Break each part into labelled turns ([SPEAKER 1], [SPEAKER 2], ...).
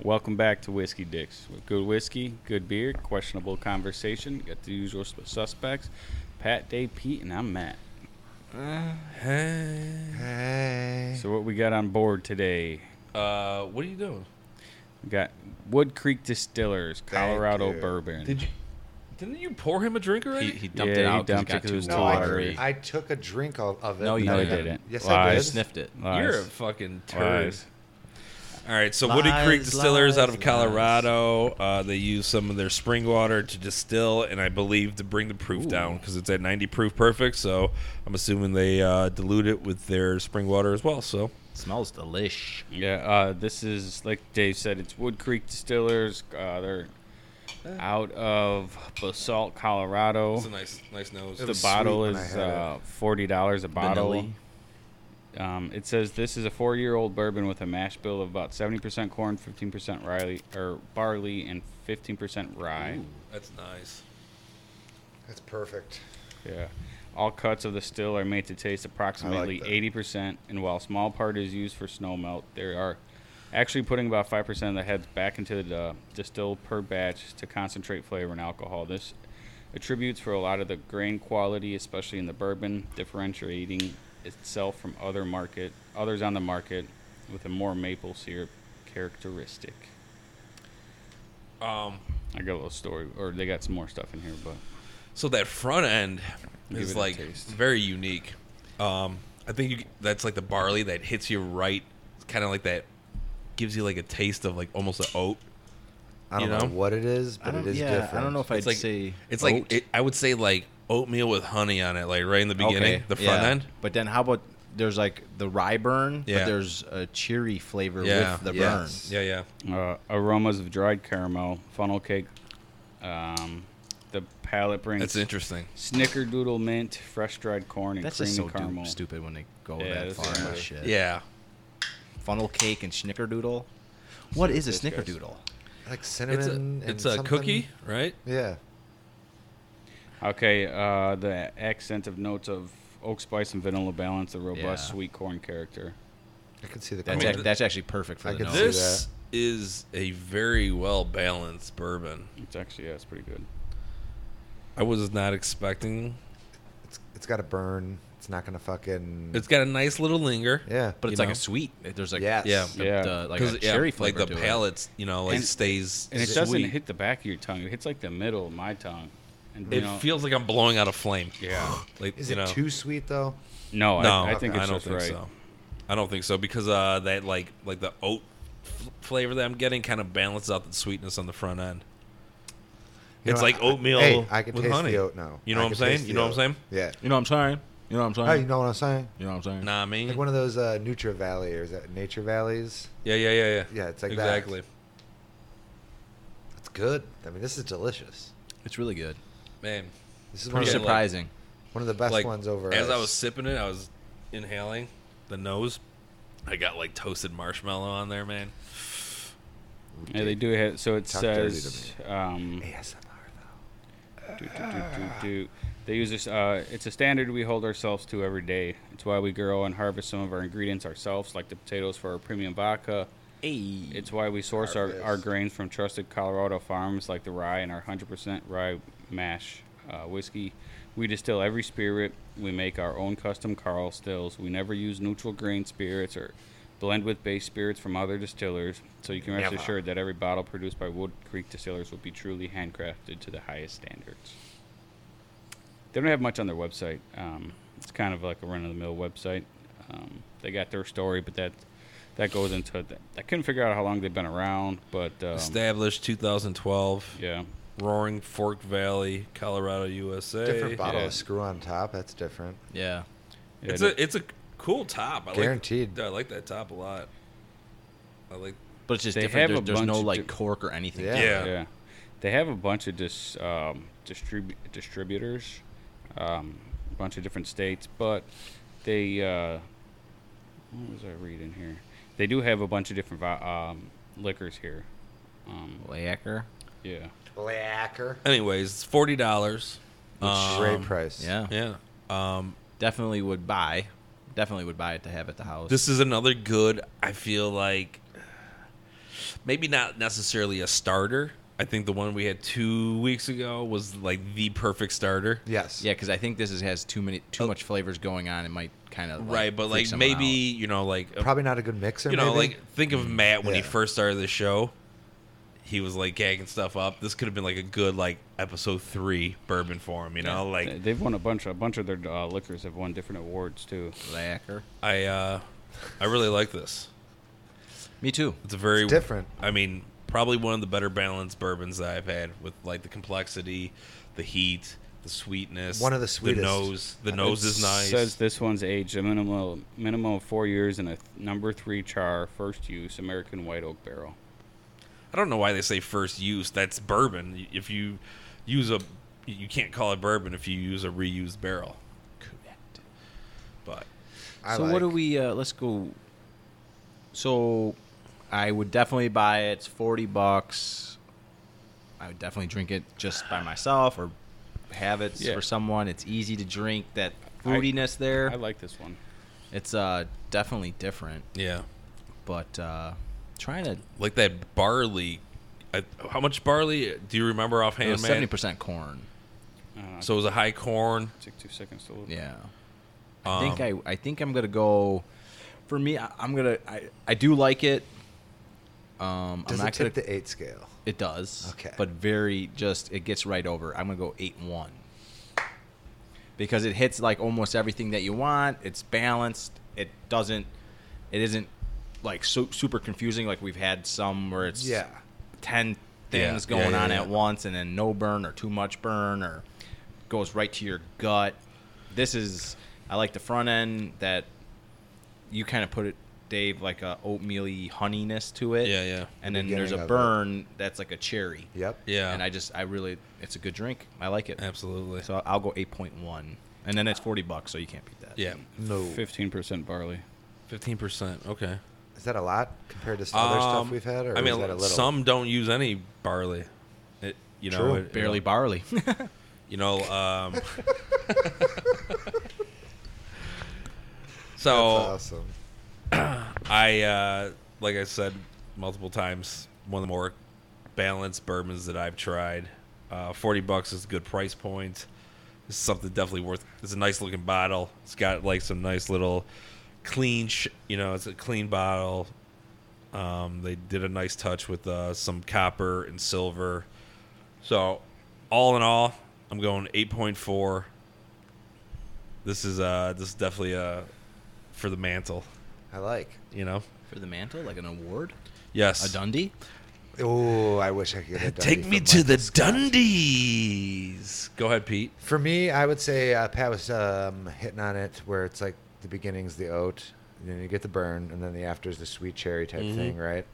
[SPEAKER 1] Welcome back to Whiskey Dicks. With good whiskey, good beer, questionable conversation. Got the usual sp- suspects Pat, Dave, Pete, and I'm Matt.
[SPEAKER 2] Hey.
[SPEAKER 1] So, what we got on board today?
[SPEAKER 3] Uh, what are you doing?
[SPEAKER 1] We got Wood Creek Distillers, Colorado
[SPEAKER 2] you.
[SPEAKER 1] Bourbon.
[SPEAKER 3] Did you? Didn't you pour him a drink already?
[SPEAKER 4] He, he dumped
[SPEAKER 1] Yeah,
[SPEAKER 4] it
[SPEAKER 1] he
[SPEAKER 4] out because
[SPEAKER 1] dumped it
[SPEAKER 4] it got
[SPEAKER 1] 'cause it
[SPEAKER 4] too
[SPEAKER 1] was too
[SPEAKER 2] No, I,
[SPEAKER 1] watery.
[SPEAKER 4] watery.
[SPEAKER 2] I took a drink of, of it.
[SPEAKER 4] No, you
[SPEAKER 1] no, he
[SPEAKER 4] didn't.
[SPEAKER 1] didn't.
[SPEAKER 2] Yes, I
[SPEAKER 4] You
[SPEAKER 1] Lies.
[SPEAKER 2] did.
[SPEAKER 4] sniffed it.
[SPEAKER 1] Lies.
[SPEAKER 3] You're a fucking turd.
[SPEAKER 1] Lies.
[SPEAKER 3] All right, so Woody Creek
[SPEAKER 4] Lies,
[SPEAKER 3] Distillers out of
[SPEAKER 4] lies,
[SPEAKER 3] Colorado, uh, they use some of their spring water to distill, and I believe to bring the proof down because it's at 90 proof perfect. So I'm assuming they uh, dilute it with their spring water as well. So
[SPEAKER 4] Smells delish.
[SPEAKER 1] Yeah, uh, this is like Dave said. It's Wood Creek Distillers. Uh, they're out of Basalt, Colorado.
[SPEAKER 3] it's a nice, nice nose.
[SPEAKER 2] It
[SPEAKER 1] The
[SPEAKER 2] was
[SPEAKER 1] bottle
[SPEAKER 2] sweet when
[SPEAKER 1] is
[SPEAKER 2] I had it.
[SPEAKER 1] uh, forty dollars a bottle.
[SPEAKER 4] Vanilla.
[SPEAKER 1] Um, it says this is a four-year-old bourbon with a mash bill of about seventy percent corn, fifteen percent rye or barley, and fifteen percent rye.
[SPEAKER 3] That's nice.
[SPEAKER 2] That's perfect.
[SPEAKER 1] Yeah. All cuts of the still are made to taste approximately
[SPEAKER 2] that.
[SPEAKER 1] eighty percent, and while a small part is used for snow melt, they are actually putting about five percent of the heads back into the uh, distill per batch to concentrate flavor and alcohol. This attributes for a lot of the grain quality, especially in the bourbon, differentiating itself from other market others on the market with a more maple syrup characteristic.
[SPEAKER 3] Um,
[SPEAKER 1] I got a little story, or they got some more stuff in here, but
[SPEAKER 3] So that front end
[SPEAKER 1] Give
[SPEAKER 3] is
[SPEAKER 1] it a
[SPEAKER 3] like
[SPEAKER 1] taste.
[SPEAKER 3] very unique. Um, I think you, that's like the barley that hits you right. It's kind of like that gives you like a taste of like almost an oat.
[SPEAKER 2] I don't
[SPEAKER 3] You know?
[SPEAKER 2] know? what it is, but it is
[SPEAKER 4] yeah,
[SPEAKER 2] different.
[SPEAKER 4] I don't know if
[SPEAKER 3] It's
[SPEAKER 4] I'd
[SPEAKER 3] like
[SPEAKER 4] say
[SPEAKER 3] it's
[SPEAKER 4] oat.
[SPEAKER 3] like it, I would say like oatmeal with honey on it, like right in the beginning,
[SPEAKER 4] Okay,
[SPEAKER 3] the front
[SPEAKER 4] yeah.
[SPEAKER 3] end.
[SPEAKER 4] But then how about there's like the rye burn,
[SPEAKER 3] Yeah.
[SPEAKER 4] but there's a cheery flavor
[SPEAKER 3] Yeah,
[SPEAKER 4] with the
[SPEAKER 2] yes.
[SPEAKER 3] Yeah, yeah.
[SPEAKER 1] uh, aromas of dried caramel, funnel cake. Um, the palate brings
[SPEAKER 3] That's interesting.
[SPEAKER 1] snickerdoodle mint, fresh dried corn,
[SPEAKER 4] burn.
[SPEAKER 1] and
[SPEAKER 4] That's
[SPEAKER 1] creamy
[SPEAKER 4] just so
[SPEAKER 1] caramel.
[SPEAKER 4] du- stupid when they go
[SPEAKER 1] Yeah,
[SPEAKER 4] that
[SPEAKER 1] that's
[SPEAKER 4] far.
[SPEAKER 1] stupid.
[SPEAKER 4] with Shit.
[SPEAKER 3] Yeah.
[SPEAKER 4] Funnel cake and snickerdoodle. What is a
[SPEAKER 1] this guy's-
[SPEAKER 4] snickerdoodle?
[SPEAKER 2] Like
[SPEAKER 3] It's a,
[SPEAKER 2] cinnamon. and
[SPEAKER 3] it's a
[SPEAKER 2] something.
[SPEAKER 3] cookie, right?
[SPEAKER 2] Yeah.
[SPEAKER 1] Okay, uh, the accent of notes of oak spice and vanilla balance, the robust
[SPEAKER 4] Yeah.
[SPEAKER 1] sweet corn character.
[SPEAKER 2] I could see the
[SPEAKER 4] That's,
[SPEAKER 2] corn.
[SPEAKER 4] ac- that's actually perfect for
[SPEAKER 2] I
[SPEAKER 4] the
[SPEAKER 2] could
[SPEAKER 4] nose.
[SPEAKER 2] see that.
[SPEAKER 3] This is a very well balanced bourbon.
[SPEAKER 1] It's actually yeah, it's pretty good.
[SPEAKER 3] I was not expecting.
[SPEAKER 2] It's, it's got to burn. It's not going to fucking.
[SPEAKER 3] It's got a nice little linger.
[SPEAKER 2] yeah.
[SPEAKER 4] But it's
[SPEAKER 3] you
[SPEAKER 4] like
[SPEAKER 3] know?
[SPEAKER 4] a sweet. There's like
[SPEAKER 2] Yes.
[SPEAKER 3] Yeah.
[SPEAKER 4] the,
[SPEAKER 1] Yeah.
[SPEAKER 4] the- like
[SPEAKER 3] 'Cause,
[SPEAKER 4] a cherry flavor
[SPEAKER 3] like the
[SPEAKER 4] to it.
[SPEAKER 3] palate's, you know, like
[SPEAKER 1] And-
[SPEAKER 3] stays.
[SPEAKER 1] And it
[SPEAKER 3] sweet.
[SPEAKER 1] doesn't hit the back of your tongue; it hits like the middle of my tongue. And you
[SPEAKER 3] It
[SPEAKER 1] know,
[SPEAKER 3] feels like I'm blowing out a flame.
[SPEAKER 1] yeah.
[SPEAKER 3] Like
[SPEAKER 2] is
[SPEAKER 3] you
[SPEAKER 2] it
[SPEAKER 3] know,
[SPEAKER 2] too sweet, though?
[SPEAKER 1] No,
[SPEAKER 3] no,
[SPEAKER 1] I, I think it's
[SPEAKER 3] I don't
[SPEAKER 1] just
[SPEAKER 3] think
[SPEAKER 1] right.
[SPEAKER 3] so. I don't think so because uh, that like like the oat f- flavor that I'm getting kind of balances out the sweetness on the front end.
[SPEAKER 2] You
[SPEAKER 3] it's
[SPEAKER 2] know,
[SPEAKER 3] like
[SPEAKER 2] I-
[SPEAKER 3] oatmeal
[SPEAKER 2] Hey, I can
[SPEAKER 3] with
[SPEAKER 2] taste
[SPEAKER 3] honey.
[SPEAKER 2] the oat now.
[SPEAKER 3] You know
[SPEAKER 2] I
[SPEAKER 3] what I'm
[SPEAKER 2] can
[SPEAKER 3] saying? You
[SPEAKER 2] taste the
[SPEAKER 3] know what I'm saying?
[SPEAKER 2] oat. Yeah.
[SPEAKER 4] You know what I'm saying? You know what I'm saying?
[SPEAKER 2] Oh, you know what I'm saying?
[SPEAKER 4] You know what I'm saying?
[SPEAKER 3] Nah, I mean,
[SPEAKER 2] Like one of those uh, Nutra Valley or is that Nature Valleys?
[SPEAKER 3] yeah, yeah, yeah, yeah.
[SPEAKER 2] Yeah, it's like that.
[SPEAKER 3] exactly.
[SPEAKER 2] It's good. I mean, this is delicious.
[SPEAKER 4] It's really good.
[SPEAKER 3] Man,
[SPEAKER 2] This is one
[SPEAKER 4] Pretty
[SPEAKER 2] of,
[SPEAKER 3] Yeah,
[SPEAKER 2] the,
[SPEAKER 3] surprised.
[SPEAKER 4] surprising.
[SPEAKER 2] one of the best
[SPEAKER 3] like
[SPEAKER 2] ones over.
[SPEAKER 3] as I
[SPEAKER 2] ice.
[SPEAKER 3] was sipping it, I was inhaling the nose. I got like toasted marshmallow on there, man.
[SPEAKER 1] Yeah, they do hit. So it
[SPEAKER 2] Talk dirty to
[SPEAKER 1] says. Um,
[SPEAKER 2] ASMR though.
[SPEAKER 1] Do, do, do, do, do. They use this. Uh, it's a standard we hold ourselves to every day. It's why we grow and harvest some of our ingredients ourselves, like the potatoes for our premium vodka.
[SPEAKER 4] Hey.
[SPEAKER 1] It's why we source our, our
[SPEAKER 2] Harvest.
[SPEAKER 1] grains from trusted Colorado farms, like the rye and our 100% rye mash uh, whiskey. We distill every spirit. We make our own custom Carl stills. We never use neutral grain spirits or blend with base spirits from other distillers. So you can rest
[SPEAKER 2] Never.
[SPEAKER 1] assured that every bottle produced by Wood Creek Distillers will be truly handcrafted to the highest standards. They don't have much on their website. Um, it's kind of like a run-of-the-mill website. Um, they got their story, but that that goes into it. I couldn't figure out how long they've been around, but um,
[SPEAKER 3] Established 2012.
[SPEAKER 1] yeah,
[SPEAKER 3] Roaring Fork Valley, Colorado, USA.
[SPEAKER 2] Different bottle
[SPEAKER 1] yeah.
[SPEAKER 2] of screw on top. That's different.
[SPEAKER 4] Yeah.
[SPEAKER 1] Yeah,
[SPEAKER 3] It's
[SPEAKER 1] they-
[SPEAKER 3] a it's a cool top. I
[SPEAKER 2] Guaranteed.
[SPEAKER 3] Like, I like that top a lot. I like.
[SPEAKER 4] But it's just
[SPEAKER 1] They
[SPEAKER 4] different.
[SPEAKER 1] have
[SPEAKER 4] There's,
[SPEAKER 1] a
[SPEAKER 4] there's no
[SPEAKER 1] bunch of
[SPEAKER 4] like
[SPEAKER 1] di-
[SPEAKER 4] cork or anything.
[SPEAKER 2] Yeah.
[SPEAKER 3] Yeah.
[SPEAKER 1] yeah. They have a bunch of dis, um, distribu- distributors, um, a bunch of different states, but they uh, what was I reading here? They do have a bunch of different vi- um, liquors here. Um,
[SPEAKER 4] Lacquer.
[SPEAKER 1] yeah.
[SPEAKER 2] Blacker.
[SPEAKER 3] Anyways, it's forty dollars.
[SPEAKER 2] Great price.
[SPEAKER 4] Yeah.
[SPEAKER 3] Um, Yeah. Um,
[SPEAKER 4] Definitely would buy. Definitely would buy it to have at the house.
[SPEAKER 3] this is another good. I feel like maybe not necessarily a starter. I think the one we had two weeks ago was like the perfect starter.
[SPEAKER 2] Yes.
[SPEAKER 4] Yeah, because I think this is, has too many, too much flavors going on. It might kind of
[SPEAKER 3] right, but like maybe you know, like a
[SPEAKER 2] Probably not a good mixer.
[SPEAKER 3] you know,
[SPEAKER 2] maybe?
[SPEAKER 3] like think of Matt when he
[SPEAKER 2] Yeah.
[SPEAKER 3] first started the show. He was like gagging stuff up. This could have been like a good like episode three bourbon for him. You know, like
[SPEAKER 1] They- They've won a bunch. A bunch of their uh, liquors have won different awards too.
[SPEAKER 4] lacquer.
[SPEAKER 3] I uh I really like this.
[SPEAKER 4] Me too.
[SPEAKER 3] It's a very
[SPEAKER 2] It's different.
[SPEAKER 3] I mean, probably one of the better balanced bourbons that I've had with like the complexity, the heat, the sweetness.
[SPEAKER 2] One of the sweetest.
[SPEAKER 3] The nose, the nose is nice.
[SPEAKER 1] Says this one's aged a minimum minimum of four years in a th- number three char, first use American white oak barrel.
[SPEAKER 3] I don't know why they say first use. That's bourbon. If you use a, you can't call it bourbon if you use a reused barrel. Correct. But
[SPEAKER 2] I
[SPEAKER 4] so what do
[SPEAKER 2] like-
[SPEAKER 4] we? Uh, let's go. So, I would definitely buy it. It's forty bucks. I would definitely drink it just by myself or have it
[SPEAKER 1] Yeah.
[SPEAKER 4] for someone. It's easy to drink. That fruitiness there.
[SPEAKER 1] I like this one.
[SPEAKER 4] it's uh definitely different.
[SPEAKER 3] yeah,
[SPEAKER 4] But uh trying to
[SPEAKER 3] like that barley. I, how much barley do you remember offhand,
[SPEAKER 4] seventy
[SPEAKER 3] man?
[SPEAKER 4] percent corn.
[SPEAKER 1] Uh,
[SPEAKER 3] So it was a high corn.
[SPEAKER 1] took two seconds to look.
[SPEAKER 4] Yeah. I think I I think I'm gonna go. For me, I, I'm gonna I I do like it. Um,
[SPEAKER 2] Does
[SPEAKER 4] I'm
[SPEAKER 2] it
[SPEAKER 4] not gonna,
[SPEAKER 2] tip the eight scale?
[SPEAKER 4] It does.
[SPEAKER 2] Okay.
[SPEAKER 4] But very just it gets right over. I'm gonna go eight and one. Because it hits like almost everything that you want. It's balanced. It doesn't it isn't like so, super confusing like we've had some where it's
[SPEAKER 2] Yeah.
[SPEAKER 4] ten
[SPEAKER 3] Yeah,
[SPEAKER 4] things
[SPEAKER 3] yeah,
[SPEAKER 4] going
[SPEAKER 3] yeah,
[SPEAKER 4] on
[SPEAKER 3] yeah.
[SPEAKER 4] at once and then no burn or too much burn or goes right to your gut. This is I like the front end that you kind of put it Dave like a oatmeal-y honeyness to it.
[SPEAKER 3] Yeah, yeah.
[SPEAKER 4] And
[SPEAKER 2] The
[SPEAKER 4] then there's
[SPEAKER 2] beginning
[SPEAKER 4] a
[SPEAKER 2] of it.
[SPEAKER 4] burn that's like a cherry.
[SPEAKER 2] Yep.
[SPEAKER 3] Yeah,
[SPEAKER 4] And I just I really it's a good drink. I like it.
[SPEAKER 3] absolutely.
[SPEAKER 4] So I'll go 8.1. And then it's 40 bucks, so you can't beat that.
[SPEAKER 3] yeah,
[SPEAKER 2] No.
[SPEAKER 1] Fifteen percent barley.
[SPEAKER 3] fifteen percent. Okay.
[SPEAKER 2] Is that a lot compared to s- other
[SPEAKER 3] Um,
[SPEAKER 2] stuff we've had? Or
[SPEAKER 3] I mean,
[SPEAKER 2] is that a little?
[SPEAKER 3] some don't use any barley. It, you know,
[SPEAKER 2] True.
[SPEAKER 3] it-
[SPEAKER 4] Barely barley.
[SPEAKER 3] You know, um, so
[SPEAKER 2] That's awesome.
[SPEAKER 3] I, uh, like I said multiple times, one of the more balanced bourbons that I've tried. Uh, Forty bucks is a good price point. It's something definitely worth. It's a nice looking bottle. It's got like some nice little clean, sh- you know, it's a clean bottle. Um, they did a nice touch with uh, some copper and silver. So, all in all, I'm going 8.4. This is uh, this is definitely uh, for the mantle.
[SPEAKER 2] I like.
[SPEAKER 3] You know,
[SPEAKER 4] For the mantle, like an award? A
[SPEAKER 3] yes.
[SPEAKER 4] Dundee?
[SPEAKER 2] Oh, I wish I could get a
[SPEAKER 3] Take
[SPEAKER 2] Dundee
[SPEAKER 3] me
[SPEAKER 2] from
[SPEAKER 3] to
[SPEAKER 2] Mike.
[SPEAKER 3] the Dundies. Go ahead, Pete.
[SPEAKER 2] For me, I would say uh, Pat was um, hitting on it where it's like the beginning's the oat, and then you get the burn, and then the after is the sweet cherry type
[SPEAKER 3] Mm-hmm.
[SPEAKER 2] thing, right?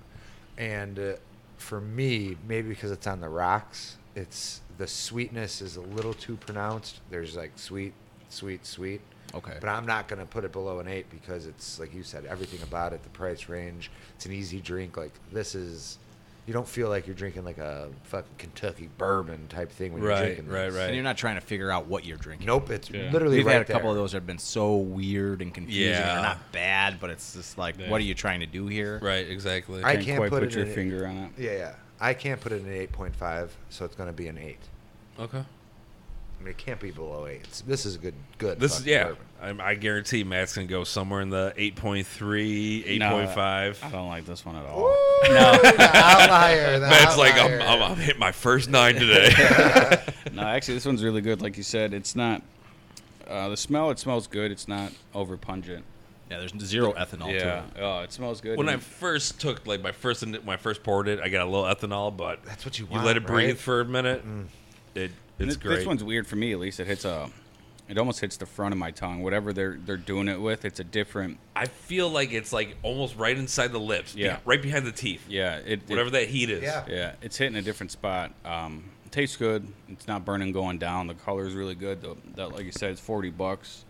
[SPEAKER 2] And uh, for me, maybe because it's on the rocks, it's the sweetness is a little too pronounced. There's like sweet, sweet, sweet.
[SPEAKER 4] Okay.
[SPEAKER 2] But I'm not gonna put it below an eight because it's like you said, everything about it, the price range. It's an easy drink. Like this is, you don't feel like you're drinking like a fucking Kentucky bourbon type thing when
[SPEAKER 3] Right,
[SPEAKER 2] you're drinking
[SPEAKER 3] right,
[SPEAKER 2] this.
[SPEAKER 3] right.
[SPEAKER 4] And you're not trying to figure out what you're drinking.
[SPEAKER 2] Nope, it's
[SPEAKER 1] Yeah.
[SPEAKER 2] literally
[SPEAKER 4] We've
[SPEAKER 2] right
[SPEAKER 4] had a couple of
[SPEAKER 2] there.
[SPEAKER 4] those that have been so weird and confusing.
[SPEAKER 3] Yeah.
[SPEAKER 4] They're not bad, but it's just like,
[SPEAKER 1] Yeah.
[SPEAKER 4] what are you trying to do here?
[SPEAKER 3] Right, exactly.
[SPEAKER 2] I
[SPEAKER 1] Can't
[SPEAKER 2] can't
[SPEAKER 1] quite
[SPEAKER 2] put
[SPEAKER 1] put
[SPEAKER 2] it
[SPEAKER 1] your
[SPEAKER 2] in it.
[SPEAKER 1] finger on it.
[SPEAKER 2] Yeah, yeah. I can't put it in an 8.5, so it's going to be an 8.
[SPEAKER 3] okay.
[SPEAKER 2] I mean, it can't be below 8. It's, this is a good, good.
[SPEAKER 3] This is
[SPEAKER 2] fucking
[SPEAKER 3] yeah.
[SPEAKER 2] bourbon.
[SPEAKER 3] I, I guarantee Matt's gonna go somewhere in the 8.3,
[SPEAKER 1] No,
[SPEAKER 3] 8.5.
[SPEAKER 1] I don't like this one at all.
[SPEAKER 2] The outlier. The
[SPEAKER 3] Matt's Oh. like, I'm,
[SPEAKER 2] outlier.
[SPEAKER 3] I'm, I'm hit my first nine today.
[SPEAKER 1] No, actually, this one's really good. Like you said, it's not. Uh, the smell, it smells good. It's not over pungent.
[SPEAKER 4] Yeah, there's zero ethanol to it.
[SPEAKER 1] Oh, it smells good.
[SPEAKER 3] when I
[SPEAKER 1] and
[SPEAKER 3] first took like my first when I first poured it, I got a little ethanol, but
[SPEAKER 2] That's what you
[SPEAKER 3] You
[SPEAKER 2] want,
[SPEAKER 3] let it breathe
[SPEAKER 2] right? Mm-hmm.
[SPEAKER 3] for a minute. It
[SPEAKER 1] And
[SPEAKER 3] it's
[SPEAKER 1] thi-
[SPEAKER 3] great.
[SPEAKER 1] This one's weird for me, at least. It hits a, it almost hits the front of my tongue. Whatever they're they're doing it with, it's a different.
[SPEAKER 3] I feel like it's like almost right inside the lips. be-
[SPEAKER 1] Yeah.
[SPEAKER 3] right behind the teeth.
[SPEAKER 1] Yeah, it it-
[SPEAKER 3] Whatever that heat is.
[SPEAKER 2] Yeah.
[SPEAKER 1] Yeah, it's hitting a different spot. Um, it tastes good. It's not burning going down. The color's really good. The, that, like you said, it's forty bucks.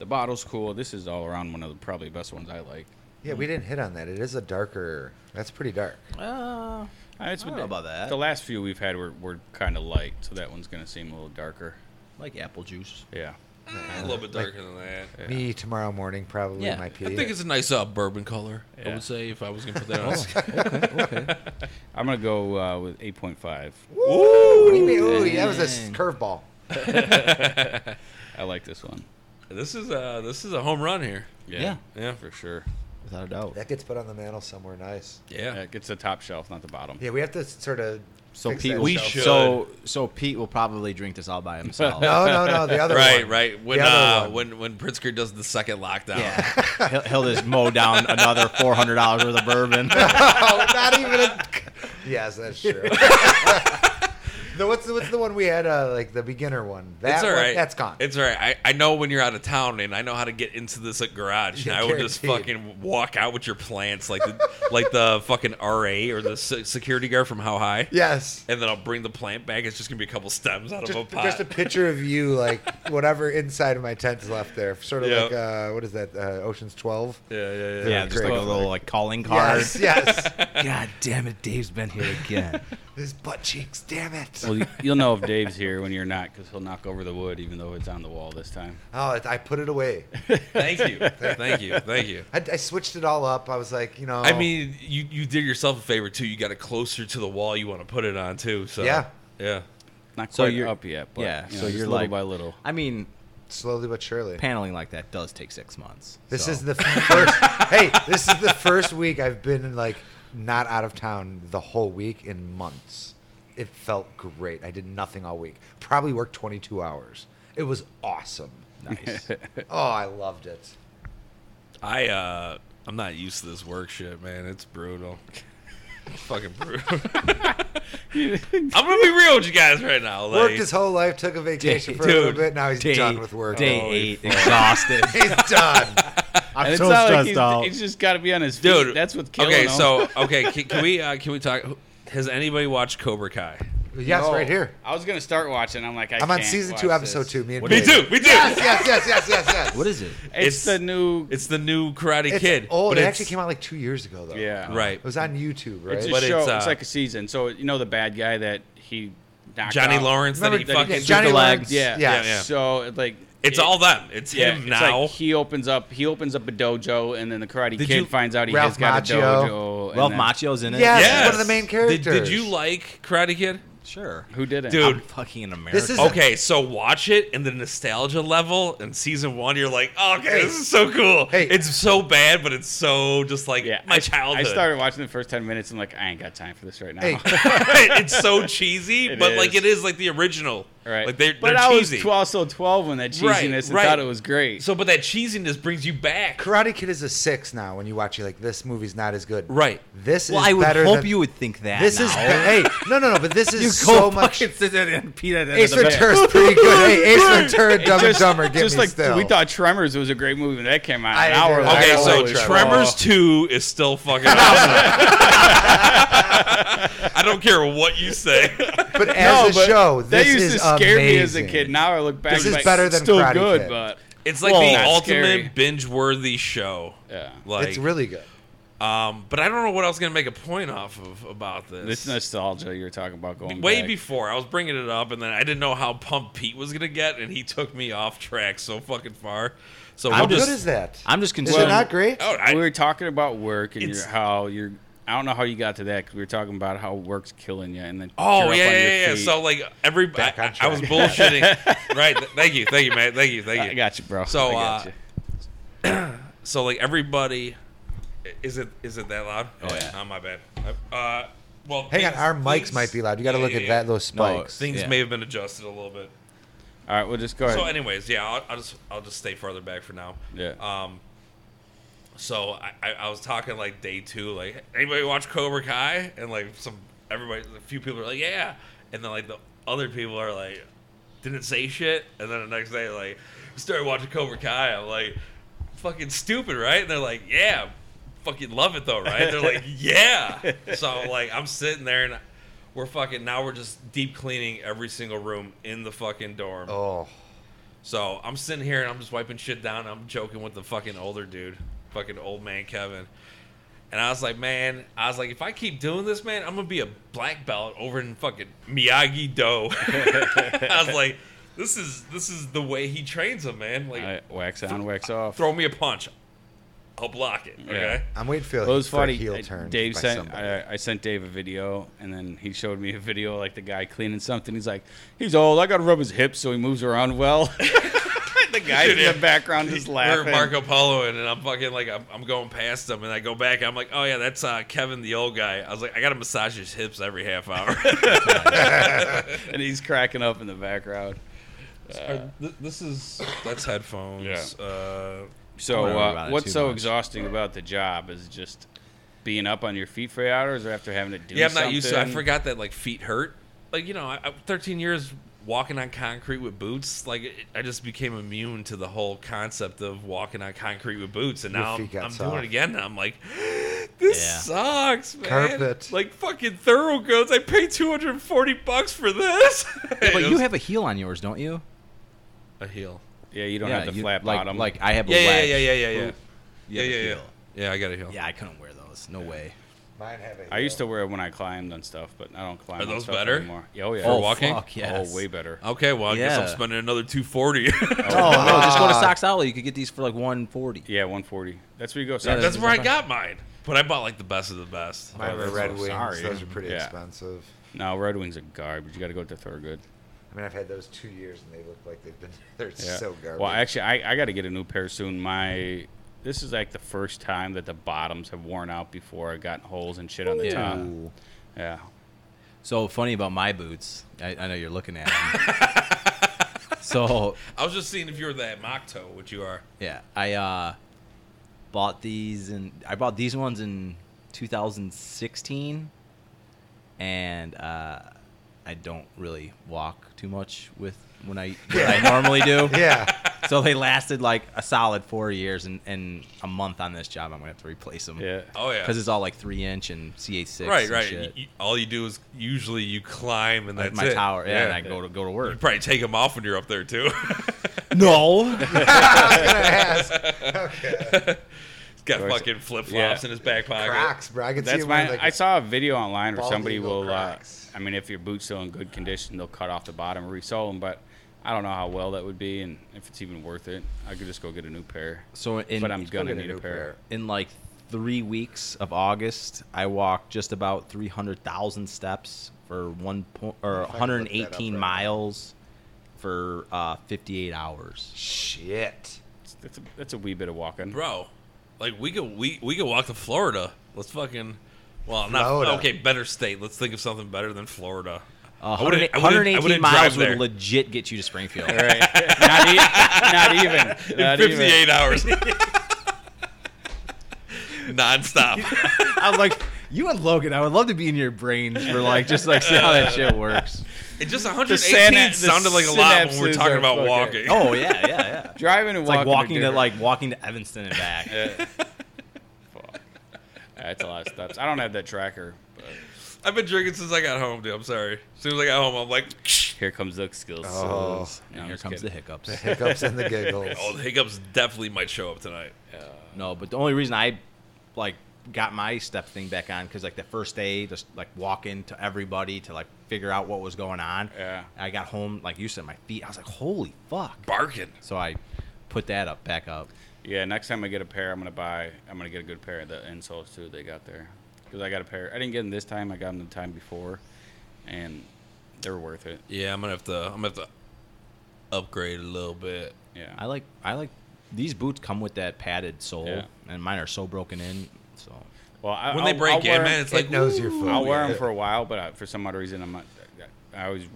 [SPEAKER 1] The bottle's cool. This is all around one of the probably best ones I like.
[SPEAKER 2] Yeah, we didn't hit on that. It is a darker. That's pretty dark.
[SPEAKER 4] Uh,
[SPEAKER 1] Uh, it's
[SPEAKER 4] I don't
[SPEAKER 1] been-
[SPEAKER 4] know about that.
[SPEAKER 1] The last few we've had were, were kind of light, so that one's gonna seem a little darker.
[SPEAKER 4] like apple juice.
[SPEAKER 1] Yeah,
[SPEAKER 3] a little bit darker than that.
[SPEAKER 2] Me tomorrow morning probably
[SPEAKER 4] Yeah.
[SPEAKER 2] my
[SPEAKER 4] I
[SPEAKER 2] pee.
[SPEAKER 3] I think it's a nice uh, bourbon color. I
[SPEAKER 1] Yeah.
[SPEAKER 3] would say if I was gonna put that on.
[SPEAKER 1] I'm gonna go uh, with 8.5.
[SPEAKER 2] Ooh, what do you mean? Ooh, that was a s-
[SPEAKER 4] Dang.
[SPEAKER 2] curveball.
[SPEAKER 1] I like this one.
[SPEAKER 3] this is a this is a home run here.
[SPEAKER 4] Yeah.
[SPEAKER 3] Yeah.
[SPEAKER 1] for sure.
[SPEAKER 4] Without a doubt.
[SPEAKER 2] That gets put on the mantle somewhere nice.
[SPEAKER 1] Yeah.
[SPEAKER 3] Yeah.
[SPEAKER 1] it gets the top shelf, not the bottom.
[SPEAKER 2] Yeah, we have to sort of.
[SPEAKER 4] So
[SPEAKER 2] fix
[SPEAKER 4] Pete,
[SPEAKER 2] that
[SPEAKER 4] will,
[SPEAKER 3] We
[SPEAKER 2] shelf.
[SPEAKER 3] should.
[SPEAKER 4] So so Pete will probably drink this all by himself.
[SPEAKER 2] No, no, no. The other
[SPEAKER 3] Right,
[SPEAKER 2] one.
[SPEAKER 3] right. When
[SPEAKER 2] the other
[SPEAKER 3] uh,
[SPEAKER 2] one.
[SPEAKER 3] when when Pritzker does the second lockdown,
[SPEAKER 4] Yeah, he'll, he'll just mow down another four hundred dollars worth of bourbon.
[SPEAKER 2] Oh, not even. A... Yes, that's true. the, what's the, what's the one we had? Uh, like the beginner one. That
[SPEAKER 3] it's all
[SPEAKER 2] one-
[SPEAKER 3] right.
[SPEAKER 2] That's gone.
[SPEAKER 3] It's all right. I, I know when you're out of town, and I know how to get into this like, garage. And
[SPEAKER 2] Yeah,
[SPEAKER 3] I would just
[SPEAKER 2] guaranteed.
[SPEAKER 3] fucking walk out with your plants, like the like the fucking RA or the se- security guard from How High.
[SPEAKER 2] yes.
[SPEAKER 3] And then I'll bring the plant back. It's just gonna be a couple stems out of a
[SPEAKER 2] Just,
[SPEAKER 3] pot.
[SPEAKER 2] just a picture of you, like whatever inside of my tent's left there. Sort of
[SPEAKER 3] Yeah.
[SPEAKER 2] like uh, what is that? Uh, Ocean's Twelve.
[SPEAKER 3] yeah, yeah, yeah.
[SPEAKER 4] yeah, just like a
[SPEAKER 2] Great.
[SPEAKER 4] little like calling card.
[SPEAKER 2] Yes, yes.
[SPEAKER 4] God damn it, Dave's been here again.
[SPEAKER 2] His butt cheeks. Damn it.
[SPEAKER 1] Well, y- you'll know if Dave's here when you're not, because he'll knock over the wood, even though it's on the wall this time.
[SPEAKER 2] Oh, it- I put it away.
[SPEAKER 3] Thank you, thank you, thank you.
[SPEAKER 2] I, I switched it all up. I was like, you know.
[SPEAKER 3] I mean, you you did yourself a favor too. You got it closer to the wall you want to put it on too. So
[SPEAKER 2] Yeah.
[SPEAKER 3] yeah.
[SPEAKER 1] Not
[SPEAKER 4] So
[SPEAKER 1] quite
[SPEAKER 4] you're-
[SPEAKER 1] up yet, but
[SPEAKER 4] yeah,
[SPEAKER 1] you know,
[SPEAKER 4] so
[SPEAKER 1] just
[SPEAKER 4] you're
[SPEAKER 1] little
[SPEAKER 4] like-
[SPEAKER 1] by little.
[SPEAKER 4] I mean,
[SPEAKER 2] slowly but surely.
[SPEAKER 4] paneling like that does take six months.
[SPEAKER 2] This
[SPEAKER 4] so-
[SPEAKER 2] is the first. hey, this is the first week I've been like not out of town the whole week in months. It felt great. I did nothing all week. Probably worked 22 hours. It was awesome.
[SPEAKER 4] nice.
[SPEAKER 2] Oh, I loved it.
[SPEAKER 3] I uh I'm not used to this work shit, man. It's brutal. It's fucking brutal. I'm gonna be real with you guys right now. Like,
[SPEAKER 2] Worked his whole life, took a vacation for a little bit. Now he's
[SPEAKER 4] day-
[SPEAKER 2] done with work.
[SPEAKER 4] Day
[SPEAKER 2] Holy
[SPEAKER 4] eight,
[SPEAKER 2] fuck.
[SPEAKER 4] exhausted.
[SPEAKER 2] He's done.
[SPEAKER 4] I'm
[SPEAKER 1] it's
[SPEAKER 4] so
[SPEAKER 1] not like
[SPEAKER 4] stressed
[SPEAKER 1] he's,
[SPEAKER 4] out.
[SPEAKER 1] he's just got to be on his feet.
[SPEAKER 3] dude,
[SPEAKER 1] That's what's killing
[SPEAKER 3] Okay,
[SPEAKER 1] him.
[SPEAKER 3] so okay, can, can we uh, can we talk? Has anybody watched Cobra Kai?
[SPEAKER 2] Yes,
[SPEAKER 1] No.
[SPEAKER 2] right here.
[SPEAKER 1] I was gonna start watching. I'm like, I
[SPEAKER 2] I'm on
[SPEAKER 1] can't
[SPEAKER 2] season
[SPEAKER 1] watch
[SPEAKER 2] two, episode
[SPEAKER 1] this.
[SPEAKER 2] two. Me and
[SPEAKER 3] Me
[SPEAKER 2] Dave.
[SPEAKER 3] too. We do.
[SPEAKER 2] Yes, yes, yes, yes, yes, yes.
[SPEAKER 4] what is it?
[SPEAKER 1] It's,
[SPEAKER 3] It's-
[SPEAKER 1] the new.
[SPEAKER 3] It's the new Karate
[SPEAKER 2] It's
[SPEAKER 3] Kid.
[SPEAKER 2] old.
[SPEAKER 3] but
[SPEAKER 2] It
[SPEAKER 3] it's- Oh.
[SPEAKER 2] actually came out like two years ago, though.
[SPEAKER 1] yeah,
[SPEAKER 3] right.
[SPEAKER 2] It was on YouTube, right?
[SPEAKER 1] It's a
[SPEAKER 3] But it's,
[SPEAKER 1] show. It's,
[SPEAKER 3] uh,
[SPEAKER 1] like a season. So you know the bad guy that he knocked
[SPEAKER 3] Johnny
[SPEAKER 1] out?
[SPEAKER 3] Lawrence that he
[SPEAKER 2] Remember-
[SPEAKER 3] fucking.
[SPEAKER 2] yeah, Johnny
[SPEAKER 4] the leg.
[SPEAKER 2] Lawrence.
[SPEAKER 1] Yeah,
[SPEAKER 2] Yes.
[SPEAKER 3] Yeah, yeah.
[SPEAKER 1] So it, like,
[SPEAKER 3] It's
[SPEAKER 1] it-
[SPEAKER 3] all them. It's
[SPEAKER 1] Yeah,
[SPEAKER 3] him
[SPEAKER 1] it's
[SPEAKER 3] now.
[SPEAKER 1] like he opens up. He opens up a dojo, and then the Karate
[SPEAKER 3] Did
[SPEAKER 1] Kid
[SPEAKER 3] you-
[SPEAKER 1] finds out he
[SPEAKER 2] Ralph
[SPEAKER 1] has got a
[SPEAKER 2] Macchio.
[SPEAKER 1] dojo. Oh, and
[SPEAKER 4] Ralph
[SPEAKER 1] then-
[SPEAKER 4] Macchio's in it.
[SPEAKER 2] Yes.
[SPEAKER 3] yes.
[SPEAKER 2] One of the main
[SPEAKER 3] Did- Did,
[SPEAKER 2] characters.
[SPEAKER 3] you like Karate Kid?
[SPEAKER 4] sure.
[SPEAKER 1] Who did it,
[SPEAKER 3] Dude.
[SPEAKER 4] I'm fucking an American.
[SPEAKER 2] This is-
[SPEAKER 3] Okay, so watch it, and the nostalgia level in season one, you're like, oh, okay, this is so cool.
[SPEAKER 2] Hey.
[SPEAKER 3] It's so bad, but it's so just like
[SPEAKER 1] Yeah,
[SPEAKER 3] my
[SPEAKER 1] I-
[SPEAKER 3] childhood.
[SPEAKER 1] I started watching the first ten minutes and like I ain't got time for this right now.
[SPEAKER 2] Hey,
[SPEAKER 3] it's so cheesy,
[SPEAKER 1] It
[SPEAKER 3] but like
[SPEAKER 1] is.
[SPEAKER 3] it is like the original.
[SPEAKER 1] right.
[SPEAKER 3] Like they're,
[SPEAKER 1] but
[SPEAKER 3] they're
[SPEAKER 1] I
[SPEAKER 3] cheesy.
[SPEAKER 1] was 12, so twelve when that cheesiness
[SPEAKER 3] Right,
[SPEAKER 1] and
[SPEAKER 3] right.
[SPEAKER 1] thought it was great.
[SPEAKER 3] So, but that cheesiness brings you back.
[SPEAKER 2] Karate Kid is a six now. When you watch, you're like, this movie's not as good.
[SPEAKER 3] Right.
[SPEAKER 2] This
[SPEAKER 4] well,
[SPEAKER 2] is
[SPEAKER 4] I would
[SPEAKER 2] better
[SPEAKER 4] hope
[SPEAKER 2] than-
[SPEAKER 4] you would think that.
[SPEAKER 2] This
[SPEAKER 4] now.
[SPEAKER 2] is hey no no no, but this is
[SPEAKER 4] you
[SPEAKER 2] so
[SPEAKER 4] go
[SPEAKER 2] much.
[SPEAKER 4] fucking sit there and Pete at the end of
[SPEAKER 2] Ace
[SPEAKER 4] the bed.
[SPEAKER 2] Ventura is pretty good. Hey, Ace Ventura,
[SPEAKER 1] It
[SPEAKER 2] Dumb and Dumber, get
[SPEAKER 1] just
[SPEAKER 2] me
[SPEAKER 1] like
[SPEAKER 2] still.
[SPEAKER 1] we thought Tremors was a great movie when that came out.
[SPEAKER 2] I
[SPEAKER 1] an hour
[SPEAKER 2] agree.
[SPEAKER 1] later,
[SPEAKER 3] Okay,
[SPEAKER 1] I
[SPEAKER 3] so
[SPEAKER 1] was like,
[SPEAKER 3] Tremors Two is still fucking awesome. I don't care what you say.
[SPEAKER 2] but
[SPEAKER 1] "Whoa."
[SPEAKER 2] as
[SPEAKER 1] No,
[SPEAKER 2] a
[SPEAKER 1] but
[SPEAKER 2] show,
[SPEAKER 1] that
[SPEAKER 2] this
[SPEAKER 1] used
[SPEAKER 2] is
[SPEAKER 1] to scare
[SPEAKER 2] amazing.
[SPEAKER 1] me as a kid. Now I look back,
[SPEAKER 2] This
[SPEAKER 1] and
[SPEAKER 2] is
[SPEAKER 1] like,
[SPEAKER 2] better than
[SPEAKER 1] still
[SPEAKER 2] Karate
[SPEAKER 1] good,
[SPEAKER 2] Kid.
[SPEAKER 1] but
[SPEAKER 3] It's like
[SPEAKER 1] Whoa.
[SPEAKER 3] the
[SPEAKER 1] Not scary.
[SPEAKER 3] ultimate binge-worthy show.
[SPEAKER 1] Yeah.
[SPEAKER 3] Like,
[SPEAKER 2] It's really good.
[SPEAKER 3] Um, but I don't know what I was gonna make a point off of about this.
[SPEAKER 1] this nostalgia you're talking about going
[SPEAKER 3] Way
[SPEAKER 1] back.
[SPEAKER 3] before I was bringing it up, and then I didn't know how pumped Pete was gonna get, and he took me off track so fucking far. So
[SPEAKER 4] I'm
[SPEAKER 2] How
[SPEAKER 3] we'll
[SPEAKER 2] good
[SPEAKER 3] just,
[SPEAKER 2] is that?
[SPEAKER 4] I'm just
[SPEAKER 2] Is
[SPEAKER 4] concerned.
[SPEAKER 2] it not great?
[SPEAKER 3] Oh, I-
[SPEAKER 1] we were talking about work and
[SPEAKER 3] It's-
[SPEAKER 1] your, how you're. I don't know how you got to that because we were talking about how work's killing you and then. you're
[SPEAKER 3] Oh yeah,
[SPEAKER 1] up on
[SPEAKER 3] yeah,
[SPEAKER 1] your
[SPEAKER 3] yeah. yeah.
[SPEAKER 1] feet.
[SPEAKER 3] So like every, I,
[SPEAKER 2] Back on
[SPEAKER 3] I- I was
[SPEAKER 2] track.
[SPEAKER 3] bullshitting. right. th- Thank you, thank you, man. Thank you, thank you.
[SPEAKER 1] I got you, bro.
[SPEAKER 3] So,
[SPEAKER 1] I got
[SPEAKER 3] uh,
[SPEAKER 1] you.
[SPEAKER 3] So like everybody, is it is it that loud? Oh
[SPEAKER 1] Yeah.
[SPEAKER 3] yeah. Oh my bad. Uh, well,
[SPEAKER 2] Hang on,
[SPEAKER 3] things-
[SPEAKER 2] our mics
[SPEAKER 3] things-
[SPEAKER 2] might be loud. You got to
[SPEAKER 3] yeah,
[SPEAKER 2] look
[SPEAKER 3] yeah,
[SPEAKER 2] at
[SPEAKER 3] yeah.
[SPEAKER 2] that those spikes.
[SPEAKER 3] Things
[SPEAKER 4] Yeah.
[SPEAKER 3] may have been adjusted a little bit.
[SPEAKER 1] all right, we'll just go ahead.
[SPEAKER 3] So, anyways, yeah, I'll, I'll just I'll just stay farther back for now.
[SPEAKER 1] Yeah.
[SPEAKER 3] Um. So I, I, I was talking like day two, like anybody watch Cobra Kai, and like some everybody, a few people are like, yeah, and then like the other people are like, didn't say shit, and then the next day like started watching Cobra Kai. I'm like, fucking stupid, right? And they're like, yeah, fucking love it though, right? They're like, yeah. So like I'm sitting there and. We're fucking now. We're just deep cleaning every single room in the fucking dorm.
[SPEAKER 2] Oh,
[SPEAKER 3] So I'm sitting here and I'm just wiping shit down. I'm joking with the fucking older dude, fucking old man Kevin. And I was like, man, I was like, if I keep doing this, man, I'm gonna be a black belt over in fucking Miyagi Do. I was like, This is this is the way he trains them, man. Like,
[SPEAKER 1] I, wax on, wax off.
[SPEAKER 3] throw me a punch, I'll block it. Okay.
[SPEAKER 2] I'm waiting for,
[SPEAKER 1] Well, it was
[SPEAKER 2] for a
[SPEAKER 1] funny.
[SPEAKER 2] heel
[SPEAKER 1] I-
[SPEAKER 2] turn.
[SPEAKER 1] Dave
[SPEAKER 2] by
[SPEAKER 1] sent uh,
[SPEAKER 2] somebody.
[SPEAKER 1] I, I sent Dave a video, and then he showed me a video like the guy cleaning something. He's like, he's old. I got to rub his hips so he moves around well. the guy
[SPEAKER 3] Dude,
[SPEAKER 1] in
[SPEAKER 3] it-
[SPEAKER 1] the background is
[SPEAKER 3] We're
[SPEAKER 1] laughing.
[SPEAKER 3] Marco Polo in, and I'm fucking like I'm, I'm going past him, and I go back. I'm like, oh yeah, that's uh, Kevin, the old guy. I was like, I gotta massage his hips every half hour.
[SPEAKER 1] and he's cracking up in the background.
[SPEAKER 3] Uh, this is that's headphones.
[SPEAKER 1] Yeah.
[SPEAKER 3] Uh,
[SPEAKER 1] So,
[SPEAKER 4] worry
[SPEAKER 1] uh,
[SPEAKER 4] about it
[SPEAKER 1] what's
[SPEAKER 4] too
[SPEAKER 1] so
[SPEAKER 4] much.
[SPEAKER 1] exhausting about the job is just being up on your feet for eight hours, or after having to do
[SPEAKER 3] yeah, I'm not used to. I
[SPEAKER 1] something?
[SPEAKER 3] forgot that like feet hurt. Like you know, I, I, 13 years walking on concrete with boots. Like it, I just became immune to the whole concept of walking on concrete with boots, and
[SPEAKER 2] Your
[SPEAKER 3] now I'm,
[SPEAKER 2] feet got
[SPEAKER 3] I'm doing
[SPEAKER 2] soft.
[SPEAKER 3] it again. And I'm like, this
[SPEAKER 4] Yeah.
[SPEAKER 3] sucks, man.
[SPEAKER 2] Carpet.
[SPEAKER 3] Like fucking thoroughgoats. I paid 240 bucks for this.
[SPEAKER 4] Yeah, but you have a heel on yours, don't you?
[SPEAKER 3] a heel.
[SPEAKER 1] Yeah, you don't
[SPEAKER 4] yeah,
[SPEAKER 1] have the
[SPEAKER 4] you-
[SPEAKER 1] flat
[SPEAKER 4] like,
[SPEAKER 1] bottom.
[SPEAKER 4] Like I have a
[SPEAKER 3] Yeah, yeah,
[SPEAKER 4] wedge.
[SPEAKER 3] yeah, yeah, yeah, yeah.
[SPEAKER 4] You
[SPEAKER 3] Yeah, yeah,
[SPEAKER 4] have a
[SPEAKER 3] yeah.
[SPEAKER 4] heel.
[SPEAKER 3] Yeah, I got a heel.
[SPEAKER 4] Yeah, I couldn't wear those. No way.
[SPEAKER 2] Mine have a uh,
[SPEAKER 1] I used to
[SPEAKER 2] heel.
[SPEAKER 1] wear it when I climbed and stuff, but I don't climb.
[SPEAKER 3] Are
[SPEAKER 1] on
[SPEAKER 3] those
[SPEAKER 1] stuff
[SPEAKER 3] better?
[SPEAKER 1] anymore? Yeah, oh yeah.
[SPEAKER 3] For
[SPEAKER 4] oh,
[SPEAKER 3] walking?
[SPEAKER 4] Fuck, yes.
[SPEAKER 1] Oh, way better.
[SPEAKER 3] Okay, well, I guess I'm
[SPEAKER 4] Yeah.
[SPEAKER 3] spending another 240.
[SPEAKER 4] Oh, no, just go to
[SPEAKER 2] Ah.
[SPEAKER 4] Sox Alley. You could get these for like 140.
[SPEAKER 1] Yeah, 140. That's where you go.
[SPEAKER 4] that's-
[SPEAKER 3] That's
[SPEAKER 1] Saturday.
[SPEAKER 3] where I got mine. But I bought like the best of the best.
[SPEAKER 2] Mine
[SPEAKER 1] Oh,
[SPEAKER 2] were
[SPEAKER 1] that's
[SPEAKER 2] Red
[SPEAKER 1] so
[SPEAKER 2] Wings.
[SPEAKER 1] sorry.
[SPEAKER 2] Those are pretty
[SPEAKER 1] Yeah.
[SPEAKER 2] expensive.
[SPEAKER 1] No, Red Wings are garbage. You got to go to Thurgood.
[SPEAKER 2] I mean, I've had those two years and they look like they've been. They're
[SPEAKER 1] Yeah.
[SPEAKER 2] so garbage.
[SPEAKER 1] Well, actually, I, I got to get a new pair soon. My this is like the first time that the bottoms have worn out before I got holes and shit on the
[SPEAKER 4] Ooh.
[SPEAKER 1] top.
[SPEAKER 4] Ooh.
[SPEAKER 1] Yeah.
[SPEAKER 2] Mm.
[SPEAKER 4] So funny about my boots. I, I know you're looking at them. so
[SPEAKER 3] I was just seeing if you were that mock toe, which you are.
[SPEAKER 4] yeah, I uh, bought these and I bought these ones in 2016, and uh, I don't really walk too much with when I what I normally do.
[SPEAKER 2] yeah.
[SPEAKER 4] So they lasted like a solid four years and, and a month on this job. I'm gonna have to replace them.
[SPEAKER 1] Yeah.
[SPEAKER 3] Oh yeah.
[SPEAKER 4] Because it's all like three inch and CH six.
[SPEAKER 3] right, right.
[SPEAKER 4] Shit.
[SPEAKER 3] You- you- all you do is usually you climb and
[SPEAKER 4] like
[SPEAKER 3] that's
[SPEAKER 4] my
[SPEAKER 3] it.
[SPEAKER 4] tower. Yeah, and I go to go to
[SPEAKER 3] You
[SPEAKER 4] work.
[SPEAKER 3] probably take them off when you're up there too.
[SPEAKER 4] No.
[SPEAKER 2] I was gonna ask.
[SPEAKER 3] He's got
[SPEAKER 1] Or is-
[SPEAKER 3] fucking flip flops
[SPEAKER 1] yeah.
[SPEAKER 3] in his back pocket.
[SPEAKER 2] Crocs, bro. I could see
[SPEAKER 1] That's
[SPEAKER 2] it wearing,
[SPEAKER 1] my.
[SPEAKER 2] like,
[SPEAKER 1] I saw a video online where
[SPEAKER 2] bald
[SPEAKER 1] somebody
[SPEAKER 2] eagle
[SPEAKER 1] will. Uh,
[SPEAKER 2] Crocs.
[SPEAKER 1] I mean, if your boot's still in good condition, they'll cut off the bottom and resole them. But I don't know how well that would be, and if it's even worth it. I could just go get a new pair.
[SPEAKER 4] so in
[SPEAKER 1] but I'm gonna
[SPEAKER 2] get a
[SPEAKER 1] need a,
[SPEAKER 2] new
[SPEAKER 1] pair.
[SPEAKER 2] pair.
[SPEAKER 4] in like three weeks of August, I walked just about three hundred thousand steps for one point or
[SPEAKER 2] If I can look that up
[SPEAKER 4] 118
[SPEAKER 2] right now.
[SPEAKER 4] miles for uh, 58 hours.
[SPEAKER 2] Shit.
[SPEAKER 1] It's- That's a, that's a wee bit of walking.
[SPEAKER 3] Bro, like we could we we could walk to Florida. Let's fucking well, not
[SPEAKER 2] Florida.
[SPEAKER 3] okay. Better state. Let's think of something better than Florida.
[SPEAKER 4] Uh,
[SPEAKER 3] I wouldn't-
[SPEAKER 4] 100
[SPEAKER 3] I wouldn't- I
[SPEAKER 4] 118
[SPEAKER 3] wouldn't drive
[SPEAKER 4] miles
[SPEAKER 3] there.
[SPEAKER 4] would legit get you to Springfield.
[SPEAKER 1] All right. not, e- not even.
[SPEAKER 3] In
[SPEAKER 1] Not
[SPEAKER 3] 58
[SPEAKER 1] even.
[SPEAKER 3] hours. Nonstop.
[SPEAKER 4] I was like, you and Logan, I would love to be in your brains for like just like see how that shit works.
[SPEAKER 3] It just
[SPEAKER 1] syna-
[SPEAKER 3] 118
[SPEAKER 1] the
[SPEAKER 3] sounded like a lot when we're
[SPEAKER 1] synapses
[SPEAKER 3] talking
[SPEAKER 1] are
[SPEAKER 3] about
[SPEAKER 1] fucking-
[SPEAKER 3] walking.
[SPEAKER 4] Oh yeah, yeah, yeah.
[SPEAKER 1] Driving and walking.
[SPEAKER 4] It's like
[SPEAKER 1] are
[SPEAKER 4] walking to
[SPEAKER 1] different.
[SPEAKER 4] like walking to Evanston and back.
[SPEAKER 1] Fuck. That's a lot of steps. I don't have that tracker. But
[SPEAKER 3] I've been drinking since I got home, dude. I'm sorry. As soon as I got home, I'm like,
[SPEAKER 1] here comes the skills.
[SPEAKER 2] Oh.
[SPEAKER 1] No, I'm
[SPEAKER 4] and here
[SPEAKER 1] just
[SPEAKER 4] comes the
[SPEAKER 1] kidding.
[SPEAKER 4] hiccups.
[SPEAKER 2] Hiccups and the giggles.
[SPEAKER 3] oh, the hiccups definitely might show up tonight.
[SPEAKER 4] No, but the only reason I like got my step thing back on because like the first day, just like walking to everybody to like figure out what was going on.
[SPEAKER 1] Yeah.
[SPEAKER 4] I got home like you said, my feet. I was like, holy fuck.
[SPEAKER 3] Barking.
[SPEAKER 4] So I put that up back up.
[SPEAKER 1] Yeah, next time I get a pair, I'm gonna buy. I'm gonna get a good pair of the insoles too. They got there because I got a pair. I didn't get them this time. I got them the time before, and they were worth it.
[SPEAKER 3] Yeah, I'm gonna have to. I'm gonna have to upgrade a little bit.
[SPEAKER 1] Yeah.
[SPEAKER 4] I like I like these boots come with that padded sole,
[SPEAKER 1] Yeah.
[SPEAKER 4] and mine are so broken in. So
[SPEAKER 1] well, I,
[SPEAKER 3] When they
[SPEAKER 1] I'll-
[SPEAKER 3] break
[SPEAKER 1] I'll
[SPEAKER 3] in,
[SPEAKER 1] wear-
[SPEAKER 3] man, it's like
[SPEAKER 2] it knows your foot.
[SPEAKER 1] I'll wear
[SPEAKER 2] Yeah.
[SPEAKER 1] them for a while, but I, for some odd reason, I'm not. I always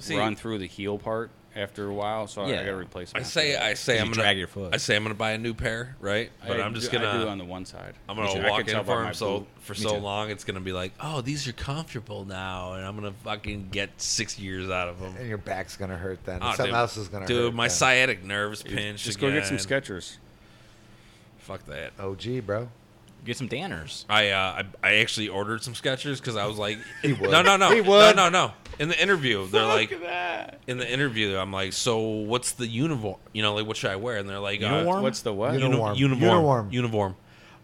[SPEAKER 3] See-
[SPEAKER 1] run through the heel part after a while, so I,
[SPEAKER 4] Yeah.
[SPEAKER 1] I gotta replace them.
[SPEAKER 3] I say, I say,
[SPEAKER 4] You
[SPEAKER 3] I'm gonna
[SPEAKER 4] drag your foot.
[SPEAKER 3] I say I'm gonna buy a new pair, right? But I, am just
[SPEAKER 1] do,
[SPEAKER 3] gonna.
[SPEAKER 1] I do on the one side.
[SPEAKER 3] I'm
[SPEAKER 1] I
[SPEAKER 3] gonna
[SPEAKER 1] can
[SPEAKER 3] walk
[SPEAKER 1] tell
[SPEAKER 3] in
[SPEAKER 1] by
[SPEAKER 3] for
[SPEAKER 1] my
[SPEAKER 3] him so
[SPEAKER 1] boot.
[SPEAKER 3] for
[SPEAKER 4] Me
[SPEAKER 3] so
[SPEAKER 4] too.
[SPEAKER 3] long. It's gonna be like, oh, these are comfortable now, and I'm gonna fucking get six years out of them.
[SPEAKER 2] And your back's gonna hurt then.
[SPEAKER 3] Oh,
[SPEAKER 2] Something
[SPEAKER 3] dude.
[SPEAKER 2] else is gonna
[SPEAKER 3] Dude,
[SPEAKER 2] hurt.
[SPEAKER 3] my
[SPEAKER 2] then.
[SPEAKER 3] sciatic nerves pinched.
[SPEAKER 1] Just go get some
[SPEAKER 3] again.
[SPEAKER 1] Skechers.
[SPEAKER 3] Fuck that.
[SPEAKER 2] OG, bro.
[SPEAKER 4] get some Danners.
[SPEAKER 3] I uh, I, I actually ordered some Skechers because I was like,
[SPEAKER 2] would.
[SPEAKER 3] no, no, no,
[SPEAKER 2] He would.
[SPEAKER 3] no, no, no. In the interview, they're like, in the interview, I'm like, so what's the uniform? You know, like what should I wear? And they're like, uh,
[SPEAKER 4] Uniform?
[SPEAKER 1] What's the what?
[SPEAKER 2] You
[SPEAKER 3] uni-
[SPEAKER 2] know- Uniform.
[SPEAKER 3] uniform, uniform.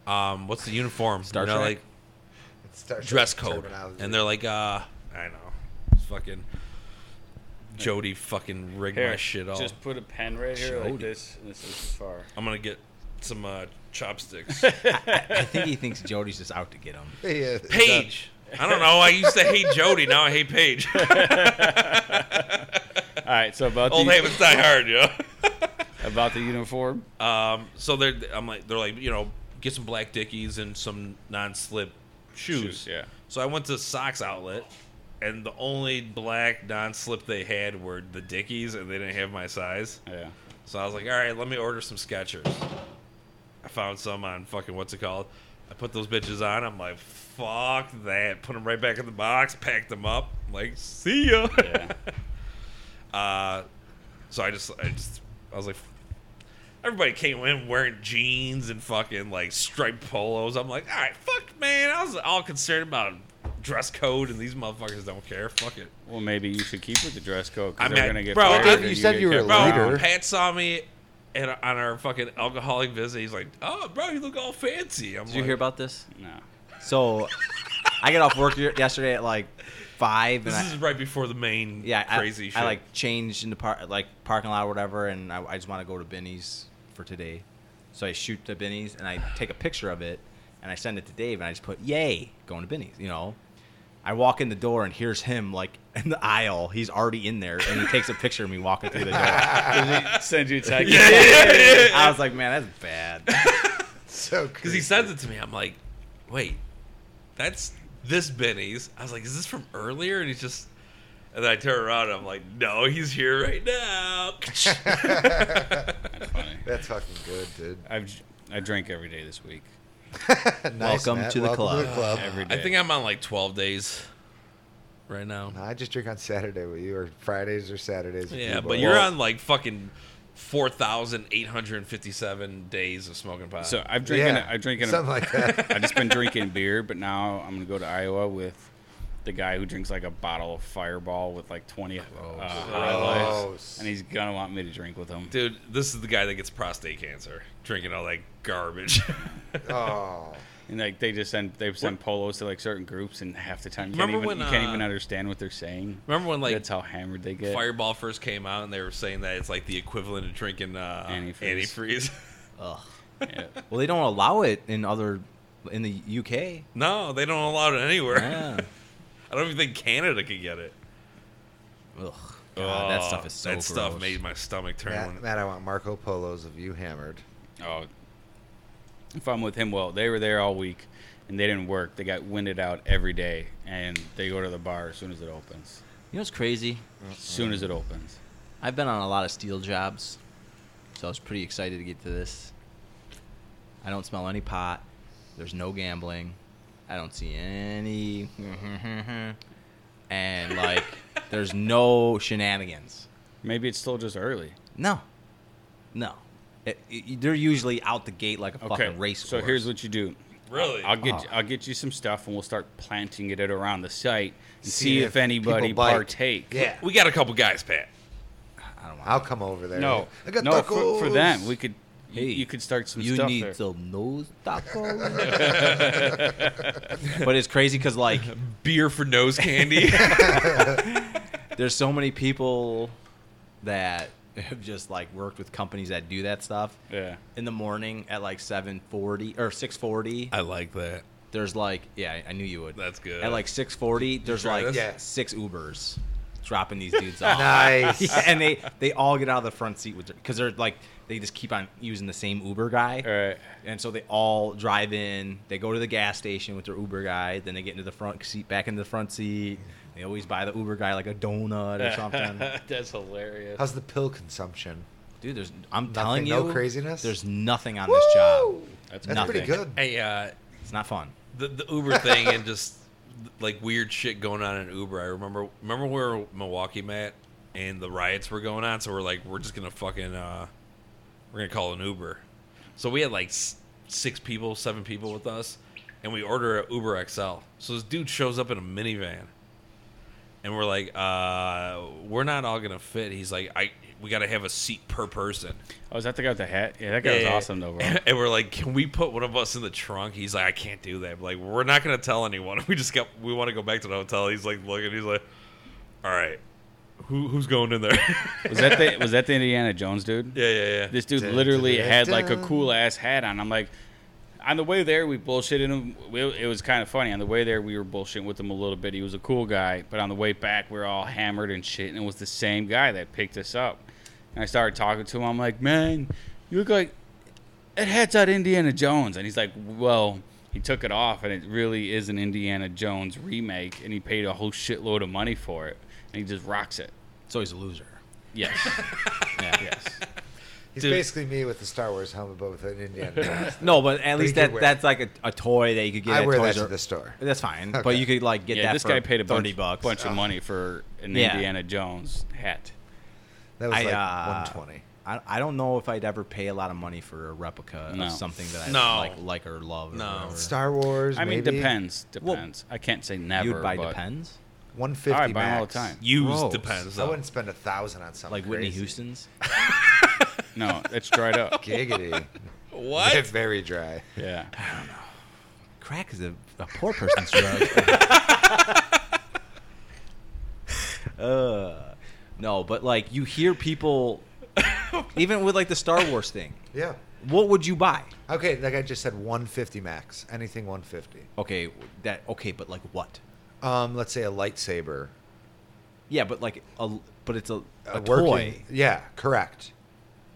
[SPEAKER 3] Um, what's the uniform?
[SPEAKER 4] Star
[SPEAKER 3] you know,
[SPEAKER 4] Trek?
[SPEAKER 3] like
[SPEAKER 2] It starts
[SPEAKER 3] dress
[SPEAKER 2] with
[SPEAKER 3] code.
[SPEAKER 2] terminology.
[SPEAKER 3] And they're like, uh, I know, it's fucking Jody fucking rigged
[SPEAKER 1] Here,
[SPEAKER 3] my shit off.
[SPEAKER 1] just put a pen right here like
[SPEAKER 4] Jody.
[SPEAKER 1] this. and This is as far.
[SPEAKER 3] I'm gonna get some uh, chopsticks.
[SPEAKER 4] I think he thinks Jody's just out to get him.
[SPEAKER 2] Hey, uh,
[SPEAKER 3] Paige. I don't know. I used to hate Jody. Now I hate Paige.
[SPEAKER 1] All right, so about
[SPEAKER 3] Old
[SPEAKER 1] the,
[SPEAKER 3] habits die hard, you know.
[SPEAKER 1] about the uniform.
[SPEAKER 3] Um, so they're I'm like they're like you know get some black dickies and some non-slip shoes.
[SPEAKER 1] Shoes, yeah.
[SPEAKER 3] So I went to socks outlet, and the only black non-slip they had were the dickies, and they didn't have my size.
[SPEAKER 1] Yeah.
[SPEAKER 3] So I was like, all right, let me order some Skechers. I found some on fucking what's it called? I put those bitches on. I'm like, fuck that. Put them right back in the box. Packed them up. I'm like, see ya.
[SPEAKER 1] Yeah.
[SPEAKER 3] Uh, so I just, I just, I was like, everybody came in wearing jeans and fucking like striped polos. I'm like, all right, fuck, man. I was all concerned about dress code, and these motherfuckers don't care. Fuck it.
[SPEAKER 1] Well, maybe you should keep with the dress code because
[SPEAKER 3] I
[SPEAKER 1] they're
[SPEAKER 3] meant-
[SPEAKER 1] gonna get
[SPEAKER 3] bro,
[SPEAKER 1] fired
[SPEAKER 3] I-
[SPEAKER 1] and
[SPEAKER 3] you
[SPEAKER 2] said
[SPEAKER 1] get
[SPEAKER 2] you were a
[SPEAKER 1] kicked
[SPEAKER 3] Bro,
[SPEAKER 1] out.
[SPEAKER 2] leader.
[SPEAKER 3] Pat saw me at, on our fucking alcoholic visit. He's like, "Oh, bro, you look all fancy." I'm
[SPEAKER 4] Did
[SPEAKER 3] like,
[SPEAKER 4] you hear about this?
[SPEAKER 1] No.
[SPEAKER 4] So, I got off work y- yesterday at like five,
[SPEAKER 3] "This
[SPEAKER 4] and I,
[SPEAKER 3] is right before the main
[SPEAKER 4] yeah, I-
[SPEAKER 3] crazy
[SPEAKER 4] I,
[SPEAKER 3] shit."
[SPEAKER 4] like changed in the par- like parking lot or whatever, and I, I just want to go to Benny's for today, so I shoot to Benny's and I take a picture of it and I send it to Dave and I just put "Yay, going to Benny's," you know. I walk in the door and here's him like in the aisle. He's already in there and he takes a picture of me walking through the door.
[SPEAKER 1] Send you a text.
[SPEAKER 3] yeah, yeah, yeah,
[SPEAKER 4] I was like, man, that's bad.
[SPEAKER 2] so
[SPEAKER 3] because he
[SPEAKER 2] creepy.
[SPEAKER 3] sends it to me. I'm like, "Wait, that's this Benny's." I was like, "Is this from earlier?" And he's just, and then I turn around. and I'm like, "No, he's here right now."
[SPEAKER 1] That's funny.
[SPEAKER 2] That's fucking good, dude.
[SPEAKER 1] I've j- I drank every day this week.
[SPEAKER 2] Nice,
[SPEAKER 4] Welcome
[SPEAKER 2] Matt.
[SPEAKER 4] to the
[SPEAKER 2] Welcome
[SPEAKER 4] club.
[SPEAKER 2] To the club.
[SPEAKER 1] Every day.
[SPEAKER 3] I think I'm on like 12 days right now.
[SPEAKER 2] No, I just drink on Saturday with you, or Fridays or Saturdays. with
[SPEAKER 3] Yeah,
[SPEAKER 2] you,
[SPEAKER 3] but you're on like fucking 4,857 days of smoking pot.
[SPEAKER 1] so. I've drinking.
[SPEAKER 2] Yeah,
[SPEAKER 1] I've drinking.
[SPEAKER 2] something like that.
[SPEAKER 1] I've just been drinking beer, but now I'm gonna go to Iowa with the guy who drinks like a bottle of Fireball with like 20 uh,
[SPEAKER 3] Oh,
[SPEAKER 1] High
[SPEAKER 2] Oh,
[SPEAKER 1] Lifes,
[SPEAKER 2] Gross.
[SPEAKER 1] and he's gonna want me to drink with him.
[SPEAKER 3] Dude, this is the guy that gets prostate cancer drinking all that garbage.
[SPEAKER 2] oh,
[SPEAKER 1] And like they just send they send polos to like certain groups, and half the time you can't
[SPEAKER 3] Remember
[SPEAKER 1] even
[SPEAKER 3] when,
[SPEAKER 1] you can't
[SPEAKER 3] uh,
[SPEAKER 1] even understand what they're saying.
[SPEAKER 3] Remember when like
[SPEAKER 1] That's how hammered they get.
[SPEAKER 3] Fireball first came out and they were saying that it's like the equivalent of drinking uh,
[SPEAKER 1] Antifreeze.
[SPEAKER 3] antifreeze?
[SPEAKER 4] Ugh.
[SPEAKER 1] Yeah.
[SPEAKER 4] Well, they don't allow it in other in the UK.
[SPEAKER 3] no, they don't allow it anywhere.
[SPEAKER 4] Yeah.
[SPEAKER 3] I don't even think Canada could get it.
[SPEAKER 4] Ugh. God, that stuff is so
[SPEAKER 3] That
[SPEAKER 4] gross.
[SPEAKER 3] stuff made my stomach turn.
[SPEAKER 2] Matt,
[SPEAKER 3] when-
[SPEAKER 2] Matt, I want Marco Polos of you hammered.
[SPEAKER 1] Oh, if I'm with him, well, they were there all week, and they didn't work. They got winded out every day, and they go to the bar as soon as it opens.
[SPEAKER 4] you know what's crazy?
[SPEAKER 1] As soon as it opens.
[SPEAKER 4] I've been on a lot of steel jobs, so I was pretty excited to get to this. I don't smell any pot. There's no gambling. I don't see any. And, like, there's no shenanigans.
[SPEAKER 1] Maybe it's still just early.
[SPEAKER 4] No. No. It- it- they're usually out the gate like a
[SPEAKER 1] Okay,
[SPEAKER 4] fucking race
[SPEAKER 1] so here's what you do.
[SPEAKER 3] Really?
[SPEAKER 1] I'll get
[SPEAKER 4] Oh.
[SPEAKER 1] you, I'll get you some stuff, and we'll start planting it around the site and see,
[SPEAKER 2] See
[SPEAKER 1] if,
[SPEAKER 2] if
[SPEAKER 1] anybody
[SPEAKER 2] people bite.
[SPEAKER 1] partake.
[SPEAKER 2] Yeah,
[SPEAKER 3] we got a couple guys, Pat.
[SPEAKER 4] I don't want
[SPEAKER 2] I'll come over there.
[SPEAKER 1] No,
[SPEAKER 2] I got
[SPEAKER 1] no,
[SPEAKER 2] tacos.
[SPEAKER 1] for, for them we could. you-
[SPEAKER 4] Hey,
[SPEAKER 1] you could start some
[SPEAKER 4] you
[SPEAKER 1] stuff
[SPEAKER 4] need
[SPEAKER 1] there.
[SPEAKER 4] some nose tacos. but it's crazy because like
[SPEAKER 3] Beer for nose candy.
[SPEAKER 4] there's so many people that have just like worked with companies that do that stuff.
[SPEAKER 1] yeah.
[SPEAKER 4] In the morning at like 7:40 or 6:40,
[SPEAKER 3] I like that.
[SPEAKER 4] there's like yeah, I- I knew you would.
[SPEAKER 3] That's good.
[SPEAKER 4] At like 6:40, there's
[SPEAKER 3] try
[SPEAKER 4] like
[SPEAKER 3] this?
[SPEAKER 2] Yeah.
[SPEAKER 4] six Ubers dropping these dudes off.
[SPEAKER 2] Nice.
[SPEAKER 4] Yeah, and they they all get out of the front seat with because they're like they just keep on using the same Uber guy.
[SPEAKER 1] All right.
[SPEAKER 4] And so they all drive in. They go to the gas station with their Uber guy. Then they get into the front seat, back into the front seat. They always buy the Uber guy like a donut or something.
[SPEAKER 1] That's hilarious.
[SPEAKER 2] How's the pill consumption?
[SPEAKER 4] Dude, there's I'm telling you,
[SPEAKER 2] no craziness?
[SPEAKER 4] There's nothing on this job.
[SPEAKER 2] Woo!
[SPEAKER 1] That's
[SPEAKER 2] That's pretty
[SPEAKER 4] nothing.
[SPEAKER 2] good.
[SPEAKER 3] Hey, uh,
[SPEAKER 4] It's not fun.
[SPEAKER 3] the, the Uber thing and just like weird shit going on in Uber. I remember remember we were in Milwaukee, Matt, and the riots were going on. So we're like, we're just gonna fucking uh, we're gonna call an Uber. So we had like s- six people, seven people with us, and we order a Uber XL. So this dude shows up in a minivan, and we're like, uh, we're not all gonna fit. He's like, I we gotta have a seat per person.
[SPEAKER 1] Oh, is that the guy with the hat? Yeah, that guy was
[SPEAKER 3] Yeah.
[SPEAKER 1] awesome though, bro.
[SPEAKER 3] And we're like, can we put one of us in the trunk? He's like, I can't do that. Like, we're not gonna tell anyone. We just got, we want to go back to the hotel. He's like, look, and he's like, all right, Who, who's going in there? yeah,
[SPEAKER 1] Was that the was that the Indiana Jones dude?
[SPEAKER 3] yeah, yeah.
[SPEAKER 1] This dude
[SPEAKER 2] Dun,
[SPEAKER 1] literally
[SPEAKER 2] dun, dun,
[SPEAKER 1] had like a
[SPEAKER 2] dun.
[SPEAKER 1] cool ass hat on. I'm like, on the way there, we bullshitted him. We- It was kind of funny. On the way there, we were bullshitting with him a little bit. He was a cool guy, but on the way back, we were all hammered and shit. And it was the same guy that picked us up. And I started talking to him. I'm like, man, you look like it hat's out Indiana Jones. And he's like, well, he took it off, and it really is an Indiana Jones remake, and he paid a whole shitload of money for it, and he just rocks it.
[SPEAKER 4] So he's a loser.
[SPEAKER 1] Yes.
[SPEAKER 4] Yeah.
[SPEAKER 1] yes.
[SPEAKER 2] He's
[SPEAKER 3] Dude.
[SPEAKER 2] basically me with the Star Wars helmet, but with an Indiana. Jones.
[SPEAKER 4] No, but at least
[SPEAKER 2] you
[SPEAKER 4] that
[SPEAKER 2] wear it.
[SPEAKER 4] that's like a, a toy that you could get.
[SPEAKER 2] I
[SPEAKER 4] at
[SPEAKER 2] wear that
[SPEAKER 4] Toys
[SPEAKER 2] to
[SPEAKER 4] R-
[SPEAKER 2] the store.
[SPEAKER 4] That's fine, but
[SPEAKER 2] Okay.
[SPEAKER 4] you could like get
[SPEAKER 1] yeah,
[SPEAKER 4] that.
[SPEAKER 1] this
[SPEAKER 4] for
[SPEAKER 1] guy paid a
[SPEAKER 4] thirty
[SPEAKER 1] bunch,
[SPEAKER 4] bucks. Oh.
[SPEAKER 1] bunch of money for an
[SPEAKER 4] Yeah.
[SPEAKER 1] Indiana Jones hat.
[SPEAKER 2] That was
[SPEAKER 4] I,
[SPEAKER 2] like
[SPEAKER 4] uh,
[SPEAKER 2] 120.
[SPEAKER 4] I, I don't know if I'd ever pay a lot of money for a replica
[SPEAKER 1] No.
[SPEAKER 4] of something that I
[SPEAKER 3] No.
[SPEAKER 4] like, like or love. Or
[SPEAKER 3] No.
[SPEAKER 4] whatever.
[SPEAKER 2] Star Wars.
[SPEAKER 1] I mean,
[SPEAKER 2] maybe?
[SPEAKER 1] depends,
[SPEAKER 4] Well,
[SPEAKER 1] depends. I can't say never.
[SPEAKER 4] You'd buy
[SPEAKER 1] but
[SPEAKER 4] depends,
[SPEAKER 2] 150
[SPEAKER 1] I buy 'em all
[SPEAKER 2] max.
[SPEAKER 1] the time.
[SPEAKER 3] Used
[SPEAKER 4] Gross.
[SPEAKER 3] depends.
[SPEAKER 2] I
[SPEAKER 3] though.
[SPEAKER 2] wouldn't spend a thousand on something
[SPEAKER 4] like Whitney
[SPEAKER 2] crazy.
[SPEAKER 4] Houston's.
[SPEAKER 1] No, it's dried up.
[SPEAKER 2] Giggity. They're
[SPEAKER 3] What?
[SPEAKER 2] Very dry.
[SPEAKER 1] Yeah,
[SPEAKER 4] Crack is a, a poor person's drug. uh, no, but like you hear people, even with like the Star Wars thing,
[SPEAKER 2] Yeah.
[SPEAKER 4] what would you buy?
[SPEAKER 2] Okay, like I just said, 150 max. Anything 150.
[SPEAKER 4] Okay, that okay, but like what?
[SPEAKER 2] Um, let's say a lightsaber.
[SPEAKER 4] Yeah, but like a but it's a, a,
[SPEAKER 2] working-
[SPEAKER 4] toy.
[SPEAKER 2] Yeah, correct.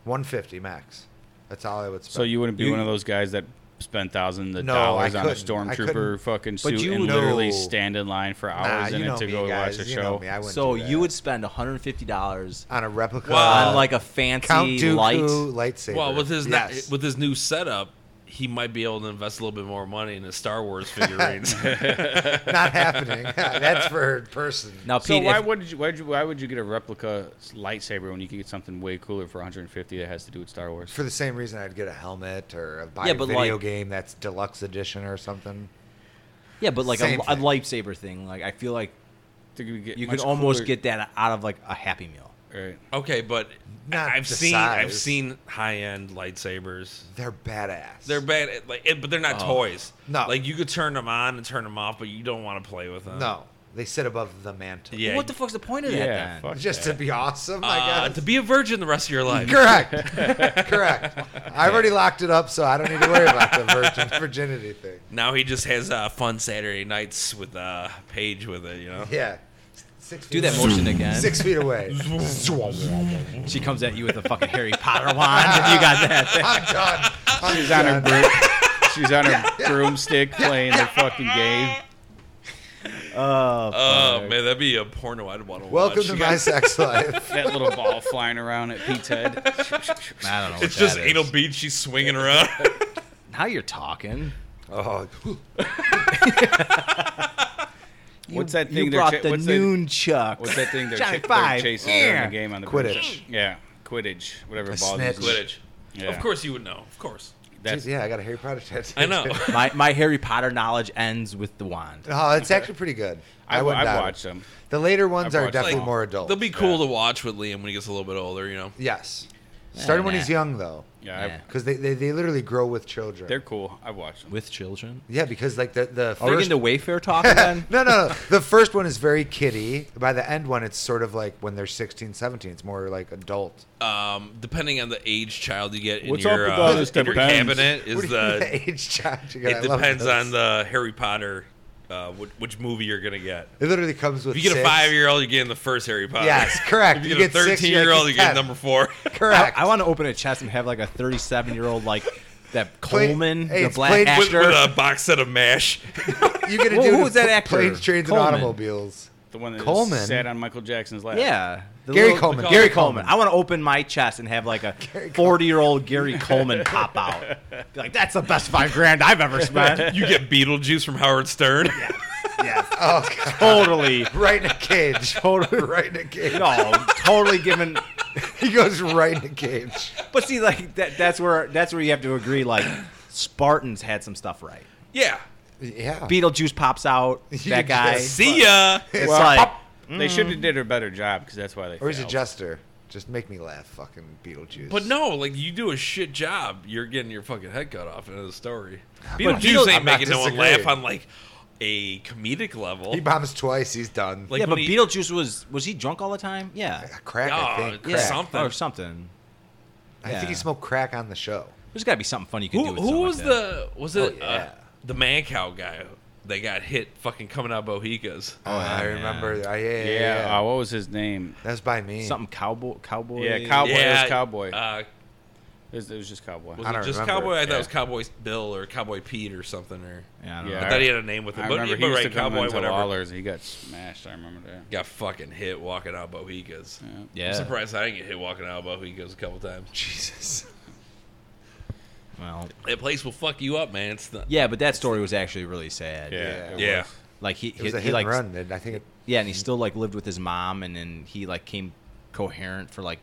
[SPEAKER 2] 150 max. That's all I would spend.
[SPEAKER 1] so you wouldn't be
[SPEAKER 3] You-
[SPEAKER 1] one of those guys that spend thousands of
[SPEAKER 2] No,
[SPEAKER 1] dollars
[SPEAKER 2] I
[SPEAKER 1] on a
[SPEAKER 2] couldn't. I
[SPEAKER 1] stormtrooper
[SPEAKER 2] couldn't.
[SPEAKER 1] fucking
[SPEAKER 4] But
[SPEAKER 1] suit
[SPEAKER 4] you
[SPEAKER 1] and
[SPEAKER 4] would-
[SPEAKER 1] literally
[SPEAKER 2] No.
[SPEAKER 1] stand in line for
[SPEAKER 2] nah,
[SPEAKER 1] hours
[SPEAKER 2] you
[SPEAKER 1] in
[SPEAKER 2] know
[SPEAKER 1] it to
[SPEAKER 2] me,
[SPEAKER 1] go
[SPEAKER 2] guys.
[SPEAKER 1] watch a
[SPEAKER 2] you
[SPEAKER 1] show.
[SPEAKER 2] Know me. I wouldn't
[SPEAKER 4] So
[SPEAKER 2] do
[SPEAKER 4] you
[SPEAKER 2] that.
[SPEAKER 4] would spend one hundred fifty dollars
[SPEAKER 2] on a replica
[SPEAKER 3] Well,
[SPEAKER 4] on like a fancy
[SPEAKER 2] Count Dooku
[SPEAKER 4] light.
[SPEAKER 2] lightsaber.
[SPEAKER 3] Well, with his na-
[SPEAKER 2] yes.
[SPEAKER 3] with his new setup, he might be able to invest a little bit more money in his Star Wars figurines.
[SPEAKER 2] not happening. That's for person.
[SPEAKER 4] Now,
[SPEAKER 1] So
[SPEAKER 4] Pete,
[SPEAKER 1] why
[SPEAKER 4] if-
[SPEAKER 1] would you why, would you why would you get a replica lightsaber when you could get something way cooler for 150 that has to do with Star Wars?
[SPEAKER 2] For the same reason, I'd get a helmet or a buy
[SPEAKER 4] Yeah,
[SPEAKER 2] a
[SPEAKER 4] but,
[SPEAKER 2] video
[SPEAKER 4] like-
[SPEAKER 2] game that's deluxe edition or something.
[SPEAKER 4] yeah, but like a,
[SPEAKER 2] Same
[SPEAKER 4] a
[SPEAKER 2] thing.
[SPEAKER 4] lightsaber thing. Like I feel like
[SPEAKER 1] To get
[SPEAKER 4] you
[SPEAKER 1] much
[SPEAKER 4] could almost
[SPEAKER 1] cooler-
[SPEAKER 4] get that out of like a Happy Meal.
[SPEAKER 1] Right.
[SPEAKER 3] okay, but
[SPEAKER 2] Not
[SPEAKER 3] I've
[SPEAKER 2] the
[SPEAKER 3] seen I've
[SPEAKER 2] size.
[SPEAKER 3] seen high end lightsabers.
[SPEAKER 2] They're badass.
[SPEAKER 3] They're bad, at, like, it, but they're not toys.
[SPEAKER 2] No.
[SPEAKER 3] like you could turn them on and turn them off, but you don't want to play with them.
[SPEAKER 2] no, they sit above the mantle.
[SPEAKER 3] Yeah.
[SPEAKER 4] what the fuck's the point of
[SPEAKER 1] Yeah.
[SPEAKER 4] that then?
[SPEAKER 1] Fuck
[SPEAKER 2] just to
[SPEAKER 1] that.
[SPEAKER 2] be awesome. I
[SPEAKER 3] Uh,
[SPEAKER 2] guess.
[SPEAKER 3] to be a virgin the rest of your life.
[SPEAKER 2] correct, correct. I've already locked it up, so I don't need to worry about the virgin virginity thing.
[SPEAKER 3] Now he just has uh, fun Saturday nights with uh, Paige with it, you know.
[SPEAKER 2] Yeah, six feet
[SPEAKER 4] Do that
[SPEAKER 2] away.
[SPEAKER 4] motion again.
[SPEAKER 2] Six feet away.
[SPEAKER 4] She comes at you with a fucking Harry Potter wand, and you got that. Thing.
[SPEAKER 2] I'm done. I'm
[SPEAKER 1] She's on her
[SPEAKER 2] done.
[SPEAKER 1] broom, she's on her broomstick playing the fucking game.
[SPEAKER 4] Uh,
[SPEAKER 3] Oh man, that'd be a porno I'd want to watch.
[SPEAKER 2] Welcome to my sex life.
[SPEAKER 1] that little ball flying around at Pete's head.
[SPEAKER 4] I don't know.
[SPEAKER 3] It's just anal beads. She's swinging around.
[SPEAKER 4] How you're talking?
[SPEAKER 2] Oh,
[SPEAKER 1] What's that thing
[SPEAKER 4] You
[SPEAKER 1] they're
[SPEAKER 4] brought
[SPEAKER 1] cha-
[SPEAKER 4] the
[SPEAKER 1] what's
[SPEAKER 4] noon chuck.
[SPEAKER 1] That, what's that thing they're,
[SPEAKER 4] Johnny
[SPEAKER 1] cha- they're
[SPEAKER 4] Five.
[SPEAKER 1] chasing
[SPEAKER 4] Yeah.
[SPEAKER 1] during the game on the
[SPEAKER 2] Quidditch.
[SPEAKER 1] bridge? Yeah, Quidditch, whatever
[SPEAKER 2] A
[SPEAKER 1] ball
[SPEAKER 2] snitch.
[SPEAKER 1] this is.
[SPEAKER 3] Quidditch.
[SPEAKER 1] Yeah.
[SPEAKER 3] Of course you would know. Of course.
[SPEAKER 1] That's
[SPEAKER 2] geez, yeah, I got a Harry Potter tattoo.
[SPEAKER 3] I know.
[SPEAKER 4] My my Harry Potter knowledge ends with the wand.
[SPEAKER 2] Oh, it's actually pretty good.
[SPEAKER 1] I,
[SPEAKER 2] I would
[SPEAKER 1] have
[SPEAKER 2] doubt it.
[SPEAKER 1] watched them.
[SPEAKER 2] The later ones
[SPEAKER 1] I've
[SPEAKER 2] are
[SPEAKER 1] watched
[SPEAKER 2] definitely
[SPEAKER 1] them all.
[SPEAKER 2] more adult.
[SPEAKER 3] They'll be cool to watch with Liam when he gets a little bit older, you know.
[SPEAKER 2] yes. Starting when
[SPEAKER 4] nah.
[SPEAKER 2] he's young though,
[SPEAKER 1] Yeah,
[SPEAKER 4] Yeah.
[SPEAKER 1] I've,
[SPEAKER 2] because they, they, they literally grow with children.
[SPEAKER 1] they're cool. I've watched them.
[SPEAKER 4] With children?
[SPEAKER 2] yeah, because like the the
[SPEAKER 4] Are we
[SPEAKER 2] first
[SPEAKER 4] getting to Wayfair talk again?
[SPEAKER 2] no, no, no. The first one is very kiddie. By the end one, it's sort of like when they're 16, 17. It's more like adult.
[SPEAKER 3] Um, depending on the age child you get in
[SPEAKER 1] What's
[SPEAKER 3] your,
[SPEAKER 1] up with all
[SPEAKER 3] uh,
[SPEAKER 1] this
[SPEAKER 3] in your
[SPEAKER 1] depends?
[SPEAKER 3] cabinet is
[SPEAKER 2] What do you mean
[SPEAKER 3] the.
[SPEAKER 2] the age child? You got?
[SPEAKER 3] It
[SPEAKER 2] I love
[SPEAKER 3] depends
[SPEAKER 2] this.
[SPEAKER 3] on the Harry Potter, uh, which, which movie you're gonna get.
[SPEAKER 2] It literally comes with.
[SPEAKER 3] If you get a
[SPEAKER 2] six.
[SPEAKER 3] five year old, you're getting the first Harry Potter.
[SPEAKER 2] Yes, correct.
[SPEAKER 3] If
[SPEAKER 2] You
[SPEAKER 3] you get a
[SPEAKER 2] get six,
[SPEAKER 3] 13 year old,
[SPEAKER 2] you
[SPEAKER 3] you
[SPEAKER 2] get
[SPEAKER 3] get
[SPEAKER 2] 10.
[SPEAKER 3] number four.
[SPEAKER 4] I,
[SPEAKER 2] Correct.
[SPEAKER 4] I want to open a chest and have like a 37 year old like that
[SPEAKER 2] Play-
[SPEAKER 4] Coleman,
[SPEAKER 2] hey,
[SPEAKER 4] the
[SPEAKER 2] it's
[SPEAKER 4] black
[SPEAKER 2] played-
[SPEAKER 3] with,
[SPEAKER 4] actor.
[SPEAKER 3] with a box set of mash.
[SPEAKER 2] you get to
[SPEAKER 4] Who-
[SPEAKER 2] do
[SPEAKER 4] who was that actor?
[SPEAKER 2] Planes, trains, and
[SPEAKER 4] Coleman.
[SPEAKER 2] automobiles.
[SPEAKER 1] The one that
[SPEAKER 2] Coleman?
[SPEAKER 1] Coleman. sat on Michael Jackson's lap.
[SPEAKER 4] yeah, the
[SPEAKER 2] Gary Coleman.
[SPEAKER 4] Gary
[SPEAKER 2] Gary
[SPEAKER 4] Coleman.
[SPEAKER 2] Coleman.
[SPEAKER 4] I want to open my chest and have like a 40 year old Gary Coleman pop out. Be like that's the best five grand I've ever spent.
[SPEAKER 3] You get Beetlejuice from Howard Stern.
[SPEAKER 4] yes,
[SPEAKER 2] Oh, God.
[SPEAKER 4] totally,
[SPEAKER 2] right in a cage.
[SPEAKER 4] totally.
[SPEAKER 2] right in a cage.
[SPEAKER 4] No, totally given.
[SPEAKER 2] He goes right in a cage.
[SPEAKER 4] But see, like that—that's where that's where you have to agree. Like Spartans had some stuff right.
[SPEAKER 3] Yeah.
[SPEAKER 2] Yeah.
[SPEAKER 4] Beetlejuice pops out.
[SPEAKER 2] You
[SPEAKER 4] That guy.
[SPEAKER 2] just-
[SPEAKER 3] See ya.
[SPEAKER 4] It's
[SPEAKER 1] Well,
[SPEAKER 4] like
[SPEAKER 1] They should have did a better job because that's why they.
[SPEAKER 2] or he's a
[SPEAKER 1] failed.
[SPEAKER 2] jester. Just make me laugh, fucking Beetlejuice.
[SPEAKER 3] But no, like you do a shit job, you're getting your fucking head cut off. End of the story.
[SPEAKER 2] But Beetle-
[SPEAKER 3] Beetlejuice ain't
[SPEAKER 2] I'm not
[SPEAKER 3] making no one laugh
[SPEAKER 2] disagreeing.
[SPEAKER 3] on like, a comedic level.
[SPEAKER 2] He bombs twice. He's done.
[SPEAKER 3] Like
[SPEAKER 4] yeah,
[SPEAKER 3] when
[SPEAKER 4] but
[SPEAKER 3] he-
[SPEAKER 4] Beetlejuice was was he drunk all the time? Yeah,
[SPEAKER 2] crack, I
[SPEAKER 3] Oh,
[SPEAKER 2] think.
[SPEAKER 3] yeah.
[SPEAKER 2] Crack.
[SPEAKER 3] Some- Something.
[SPEAKER 4] or something.
[SPEAKER 2] I think
[SPEAKER 4] yeah.
[SPEAKER 2] he smoked crack on the show.
[SPEAKER 4] There's got to be something funny you can do.
[SPEAKER 3] Who,
[SPEAKER 4] With
[SPEAKER 3] who
[SPEAKER 4] something
[SPEAKER 3] was
[SPEAKER 4] like that.
[SPEAKER 3] the was
[SPEAKER 2] Oh,
[SPEAKER 3] it uh,
[SPEAKER 2] yeah.
[SPEAKER 3] the man cow guy that got hit fucking coming out of Bohicas?
[SPEAKER 2] Oh,
[SPEAKER 4] Ah,
[SPEAKER 2] I remember. Oh, yeah, yeah,
[SPEAKER 1] Yeah.
[SPEAKER 2] yeah.
[SPEAKER 1] Uh, what was his name?
[SPEAKER 2] that was by me.
[SPEAKER 4] something cowboy cowboy?
[SPEAKER 1] Yeah, cowboy. it
[SPEAKER 3] yeah,
[SPEAKER 1] was cowboy.
[SPEAKER 3] Uh,
[SPEAKER 1] it, was, it was just cowboy.
[SPEAKER 3] was
[SPEAKER 2] I
[SPEAKER 3] it
[SPEAKER 2] don't
[SPEAKER 3] just
[SPEAKER 2] remember.
[SPEAKER 3] cowboy? I thought it was
[SPEAKER 1] Yeah.
[SPEAKER 3] Cowboy Bill or Cowboy Pete or something. Or
[SPEAKER 4] Yeah, I don't
[SPEAKER 1] Yeah.
[SPEAKER 3] I
[SPEAKER 4] know.
[SPEAKER 3] thought he had a name with it.
[SPEAKER 1] I
[SPEAKER 3] but
[SPEAKER 1] remember
[SPEAKER 3] but
[SPEAKER 1] he used
[SPEAKER 3] right,
[SPEAKER 1] to come
[SPEAKER 3] cowboy
[SPEAKER 1] into
[SPEAKER 3] whatever.
[SPEAKER 1] Lawler's. He got smashed. I remember that.
[SPEAKER 3] Got fucking hit walking out of Bohicas.
[SPEAKER 1] Yeah.
[SPEAKER 4] Yeah.
[SPEAKER 3] I'm surprised I didn't get hit walking out of Bohicas a couple times. Jesus,
[SPEAKER 4] Well,
[SPEAKER 3] that place will fuck you up, man. It's not,
[SPEAKER 4] yeah, but that story was actually really sad.
[SPEAKER 1] Yeah. it
[SPEAKER 3] yeah.
[SPEAKER 1] was.
[SPEAKER 4] like he
[SPEAKER 2] It was
[SPEAKER 4] he,
[SPEAKER 2] a
[SPEAKER 4] he
[SPEAKER 2] hit
[SPEAKER 4] like
[SPEAKER 2] and run. And I think it,
[SPEAKER 4] yeah, and he still like lived with his mom, and then he like came coherent for like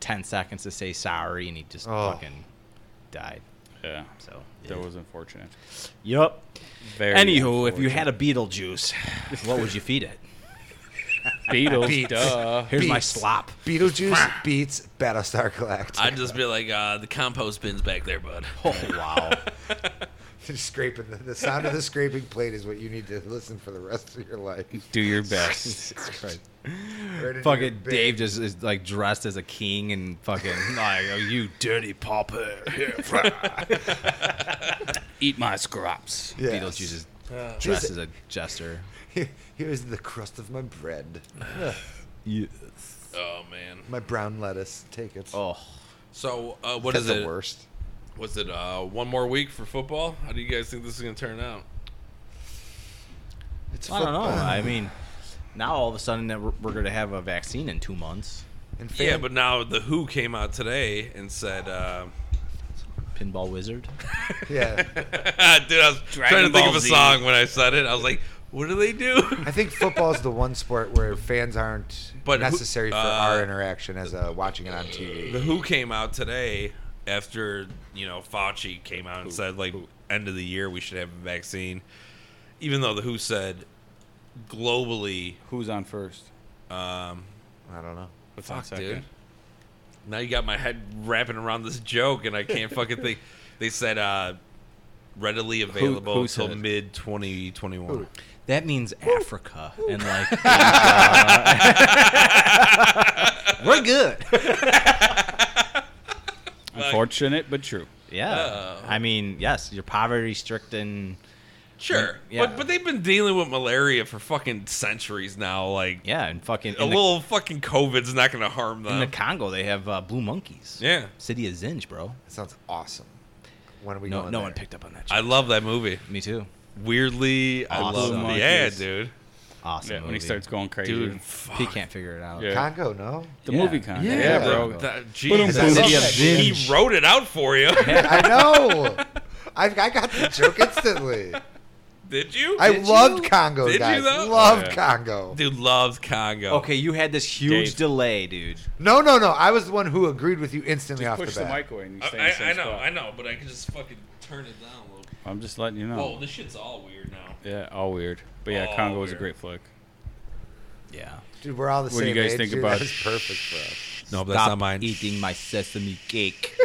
[SPEAKER 4] ten seconds to say sorry, and he just
[SPEAKER 2] Oh.
[SPEAKER 4] fucking died.
[SPEAKER 1] Yeah.
[SPEAKER 4] So
[SPEAKER 1] That was unfortunate.
[SPEAKER 4] Yup.
[SPEAKER 1] Very
[SPEAKER 4] Anywho, if you had a Beetlejuice, what would you feed it?
[SPEAKER 1] Beatles,
[SPEAKER 2] Beats.
[SPEAKER 1] duh.
[SPEAKER 4] Here's my
[SPEAKER 2] Beets.
[SPEAKER 4] slop.
[SPEAKER 2] Beetlejuice beats Battlestar Galactica.
[SPEAKER 3] I'd just be like, uh, the compost bin's back there, bud.
[SPEAKER 4] Oh wow.
[SPEAKER 2] scraping the, the sound of the scraping plate is what you need to listen for the rest of your life.
[SPEAKER 1] Do your best.
[SPEAKER 2] Right in your
[SPEAKER 4] fucking
[SPEAKER 2] bed.
[SPEAKER 4] Dave just is like dressed as a king and fucking like oh, you dirty pauper.
[SPEAKER 1] Eat my scraps.
[SPEAKER 2] Yes.
[SPEAKER 4] Beetlejuice is dressed as a jester.
[SPEAKER 2] Here's the crust of my bread,
[SPEAKER 3] Oh man.
[SPEAKER 2] my brown lettuce. Take it.
[SPEAKER 4] Oh,
[SPEAKER 3] So uh, what
[SPEAKER 2] That's
[SPEAKER 3] is
[SPEAKER 2] the
[SPEAKER 3] it?
[SPEAKER 2] worst?
[SPEAKER 3] Was it uh, one more week for football? How do you guys think this is going to turn out?
[SPEAKER 2] It's
[SPEAKER 4] I don't know.
[SPEAKER 2] football.
[SPEAKER 4] I mean, now all of a sudden that we're, we're going to have a vaccine in two months.
[SPEAKER 2] And
[SPEAKER 3] Yeah,
[SPEAKER 2] fan-
[SPEAKER 3] but now the WHO came out today and said, uh,
[SPEAKER 4] Pinball wizard.
[SPEAKER 2] yeah.
[SPEAKER 3] dude, I was trying to think
[SPEAKER 1] Ball
[SPEAKER 3] of a
[SPEAKER 1] Z.
[SPEAKER 3] song when I said it. I was like, what do they do?
[SPEAKER 2] I think football's the one sport where fans aren't
[SPEAKER 3] But who-
[SPEAKER 2] necessary for
[SPEAKER 3] uh,
[SPEAKER 2] our interaction as uh, watching it on TV.
[SPEAKER 3] the WHO came out today after you know Fauci came out and said like end of the year we should have a vaccine, even though the WHO said globally,
[SPEAKER 1] Who's on first?
[SPEAKER 3] um,
[SPEAKER 2] I don't know.
[SPEAKER 1] What's on
[SPEAKER 3] fuck,
[SPEAKER 1] second?
[SPEAKER 3] dude. Now you got my head wrapping around this joke, and I can't fucking think. They said uh, readily available
[SPEAKER 1] who
[SPEAKER 3] until
[SPEAKER 1] said?
[SPEAKER 3] mid twenty twenty one.
[SPEAKER 4] That means Africa and like. we're good.
[SPEAKER 1] Unfortunate, but true.
[SPEAKER 4] Yeah.
[SPEAKER 3] Oh.
[SPEAKER 4] I mean, yes, you're poverty stricken.
[SPEAKER 3] Sure,
[SPEAKER 4] Yeah.
[SPEAKER 3] but but they've been dealing with malaria for fucking centuries now. Like
[SPEAKER 4] Yeah, and fucking
[SPEAKER 3] a
[SPEAKER 4] in, the,
[SPEAKER 3] little fucking COVID's not going to harm
[SPEAKER 4] in
[SPEAKER 3] them.
[SPEAKER 4] the Congo they have uh, blue monkeys.
[SPEAKER 3] yeah,
[SPEAKER 4] City of Zinj, bro.
[SPEAKER 2] That sounds awesome. When are we
[SPEAKER 4] No,
[SPEAKER 2] going?
[SPEAKER 4] no
[SPEAKER 2] there?
[SPEAKER 4] one picked up on that. Shit.
[SPEAKER 3] I love that movie.
[SPEAKER 4] Me too.
[SPEAKER 3] Weirdly,
[SPEAKER 4] Awesome.
[SPEAKER 3] I love. Yeah,
[SPEAKER 1] Monkeys.
[SPEAKER 3] dude.
[SPEAKER 4] Awesome.
[SPEAKER 1] Yeah, when he
[SPEAKER 4] movie.
[SPEAKER 1] starts going crazy.
[SPEAKER 3] Dude, fuck.
[SPEAKER 4] he can't figure it out.
[SPEAKER 1] Yeah.
[SPEAKER 2] Congo. No.
[SPEAKER 1] The
[SPEAKER 4] Yeah.
[SPEAKER 1] movie kind.
[SPEAKER 2] Yeah.
[SPEAKER 1] Yeah,
[SPEAKER 2] Yeah,
[SPEAKER 1] bro.
[SPEAKER 3] That-
[SPEAKER 1] Boom,
[SPEAKER 3] Jesus.
[SPEAKER 2] boom. City of
[SPEAKER 4] Zinj.
[SPEAKER 3] He wrote it out for you.
[SPEAKER 2] I know. I, I got the joke instantly.
[SPEAKER 3] Did you?
[SPEAKER 2] I
[SPEAKER 4] Did
[SPEAKER 2] loved
[SPEAKER 4] you?
[SPEAKER 2] Congo,
[SPEAKER 3] Did you,
[SPEAKER 2] guys.
[SPEAKER 3] though?
[SPEAKER 2] Loved
[SPEAKER 1] Oh, yeah.
[SPEAKER 2] Congo.
[SPEAKER 3] dude loves Congo.
[SPEAKER 4] Okay, you had this huge
[SPEAKER 1] Dave.
[SPEAKER 4] delay, dude.
[SPEAKER 2] No, no, no. I was the one who agreed with you instantly
[SPEAKER 1] Just
[SPEAKER 2] off
[SPEAKER 1] push
[SPEAKER 2] the
[SPEAKER 1] the
[SPEAKER 2] bat.
[SPEAKER 1] mic away and you
[SPEAKER 3] I,
[SPEAKER 1] stay in the
[SPEAKER 3] I,
[SPEAKER 1] same
[SPEAKER 3] I know,
[SPEAKER 1] spot.
[SPEAKER 3] I know, but I can just fucking turn it down a little.
[SPEAKER 1] I'm just letting you know.
[SPEAKER 3] Whoa, this shit's all weird now.
[SPEAKER 1] Yeah, all weird. But yeah,
[SPEAKER 3] All
[SPEAKER 1] Congo was a
[SPEAKER 3] weird.
[SPEAKER 1] great flick.
[SPEAKER 4] Yeah.
[SPEAKER 2] Dude, we're all the
[SPEAKER 1] What do
[SPEAKER 2] same
[SPEAKER 1] you guys
[SPEAKER 2] age,
[SPEAKER 1] think
[SPEAKER 2] dude.
[SPEAKER 1] about-
[SPEAKER 2] That was perfect for us.
[SPEAKER 3] No, but
[SPEAKER 4] Stop eating my sesame cake.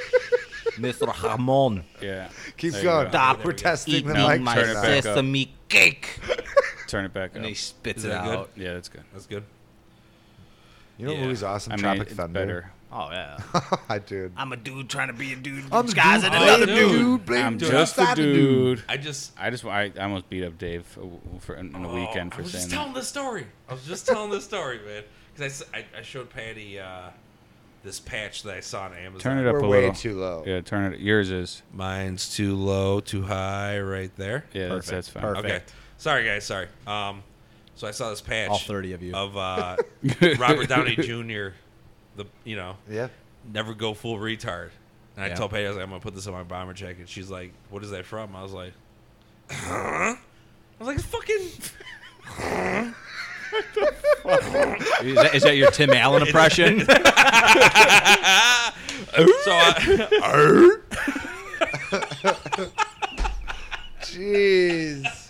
[SPEAKER 4] Mr. Hamon,
[SPEAKER 1] Yeah.
[SPEAKER 2] Keep
[SPEAKER 1] There you
[SPEAKER 2] going.
[SPEAKER 1] go.
[SPEAKER 4] Stop
[SPEAKER 2] We're testing
[SPEAKER 4] eating
[SPEAKER 2] the mic.
[SPEAKER 4] my
[SPEAKER 1] Turn it back up.
[SPEAKER 4] sesame cake.
[SPEAKER 1] Turn it back up.
[SPEAKER 4] And he spits
[SPEAKER 3] Is
[SPEAKER 4] it
[SPEAKER 3] that good?
[SPEAKER 4] out.
[SPEAKER 1] Yeah, that's good.
[SPEAKER 3] That's good.
[SPEAKER 2] You know what
[SPEAKER 3] Yeah.
[SPEAKER 2] movie's awesome?
[SPEAKER 1] I mean,
[SPEAKER 2] Tropic
[SPEAKER 1] it's
[SPEAKER 2] Thunder.
[SPEAKER 1] better.
[SPEAKER 4] Oh, yeah.
[SPEAKER 2] I dude.
[SPEAKER 4] I'm a dude trying to be a dude.
[SPEAKER 2] I'm
[SPEAKER 4] disguised
[SPEAKER 2] dude,
[SPEAKER 4] as
[SPEAKER 3] another
[SPEAKER 2] I'm
[SPEAKER 3] dude.
[SPEAKER 2] blame
[SPEAKER 1] I'm
[SPEAKER 2] dude,
[SPEAKER 1] just a
[SPEAKER 2] not
[SPEAKER 1] dude.
[SPEAKER 3] I just
[SPEAKER 1] I just I, I almost beat up Dave uh, for in in the weekend
[SPEAKER 3] Oh,
[SPEAKER 1] for
[SPEAKER 3] I was
[SPEAKER 1] saying
[SPEAKER 3] just
[SPEAKER 1] that.
[SPEAKER 3] telling this story. I was just telling this story, man. Because I, s- I- I showed Patty uh, this patch that I saw on Amazon.
[SPEAKER 1] Turn it up
[SPEAKER 2] We're
[SPEAKER 1] a
[SPEAKER 2] way
[SPEAKER 1] little.
[SPEAKER 2] too low.
[SPEAKER 1] Yeah, turn it. Yours is.
[SPEAKER 3] Mine's too low, too high, right there.
[SPEAKER 1] Yeah, that's,
[SPEAKER 4] Perfect.
[SPEAKER 1] that's fine.
[SPEAKER 4] Perfect.
[SPEAKER 3] Okay. Sorry, guys. Sorry. Um, so I saw this patch.
[SPEAKER 4] All 30 of you.
[SPEAKER 3] Of uh, Robert Downey Jr. The you know
[SPEAKER 2] Yeah.
[SPEAKER 3] never go full retard. And I
[SPEAKER 4] Yeah.
[SPEAKER 3] told Patty I was like, I'm gonna put this on my bomber jacket. She's like, What is that from? I was like, huh? I was like, it's fucking.
[SPEAKER 4] Is that, is that your Tim Allen impression?
[SPEAKER 3] So I,
[SPEAKER 2] Jeez.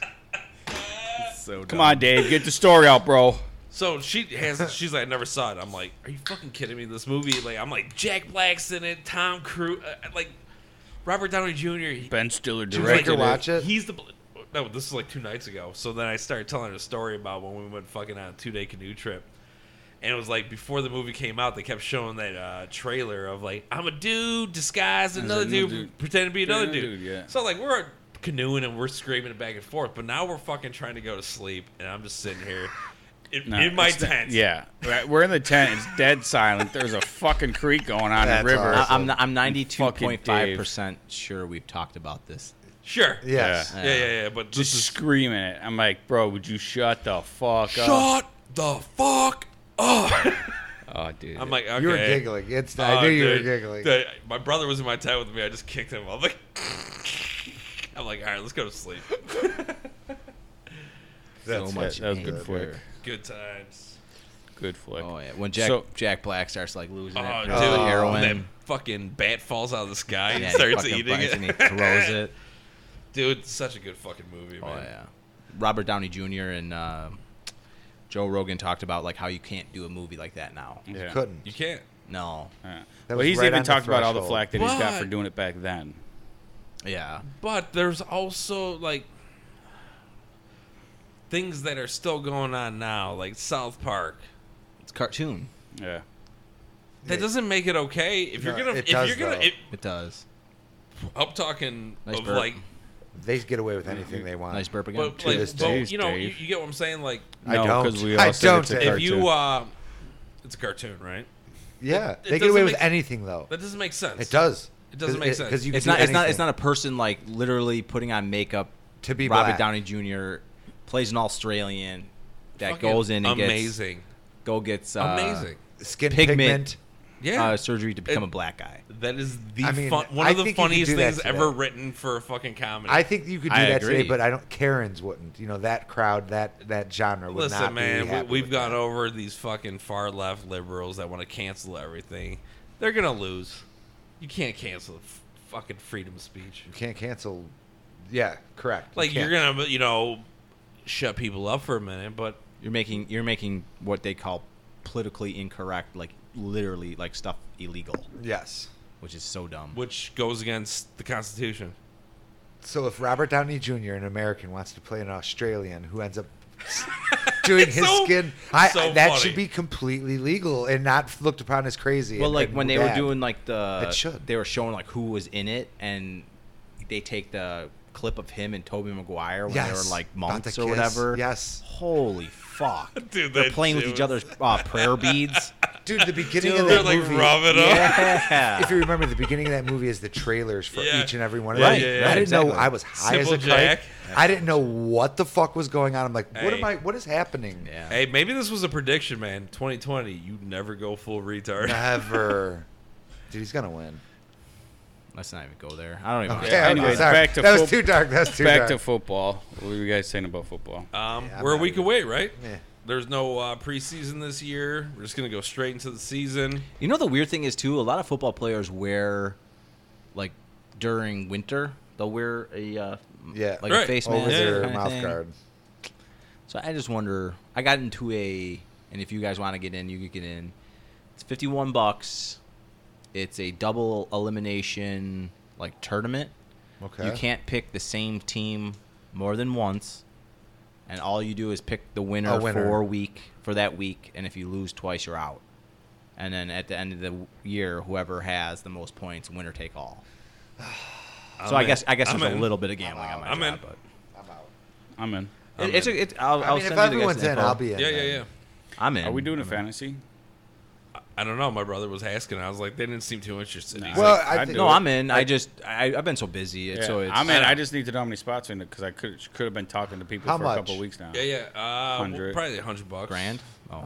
[SPEAKER 1] Come on, Dave. Get the story out, bro.
[SPEAKER 3] So she has. She's like, I never saw it. I'm like, are you fucking kidding me? This movie, like, I'm like, Jack Black's in it, Tom Cruise, uh, like, Robert Downey Jr. He,
[SPEAKER 1] Ben Stiller
[SPEAKER 3] she was like,
[SPEAKER 2] Did you watch it?
[SPEAKER 3] He's the. no, this was like two nights ago. So then I started telling her a story about when we went fucking on a two day canoe trip. And it was like before the movie came out, they kept showing that uh, trailer of like, I'm a dude disguised
[SPEAKER 1] As
[SPEAKER 3] as another
[SPEAKER 1] a new
[SPEAKER 3] dude,
[SPEAKER 1] dude.
[SPEAKER 3] pretending to be another
[SPEAKER 1] Another
[SPEAKER 3] dude.
[SPEAKER 1] dude, yeah.
[SPEAKER 3] So like we're canoeing and we're screaming it back and forth, but now we're fucking trying to go to sleep, and I'm just sitting here in,
[SPEAKER 1] No,
[SPEAKER 3] in my
[SPEAKER 1] it's the-
[SPEAKER 3] tent.
[SPEAKER 1] yeah, Right, we're in the tent. It's dead silent. There's a fucking creek going on in
[SPEAKER 2] That's
[SPEAKER 1] the river.
[SPEAKER 2] awesome.
[SPEAKER 4] I'm I'm 92.5% sure we've talked about this.
[SPEAKER 3] Sure.
[SPEAKER 2] Yes.
[SPEAKER 3] Yeah, yeah, yeah. But
[SPEAKER 1] Just
[SPEAKER 3] this is
[SPEAKER 1] screaming it. I'm like, bro, would you shut the fuck up?
[SPEAKER 3] shut the fuck up.
[SPEAKER 1] Oh, dude.
[SPEAKER 3] I'm like, okay.
[SPEAKER 2] You were giggling. It's.
[SPEAKER 3] Oh,
[SPEAKER 2] I knew you were
[SPEAKER 3] dude.
[SPEAKER 2] giggling.
[SPEAKER 3] Dude, my brother was in my tent with me. I just kicked him. I'm like, I'm like, all right, let's go to sleep.
[SPEAKER 4] So
[SPEAKER 1] That's
[SPEAKER 4] much
[SPEAKER 1] it. That was good
[SPEAKER 4] anger.
[SPEAKER 1] flick.
[SPEAKER 3] Good times.
[SPEAKER 1] Good flick.
[SPEAKER 4] Oh yeah, when Jack
[SPEAKER 1] So-
[SPEAKER 4] Jack Black starts like losing
[SPEAKER 3] Oh,
[SPEAKER 4] it,
[SPEAKER 3] dude,
[SPEAKER 4] from the heroin,
[SPEAKER 3] when that fucking bat falls out of the sky and
[SPEAKER 4] yeah, he
[SPEAKER 3] starts
[SPEAKER 4] fucking
[SPEAKER 3] eating
[SPEAKER 4] bites
[SPEAKER 3] it.
[SPEAKER 4] and he throws it.
[SPEAKER 3] Dude, such a good fucking movie,
[SPEAKER 4] Oh
[SPEAKER 3] man.
[SPEAKER 4] yeah, Robert Downey Jr. and uh, Joe Rogan talked about like how you can't do a movie like that now.
[SPEAKER 1] Yeah.
[SPEAKER 2] Couldn't.
[SPEAKER 3] You can't.
[SPEAKER 4] No,
[SPEAKER 1] Yeah. Well,
[SPEAKER 2] That was
[SPEAKER 1] he's
[SPEAKER 2] right on
[SPEAKER 1] even
[SPEAKER 2] the
[SPEAKER 1] talked about all the
[SPEAKER 2] threshold.
[SPEAKER 1] flack that he's got for
[SPEAKER 3] But-
[SPEAKER 1] doing it back then.
[SPEAKER 4] yeah,
[SPEAKER 3] But there's also like things that are still going on now, like South Park.
[SPEAKER 4] it's cartoon.
[SPEAKER 1] Yeah.
[SPEAKER 3] That
[SPEAKER 2] It-
[SPEAKER 3] doesn't make it okay. If
[SPEAKER 2] No,
[SPEAKER 3] you're gonna,
[SPEAKER 2] it
[SPEAKER 3] if
[SPEAKER 2] does,
[SPEAKER 3] you're gonna,
[SPEAKER 2] though.
[SPEAKER 3] if,
[SPEAKER 4] It does.
[SPEAKER 3] I'm talking
[SPEAKER 4] Nice
[SPEAKER 3] of
[SPEAKER 4] burp.
[SPEAKER 3] like
[SPEAKER 2] They get away with anything they want.
[SPEAKER 4] Nice burp again.
[SPEAKER 3] But,
[SPEAKER 2] To
[SPEAKER 3] like,
[SPEAKER 2] this
[SPEAKER 3] but,
[SPEAKER 1] day.
[SPEAKER 3] you know, you,
[SPEAKER 1] Dave.
[SPEAKER 3] you get what I'm saying. Like,
[SPEAKER 2] I
[SPEAKER 1] no,
[SPEAKER 2] don't.
[SPEAKER 1] because we
[SPEAKER 2] I
[SPEAKER 1] all said
[SPEAKER 2] don't,
[SPEAKER 1] it's a
[SPEAKER 2] Dave.
[SPEAKER 3] if
[SPEAKER 1] cartoon.
[SPEAKER 3] you, uh, it's a cartoon, right?
[SPEAKER 2] Yeah,
[SPEAKER 3] it
[SPEAKER 2] they get
[SPEAKER 3] doesn't
[SPEAKER 2] away with
[SPEAKER 3] make-
[SPEAKER 2] anything though.
[SPEAKER 3] That doesn't make sense.
[SPEAKER 2] It does.
[SPEAKER 3] It doesn't make sense.
[SPEAKER 2] because you. can
[SPEAKER 4] it's
[SPEAKER 2] do
[SPEAKER 4] not. It's not. It's
[SPEAKER 2] anything.
[SPEAKER 4] not a person like literally putting on makeup
[SPEAKER 2] To be
[SPEAKER 4] Robert
[SPEAKER 2] black.
[SPEAKER 4] Downey Jr. plays an Australian that
[SPEAKER 3] Fucking
[SPEAKER 4] goes in and gets
[SPEAKER 3] amazing,
[SPEAKER 4] go gets uh,
[SPEAKER 3] amazing.
[SPEAKER 2] skin
[SPEAKER 4] pigment.
[SPEAKER 2] pigment.
[SPEAKER 3] Yeah,
[SPEAKER 4] uh, surgery to become
[SPEAKER 3] It-
[SPEAKER 4] a black guy.
[SPEAKER 3] that is the
[SPEAKER 2] I mean,
[SPEAKER 3] fun, one
[SPEAKER 2] I
[SPEAKER 3] of the
[SPEAKER 2] think you could
[SPEAKER 3] funniest
[SPEAKER 2] do that
[SPEAKER 3] things ever
[SPEAKER 2] today.
[SPEAKER 3] written for a fucking comedy.
[SPEAKER 2] I think you could do
[SPEAKER 1] I
[SPEAKER 2] that today,
[SPEAKER 1] agree.
[SPEAKER 2] but I don't. Karens wouldn't. You know that crowd, that that genre would
[SPEAKER 3] Listen,
[SPEAKER 2] not be.
[SPEAKER 3] man,
[SPEAKER 2] happy
[SPEAKER 3] we, we've
[SPEAKER 2] with
[SPEAKER 3] gone
[SPEAKER 2] that.
[SPEAKER 3] over these fucking far left liberals that want to cancel everything. They're gonna lose. You can't cancel f- fucking freedom of speech.
[SPEAKER 2] You can't cancel. Yeah, correct. You
[SPEAKER 3] Like you're
[SPEAKER 2] can't.
[SPEAKER 3] gonna, you know, shut people up for a minute, but
[SPEAKER 4] You're making you're making what they call politically incorrect, like literally like stuff illegal,
[SPEAKER 2] Yes.
[SPEAKER 4] which is so dumb.
[SPEAKER 3] which goes against the Constitution.
[SPEAKER 2] So if Robert Downey Jr., an American, wants to play an Australian who ends up doing his
[SPEAKER 3] So-
[SPEAKER 2] skin, I,
[SPEAKER 3] so
[SPEAKER 2] that
[SPEAKER 3] funny.
[SPEAKER 2] should be completely legal and not looked upon as crazy.
[SPEAKER 4] Well,
[SPEAKER 2] and-
[SPEAKER 4] like
[SPEAKER 2] and
[SPEAKER 4] when they were
[SPEAKER 2] bad.
[SPEAKER 4] doing like the
[SPEAKER 2] It should.
[SPEAKER 4] they were showing like who was in it, and they take the clip of him and Toby Maguire when they
[SPEAKER 2] Yes.
[SPEAKER 4] were like
[SPEAKER 2] About
[SPEAKER 4] monks
[SPEAKER 2] the
[SPEAKER 4] or
[SPEAKER 2] kiss.
[SPEAKER 4] whatever.
[SPEAKER 2] Yes.
[SPEAKER 4] Holy fuck!
[SPEAKER 3] Dude,
[SPEAKER 4] they're
[SPEAKER 3] that
[SPEAKER 4] playing with
[SPEAKER 3] shit
[SPEAKER 4] each other's uh, prayer beads.
[SPEAKER 2] dude, the beginning
[SPEAKER 4] Dude,
[SPEAKER 2] of
[SPEAKER 3] They're
[SPEAKER 2] that
[SPEAKER 3] like
[SPEAKER 2] movie,
[SPEAKER 3] rubbing up.
[SPEAKER 4] yeah.
[SPEAKER 2] if you remember, the beginning of that movie is the trailers for
[SPEAKER 3] Yeah.
[SPEAKER 2] each and every one of
[SPEAKER 3] Yeah,
[SPEAKER 2] them.
[SPEAKER 3] yeah, yeah,
[SPEAKER 2] I didn't
[SPEAKER 4] exactly.
[SPEAKER 2] know I was high as
[SPEAKER 3] Simple
[SPEAKER 2] a
[SPEAKER 3] Jack.
[SPEAKER 2] kite. I didn't know what the fuck was going on. I'm like, what
[SPEAKER 3] Hey.
[SPEAKER 2] am I? What is happening?
[SPEAKER 4] Yeah.
[SPEAKER 3] Hey, maybe this was a prediction, man. 2020, you never go full retard.
[SPEAKER 2] Never. Dude, he's gonna win.
[SPEAKER 4] Let's not even go there. I don't even.
[SPEAKER 1] Okay,
[SPEAKER 4] wanna talk
[SPEAKER 1] anyways,
[SPEAKER 4] about
[SPEAKER 2] sorry.
[SPEAKER 1] back to
[SPEAKER 2] that
[SPEAKER 1] foot-
[SPEAKER 2] was too dark. That's too
[SPEAKER 1] Back to
[SPEAKER 2] dark.
[SPEAKER 1] football. What were you guys saying about football?
[SPEAKER 3] Um,
[SPEAKER 2] Yeah, I'm
[SPEAKER 3] we're a
[SPEAKER 2] not
[SPEAKER 3] week
[SPEAKER 2] even-
[SPEAKER 3] away, right?
[SPEAKER 2] Yeah.
[SPEAKER 3] There's no uh, preseason this year. We're just gonna go straight into the season.
[SPEAKER 4] it. You know the weird thing is too. A lot of football players wear, like, during winter they'll wear a uh,
[SPEAKER 2] Yeah.
[SPEAKER 4] like
[SPEAKER 3] Right. Oh,
[SPEAKER 4] a face mask
[SPEAKER 2] over
[SPEAKER 4] kinda
[SPEAKER 2] their mouth
[SPEAKER 4] thing.
[SPEAKER 2] guard.
[SPEAKER 4] So I just wonder. I got into a, and if you guys want to get in, you can get in. It's fifty-one bucks. It's a double elimination like tournament.
[SPEAKER 2] Okay.
[SPEAKER 4] You can't pick the same team more than once, and all you do is pick the winner,
[SPEAKER 2] A winner.
[SPEAKER 4] for week for that week. And if you lose twice, you're out. And then at the end of the w- year, whoever has the most points, winner take all. so
[SPEAKER 3] I'm
[SPEAKER 4] I
[SPEAKER 3] in.
[SPEAKER 4] guess I guess
[SPEAKER 3] I'm
[SPEAKER 4] there's
[SPEAKER 3] in.
[SPEAKER 4] a little bit of gambling on my
[SPEAKER 3] I'm
[SPEAKER 4] job,
[SPEAKER 3] in.
[SPEAKER 4] but
[SPEAKER 2] I'm out.
[SPEAKER 1] I'm in.
[SPEAKER 3] I'm
[SPEAKER 4] it, it's
[SPEAKER 3] in.
[SPEAKER 4] a, it, I'll,
[SPEAKER 2] I
[SPEAKER 4] I'll
[SPEAKER 2] mean, if
[SPEAKER 4] send you the guys
[SPEAKER 2] everyone's
[SPEAKER 4] the
[SPEAKER 2] in,
[SPEAKER 4] info.
[SPEAKER 2] I'll be in.
[SPEAKER 3] Yeah,
[SPEAKER 2] then.
[SPEAKER 3] yeah,
[SPEAKER 4] I'm in.
[SPEAKER 1] Are we doing a
[SPEAKER 4] I'm in.
[SPEAKER 1] fantasy?
[SPEAKER 3] yeah. I don't know. My brother was asking. I was like, they didn't seem too interested. He's
[SPEAKER 2] Well,
[SPEAKER 3] like,
[SPEAKER 2] I
[SPEAKER 1] I'd
[SPEAKER 2] think,
[SPEAKER 1] do
[SPEAKER 4] No,
[SPEAKER 1] it.
[SPEAKER 4] I'm in. I just I, I've been so busy. It's,
[SPEAKER 1] Yeah.
[SPEAKER 4] So it's,
[SPEAKER 1] I'm in.
[SPEAKER 3] I
[SPEAKER 1] I
[SPEAKER 3] know.
[SPEAKER 1] just need to know how many spots are in it because I could could have been talking to people
[SPEAKER 2] How
[SPEAKER 1] for
[SPEAKER 2] much?
[SPEAKER 1] a couple of weeks now.
[SPEAKER 3] yeah, yeah. Uh, well,
[SPEAKER 1] 100.
[SPEAKER 3] probably a hundred bucks.
[SPEAKER 4] grand. Oh,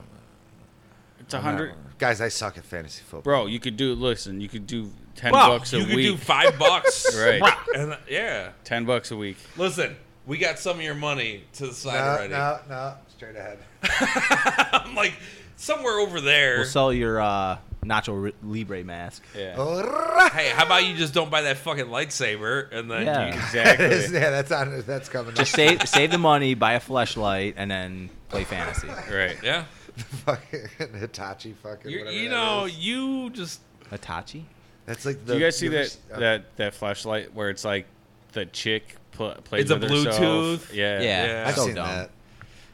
[SPEAKER 1] It's a hundred,
[SPEAKER 2] Guys, I suck at fantasy football.
[SPEAKER 1] bro. You could do. Listen, you could do ten
[SPEAKER 3] Wow,
[SPEAKER 1] bucks a
[SPEAKER 3] you could
[SPEAKER 1] week.
[SPEAKER 3] do five bucks.
[SPEAKER 1] Right.
[SPEAKER 3] And, uh, yeah.
[SPEAKER 1] ten bucks a week.
[SPEAKER 3] Listen, we got some of your money to the side
[SPEAKER 2] no,
[SPEAKER 3] already.
[SPEAKER 2] no, no, straight ahead.
[SPEAKER 3] I'm like somewhere over there.
[SPEAKER 4] we'll sell your uh, Nacho Ri- Libre mask.
[SPEAKER 1] Yeah.
[SPEAKER 2] Oh, yeah,
[SPEAKER 3] hey, how about you just don't buy that fucking lightsaber and then
[SPEAKER 4] Yeah.
[SPEAKER 3] you-
[SPEAKER 1] Exactly.
[SPEAKER 2] that's on. That's coming.
[SPEAKER 4] Just
[SPEAKER 2] up.
[SPEAKER 4] save save the money, buy a flashlight, and then play fantasy.
[SPEAKER 1] right.
[SPEAKER 3] yeah.
[SPEAKER 2] fucking Hitachi. Fucking.
[SPEAKER 3] You're,
[SPEAKER 2] whatever
[SPEAKER 3] you
[SPEAKER 2] that
[SPEAKER 3] know,
[SPEAKER 2] is.
[SPEAKER 3] you just
[SPEAKER 4] Hitachi.
[SPEAKER 2] that's like. The,
[SPEAKER 1] Do you guys see
[SPEAKER 2] ever
[SPEAKER 1] that
[SPEAKER 2] s- uh,
[SPEAKER 1] that that flashlight where it's like the chick pl- plays
[SPEAKER 3] It's a
[SPEAKER 1] with herself.
[SPEAKER 3] Bluetooth.
[SPEAKER 1] Yeah,
[SPEAKER 4] Yeah.
[SPEAKER 3] Yeah.
[SPEAKER 2] I've
[SPEAKER 4] so
[SPEAKER 2] seen
[SPEAKER 4] dumb.
[SPEAKER 2] that.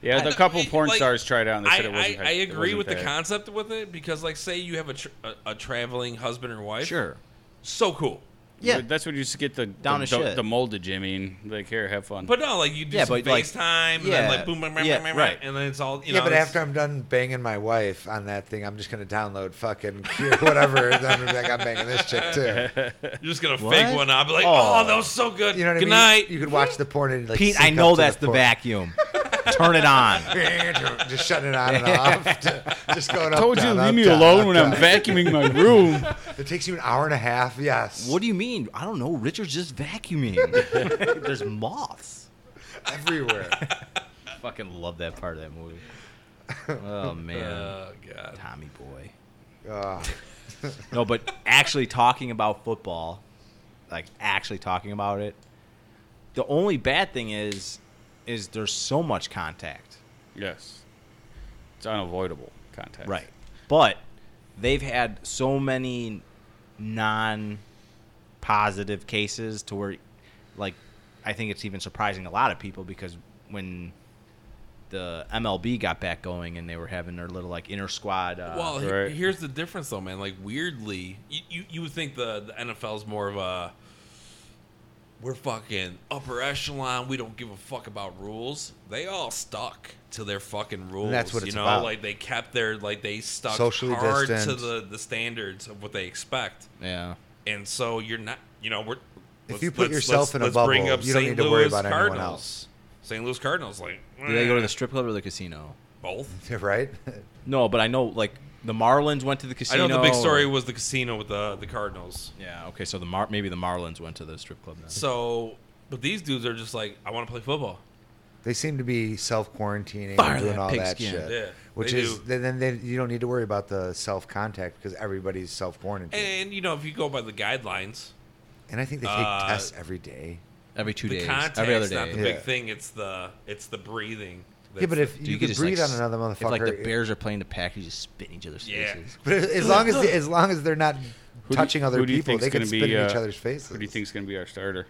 [SPEAKER 1] yeah.
[SPEAKER 3] I
[SPEAKER 1] The
[SPEAKER 3] know,
[SPEAKER 1] couple
[SPEAKER 3] it-
[SPEAKER 1] porn
[SPEAKER 3] like,
[SPEAKER 1] stars tried out and they
[SPEAKER 3] I,
[SPEAKER 1] said it wasn't.
[SPEAKER 3] I,
[SPEAKER 1] her-
[SPEAKER 3] I
[SPEAKER 1] it
[SPEAKER 3] agree
[SPEAKER 1] wasn't
[SPEAKER 3] with the
[SPEAKER 1] her.
[SPEAKER 3] concept with it because, like, say you have a, tr- a, a traveling husband or wife.
[SPEAKER 4] Sure.
[SPEAKER 3] So cool.
[SPEAKER 4] Yeah.
[SPEAKER 1] But that's when you just get the
[SPEAKER 4] Down
[SPEAKER 1] the,
[SPEAKER 4] as
[SPEAKER 1] the,
[SPEAKER 4] shit.
[SPEAKER 1] the moldage. I mean, like here, have fun.
[SPEAKER 3] But no, like, you do
[SPEAKER 4] Yeah,
[SPEAKER 3] some
[SPEAKER 4] but, like,
[SPEAKER 3] FaceTime and
[SPEAKER 4] yeah,
[SPEAKER 3] then, like, boom, boom, boom,
[SPEAKER 4] yeah,
[SPEAKER 3] boom, boom,
[SPEAKER 4] right.
[SPEAKER 3] and then it's all, you
[SPEAKER 2] yeah,
[SPEAKER 3] know.
[SPEAKER 2] but
[SPEAKER 3] it's-
[SPEAKER 2] after I'm done banging my wife on that thing, I'm just gonna download fucking Cure whatever. and then I'm gonna be like, I'm banging this chick too.
[SPEAKER 3] You're just gonna
[SPEAKER 4] What?
[SPEAKER 3] fake one out, be like,
[SPEAKER 4] Oh.
[SPEAKER 3] oh, that was so good.
[SPEAKER 2] You know what
[SPEAKER 3] good
[SPEAKER 2] I mean?
[SPEAKER 3] night.
[SPEAKER 2] You could watch the porn and like
[SPEAKER 4] Pete,
[SPEAKER 2] sync
[SPEAKER 4] I
[SPEAKER 2] up
[SPEAKER 4] know
[SPEAKER 2] to
[SPEAKER 4] that's the,
[SPEAKER 2] porn.
[SPEAKER 4] vacuum. Turn it on.
[SPEAKER 2] just shutting it on and off. Just going up.
[SPEAKER 1] I told you
[SPEAKER 2] down,
[SPEAKER 1] leave
[SPEAKER 2] up,
[SPEAKER 1] me
[SPEAKER 2] down,
[SPEAKER 1] alone
[SPEAKER 2] up,
[SPEAKER 1] when I'm
[SPEAKER 2] down.
[SPEAKER 1] vacuuming my room.
[SPEAKER 2] It takes you an hour and a half. Yes.
[SPEAKER 4] What do you mean? I don't know. Richard's just vacuuming. There's moths.
[SPEAKER 2] Everywhere.
[SPEAKER 4] Fucking love that part of that movie. Oh man,
[SPEAKER 3] oh god.
[SPEAKER 4] Tommy boy.
[SPEAKER 2] Oh,
[SPEAKER 4] No, but actually talking about football, like actually talking about it. The only bad thing is, is there's so much contact.
[SPEAKER 1] yes, it's unavoidable contact.
[SPEAKER 4] Right. But they've had so many non positive cases to where, like, I think it's even surprising a lot of people because when the MLB got back going and they were having their little, like, inter squad. Uh,
[SPEAKER 3] Well, he-
[SPEAKER 1] Right.
[SPEAKER 3] here's the difference, though, man. Like, weirdly, you, you, you would think the, the NFL's more of a we're fucking upper echelon. We don't give a fuck about rules. They all stuck to their fucking rules.
[SPEAKER 2] that's what
[SPEAKER 3] you
[SPEAKER 2] it's
[SPEAKER 3] know,
[SPEAKER 2] about.
[SPEAKER 3] like they kept their like they stuck
[SPEAKER 2] Socially
[SPEAKER 3] hard
[SPEAKER 2] distant.
[SPEAKER 3] to the the standards of what they expect.
[SPEAKER 4] yeah.
[SPEAKER 3] And so you're not, you know, we're.
[SPEAKER 2] if
[SPEAKER 3] let's-
[SPEAKER 2] you put
[SPEAKER 3] let's-
[SPEAKER 2] yourself
[SPEAKER 3] let's-
[SPEAKER 2] in a
[SPEAKER 3] let's
[SPEAKER 2] bubble,
[SPEAKER 3] bring up
[SPEAKER 2] you don't
[SPEAKER 3] St.
[SPEAKER 2] need to worry
[SPEAKER 3] Louis
[SPEAKER 2] about
[SPEAKER 3] Cardinals.
[SPEAKER 2] anyone else.
[SPEAKER 3] St. Louis Cardinals, like,
[SPEAKER 4] Do they go to
[SPEAKER 3] eh,
[SPEAKER 4] the strip club or the casino?
[SPEAKER 3] both?
[SPEAKER 2] right?
[SPEAKER 4] No, but I know, like, the Marlins went to the
[SPEAKER 3] I
[SPEAKER 4] casino.
[SPEAKER 3] know the big story
[SPEAKER 4] or-
[SPEAKER 3] was the casino with the the Cardinals.
[SPEAKER 4] Yeah, okay, so the Mar- maybe the Marlins went to the strip club now.
[SPEAKER 3] So, but these dudes are just like, I want to play football.
[SPEAKER 2] They seem to be self quarantining
[SPEAKER 4] Fire
[SPEAKER 2] and doing
[SPEAKER 4] that
[SPEAKER 2] all that
[SPEAKER 4] pigskin.
[SPEAKER 2] shit.
[SPEAKER 3] Yeah,
[SPEAKER 2] Which
[SPEAKER 3] they
[SPEAKER 2] is
[SPEAKER 3] do.
[SPEAKER 2] then then they, you don't need to worry about the self contact because everybody's self quarantined. And,
[SPEAKER 3] And you know, if you go by the guidelines,
[SPEAKER 2] I think they take
[SPEAKER 3] Uh,
[SPEAKER 2] tests every day.
[SPEAKER 4] Every two
[SPEAKER 3] the
[SPEAKER 4] days.
[SPEAKER 3] contact's
[SPEAKER 4] Every other
[SPEAKER 3] not
[SPEAKER 4] day.
[SPEAKER 3] the
[SPEAKER 2] Yeah.
[SPEAKER 3] big thing. It's the it's the breathing.
[SPEAKER 2] Yeah, but
[SPEAKER 3] that's-
[SPEAKER 2] if
[SPEAKER 4] Dude,
[SPEAKER 2] you, could
[SPEAKER 4] just,
[SPEAKER 2] breathe
[SPEAKER 4] like,
[SPEAKER 2] on another
[SPEAKER 4] s- If like
[SPEAKER 2] motherfucker,
[SPEAKER 4] the Bears are playing the Packers, you just spit in each other's
[SPEAKER 3] Yeah.
[SPEAKER 4] faces.
[SPEAKER 2] but as long as as long as they're not
[SPEAKER 1] you-
[SPEAKER 2] touching other
[SPEAKER 1] who do you
[SPEAKER 2] people,
[SPEAKER 1] think's
[SPEAKER 2] they can
[SPEAKER 1] gonna be,
[SPEAKER 2] spit in each
[SPEAKER 1] uh,
[SPEAKER 2] other's faces.
[SPEAKER 1] Who do you think's gonna be our starter?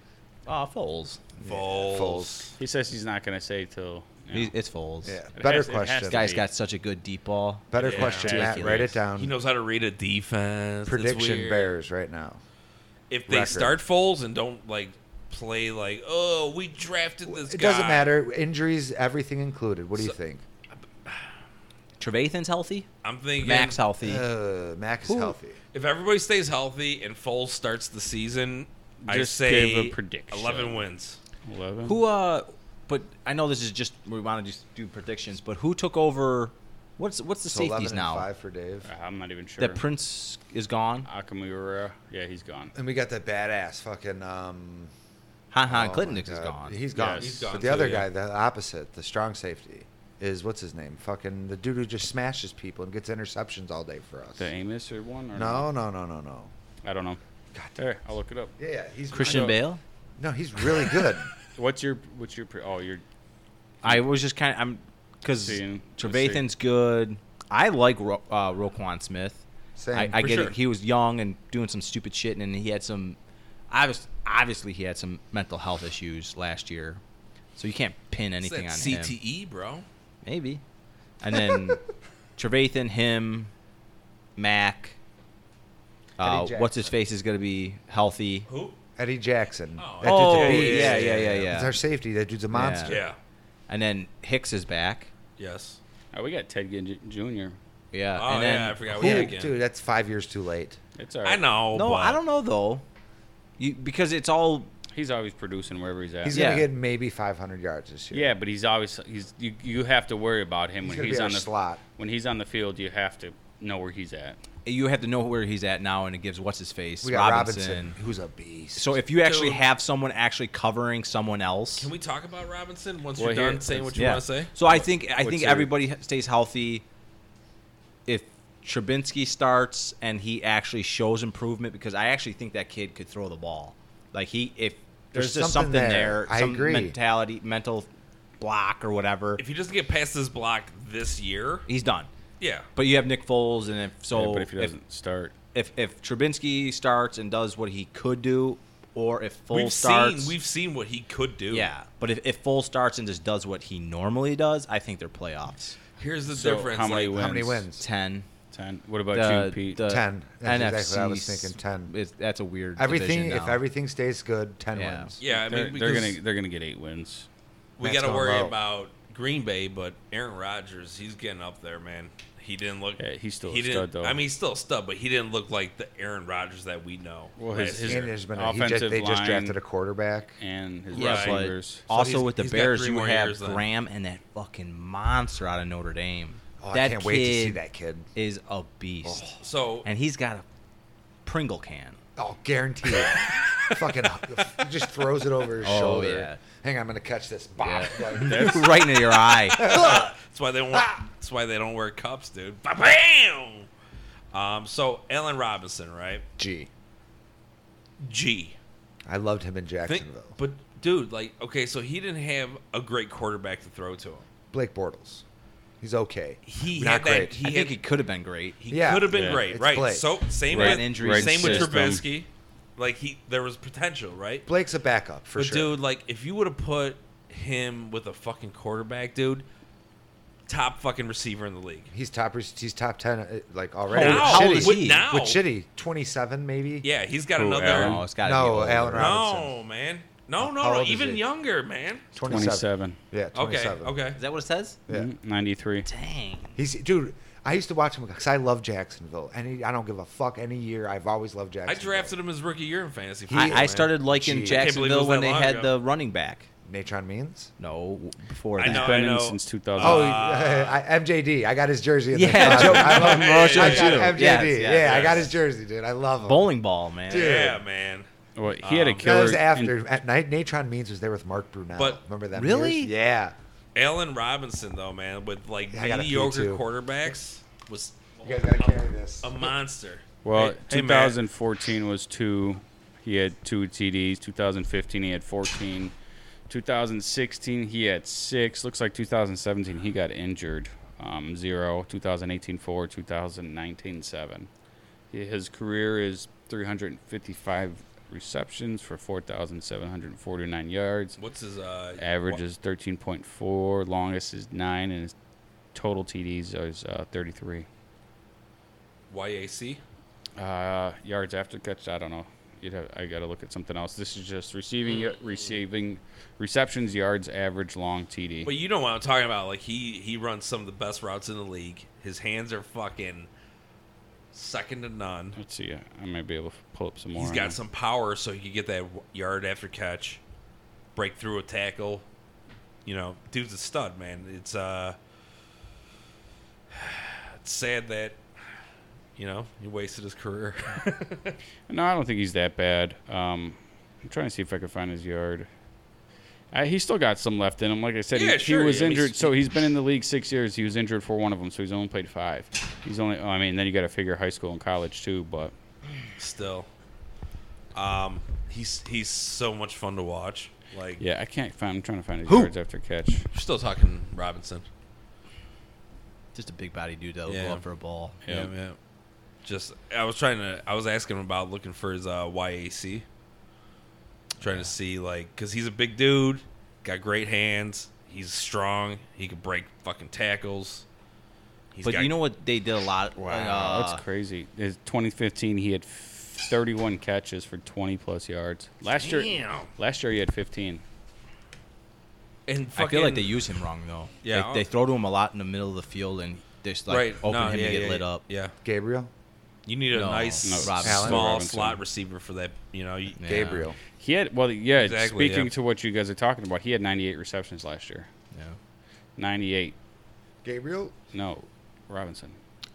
[SPEAKER 4] Ah, Foles.
[SPEAKER 3] Foles.
[SPEAKER 2] Foles.
[SPEAKER 1] He says he's not gonna say till. you know.
[SPEAKER 4] He's- It's Foles.
[SPEAKER 2] Yeah.
[SPEAKER 1] It
[SPEAKER 2] Better
[SPEAKER 1] has- it has
[SPEAKER 2] question.
[SPEAKER 1] to
[SPEAKER 4] Guy's
[SPEAKER 1] be.
[SPEAKER 4] got such a good deep ball.
[SPEAKER 2] Better
[SPEAKER 3] Yeah.
[SPEAKER 2] question, Matt. Write it
[SPEAKER 4] Ridiculous.
[SPEAKER 2] down.
[SPEAKER 3] He knows how to read a defense. It's
[SPEAKER 2] Prediction
[SPEAKER 3] weird.
[SPEAKER 2] Bears right now.
[SPEAKER 3] If they
[SPEAKER 2] record.
[SPEAKER 3] start Foles and don't like play like, oh, we drafted this.
[SPEAKER 2] It doesn't
[SPEAKER 3] guy."
[SPEAKER 2] matter. Injuries, everything included. What do you think?
[SPEAKER 4] Trevathan's healthy.
[SPEAKER 3] I'm thinking
[SPEAKER 4] Max healthy.
[SPEAKER 2] Uh, Mac is
[SPEAKER 4] Who-
[SPEAKER 2] healthy.
[SPEAKER 3] If everybody stays healthy and Foles starts the season, I
[SPEAKER 1] Just
[SPEAKER 3] say
[SPEAKER 1] give a prediction.
[SPEAKER 3] Eleven wins.
[SPEAKER 1] Eleven.
[SPEAKER 4] who? uh But I know this is just we want to just do predictions. But who took over? What's what's the
[SPEAKER 2] So
[SPEAKER 4] safeties
[SPEAKER 2] 11 and
[SPEAKER 4] now?
[SPEAKER 2] five for Dave.
[SPEAKER 1] Uh, I'm not even sure.
[SPEAKER 4] That Prince is gone.
[SPEAKER 1] Akamura. Yeah, he's gone.
[SPEAKER 2] And we got that badass fucking. Um,
[SPEAKER 4] Han Han
[SPEAKER 2] oh
[SPEAKER 4] Clinton
[SPEAKER 2] my
[SPEAKER 4] is
[SPEAKER 2] God.
[SPEAKER 4] gone.
[SPEAKER 2] He's gone.
[SPEAKER 1] Yes. He's
[SPEAKER 3] gone
[SPEAKER 2] But the other
[SPEAKER 3] too,
[SPEAKER 2] guy,
[SPEAKER 3] yeah.
[SPEAKER 2] the opposite, the strong safety, is what's his name? Fucking the dude who just smashes people and gets interceptions all day for us.
[SPEAKER 1] The Amos or one or
[SPEAKER 2] No, no, no, no, no.
[SPEAKER 1] I don't know.
[SPEAKER 2] God damn.
[SPEAKER 1] There, I'll look it up.
[SPEAKER 2] Yeah, yeah, he's
[SPEAKER 4] Christian
[SPEAKER 1] know.
[SPEAKER 4] Bale.
[SPEAKER 2] No, he's really good.
[SPEAKER 1] What's your what's your pre- oh your
[SPEAKER 4] I was just kind of I'm because
[SPEAKER 1] Seeing-
[SPEAKER 4] Trevathan's good. I like Ro- uh, Roquan Smith.
[SPEAKER 2] Same.
[SPEAKER 4] I, I
[SPEAKER 3] For
[SPEAKER 4] get
[SPEAKER 3] sure.
[SPEAKER 4] it. He was young and doing some stupid shit, and he had some. Obviously, obviously, he had some mental health issues last year, so you can't pin
[SPEAKER 3] It's
[SPEAKER 4] anything
[SPEAKER 3] that
[SPEAKER 4] on him.
[SPEAKER 3] CTE, bro.
[SPEAKER 4] Maybe, and then Trevathan, him, Mac. Uh,
[SPEAKER 2] Eddie
[SPEAKER 4] what's his
[SPEAKER 2] Jackson.
[SPEAKER 4] face is going to be healthy.
[SPEAKER 3] Who?
[SPEAKER 2] Eddie Jackson.
[SPEAKER 3] Oh,
[SPEAKER 2] That dude's a
[SPEAKER 3] yeah,
[SPEAKER 2] beast.
[SPEAKER 4] yeah, yeah, yeah,
[SPEAKER 2] It's
[SPEAKER 4] yeah.
[SPEAKER 2] our safety. That dude's a monster.
[SPEAKER 3] Yeah.
[SPEAKER 4] And then Hicks is back.
[SPEAKER 3] Yes.
[SPEAKER 1] oh we got Ted Ginn Jr. Uh,
[SPEAKER 4] Yeah.
[SPEAKER 3] Oh
[SPEAKER 4] and then,
[SPEAKER 3] yeah, I forgot we
[SPEAKER 2] Who-
[SPEAKER 3] had again.
[SPEAKER 2] dude, that's five years too late.
[SPEAKER 1] It's all right.
[SPEAKER 3] I know.
[SPEAKER 4] No,
[SPEAKER 3] but
[SPEAKER 4] I don't know though, you, because it's all
[SPEAKER 1] He's always producing wherever he's at.
[SPEAKER 2] He's
[SPEAKER 4] Yeah.
[SPEAKER 2] gonna get maybe 500 yards this year.
[SPEAKER 1] yeah, but he's always he's you, you have to worry about him
[SPEAKER 2] he's
[SPEAKER 1] when
[SPEAKER 2] gonna
[SPEAKER 1] he's
[SPEAKER 2] be
[SPEAKER 1] on
[SPEAKER 2] on
[SPEAKER 1] the
[SPEAKER 2] the slot.
[SPEAKER 1] when he's on the field. You have to know where he's at.
[SPEAKER 4] you have to know where he's at now, and it gives what's his face
[SPEAKER 2] We got
[SPEAKER 4] Robinson.
[SPEAKER 2] Robinson, who's a beast.
[SPEAKER 4] So if you actually
[SPEAKER 3] Dude.
[SPEAKER 4] have someone actually covering someone else,
[SPEAKER 3] Can we talk about Robinson once
[SPEAKER 1] Well,
[SPEAKER 3] you're
[SPEAKER 1] here-
[SPEAKER 3] done saying what you
[SPEAKER 4] yeah.
[SPEAKER 3] want to say?
[SPEAKER 4] So I think I
[SPEAKER 1] what's
[SPEAKER 4] think
[SPEAKER 1] your-
[SPEAKER 4] everybody stays healthy. If Trubinsky starts and he actually shows improvement, because I actually think that kid could throw the ball. Like he, if there's,
[SPEAKER 2] There's
[SPEAKER 4] just something
[SPEAKER 2] something
[SPEAKER 4] there,
[SPEAKER 2] there. I
[SPEAKER 4] some
[SPEAKER 2] agree.
[SPEAKER 4] mentality, mental block or whatever,
[SPEAKER 3] If he doesn't get past this block this year,
[SPEAKER 4] he's done.
[SPEAKER 3] yeah.
[SPEAKER 4] But you have Nick Foles, and if so,
[SPEAKER 1] Yeah, but if he
[SPEAKER 4] if
[SPEAKER 1] doesn't start,
[SPEAKER 4] if if Trubinsky starts and does what he could do, or if full
[SPEAKER 3] We've
[SPEAKER 4] starts.
[SPEAKER 3] seen we've seen what he could do.
[SPEAKER 4] yeah, but if, if full starts and just does what he normally does, I think they're playoffs.
[SPEAKER 3] Here's the
[SPEAKER 1] So
[SPEAKER 3] difference.
[SPEAKER 1] how many
[SPEAKER 3] like,
[SPEAKER 1] wins?
[SPEAKER 2] How many wins?
[SPEAKER 4] Ten.
[SPEAKER 1] Ten. What about
[SPEAKER 4] The-
[SPEAKER 1] you, Pete?
[SPEAKER 4] the
[SPEAKER 2] Ten. That's
[SPEAKER 4] NFC
[SPEAKER 2] exactly what I was thinking, ten.
[SPEAKER 4] Is, that's a weird.
[SPEAKER 2] Everything.
[SPEAKER 4] division
[SPEAKER 2] If
[SPEAKER 4] now.
[SPEAKER 2] everything stays good, ten
[SPEAKER 4] Yeah.
[SPEAKER 2] wins.
[SPEAKER 3] Yeah,
[SPEAKER 1] they're,
[SPEAKER 3] I mean,
[SPEAKER 1] they're
[SPEAKER 3] because
[SPEAKER 1] gonna they're gonna get eight wins.
[SPEAKER 3] we
[SPEAKER 2] That's
[SPEAKER 3] got to
[SPEAKER 2] going
[SPEAKER 3] worry
[SPEAKER 2] low.
[SPEAKER 3] about Green Bay, but Aaron Rodgers, he's getting up there, man. He didn't look.
[SPEAKER 1] Yeah, he's still
[SPEAKER 3] he
[SPEAKER 1] a stud,
[SPEAKER 3] didn't-
[SPEAKER 1] though.
[SPEAKER 3] I mean, he's still a stud, but he didn't look like the Aaron Rodgers that we know.
[SPEAKER 1] Well, his-
[SPEAKER 3] last
[SPEAKER 1] his-
[SPEAKER 3] year.
[SPEAKER 2] And there's been a, he just,
[SPEAKER 1] Offensive
[SPEAKER 2] they just
[SPEAKER 1] line.
[SPEAKER 2] drafted a quarterback.
[SPEAKER 1] And his
[SPEAKER 4] Yeah,
[SPEAKER 3] Right.
[SPEAKER 4] but
[SPEAKER 1] receivers.
[SPEAKER 4] also
[SPEAKER 3] he's-
[SPEAKER 4] with the
[SPEAKER 3] he's got
[SPEAKER 4] Bears,
[SPEAKER 3] three
[SPEAKER 4] you
[SPEAKER 3] more
[SPEAKER 4] have
[SPEAKER 3] years then.
[SPEAKER 4] Graham and that fucking monster out of Notre Dame.
[SPEAKER 2] Oh,
[SPEAKER 4] that
[SPEAKER 2] I can't wait to see
[SPEAKER 4] kid
[SPEAKER 2] that Oh. kid.
[SPEAKER 4] Is a beast,
[SPEAKER 3] So
[SPEAKER 4] and he's got a Pringle can.
[SPEAKER 2] Oh, guaranteed. Fucking just throws it over his
[SPEAKER 4] Oh,
[SPEAKER 2] shoulder.
[SPEAKER 4] yeah.
[SPEAKER 2] Hang on, I'm gonna catch this. Bop. Like,
[SPEAKER 4] right into your eye.
[SPEAKER 3] that's why they don't.
[SPEAKER 2] Ah!
[SPEAKER 3] That's why they don't wear cups, dude. Bam. Um. So Allen Robinson, right?
[SPEAKER 2] Gee,
[SPEAKER 3] G.
[SPEAKER 2] I loved him in
[SPEAKER 3] Think-
[SPEAKER 2] Jacksonville.
[SPEAKER 3] but dude, like, okay, so he didn't have a great quarterback to throw to him.
[SPEAKER 2] Blake Bortles, he's okay.
[SPEAKER 3] He
[SPEAKER 2] Not
[SPEAKER 3] had
[SPEAKER 2] great.
[SPEAKER 3] that.
[SPEAKER 4] I
[SPEAKER 3] He,
[SPEAKER 4] think
[SPEAKER 3] had,
[SPEAKER 4] he could have been great.
[SPEAKER 3] he
[SPEAKER 2] Yeah.
[SPEAKER 3] could have been
[SPEAKER 1] Yeah.
[SPEAKER 3] great,
[SPEAKER 2] It's
[SPEAKER 3] right?
[SPEAKER 2] Blake.
[SPEAKER 3] So same
[SPEAKER 4] Right.
[SPEAKER 3] with
[SPEAKER 4] Injury
[SPEAKER 3] same with
[SPEAKER 1] system.
[SPEAKER 3] Trubisky. Like he, there was potential, right?
[SPEAKER 2] Blake's a backup for
[SPEAKER 3] but
[SPEAKER 2] sure.
[SPEAKER 3] dude, like, if you would have put him with a fucking quarterback, dude, top fucking receiver in the league.
[SPEAKER 2] he's top. He's top ten. uh, Like already.
[SPEAKER 4] Now, how old
[SPEAKER 2] with
[SPEAKER 4] is
[SPEAKER 2] shitty.
[SPEAKER 3] with
[SPEAKER 4] he?
[SPEAKER 3] now,
[SPEAKER 2] With shitty, twenty-seven maybe.
[SPEAKER 3] yeah, he's got
[SPEAKER 1] Who,
[SPEAKER 3] another.
[SPEAKER 1] Allen?
[SPEAKER 4] No, it's got to
[SPEAKER 2] No,
[SPEAKER 4] be older.
[SPEAKER 2] Allen
[SPEAKER 3] No,
[SPEAKER 2] Robinson.
[SPEAKER 3] man, no, no,
[SPEAKER 2] How
[SPEAKER 3] no.
[SPEAKER 2] old is
[SPEAKER 3] even
[SPEAKER 2] he?
[SPEAKER 3] younger, man.
[SPEAKER 2] 27.
[SPEAKER 1] 27.
[SPEAKER 2] Yeah,
[SPEAKER 3] Okay,
[SPEAKER 2] twenty-seven.
[SPEAKER 3] okay.
[SPEAKER 4] Is that what it says?
[SPEAKER 2] Yeah.
[SPEAKER 1] Mhm, 93.
[SPEAKER 4] Dang.
[SPEAKER 2] He's dude. I used to watch him because I love Jacksonville. Any, I don't give a fuck. Any year, I've always loved
[SPEAKER 3] I
[SPEAKER 2] Jacksonville.
[SPEAKER 3] drafted him his rookie year in fantasy. football,
[SPEAKER 4] I, I
[SPEAKER 3] man.
[SPEAKER 4] started liking
[SPEAKER 2] Jeez.
[SPEAKER 3] Can't believe it
[SPEAKER 4] Jacksonville
[SPEAKER 3] was
[SPEAKER 4] when
[SPEAKER 3] that
[SPEAKER 4] they
[SPEAKER 3] long
[SPEAKER 4] had
[SPEAKER 3] ago.
[SPEAKER 4] the running back.
[SPEAKER 2] Natron Means.
[SPEAKER 4] No, w- before
[SPEAKER 3] I
[SPEAKER 4] that.
[SPEAKER 1] He's
[SPEAKER 3] know,
[SPEAKER 1] been
[SPEAKER 3] know.
[SPEAKER 1] in since 2000.
[SPEAKER 3] Uh,
[SPEAKER 2] Oh, I, MJD. I got his jersey. In the
[SPEAKER 4] Yeah,
[SPEAKER 2] closet.
[SPEAKER 4] Joe-
[SPEAKER 2] I love
[SPEAKER 3] Hey, Rochelle
[SPEAKER 2] I got
[SPEAKER 3] too.
[SPEAKER 2] MJD.
[SPEAKER 4] Yes, yes,
[SPEAKER 2] yeah, I
[SPEAKER 4] yes.
[SPEAKER 2] got his jersey, dude. I love him.
[SPEAKER 4] Bowling ball, man.
[SPEAKER 2] Dude.
[SPEAKER 3] Yeah, man.
[SPEAKER 1] Well, he had a
[SPEAKER 3] Um,
[SPEAKER 2] That
[SPEAKER 1] killer.
[SPEAKER 2] was after
[SPEAKER 1] in-
[SPEAKER 2] at night. Natron Means was there with Mark Brunel.
[SPEAKER 3] But-
[SPEAKER 2] remember that?
[SPEAKER 4] Really?
[SPEAKER 2] Yeah.
[SPEAKER 3] Allen Robinson, though, man, with like
[SPEAKER 2] I gotta pee,
[SPEAKER 3] mediocre
[SPEAKER 2] too.
[SPEAKER 3] quarterbacks, was
[SPEAKER 2] You guys gotta carry this.
[SPEAKER 3] a monster.
[SPEAKER 1] well,
[SPEAKER 3] Hey- hey, Matt.
[SPEAKER 1] 2014 was two. He had two TDs. 2015, he had 14. 2016, he had six. Looks like 2017, he got injured. Um, zero. 2018, four. 2019, seven. He- His career is 355 receptions for 4,749 yards.
[SPEAKER 3] What's his uh,
[SPEAKER 1] Average is 13.4. Longest is nine, and his total TDs is uh, 33.
[SPEAKER 3] Y- YAC?
[SPEAKER 1] Uh, yards after catch, I don't know. You'd have, I got to look at something else. This is just receiving, receiving, receptions, yards, average, long TD.
[SPEAKER 3] But you know what I'm talking about. Like he he runs some of the best routes in the league. His hands are fucking second to none.
[SPEAKER 1] Let's see. I might be able to pull up some more.
[SPEAKER 3] He's
[SPEAKER 1] on
[SPEAKER 3] got
[SPEAKER 1] that.
[SPEAKER 3] some power, so he can get that w- yard after catch, break through a tackle. You know, dude's a stud, man. It's uh, it's sad that you know he wasted his career.
[SPEAKER 1] No, I don't think he's that bad. Um, I'm trying to see if I can find his yard. Uh, he's still got some left in him. Like I said,
[SPEAKER 3] Yeah,
[SPEAKER 1] he,
[SPEAKER 3] sure,
[SPEAKER 1] he was
[SPEAKER 3] yeah,
[SPEAKER 1] injured.
[SPEAKER 3] he's-
[SPEAKER 1] so he's been in the league six years. He was injured for one of them, so he's only played five. He's only. Oh, I mean, then you got to figure high school and college too. But
[SPEAKER 3] Still, um, he's he's so much fun to watch. Like,
[SPEAKER 1] yeah, I can't find. I'm trying to find his
[SPEAKER 4] Who?
[SPEAKER 1] yards after catch.
[SPEAKER 3] we're still talking Robinson.
[SPEAKER 4] Just a big body dude that'll
[SPEAKER 3] Yeah.
[SPEAKER 4] go up for a ball.
[SPEAKER 1] Yeah.
[SPEAKER 3] yeah. Just, I was trying to, I was asking him about looking for his uh, YAC, trying to see like, cause he's a big dude, got great hands, he's strong, he could break fucking tackles. He's
[SPEAKER 4] but
[SPEAKER 3] got-
[SPEAKER 4] you know what they did a lot?
[SPEAKER 1] Wow,
[SPEAKER 4] uh,
[SPEAKER 1] that's crazy. His 2015, he had 31 catches for 20 plus yards. Last year,
[SPEAKER 3] Damn.
[SPEAKER 1] last year he had 15.
[SPEAKER 3] and
[SPEAKER 4] I feel like they
[SPEAKER 3] fucking-
[SPEAKER 4] use him wrong though.
[SPEAKER 3] Yeah.
[SPEAKER 4] they, they throw to him a lot in the middle of the field and just like
[SPEAKER 3] right,
[SPEAKER 4] open
[SPEAKER 3] no,
[SPEAKER 4] him
[SPEAKER 3] yeah,
[SPEAKER 4] to get
[SPEAKER 3] yeah,
[SPEAKER 4] lit
[SPEAKER 3] yeah.
[SPEAKER 4] up.
[SPEAKER 3] Yeah,
[SPEAKER 2] Gabriel.
[SPEAKER 3] you need a
[SPEAKER 4] No,
[SPEAKER 3] nice
[SPEAKER 1] no,
[SPEAKER 3] small
[SPEAKER 4] Robinson.
[SPEAKER 1] Robinson.
[SPEAKER 3] slot receiver for that. You know, you,
[SPEAKER 4] Yeah.
[SPEAKER 2] Gabriel.
[SPEAKER 1] He had well, yeah.
[SPEAKER 3] Exactly,
[SPEAKER 1] speaking
[SPEAKER 3] yeah.
[SPEAKER 1] to what you guys are talking about, he had 98 receptions last year.
[SPEAKER 4] Yeah.
[SPEAKER 1] 98.
[SPEAKER 2] Gabriel.
[SPEAKER 1] No, Robinson.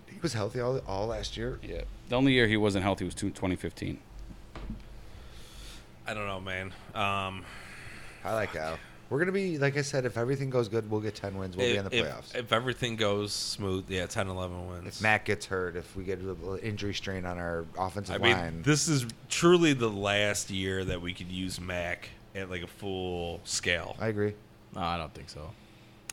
[SPEAKER 2] He was healthy all, all last year.
[SPEAKER 1] Yeah. The only year he wasn't healthy was two- 2015.
[SPEAKER 3] I don't know, man. Um,
[SPEAKER 2] I like Al. We're gonna be like I said. If everything goes good, we'll get ten wins. We'll be in the
[SPEAKER 3] Um, if,
[SPEAKER 2] playoffs. If,
[SPEAKER 3] If, if everything goes smooth, yeah, 10, 11 wins.
[SPEAKER 2] Matt gets hurt, if we get a little injury strain on our offensive
[SPEAKER 3] I mean,
[SPEAKER 2] line,
[SPEAKER 3] this is truly the last year that we could use Mac at like a full scale.
[SPEAKER 2] I agree.
[SPEAKER 4] No, I don't think so.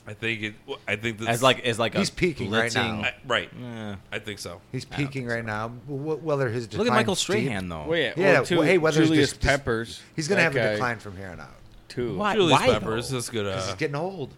[SPEAKER 3] I think it. I think that's
[SPEAKER 4] as like as like
[SPEAKER 2] He's
[SPEAKER 4] a
[SPEAKER 2] peaking right
[SPEAKER 4] blitzing-
[SPEAKER 2] now.
[SPEAKER 3] I, right.
[SPEAKER 4] Yeah.
[SPEAKER 3] I think so.
[SPEAKER 2] He's
[SPEAKER 4] I don't
[SPEAKER 2] peaking
[SPEAKER 4] think
[SPEAKER 2] right now. Wh- Whether his
[SPEAKER 4] Look at Michael
[SPEAKER 2] decline's steep-
[SPEAKER 4] Strahan though.
[SPEAKER 1] Well, yeah,
[SPEAKER 2] Yeah,
[SPEAKER 1] well, two,
[SPEAKER 2] well, hey, whether it's
[SPEAKER 1] Julius
[SPEAKER 2] just- just-
[SPEAKER 1] Peppers.
[SPEAKER 2] He's gonna
[SPEAKER 1] that
[SPEAKER 2] have
[SPEAKER 1] guy,
[SPEAKER 2] a decline from here on out
[SPEAKER 1] too.
[SPEAKER 4] Why-
[SPEAKER 3] Julius
[SPEAKER 4] why,
[SPEAKER 3] Peppers
[SPEAKER 4] though?
[SPEAKER 3] is good.
[SPEAKER 2] because
[SPEAKER 3] Uh,
[SPEAKER 2] he's getting old.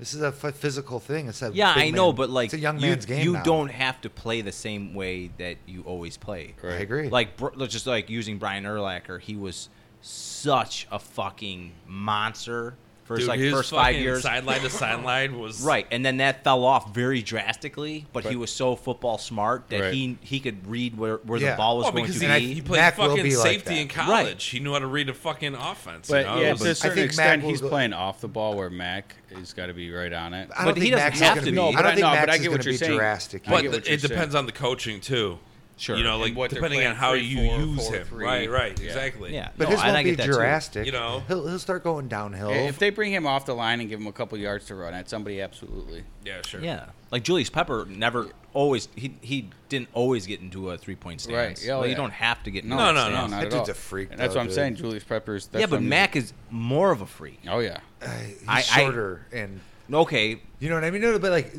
[SPEAKER 2] This is a f- physical thing. It's a
[SPEAKER 4] Yeah,
[SPEAKER 2] big
[SPEAKER 4] I know,
[SPEAKER 2] man-
[SPEAKER 4] but like
[SPEAKER 2] it's a young
[SPEAKER 4] you,
[SPEAKER 2] man's game.
[SPEAKER 4] you
[SPEAKER 2] now.
[SPEAKER 4] don't have to play the same way that you always play.
[SPEAKER 1] Right.
[SPEAKER 2] I agree.
[SPEAKER 4] Like br- let's just like using Brian Urlacher, he was such a fucking monster first
[SPEAKER 3] dude,
[SPEAKER 4] like
[SPEAKER 3] his
[SPEAKER 4] first five
[SPEAKER 3] fucking
[SPEAKER 4] years.
[SPEAKER 3] sideline to sideline was
[SPEAKER 4] Right, and then that fell off very drastically, but he
[SPEAKER 1] But-
[SPEAKER 4] was so football smart that
[SPEAKER 1] Right.
[SPEAKER 4] he he could read where, where
[SPEAKER 2] Yeah.
[SPEAKER 4] the ball was
[SPEAKER 3] Well,
[SPEAKER 4] going to
[SPEAKER 3] because
[SPEAKER 4] be.
[SPEAKER 3] he,
[SPEAKER 2] And I-
[SPEAKER 3] he played
[SPEAKER 2] Mac will
[SPEAKER 3] fucking
[SPEAKER 2] be like
[SPEAKER 3] safety
[SPEAKER 2] that.
[SPEAKER 3] in college.
[SPEAKER 4] Right.
[SPEAKER 3] He knew how to read a fucking offense. you
[SPEAKER 1] But
[SPEAKER 3] know? It
[SPEAKER 1] yeah,
[SPEAKER 3] was-
[SPEAKER 1] to a certain
[SPEAKER 2] think Mac
[SPEAKER 1] extent,
[SPEAKER 2] will
[SPEAKER 1] he's
[SPEAKER 2] go-
[SPEAKER 1] playing off the ball where Mac has got to be right on it.
[SPEAKER 2] I
[SPEAKER 4] but
[SPEAKER 2] don't
[SPEAKER 4] he
[SPEAKER 2] think
[SPEAKER 4] doesn't
[SPEAKER 2] Max
[SPEAKER 4] have
[SPEAKER 2] is gonna be.
[SPEAKER 4] to be.
[SPEAKER 1] No,
[SPEAKER 2] I
[SPEAKER 1] but
[SPEAKER 2] don't
[SPEAKER 1] I
[SPEAKER 2] think
[SPEAKER 1] know, but
[SPEAKER 2] Max
[SPEAKER 1] I
[SPEAKER 2] is
[SPEAKER 1] get
[SPEAKER 2] gonna
[SPEAKER 1] what
[SPEAKER 2] be
[SPEAKER 1] you're saying.
[SPEAKER 2] drastic.
[SPEAKER 1] I get
[SPEAKER 3] but the-
[SPEAKER 1] what
[SPEAKER 3] it
[SPEAKER 1] you're saying.
[SPEAKER 3] depends on the coaching too.
[SPEAKER 4] Sure.
[SPEAKER 3] You know, like
[SPEAKER 1] And what they're
[SPEAKER 3] depending on
[SPEAKER 1] playing,
[SPEAKER 3] how
[SPEAKER 1] three,
[SPEAKER 3] you
[SPEAKER 1] four,
[SPEAKER 3] use
[SPEAKER 1] four,
[SPEAKER 3] him.
[SPEAKER 1] three.
[SPEAKER 3] Right, right,
[SPEAKER 1] Yeah.
[SPEAKER 3] exactly.
[SPEAKER 4] yeah,
[SPEAKER 2] But
[SPEAKER 4] no,
[SPEAKER 2] his
[SPEAKER 4] and I
[SPEAKER 2] won't be
[SPEAKER 4] get that too.
[SPEAKER 2] drastic.
[SPEAKER 3] You know?
[SPEAKER 2] he'll he'll start going downhill.
[SPEAKER 1] If they bring him off the line and give him a couple yards to run at somebody, absolutely.
[SPEAKER 3] Yeah, sure.
[SPEAKER 4] Yeah, like Julius Pepper never always he he didn't always get into a three point stance.
[SPEAKER 2] oh,
[SPEAKER 1] Right, yeah,
[SPEAKER 4] Well, you
[SPEAKER 1] yeah.
[SPEAKER 4] don't have to get into
[SPEAKER 1] No,
[SPEAKER 4] a
[SPEAKER 3] no,
[SPEAKER 4] stance.
[SPEAKER 3] no.
[SPEAKER 1] not
[SPEAKER 2] That
[SPEAKER 1] at
[SPEAKER 2] dude's
[SPEAKER 1] all.
[SPEAKER 2] a freak,
[SPEAKER 1] And that's
[SPEAKER 2] though,
[SPEAKER 1] what I'm
[SPEAKER 2] dude.
[SPEAKER 1] saying. Julius Peppers. That's
[SPEAKER 4] yeah,
[SPEAKER 1] what
[SPEAKER 4] but
[SPEAKER 1] I'm-
[SPEAKER 4] Mac is more of a freak.
[SPEAKER 1] Oh yeah.
[SPEAKER 2] he's
[SPEAKER 4] I- I-
[SPEAKER 2] shorter and
[SPEAKER 4] Okay,
[SPEAKER 2] you know what I mean. No, but like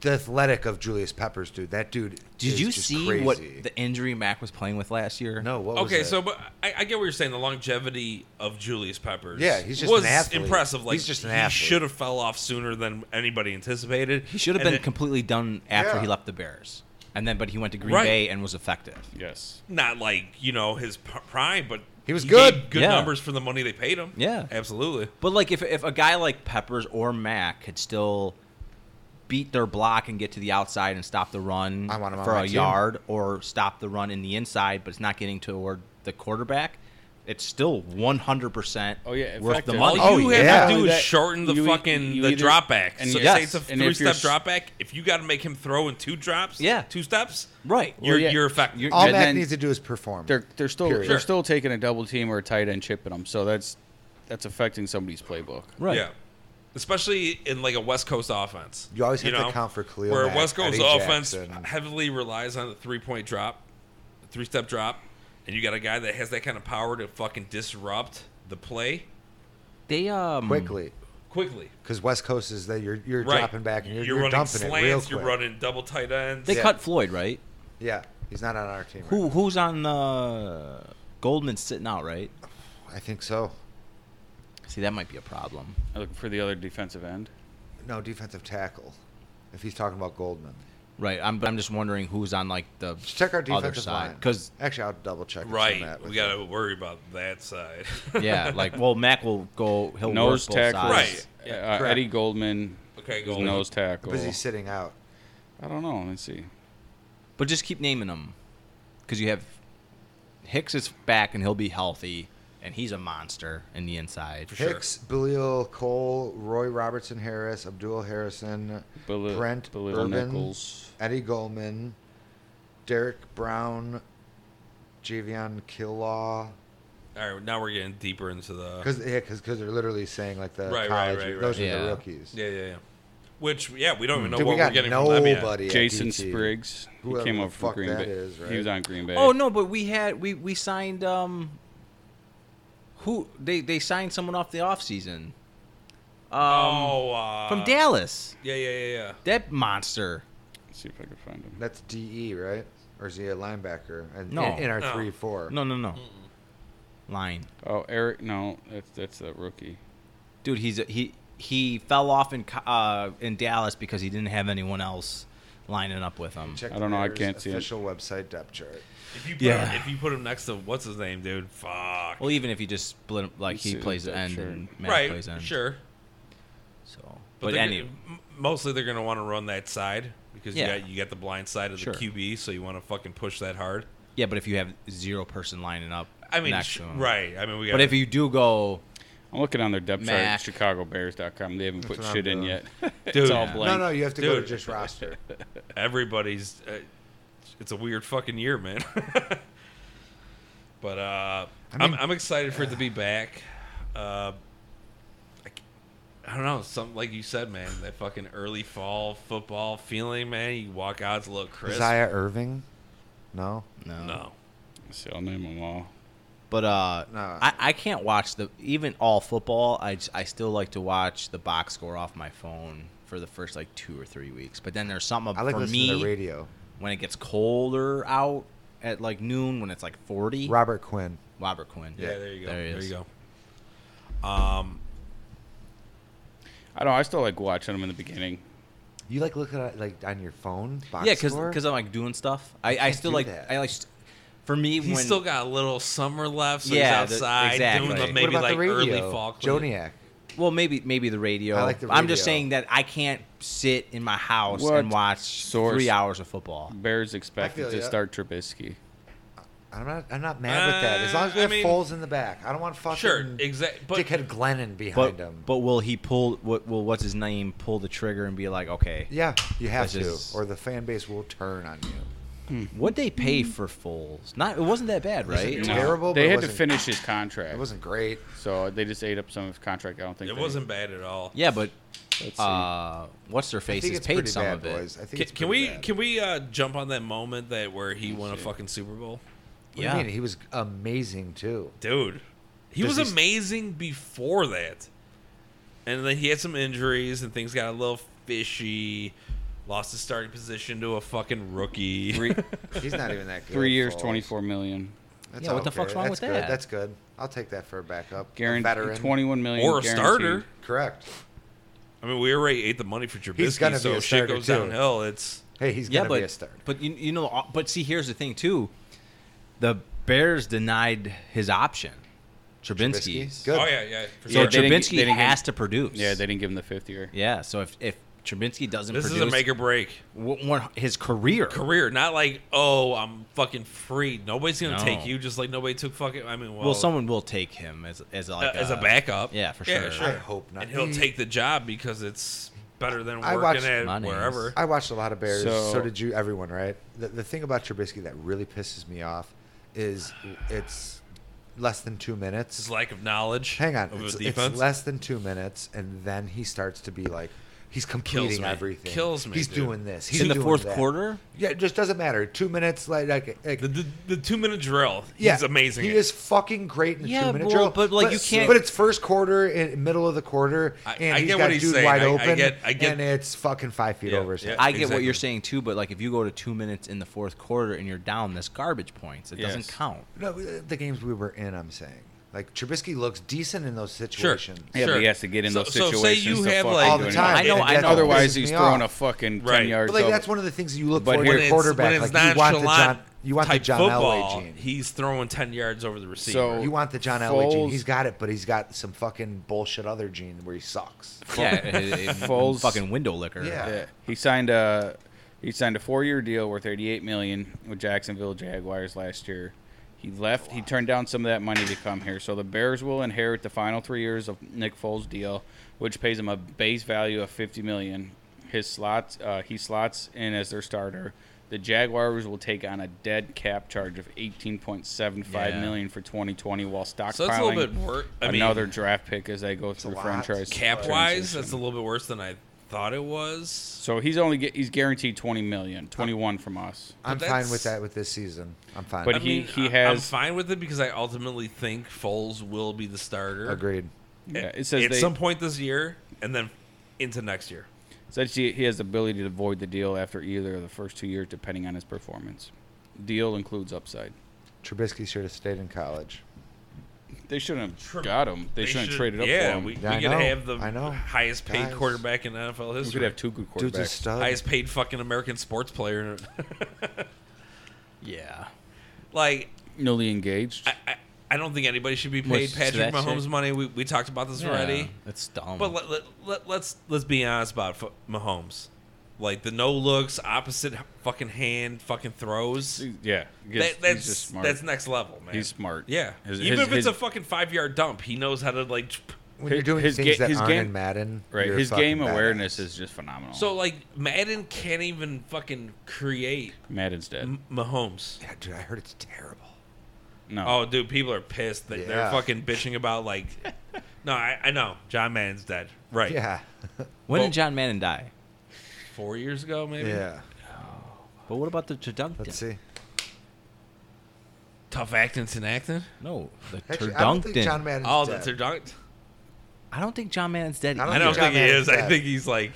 [SPEAKER 2] the athletic of Julius Peppers, dude. That dude.
[SPEAKER 4] did
[SPEAKER 2] is
[SPEAKER 4] you
[SPEAKER 2] just
[SPEAKER 4] see
[SPEAKER 2] crazy.
[SPEAKER 4] what the injury Mac was playing with last year?
[SPEAKER 2] No. What was
[SPEAKER 3] Okay,
[SPEAKER 2] it?
[SPEAKER 3] so but I, I get what you're saying. The longevity of Julius Peppers,
[SPEAKER 2] Yeah, he's just
[SPEAKER 3] was
[SPEAKER 2] an athlete.
[SPEAKER 3] impressive. Like
[SPEAKER 2] He's just an
[SPEAKER 3] he
[SPEAKER 2] athlete.
[SPEAKER 3] should have fell off sooner than anybody anticipated.
[SPEAKER 4] he should have
[SPEAKER 3] And
[SPEAKER 4] been
[SPEAKER 3] it-
[SPEAKER 4] completely done after
[SPEAKER 2] Yeah.
[SPEAKER 4] he left the Bears, and then but he went to Green
[SPEAKER 3] Right.
[SPEAKER 4] Bay and was effective.
[SPEAKER 1] Yes.
[SPEAKER 3] not like you know his p- prime, but
[SPEAKER 2] He was
[SPEAKER 3] made
[SPEAKER 2] good.
[SPEAKER 3] good
[SPEAKER 4] Yeah.
[SPEAKER 3] numbers for the money they paid him.
[SPEAKER 4] Yeah.
[SPEAKER 3] absolutely.
[SPEAKER 4] But like if if a guy like Peppers or Mac could still beat their block and get to the outside and stop the run
[SPEAKER 2] I want him on
[SPEAKER 4] for
[SPEAKER 2] my
[SPEAKER 4] a
[SPEAKER 2] team.
[SPEAKER 4] yard or stop the run in the inside but it's not getting toward the quarterback, it's still 100%
[SPEAKER 1] Oh, yeah,
[SPEAKER 4] worth the
[SPEAKER 1] effective.
[SPEAKER 4] money.
[SPEAKER 3] All you
[SPEAKER 2] Oh,
[SPEAKER 3] have
[SPEAKER 2] yeah.
[SPEAKER 3] to do is
[SPEAKER 1] That-
[SPEAKER 3] shorten the
[SPEAKER 1] you e-
[SPEAKER 3] fucking
[SPEAKER 1] you
[SPEAKER 3] the
[SPEAKER 1] either-
[SPEAKER 3] drop back.
[SPEAKER 1] and
[SPEAKER 3] so
[SPEAKER 4] yes,
[SPEAKER 3] say it's a
[SPEAKER 1] and if
[SPEAKER 3] three
[SPEAKER 1] you're
[SPEAKER 3] step
[SPEAKER 1] s-
[SPEAKER 3] drop back. If you got to make him throw in two drops,
[SPEAKER 4] Yeah.
[SPEAKER 3] two steps,
[SPEAKER 4] Right.
[SPEAKER 3] You're
[SPEAKER 1] yeah.
[SPEAKER 3] you're effective.
[SPEAKER 4] You're-
[SPEAKER 2] all
[SPEAKER 1] and
[SPEAKER 2] Mac
[SPEAKER 1] then
[SPEAKER 2] needs to do is perform.
[SPEAKER 1] They're they're still
[SPEAKER 2] Period.
[SPEAKER 1] they're
[SPEAKER 3] Sure.
[SPEAKER 1] still taking a double team or a tight end chipping them. So that's that's affecting somebody's playbook.
[SPEAKER 4] Right.
[SPEAKER 3] Yeah. Especially in like a West Coast offense.
[SPEAKER 2] You always have to account for Khalil
[SPEAKER 3] Where
[SPEAKER 2] Mack,
[SPEAKER 3] West Coast
[SPEAKER 2] Eddie
[SPEAKER 3] offense
[SPEAKER 2] Jackson.
[SPEAKER 3] heavily relies on the three point drop, three step drop, and you got a guy that has that kind of power to fucking disrupt the play
[SPEAKER 4] They um
[SPEAKER 2] quickly
[SPEAKER 3] quickly.
[SPEAKER 2] because West Coast is that you're you're
[SPEAKER 3] Right.
[SPEAKER 2] dropping back and you're,
[SPEAKER 3] You're
[SPEAKER 2] you're
[SPEAKER 3] running
[SPEAKER 2] dumping it real
[SPEAKER 3] slants,
[SPEAKER 2] quick.
[SPEAKER 3] you're running double tight ends.
[SPEAKER 4] they
[SPEAKER 2] Yeah.
[SPEAKER 4] cut Floyd, right?
[SPEAKER 2] Yeah, he's not on our team. right
[SPEAKER 4] Who who's on uh Goldman's sitting out, right?
[SPEAKER 2] now. I think so.
[SPEAKER 4] See, that might be a problem.
[SPEAKER 1] I'm Looking for the other defensive end.
[SPEAKER 2] No defensive tackle. If he's talking about Goldman,
[SPEAKER 4] Right. I'm but I'm just wondering who's on like the
[SPEAKER 2] Just check our
[SPEAKER 4] other
[SPEAKER 2] defensive
[SPEAKER 4] side
[SPEAKER 2] line.
[SPEAKER 4] cuz
[SPEAKER 2] actually, I'll double check. and send
[SPEAKER 3] right.
[SPEAKER 2] that with
[SPEAKER 3] We
[SPEAKER 2] you.
[SPEAKER 3] got to worry about that side.
[SPEAKER 4] yeah, like well Mac will go he'll
[SPEAKER 1] Nose
[SPEAKER 4] work both
[SPEAKER 1] tackle.
[SPEAKER 4] sides.
[SPEAKER 3] Right.
[SPEAKER 1] Uh,
[SPEAKER 2] Correct.
[SPEAKER 1] Eddie Goldman.
[SPEAKER 3] Okay,
[SPEAKER 1] is
[SPEAKER 3] Goldman.
[SPEAKER 1] Nose tackle.
[SPEAKER 2] But he's sitting out.
[SPEAKER 1] I don't know. Let's see.
[SPEAKER 4] But just keep naming them, because you have Hicks is back and he'll be healthy, and he's a monster in the inside.
[SPEAKER 3] For sure.
[SPEAKER 2] Hicks, Belial, Cole, Roy Robertson, Harris, Abdul Harrison,
[SPEAKER 1] Belu-
[SPEAKER 2] Brent
[SPEAKER 1] Belittle
[SPEAKER 2] Urban,
[SPEAKER 1] Nichols.
[SPEAKER 2] Eddie Goldman, Derek Brown, Javion Killaw.
[SPEAKER 3] All right. Now we're getting deeper into the.
[SPEAKER 2] Because yeah, because they're literally saying like the
[SPEAKER 3] Right, right,
[SPEAKER 2] college.
[SPEAKER 3] right, right.
[SPEAKER 2] Those are
[SPEAKER 4] Yeah.
[SPEAKER 2] the rookies.
[SPEAKER 3] Yeah, yeah, yeah. Which, yeah, we don't even know
[SPEAKER 2] Hmm. Dude,
[SPEAKER 3] what
[SPEAKER 2] we got
[SPEAKER 3] are getting from them yet.
[SPEAKER 2] nobody. at
[SPEAKER 1] Jason
[SPEAKER 2] DT.
[SPEAKER 1] Spriggs. He
[SPEAKER 2] Whoever
[SPEAKER 1] came
[SPEAKER 2] the
[SPEAKER 1] up from
[SPEAKER 2] fuck
[SPEAKER 1] Green
[SPEAKER 2] that
[SPEAKER 1] Bay.
[SPEAKER 2] is, right?
[SPEAKER 1] He was on Green Bay.
[SPEAKER 4] Oh no, but we had we we signed um. Who they they signed someone off the offseason. Um,
[SPEAKER 3] Oh, uh,
[SPEAKER 4] from Dallas,
[SPEAKER 3] Yeah, yeah, yeah, yeah.
[SPEAKER 4] that monster.
[SPEAKER 1] Let's see if I can find him.
[SPEAKER 2] That's DE, right? Or is he a linebacker? And
[SPEAKER 4] No.
[SPEAKER 2] in, in our
[SPEAKER 3] No.
[SPEAKER 2] three four.
[SPEAKER 4] No, no, no. Line,
[SPEAKER 1] Oh, Eric. No, that's that's that rookie.
[SPEAKER 4] dude. He's a, he he fell off in co- uh in Dallas because he didn't have anyone else lining up with him.
[SPEAKER 2] Check
[SPEAKER 1] I don't know, I
[SPEAKER 2] Bears
[SPEAKER 1] can't see it.
[SPEAKER 2] official website depth chart.
[SPEAKER 3] If you put
[SPEAKER 4] Yeah.
[SPEAKER 3] him, if you put him next to what's his name, dude, fuck.
[SPEAKER 4] Well, even if you just split him, like he
[SPEAKER 1] Let's see,
[SPEAKER 4] plays
[SPEAKER 1] I'm
[SPEAKER 4] end
[SPEAKER 1] sure.
[SPEAKER 4] and Matt
[SPEAKER 3] right,
[SPEAKER 4] plays end.
[SPEAKER 3] sure.
[SPEAKER 4] So,
[SPEAKER 3] But,
[SPEAKER 4] but,
[SPEAKER 3] they're
[SPEAKER 4] any,
[SPEAKER 3] gonna- m- mostly they're gonna want to run that side because
[SPEAKER 4] Yeah.
[SPEAKER 3] you got you got the blind side of
[SPEAKER 4] Sure.
[SPEAKER 3] the QB, so you want to fucking push that hard.
[SPEAKER 4] yeah. But if you have zero person lining up,
[SPEAKER 3] I mean,
[SPEAKER 4] next
[SPEAKER 3] sh-
[SPEAKER 4] to him.
[SPEAKER 3] right? I mean, we got.
[SPEAKER 4] But if you do go,
[SPEAKER 1] I'm looking on their depth chart
[SPEAKER 4] Mac.
[SPEAKER 1] at ChicagoBears.com. They haven't put
[SPEAKER 2] what I'm
[SPEAKER 1] shit in
[SPEAKER 2] doing.
[SPEAKER 1] yet.
[SPEAKER 3] Dude.
[SPEAKER 1] it's all
[SPEAKER 3] No,
[SPEAKER 1] blank.
[SPEAKER 2] No, no, you have to go to
[SPEAKER 3] Dude.
[SPEAKER 2] just roster.
[SPEAKER 3] everybody's, uh, it's a weird fucking year, man. but uh, I am
[SPEAKER 2] mean-
[SPEAKER 3] I'm excited for it to be back. Uh, I c- I don't know, something like you said, man. That fucking early fall football feeling, man. You walk out, it's a little crisp.
[SPEAKER 2] Isaiah Irving? No.
[SPEAKER 4] no,
[SPEAKER 3] No.
[SPEAKER 1] See, I'll name them all.
[SPEAKER 4] But uh,
[SPEAKER 2] No.
[SPEAKER 4] I, I can't watch the even all football. I, j- I still like to watch the box score off my phone for the first like two or three weeks. But then there's something
[SPEAKER 2] I like
[SPEAKER 4] for
[SPEAKER 2] listening
[SPEAKER 4] me
[SPEAKER 2] to the radio.
[SPEAKER 4] when it gets colder out at like noon when it's like 40.
[SPEAKER 2] Robert Quinn.
[SPEAKER 4] Robert Quinn.
[SPEAKER 3] Yeah, there you go.
[SPEAKER 4] There
[SPEAKER 3] There,
[SPEAKER 4] he is.
[SPEAKER 3] you go. Um,
[SPEAKER 1] I don't. know, I still like watching them in the beginning.
[SPEAKER 2] You like looking at like on your phone? Box
[SPEAKER 4] Yeah, because
[SPEAKER 2] score?
[SPEAKER 4] I'm like doing stuff. I, I
[SPEAKER 2] can't
[SPEAKER 4] still
[SPEAKER 2] do
[SPEAKER 4] like
[SPEAKER 2] that.
[SPEAKER 4] I like st- for me
[SPEAKER 3] he's
[SPEAKER 4] when
[SPEAKER 3] still got a little summer left, so
[SPEAKER 4] Yeah,
[SPEAKER 3] he's
[SPEAKER 4] the-
[SPEAKER 3] outside doing
[SPEAKER 4] exactly.
[SPEAKER 3] the,
[SPEAKER 4] What
[SPEAKER 3] maybe
[SPEAKER 2] what about
[SPEAKER 3] like
[SPEAKER 2] the radio?
[SPEAKER 3] early fall. cleaning.
[SPEAKER 2] Joniak.
[SPEAKER 4] well maybe maybe the radio.
[SPEAKER 2] I like the
[SPEAKER 4] I'm just
[SPEAKER 2] radio.
[SPEAKER 4] saying that I can't sit in my house
[SPEAKER 1] What
[SPEAKER 4] and watch
[SPEAKER 1] source?
[SPEAKER 4] three hours of football.
[SPEAKER 1] Bears
[SPEAKER 2] feel
[SPEAKER 1] expected to
[SPEAKER 2] ya.
[SPEAKER 1] start Trubisky.
[SPEAKER 2] I'm not. I'm not mad with that. As long as
[SPEAKER 3] Uh, I
[SPEAKER 2] we have
[SPEAKER 3] mean-
[SPEAKER 2] Foles in the back, I don't want fucking
[SPEAKER 3] Sure, exact- but-
[SPEAKER 2] dickhead Glennon behind
[SPEAKER 4] But
[SPEAKER 2] him.
[SPEAKER 4] but will he pull what will what's his name pull the trigger and be like okay
[SPEAKER 2] yeah, you have
[SPEAKER 4] Which
[SPEAKER 2] to,
[SPEAKER 4] is-
[SPEAKER 2] or the fan base will turn on you.
[SPEAKER 4] what they pay for Foles not it wasn't that bad right
[SPEAKER 2] No. Terrible, but
[SPEAKER 1] They
[SPEAKER 2] it
[SPEAKER 1] had to
[SPEAKER 2] wasn't-
[SPEAKER 1] finish his contract,
[SPEAKER 2] It wasn't great.
[SPEAKER 1] so they just ate up some of his contract. I don't think
[SPEAKER 3] It
[SPEAKER 1] they-
[SPEAKER 3] wasn't bad at all.
[SPEAKER 4] yeah but
[SPEAKER 1] Let's see.
[SPEAKER 4] uh, what's their
[SPEAKER 2] I
[SPEAKER 4] face
[SPEAKER 2] think
[SPEAKER 4] has
[SPEAKER 2] it's
[SPEAKER 4] paid
[SPEAKER 2] pretty
[SPEAKER 4] some
[SPEAKER 2] bad,
[SPEAKER 4] of it
[SPEAKER 2] boys. I think
[SPEAKER 3] Can,
[SPEAKER 2] it's
[SPEAKER 3] can
[SPEAKER 2] pretty
[SPEAKER 3] we
[SPEAKER 2] bad.
[SPEAKER 3] can we uh, jump on that moment that where he won a
[SPEAKER 1] shit.
[SPEAKER 3] fucking Super Bowl?
[SPEAKER 2] What do you
[SPEAKER 4] yeah
[SPEAKER 2] mean? He was amazing too.
[SPEAKER 3] Dude, he
[SPEAKER 2] Does
[SPEAKER 3] was
[SPEAKER 2] he-
[SPEAKER 3] amazing before that, and then he had some injuries and things got a little fishy. Lost his starting position to a fucking rookie.
[SPEAKER 1] three,
[SPEAKER 2] He's not even that good.
[SPEAKER 1] three years,
[SPEAKER 2] Foles.
[SPEAKER 1] twenty-four million,
[SPEAKER 2] That's
[SPEAKER 4] Yeah, what the
[SPEAKER 2] okay.
[SPEAKER 4] fuck's wrong
[SPEAKER 2] That's
[SPEAKER 4] with
[SPEAKER 2] good.
[SPEAKER 4] that?
[SPEAKER 2] That's good. I'll take that for a backup. A
[SPEAKER 1] guaranteed
[SPEAKER 2] veteran.
[SPEAKER 1] twenty-one million,
[SPEAKER 3] or a
[SPEAKER 1] guaranteed.
[SPEAKER 3] starter.
[SPEAKER 2] Correct.
[SPEAKER 3] I mean, we already ate the money for
[SPEAKER 2] He's gonna
[SPEAKER 3] Trubisky,
[SPEAKER 2] be
[SPEAKER 3] so
[SPEAKER 2] a
[SPEAKER 3] if shit
[SPEAKER 2] starter,
[SPEAKER 3] goes
[SPEAKER 2] too.
[SPEAKER 3] downhill. It's
[SPEAKER 2] Hey, he's
[SPEAKER 4] yeah
[SPEAKER 2] gonna
[SPEAKER 4] but
[SPEAKER 2] be a starter.
[SPEAKER 4] but you, you know uh, but see here's the thing too the Bears denied his option Trubinsky
[SPEAKER 2] Trubisky? Good.
[SPEAKER 3] oh yeah, yeah. For
[SPEAKER 4] so
[SPEAKER 1] Yeah,
[SPEAKER 3] sure.
[SPEAKER 1] they didn't-
[SPEAKER 4] Trubinsky
[SPEAKER 1] they didn't get-
[SPEAKER 4] has to produce
[SPEAKER 1] Yeah, they didn't give him the fifth year.
[SPEAKER 4] yeah so if if Trubinsky doesn't
[SPEAKER 3] this is
[SPEAKER 4] produce
[SPEAKER 3] a make or break
[SPEAKER 4] w- one- his career
[SPEAKER 3] career. Not like oh, I'm fucking free. Nobody's gonna
[SPEAKER 4] No.
[SPEAKER 3] take you. Just like nobody took fucking. I mean, well,
[SPEAKER 4] well, someone will take him as as
[SPEAKER 3] uh,
[SPEAKER 4] like
[SPEAKER 3] as a backup.
[SPEAKER 4] yeah, for sure.
[SPEAKER 2] I hope not.
[SPEAKER 3] And he'll take the job because it's better than
[SPEAKER 2] I
[SPEAKER 3] working
[SPEAKER 2] watched-
[SPEAKER 3] at
[SPEAKER 4] Money is-
[SPEAKER 3] wherever.
[SPEAKER 2] I watched a lot of Bears.
[SPEAKER 1] So-
[SPEAKER 2] So, did you, everyone, right? The, the thing about Trubisky that really pisses me off is it's less than two minutes.
[SPEAKER 3] His lack of knowledge.
[SPEAKER 2] Hang on.
[SPEAKER 3] of
[SPEAKER 2] It's,
[SPEAKER 3] his
[SPEAKER 2] it's
[SPEAKER 3] defense.
[SPEAKER 2] less than two minutes, and then he starts to be like, he's completing
[SPEAKER 3] me.
[SPEAKER 2] everything.
[SPEAKER 3] Kills me,
[SPEAKER 2] He's
[SPEAKER 3] dude.
[SPEAKER 2] doing this. He's
[SPEAKER 4] in the
[SPEAKER 2] doing
[SPEAKER 4] fourth
[SPEAKER 2] that.
[SPEAKER 4] quarter
[SPEAKER 2] Yeah, it just doesn't matter. Two minutes, like, like, like
[SPEAKER 3] the, the, the two minute drill.
[SPEAKER 2] yeah,
[SPEAKER 3] he's amazing.
[SPEAKER 2] He
[SPEAKER 3] at.
[SPEAKER 2] is fucking great in the
[SPEAKER 4] Yeah,
[SPEAKER 2] two minute
[SPEAKER 4] well,
[SPEAKER 2] drill.
[SPEAKER 4] but, like, you can't-
[SPEAKER 2] But it's first quarter and middle of the quarter,
[SPEAKER 3] I-
[SPEAKER 2] and
[SPEAKER 3] I
[SPEAKER 2] he's
[SPEAKER 3] get
[SPEAKER 2] got
[SPEAKER 3] what
[SPEAKER 2] a
[SPEAKER 3] he's
[SPEAKER 2] dude
[SPEAKER 3] saying.
[SPEAKER 2] wide
[SPEAKER 3] I- I
[SPEAKER 2] open.
[SPEAKER 3] get- I get-
[SPEAKER 2] and it's fucking five feet
[SPEAKER 3] Yeah,
[SPEAKER 2] over. So
[SPEAKER 3] yeah.
[SPEAKER 4] I get what
[SPEAKER 3] Exactly.
[SPEAKER 4] you're saying too, but like if you go to two minutes in the fourth quarter and you're down, that's garbage points. It doesn't
[SPEAKER 1] Yes.
[SPEAKER 4] count.
[SPEAKER 2] No, uh, the games we were in, I'm saying. Like Trubisky looks decent in those situations.
[SPEAKER 1] Yeah,
[SPEAKER 3] Sure.
[SPEAKER 1] but he has to get in
[SPEAKER 3] So-
[SPEAKER 1] those
[SPEAKER 3] so
[SPEAKER 1] situations.
[SPEAKER 3] say you
[SPEAKER 1] to
[SPEAKER 3] have,
[SPEAKER 1] fucking
[SPEAKER 3] like-
[SPEAKER 2] All
[SPEAKER 1] do
[SPEAKER 2] the
[SPEAKER 1] anything.
[SPEAKER 2] time.
[SPEAKER 4] I know,
[SPEAKER 2] and
[SPEAKER 4] I
[SPEAKER 2] that
[SPEAKER 4] know.
[SPEAKER 1] Otherwise,
[SPEAKER 2] pisses
[SPEAKER 1] he's
[SPEAKER 2] me
[SPEAKER 1] throwing a
[SPEAKER 2] off.
[SPEAKER 1] fucking ten
[SPEAKER 3] Right. But,
[SPEAKER 1] yards.
[SPEAKER 2] But like
[SPEAKER 1] over.
[SPEAKER 2] that's one of the things you look
[SPEAKER 1] But
[SPEAKER 2] for
[SPEAKER 1] here-
[SPEAKER 2] in
[SPEAKER 1] When
[SPEAKER 2] a
[SPEAKER 1] it's-
[SPEAKER 2] quarterback.
[SPEAKER 3] when it's
[SPEAKER 2] like you want the
[SPEAKER 3] nonchalant
[SPEAKER 2] John, you want the
[SPEAKER 3] type
[SPEAKER 2] John
[SPEAKER 3] football,
[SPEAKER 2] Elway gene.
[SPEAKER 3] He's throwing ten yards over the receiver.
[SPEAKER 1] So-
[SPEAKER 2] you want the John Elway gene.
[SPEAKER 1] Foles-
[SPEAKER 2] He's got it, but he's got some fucking bullshit other gene where he sucks.
[SPEAKER 4] Yeah, it- it-
[SPEAKER 1] Foles-
[SPEAKER 4] fucking window liquor.
[SPEAKER 2] Yeah.
[SPEAKER 1] Yeah. He signed a he signed a four year deal worth eighty eight million with Jacksonville Jaguars last year. He left. He turned down some of that money to come here. So the Bears will inherit the final three years of Nick Foles' deal, which pays him a base value of fifty million. His slots uh, he slots in as their starter. The Jaguars will take on a dead cap charge of eighteen point seven five
[SPEAKER 4] Yeah.
[SPEAKER 1] million for twenty twenty, while stockpiling
[SPEAKER 3] So that's a little bit worse. I mean,
[SPEAKER 1] another draft pick as they go through
[SPEAKER 2] lot.
[SPEAKER 1] franchise
[SPEAKER 3] cap wise, that's
[SPEAKER 1] transition.
[SPEAKER 3] a little bit worse than I thought it was.
[SPEAKER 1] So he's only get, he's guaranteed 20 million, 21 from us.
[SPEAKER 2] I'm
[SPEAKER 3] But
[SPEAKER 2] fine with
[SPEAKER 3] that's-
[SPEAKER 2] that with this season. I'm fine.
[SPEAKER 1] But
[SPEAKER 3] I
[SPEAKER 1] he-
[SPEAKER 3] mean, I- I'm
[SPEAKER 1] has-
[SPEAKER 3] fine with it because I ultimately think Foles will be the starter.
[SPEAKER 2] Agreed.
[SPEAKER 1] Yeah, it says
[SPEAKER 3] at
[SPEAKER 1] they
[SPEAKER 3] some point this year, and then into next year.
[SPEAKER 1] says he, he has the ability to void the deal after either of the first two years, depending on his performance. Deal includes upside.
[SPEAKER 2] Trubisky should have stayed in college.
[SPEAKER 1] They shouldn't have got him. They, shouldn't
[SPEAKER 3] should-
[SPEAKER 1] have traded up
[SPEAKER 3] yeah,
[SPEAKER 1] for him.
[SPEAKER 3] We,
[SPEAKER 1] We,
[SPEAKER 2] Yeah,
[SPEAKER 3] we
[SPEAKER 2] I
[SPEAKER 3] could
[SPEAKER 2] know,
[SPEAKER 3] have the
[SPEAKER 2] I know.
[SPEAKER 3] highest paid
[SPEAKER 2] Guys.
[SPEAKER 3] quarterback in NFL history.
[SPEAKER 1] could have two good
[SPEAKER 2] Dude's a
[SPEAKER 1] quarterbacks.
[SPEAKER 2] stud.
[SPEAKER 3] highest paid fucking American sports player.
[SPEAKER 4] yeah.
[SPEAKER 3] like
[SPEAKER 1] Newly engaged.
[SPEAKER 3] I, I, I don't think anybody should be paid
[SPEAKER 4] Which- so
[SPEAKER 3] Patrick
[SPEAKER 4] that's
[SPEAKER 3] Mahomes
[SPEAKER 4] it.
[SPEAKER 3] money. We, we talked about this
[SPEAKER 4] Yeah,
[SPEAKER 3] already.
[SPEAKER 4] That's dumb.
[SPEAKER 3] But let, let, let, let's let's be honest about fu- Mahomes. Like the no looks, opposite fucking hand, fucking throws.
[SPEAKER 1] yeah, he's-
[SPEAKER 3] That,
[SPEAKER 1] he's just
[SPEAKER 3] that's
[SPEAKER 1] smart.
[SPEAKER 3] that's next level, man.
[SPEAKER 1] He's smart.
[SPEAKER 3] Yeah.
[SPEAKER 1] His-
[SPEAKER 3] Even
[SPEAKER 1] his-
[SPEAKER 3] if
[SPEAKER 1] his-
[SPEAKER 3] it's a fucking five yard dump, he knows how to like.
[SPEAKER 1] His-
[SPEAKER 2] when you're doing
[SPEAKER 1] his
[SPEAKER 2] things
[SPEAKER 1] ga-
[SPEAKER 2] that
[SPEAKER 1] his
[SPEAKER 2] aren't
[SPEAKER 1] game-
[SPEAKER 2] in Madden,
[SPEAKER 1] right.
[SPEAKER 2] you're a
[SPEAKER 1] His
[SPEAKER 2] fucking
[SPEAKER 1] game
[SPEAKER 2] badass.
[SPEAKER 1] awareness is just phenomenal.
[SPEAKER 3] So like Madden can't even fucking create
[SPEAKER 1] Madden's dead.
[SPEAKER 3] M- Mahomes.
[SPEAKER 2] Yeah, dude, I heard it's terrible.
[SPEAKER 1] No.
[SPEAKER 3] Oh, dude, people are pissed that they're
[SPEAKER 2] Yeah.
[SPEAKER 3] fucking bitching about like. No, I, I know John Madden's dead. Right.
[SPEAKER 2] Yeah,
[SPEAKER 4] when
[SPEAKER 3] well-
[SPEAKER 4] did John Madden die?
[SPEAKER 3] Four years ago, maybe.
[SPEAKER 2] yeah.
[SPEAKER 4] But what about the turducken?
[SPEAKER 2] Let's see.
[SPEAKER 3] Tough acting and acting.
[SPEAKER 4] No, the
[SPEAKER 2] Actually,
[SPEAKER 4] turducken.
[SPEAKER 2] I don't think John Madden's
[SPEAKER 3] Oh,
[SPEAKER 2] dead.
[SPEAKER 3] that's their dog.
[SPEAKER 4] I don't think John Madden's dead.
[SPEAKER 2] I don't
[SPEAKER 3] I
[SPEAKER 4] either.
[SPEAKER 3] don't
[SPEAKER 2] John
[SPEAKER 3] think he
[SPEAKER 2] Madden's
[SPEAKER 3] is. I
[SPEAKER 2] dead.
[SPEAKER 3] think he's like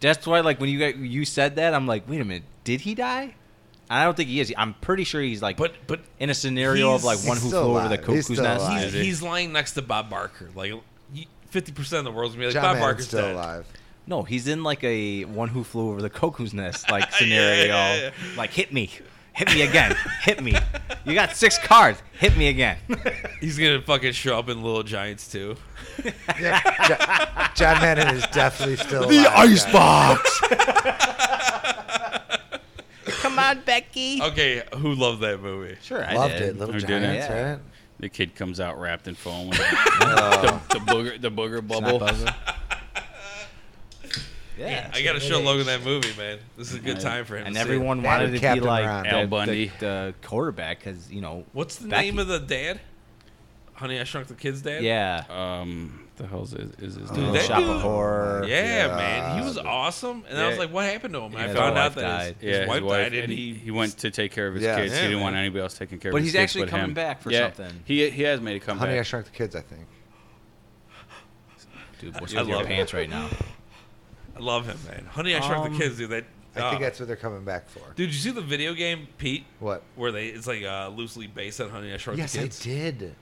[SPEAKER 4] That's why, like, when you got, you said that, I'm like, wait a minute, did he die? I don't think he is. I'm pretty sure he's like,
[SPEAKER 3] But but
[SPEAKER 4] in a scenario of
[SPEAKER 3] He's-
[SPEAKER 4] like one
[SPEAKER 2] he's
[SPEAKER 4] who
[SPEAKER 2] still
[SPEAKER 4] flew over the
[SPEAKER 2] alive. He's
[SPEAKER 4] cuckoo's
[SPEAKER 2] still
[SPEAKER 4] nest.
[SPEAKER 2] alive.
[SPEAKER 3] he's,
[SPEAKER 1] Is he?
[SPEAKER 3] he's lying next to Bob Barker. Like fifty percent of the world's gonna be like
[SPEAKER 2] John
[SPEAKER 3] Bob
[SPEAKER 2] Madden's
[SPEAKER 3] Barker's
[SPEAKER 2] still
[SPEAKER 3] dead.
[SPEAKER 2] alive.
[SPEAKER 4] No, he's in like a one who flew over the cuckoo's nest like scenario.
[SPEAKER 3] yeah, yeah.
[SPEAKER 4] Like hit me, hit me again, hit me. You got six cards, hit me again.
[SPEAKER 3] He's gonna fucking show up in Little Giants too.
[SPEAKER 2] Yeah, Jo- John Madden is definitely still
[SPEAKER 3] oh,
[SPEAKER 2] alive. guys.
[SPEAKER 4] box. Come on, Becky.
[SPEAKER 3] Okay, who loved that movie?
[SPEAKER 4] Sure, I
[SPEAKER 2] Loved
[SPEAKER 4] did.
[SPEAKER 2] it. Little
[SPEAKER 1] Who didn't?
[SPEAKER 2] Giants,
[SPEAKER 4] Yeah.
[SPEAKER 2] right?
[SPEAKER 1] The kid comes out wrapped in foam. with the, the booger, the booger bubble.
[SPEAKER 4] Yeah.
[SPEAKER 3] I gotta show Logan that movie, man. This is a good
[SPEAKER 1] Yeah.
[SPEAKER 3] time for him.
[SPEAKER 4] and
[SPEAKER 3] to see it.
[SPEAKER 4] everyone
[SPEAKER 2] That
[SPEAKER 4] wanted
[SPEAKER 2] and
[SPEAKER 4] to
[SPEAKER 2] Captain
[SPEAKER 4] be like
[SPEAKER 2] Ron.
[SPEAKER 4] the,
[SPEAKER 1] Al
[SPEAKER 4] the-
[SPEAKER 1] Bundy.
[SPEAKER 4] the quarterback because you know
[SPEAKER 3] What's the
[SPEAKER 4] Becky.
[SPEAKER 3] name of the dad? Honey, I Shrunk the Kid's dad.
[SPEAKER 4] yeah.
[SPEAKER 1] Um, Oh, the hell's is, is his
[SPEAKER 3] Dude,
[SPEAKER 1] name?
[SPEAKER 3] that
[SPEAKER 4] Shop
[SPEAKER 3] dude-
[SPEAKER 4] of Horror.
[SPEAKER 3] Yeah,
[SPEAKER 2] Yeah.
[SPEAKER 3] man, he was awesome, and I was
[SPEAKER 1] Yeah.
[SPEAKER 3] like, "What happened to him?" I
[SPEAKER 4] his
[SPEAKER 3] found
[SPEAKER 4] wife
[SPEAKER 3] out that
[SPEAKER 4] died.
[SPEAKER 3] his, his wife, died, and he,
[SPEAKER 1] he went to take care of his
[SPEAKER 2] Yeah.
[SPEAKER 1] kids.
[SPEAKER 3] Yeah,
[SPEAKER 1] he didn't
[SPEAKER 3] man.
[SPEAKER 1] want anybody else taking care
[SPEAKER 4] But
[SPEAKER 1] of his
[SPEAKER 4] he's
[SPEAKER 1] kids.
[SPEAKER 4] actually
[SPEAKER 1] but
[SPEAKER 4] coming
[SPEAKER 1] him.
[SPEAKER 4] back for
[SPEAKER 1] yeah,
[SPEAKER 4] something.
[SPEAKER 1] He he has made a comeback.
[SPEAKER 2] Honey, I Shrunk the Kids, I think.
[SPEAKER 4] Dude, what's
[SPEAKER 3] I
[SPEAKER 4] with your
[SPEAKER 3] love it.
[SPEAKER 4] pants right now?
[SPEAKER 3] I love him, man. Honey, I Shrunk
[SPEAKER 4] Um,
[SPEAKER 3] the Kids, dude. That
[SPEAKER 2] I think
[SPEAKER 3] oh.
[SPEAKER 2] that's what they're coming back for.
[SPEAKER 3] Dude, you see the video game Pete?
[SPEAKER 2] What?
[SPEAKER 3] Where they it's like uh, loosely based on Honey I Shrunk
[SPEAKER 2] Yes,
[SPEAKER 3] the
[SPEAKER 2] I
[SPEAKER 3] Kids.
[SPEAKER 2] did.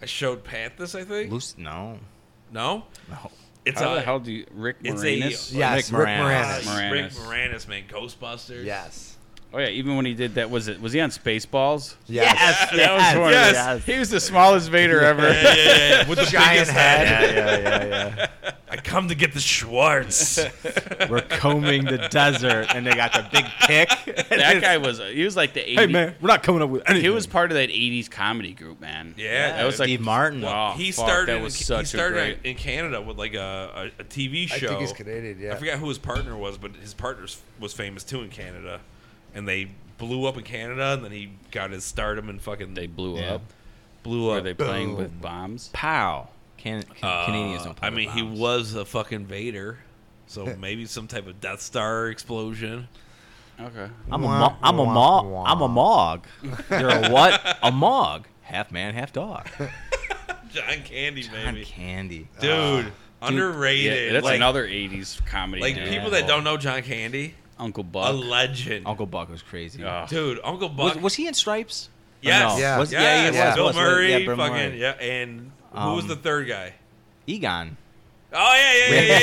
[SPEAKER 3] I showed Pat this, I think.
[SPEAKER 4] Loose? No,
[SPEAKER 3] No,
[SPEAKER 4] no.
[SPEAKER 3] it's uh,
[SPEAKER 1] How
[SPEAKER 3] a
[SPEAKER 1] the hell do you, Rick
[SPEAKER 3] it's a-
[SPEAKER 1] Moranis?
[SPEAKER 2] Yes,
[SPEAKER 4] Rick
[SPEAKER 2] Rick
[SPEAKER 4] Moranis.
[SPEAKER 2] Moranis.
[SPEAKER 1] Moranis.
[SPEAKER 3] Rick Moranis, man, Ghostbusters.
[SPEAKER 2] Yes.
[SPEAKER 1] oh yeah, even when he did that, was it was he on Spaceballs?
[SPEAKER 2] Yes.
[SPEAKER 1] That was one of
[SPEAKER 3] Yes.
[SPEAKER 1] the- He was the smallest Vader ever.
[SPEAKER 3] Yeah, yeah, yeah, with the
[SPEAKER 2] Giant
[SPEAKER 3] biggest
[SPEAKER 2] head.
[SPEAKER 4] yeah, yeah, yeah.
[SPEAKER 3] I come to get the Schwartz.
[SPEAKER 4] We're combing the desert, and they got the big pick.
[SPEAKER 1] that guy was he was like the 80s.
[SPEAKER 4] we're not coming up with anything.
[SPEAKER 1] He was part of that '80s comedy group, man.
[SPEAKER 3] Yeah,
[SPEAKER 1] that was like
[SPEAKER 4] Steve Martin.
[SPEAKER 1] Wow,
[SPEAKER 3] he
[SPEAKER 1] fuck,
[SPEAKER 3] started.
[SPEAKER 1] That was
[SPEAKER 3] in,
[SPEAKER 1] such
[SPEAKER 3] he started
[SPEAKER 1] a great.
[SPEAKER 3] in Canada with like a, a, a TV
[SPEAKER 2] I
[SPEAKER 3] show.
[SPEAKER 2] think he's Canadian, yeah.
[SPEAKER 3] I forgot who his partner was, but his partner was famous too in Canada, and they blew up in Canada, and then he got his stardom and fucking
[SPEAKER 1] they blew
[SPEAKER 4] Yeah.
[SPEAKER 1] up.
[SPEAKER 3] blew
[SPEAKER 1] Were
[SPEAKER 3] up.
[SPEAKER 1] they playing with bombs?
[SPEAKER 4] pow. Can, can,
[SPEAKER 3] Uh,
[SPEAKER 4] Canadians don't. play
[SPEAKER 3] I
[SPEAKER 4] with
[SPEAKER 3] mean, he
[SPEAKER 4] bombs.
[SPEAKER 3] was a fucking Vader, so maybe some type of Death Star explosion.
[SPEAKER 1] Okay.
[SPEAKER 4] I'm a
[SPEAKER 2] Wah,
[SPEAKER 4] mo- I'm a
[SPEAKER 2] wah,
[SPEAKER 4] mo-
[SPEAKER 2] wah.
[SPEAKER 4] I'm a mog. You're a what? A mog. Half man, half dog.
[SPEAKER 3] John Candy,
[SPEAKER 4] John
[SPEAKER 3] maybe.
[SPEAKER 4] Candy. Ah,
[SPEAKER 3] dude, underrated.
[SPEAKER 1] Yeah, that's
[SPEAKER 3] like,
[SPEAKER 1] another '80s comedy.
[SPEAKER 3] Like
[SPEAKER 1] dude.
[SPEAKER 3] people that don't know John Candy,
[SPEAKER 1] Uncle
[SPEAKER 3] a
[SPEAKER 1] Buck.
[SPEAKER 3] legend.
[SPEAKER 4] Ah. Uncle Buck was crazy.
[SPEAKER 1] Ugh.
[SPEAKER 3] Dude, Uncle Ah. Buck.
[SPEAKER 4] was, was he in Stripes? Or
[SPEAKER 3] Yes.
[SPEAKER 4] no?
[SPEAKER 2] Yeah.
[SPEAKER 4] Was,
[SPEAKER 3] yes.
[SPEAKER 4] yeah, he
[SPEAKER 2] yeah.
[SPEAKER 4] was,
[SPEAKER 3] Bill
[SPEAKER 4] was, was,
[SPEAKER 3] Murray,
[SPEAKER 4] yeah, Bill
[SPEAKER 3] fucking,
[SPEAKER 4] Murray.
[SPEAKER 3] yeah. And who was
[SPEAKER 4] Um,
[SPEAKER 3] the third guy?
[SPEAKER 4] Egon.
[SPEAKER 3] Oh yeah, yeah, yeah, yeah, yeah, yeah,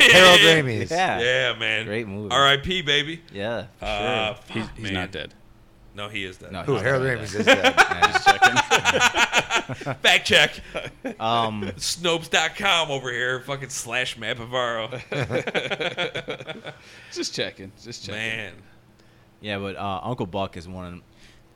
[SPEAKER 3] yeah,
[SPEAKER 2] Harold
[SPEAKER 3] yeah, yeah.
[SPEAKER 2] Ramis.
[SPEAKER 4] Yeah.
[SPEAKER 3] Yeah, man.
[SPEAKER 4] Great movie.
[SPEAKER 3] R.I.P. Baby.
[SPEAKER 4] Yeah. Sure.
[SPEAKER 3] Uh, fuck,
[SPEAKER 1] He's, he's
[SPEAKER 3] man.
[SPEAKER 1] not dead.
[SPEAKER 3] No, he is dead.
[SPEAKER 4] No,
[SPEAKER 2] Who?
[SPEAKER 4] he's
[SPEAKER 2] Harold
[SPEAKER 4] not
[SPEAKER 2] Ramis is dead.
[SPEAKER 4] dead.
[SPEAKER 3] Fact check.
[SPEAKER 4] Yeah. um,
[SPEAKER 3] Snopes.com over here. Fucking slash Matt Pavaro.
[SPEAKER 1] Just checking. Just
[SPEAKER 3] Man.
[SPEAKER 4] yeah, but uh, Uncle Buck is one of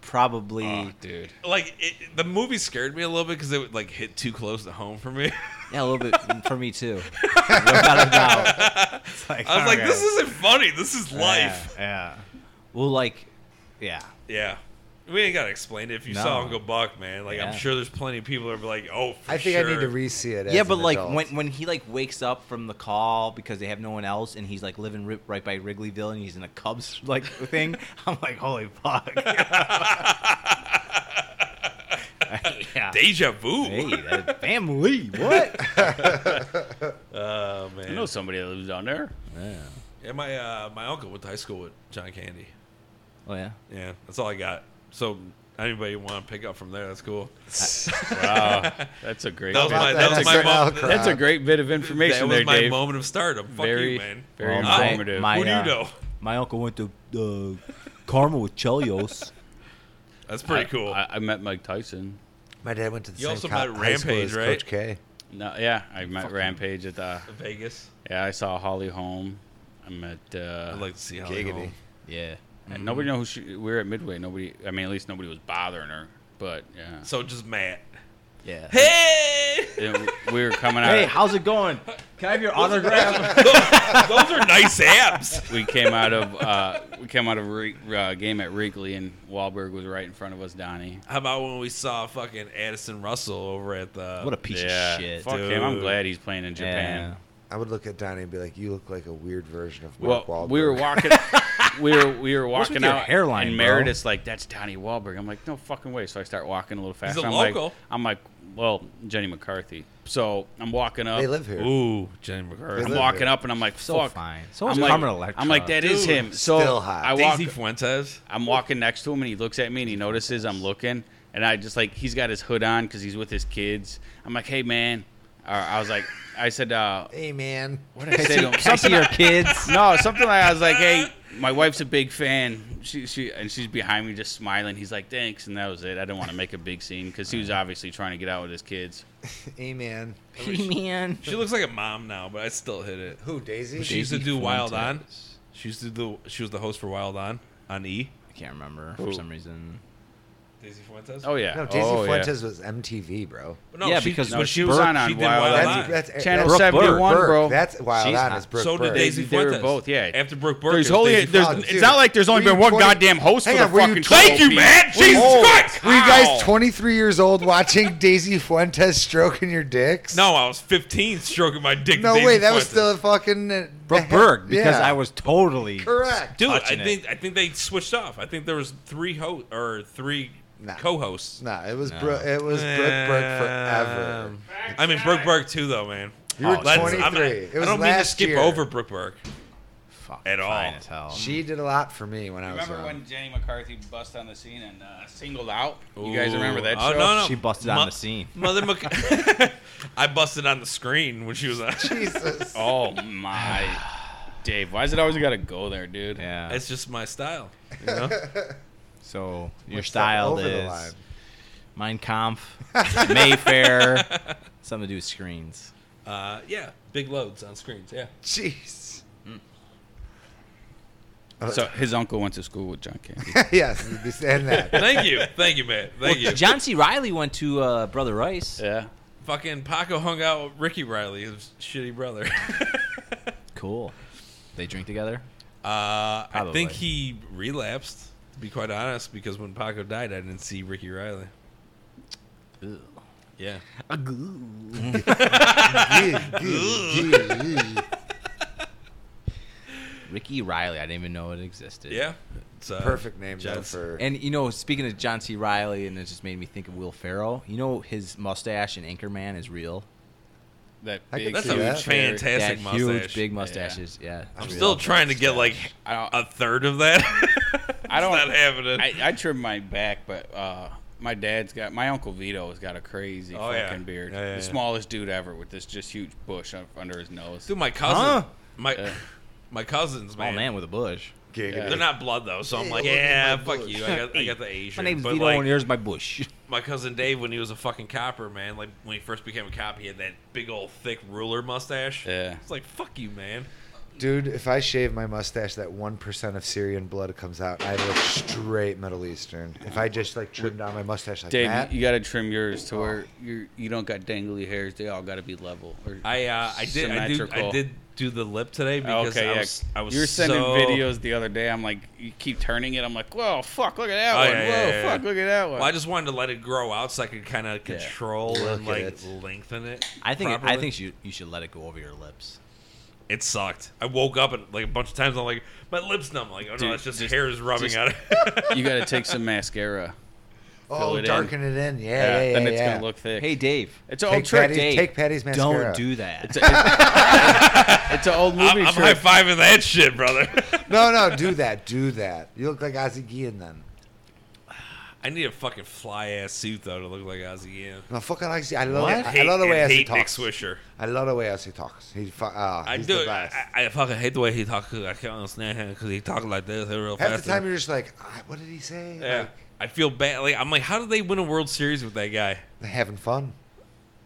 [SPEAKER 4] probably.
[SPEAKER 1] Oh,
[SPEAKER 3] Ah.
[SPEAKER 1] dude.
[SPEAKER 3] Like, it, the movie scared me a little bit because it would, like, hit too close to home for me.
[SPEAKER 4] Yeah, a little bit for me too. Without a doubt. It's
[SPEAKER 3] I was like,
[SPEAKER 4] alright.
[SPEAKER 3] this isn't funny. This is life.
[SPEAKER 4] Yeah, yeah. Well, like, yeah.
[SPEAKER 3] Yeah. We ain't got to explain it if you
[SPEAKER 4] No.
[SPEAKER 3] saw Uncle Buck, man. Like, I'm
[SPEAKER 4] Yeah.
[SPEAKER 3] sure there's plenty of people that are like, oh, for
[SPEAKER 2] I think I need to
[SPEAKER 3] sure.
[SPEAKER 2] re-see it. As
[SPEAKER 4] yeah, but
[SPEAKER 2] an
[SPEAKER 4] like
[SPEAKER 2] adult.
[SPEAKER 4] when when he like wakes up from the call because they have no one else and he's like living ri- right by Wrigleyville and he's in a Cubs like thing, I'm like, holy fuck. yeah.
[SPEAKER 3] Deja vu.
[SPEAKER 4] Hey, that family. What?
[SPEAKER 3] Oh,
[SPEAKER 1] I
[SPEAKER 3] man.
[SPEAKER 1] know somebody that lives down there.
[SPEAKER 4] Yeah.
[SPEAKER 3] Yeah, my uh, my uncle went to high school with John Candy.
[SPEAKER 4] Oh yeah.
[SPEAKER 3] Yeah, that's all I got. So anybody want to pick up from there? That's cool.
[SPEAKER 1] Wow, that's a great.
[SPEAKER 3] That was
[SPEAKER 1] bit.
[SPEAKER 3] my
[SPEAKER 2] that
[SPEAKER 3] that was my
[SPEAKER 2] extra
[SPEAKER 3] moment.
[SPEAKER 2] outcry.
[SPEAKER 1] that's a great bit of
[SPEAKER 3] That
[SPEAKER 1] information
[SPEAKER 3] was
[SPEAKER 1] there,
[SPEAKER 3] my
[SPEAKER 1] Dave.
[SPEAKER 3] moment of stardom. Fuck
[SPEAKER 1] very,
[SPEAKER 3] you, man.
[SPEAKER 1] very
[SPEAKER 4] Well, my-
[SPEAKER 1] informative.
[SPEAKER 4] my-
[SPEAKER 3] what do
[SPEAKER 4] I,
[SPEAKER 3] you
[SPEAKER 4] uh,
[SPEAKER 3] know?
[SPEAKER 4] My uncle went to uh, Carmel with Chelios.
[SPEAKER 3] That's pretty
[SPEAKER 1] I-
[SPEAKER 3] cool.
[SPEAKER 1] I, I met Mike Tyson.
[SPEAKER 2] my dad went to the
[SPEAKER 3] You
[SPEAKER 2] same
[SPEAKER 3] also
[SPEAKER 2] co-
[SPEAKER 3] met
[SPEAKER 2] high school
[SPEAKER 3] Rampage,
[SPEAKER 2] as
[SPEAKER 3] right?
[SPEAKER 2] Coach K.
[SPEAKER 1] No, yeah, I met Rampage at the.
[SPEAKER 3] Vegas.
[SPEAKER 1] Yeah, I saw Holly Holm. I met. Uh,
[SPEAKER 3] I'd like to see how they
[SPEAKER 2] Giggity.
[SPEAKER 3] go.
[SPEAKER 4] Yeah.
[SPEAKER 1] and Nobody know who she. We were at Midway. Nobody. I mean, at least nobody was bothering her. But yeah,
[SPEAKER 3] So just Matt.
[SPEAKER 4] Yeah.
[SPEAKER 3] Hey,
[SPEAKER 1] And we were coming out.
[SPEAKER 4] Hey, how's it going? Can I have your autograph?
[SPEAKER 3] those are nice abs.
[SPEAKER 1] we came out of uh, we came out of Wri- uh, game at Wrigley, and Wahlberg was right in front of us. Donnie.
[SPEAKER 3] How about when we saw fucking Addison Russell over at the?
[SPEAKER 4] what a piece
[SPEAKER 1] yeah,
[SPEAKER 4] of shit.
[SPEAKER 1] fuck
[SPEAKER 3] dude.
[SPEAKER 1] him. I'm glad he's playing in Japan.
[SPEAKER 4] Yeah.
[SPEAKER 2] I would look at Donnie and be like, "You look like a weird version of
[SPEAKER 1] Well,
[SPEAKER 2] Mark Wahlberg."
[SPEAKER 1] we were walking, we were we were
[SPEAKER 4] What's
[SPEAKER 1] walking
[SPEAKER 4] with your
[SPEAKER 1] out,
[SPEAKER 4] hairline,
[SPEAKER 1] and
[SPEAKER 4] bro?
[SPEAKER 1] Meredith's like, "That's Donnie Wahlberg." I'm like, "No fucking way!" So I start walking a little faster.
[SPEAKER 3] a
[SPEAKER 1] I'm
[SPEAKER 3] local.
[SPEAKER 1] like, "I'm like, well, Jenny McCarthy." So I'm walking up.
[SPEAKER 2] They live here.
[SPEAKER 3] Ooh, Jenny McCarthy.
[SPEAKER 2] They
[SPEAKER 1] I'm
[SPEAKER 2] live
[SPEAKER 1] walking
[SPEAKER 2] here.
[SPEAKER 1] up and I'm like,
[SPEAKER 4] So
[SPEAKER 1] fuck.
[SPEAKER 4] fine. So
[SPEAKER 1] I'm
[SPEAKER 4] is
[SPEAKER 1] like,
[SPEAKER 4] Carmen Electra.
[SPEAKER 1] I'm like, that is
[SPEAKER 3] Dude,
[SPEAKER 1] him. So
[SPEAKER 2] still hot.
[SPEAKER 1] I walk.
[SPEAKER 3] Daisy Fuentes.
[SPEAKER 1] I'm walking next to him and he looks at me and he notices I'm looking and I just like he's got his hood on because he's with his kids. I'm like, hey man. Or I was like, I said, uh,
[SPEAKER 2] Hey man,
[SPEAKER 1] what did I say to him?
[SPEAKER 4] I see your kids.
[SPEAKER 1] No, something like I was like, hey, my wife's a big fan. She she and she's behind me just smiling. He's like, thanks, and that was it. I didn't want to make a big scene because he was obviously trying to get out with his kids.
[SPEAKER 2] hey man.
[SPEAKER 4] man.
[SPEAKER 3] She looks like a mom now, but I still hit it.
[SPEAKER 2] Who Daisy?
[SPEAKER 3] She used to do Wild On. She used to do. She was the host for Wild On on E.
[SPEAKER 4] I can't remember for
[SPEAKER 1] Who?
[SPEAKER 4] some reason.
[SPEAKER 3] Daisy Fuentes.
[SPEAKER 1] Oh yeah,
[SPEAKER 2] No, Daisy
[SPEAKER 1] oh, yeah.
[SPEAKER 2] Fuentes was MTV, bro.
[SPEAKER 4] Yeah, because
[SPEAKER 1] No,
[SPEAKER 4] But
[SPEAKER 1] she
[SPEAKER 4] Burke-
[SPEAKER 1] was on, on
[SPEAKER 3] she did
[SPEAKER 1] Wild,
[SPEAKER 3] Wild
[SPEAKER 1] On.
[SPEAKER 3] On.
[SPEAKER 2] That's, that's
[SPEAKER 1] Channel
[SPEAKER 2] that's-
[SPEAKER 4] Brooke
[SPEAKER 1] 71,
[SPEAKER 2] Burke.
[SPEAKER 1] bro.
[SPEAKER 2] That's Wild
[SPEAKER 4] She's
[SPEAKER 2] On
[SPEAKER 4] hot.
[SPEAKER 2] is Brooke
[SPEAKER 3] so did
[SPEAKER 2] Burke.
[SPEAKER 3] Daisy
[SPEAKER 1] They were
[SPEAKER 3] Fuentes.
[SPEAKER 1] both, yeah.
[SPEAKER 3] After Brooke Burke,
[SPEAKER 1] There's
[SPEAKER 3] it was
[SPEAKER 1] only
[SPEAKER 3] Daisy
[SPEAKER 1] there's,
[SPEAKER 2] Fuentes.
[SPEAKER 1] it's not like there's only
[SPEAKER 2] Were you
[SPEAKER 1] been one
[SPEAKER 2] 20
[SPEAKER 1] goddamn host
[SPEAKER 2] Hang
[SPEAKER 1] for
[SPEAKER 2] on,
[SPEAKER 1] the
[SPEAKER 2] were
[SPEAKER 1] fucking.
[SPEAKER 2] you
[SPEAKER 1] Thank
[SPEAKER 2] 12
[SPEAKER 1] you, man.
[SPEAKER 2] Were you-
[SPEAKER 1] Jesus
[SPEAKER 2] Oh,
[SPEAKER 1] Christ.
[SPEAKER 2] Were you guys
[SPEAKER 1] Wow.
[SPEAKER 2] 23 years old watching Daisy Fuentes stroking your dicks?
[SPEAKER 3] No, I was 15, stroking my dick.
[SPEAKER 2] No
[SPEAKER 3] Daisy
[SPEAKER 2] way, that was
[SPEAKER 3] Fuentes.
[SPEAKER 2] still a fucking uh,
[SPEAKER 4] Brooke Berg, because
[SPEAKER 2] yeah.
[SPEAKER 4] I was totally
[SPEAKER 2] correct.
[SPEAKER 3] Dude, I
[SPEAKER 4] touching it.
[SPEAKER 3] think I think they switched off. I think there was three ho or three
[SPEAKER 2] Nah.
[SPEAKER 3] co-hosts.
[SPEAKER 2] Nah, it was Bro- it was Brooke Burke forever.
[SPEAKER 3] I mean, Brooke Burke too, though, man.
[SPEAKER 2] You were
[SPEAKER 4] Oh,
[SPEAKER 3] Let's-
[SPEAKER 2] 23.
[SPEAKER 3] I'm not-
[SPEAKER 2] it was
[SPEAKER 3] I don't mean to
[SPEAKER 2] last
[SPEAKER 3] skip
[SPEAKER 2] year.
[SPEAKER 3] over Brooke Burke.
[SPEAKER 4] Fuck,
[SPEAKER 3] At all.
[SPEAKER 4] fine as
[SPEAKER 1] Um,
[SPEAKER 4] hell.
[SPEAKER 2] She did a lot for me when I was
[SPEAKER 1] Remember
[SPEAKER 2] young.
[SPEAKER 1] when Jenny McCarthy bust on the scene and uh, singled out? You guys remember that
[SPEAKER 3] Oh,
[SPEAKER 1] show?
[SPEAKER 3] no, no.
[SPEAKER 4] She busted on
[SPEAKER 3] Mo-
[SPEAKER 4] the scene.
[SPEAKER 3] Mother Mc- I busted on the screen when she was on.
[SPEAKER 2] Jesus.
[SPEAKER 1] Oh my, Dave, why is it always got to go there, dude?
[SPEAKER 4] Yeah.
[SPEAKER 3] It's just my style. You know?
[SPEAKER 4] so your
[SPEAKER 2] What's that
[SPEAKER 4] style
[SPEAKER 2] over the line?
[SPEAKER 4] is Mein Kampf, Mayfair, something to do with screens.
[SPEAKER 3] uh, yeah, big loads on screens. Yeah.
[SPEAKER 2] Jeez.
[SPEAKER 1] So his uncle went to school with John Candy.
[SPEAKER 2] yes, you'd be saying that.
[SPEAKER 3] Thank you, thank you, man. Thank you.
[SPEAKER 4] John C. Riley went to uh, Brother Rice.
[SPEAKER 1] yeah.
[SPEAKER 3] Fucking Paco hung out with Ricky Riley, his shitty brother.
[SPEAKER 4] Cool. They drink together.
[SPEAKER 3] Uh, I
[SPEAKER 4] Probably.
[SPEAKER 3] think he relapsed. To be quite honest, because when Paco died, I didn't see Ricky Riley.
[SPEAKER 4] Ew.
[SPEAKER 3] Yeah.
[SPEAKER 4] Ricky Riley. I didn't even know it existed.
[SPEAKER 3] Yeah. It's, uh,
[SPEAKER 2] Perfect name though,
[SPEAKER 3] Jets.
[SPEAKER 2] for
[SPEAKER 4] And you know, speaking of John C. Riley, and it just made me think of Will Ferrell. You know, his mustache in Anchorman is real.
[SPEAKER 1] That
[SPEAKER 2] I
[SPEAKER 1] big,
[SPEAKER 2] can
[SPEAKER 3] That's
[SPEAKER 2] see
[SPEAKER 3] a
[SPEAKER 1] huge
[SPEAKER 2] that.
[SPEAKER 1] cherry-
[SPEAKER 3] fantastic
[SPEAKER 4] that
[SPEAKER 3] mustache.
[SPEAKER 4] huge, big mustaches. Yeah,
[SPEAKER 3] I'm still trying to get like
[SPEAKER 1] I don't-
[SPEAKER 3] a third of that.
[SPEAKER 1] I don't-
[SPEAKER 3] It's not happening.
[SPEAKER 1] I, I trim my back, but uh, my dad's got my uncle Vito has got a crazy
[SPEAKER 3] Oh, yeah.
[SPEAKER 1] fucking beard.
[SPEAKER 3] Yeah, yeah,
[SPEAKER 1] the
[SPEAKER 3] yeah.
[SPEAKER 1] smallest dude ever with this just huge bush up under his nose.
[SPEAKER 3] Dude, my cousin,
[SPEAKER 4] Huh?
[SPEAKER 3] my
[SPEAKER 1] Yeah.
[SPEAKER 3] my cousins,
[SPEAKER 4] Oh
[SPEAKER 3] man.
[SPEAKER 4] man, with a bush.
[SPEAKER 2] Giggity.
[SPEAKER 3] They're not blood though, so I'm
[SPEAKER 2] Hey,
[SPEAKER 3] like,
[SPEAKER 2] look at
[SPEAKER 3] yeah,
[SPEAKER 2] my
[SPEAKER 3] fuck
[SPEAKER 2] bush.
[SPEAKER 3] you. I got, I got the
[SPEAKER 4] My
[SPEAKER 3] Asian.
[SPEAKER 4] name's
[SPEAKER 3] but
[SPEAKER 4] Vito, and
[SPEAKER 3] like,
[SPEAKER 4] here's my bush.
[SPEAKER 3] my cousin Dave, when he was a fucking copper, man, like when he first became a cop, he had that big old thick ruler mustache.
[SPEAKER 1] Yeah.
[SPEAKER 3] it's like fuck you, man.
[SPEAKER 2] Dude, if I shave my mustache, that one percent of Syrian blood comes out. I look straight Middle Eastern. If I just like trimmed down my mustache like
[SPEAKER 1] Dave,
[SPEAKER 2] that,
[SPEAKER 1] you, you got to trim yours to where you you don't got dangly hairs. They all got to be level. Or
[SPEAKER 3] Oh. I uh, I did I do I
[SPEAKER 1] Symmetrical.
[SPEAKER 3] did do the lip today because
[SPEAKER 1] okay,
[SPEAKER 3] I
[SPEAKER 1] yeah.
[SPEAKER 3] was I was
[SPEAKER 1] you were sending
[SPEAKER 3] so-
[SPEAKER 1] videos the other day. I'm like, you keep turning it. I'm like, whoa, fuck, look at that
[SPEAKER 3] Oh,
[SPEAKER 1] one.
[SPEAKER 3] yeah,
[SPEAKER 1] whoa,
[SPEAKER 3] yeah, yeah,
[SPEAKER 1] fuck,
[SPEAKER 3] yeah.
[SPEAKER 1] look at that one.
[SPEAKER 3] Well, I just wanted to let it grow out so I could kind of control
[SPEAKER 2] Look
[SPEAKER 3] and
[SPEAKER 2] at
[SPEAKER 3] like
[SPEAKER 2] it.
[SPEAKER 3] lengthen it.
[SPEAKER 4] I think I
[SPEAKER 3] properly.
[SPEAKER 4] think you you should let it go over your lips.
[SPEAKER 3] it sucked. I woke up and like a bunch of times I'm like my lips numb. Like oh
[SPEAKER 1] Dude,
[SPEAKER 3] no, it's just,
[SPEAKER 1] just-
[SPEAKER 3] hair is rubbing
[SPEAKER 1] just-
[SPEAKER 3] out. of
[SPEAKER 1] you got to take some mascara. fill
[SPEAKER 2] oh,
[SPEAKER 1] it in.
[SPEAKER 2] darken it in. Yeah, yeah, yeah.
[SPEAKER 1] then it's
[SPEAKER 2] yeah.
[SPEAKER 1] gonna look thick.
[SPEAKER 4] Hey Dave,
[SPEAKER 1] it's an old
[SPEAKER 2] take,
[SPEAKER 1] trick.
[SPEAKER 2] Patty's,
[SPEAKER 4] Dave,
[SPEAKER 2] take Patty's mascara.
[SPEAKER 4] don't do that.
[SPEAKER 1] It's, a, it's an old movie
[SPEAKER 3] I'm, I'm high
[SPEAKER 1] trick.
[SPEAKER 3] fiving that shit, brother.
[SPEAKER 2] No, no, do that. Do that. You look like Ozzy Guillen then.
[SPEAKER 3] I need a fucking fly ass suit though to look like Ozzy. Yeah.
[SPEAKER 2] No, fucking Ozzy. I love,
[SPEAKER 3] I
[SPEAKER 2] I, I
[SPEAKER 3] hate,
[SPEAKER 2] love the way
[SPEAKER 3] and
[SPEAKER 2] Ozzy
[SPEAKER 3] hate Nick
[SPEAKER 2] talks.
[SPEAKER 3] Swisher.
[SPEAKER 2] I love the way Ozzy talks. He, fu- uh,
[SPEAKER 3] I
[SPEAKER 2] he's
[SPEAKER 3] do.
[SPEAKER 2] the
[SPEAKER 3] I,
[SPEAKER 2] best.
[SPEAKER 3] I fucking hate the way he talks. 'cause I can't understand him because he talks like this. He's real
[SPEAKER 2] Half
[SPEAKER 3] fast.
[SPEAKER 2] the time you're just like, "Ah, what did he say?
[SPEAKER 3] yeah.
[SPEAKER 2] Like,
[SPEAKER 3] I feel bad. Like I'm like, how did they win a World Series with that guy?
[SPEAKER 2] they're having fun.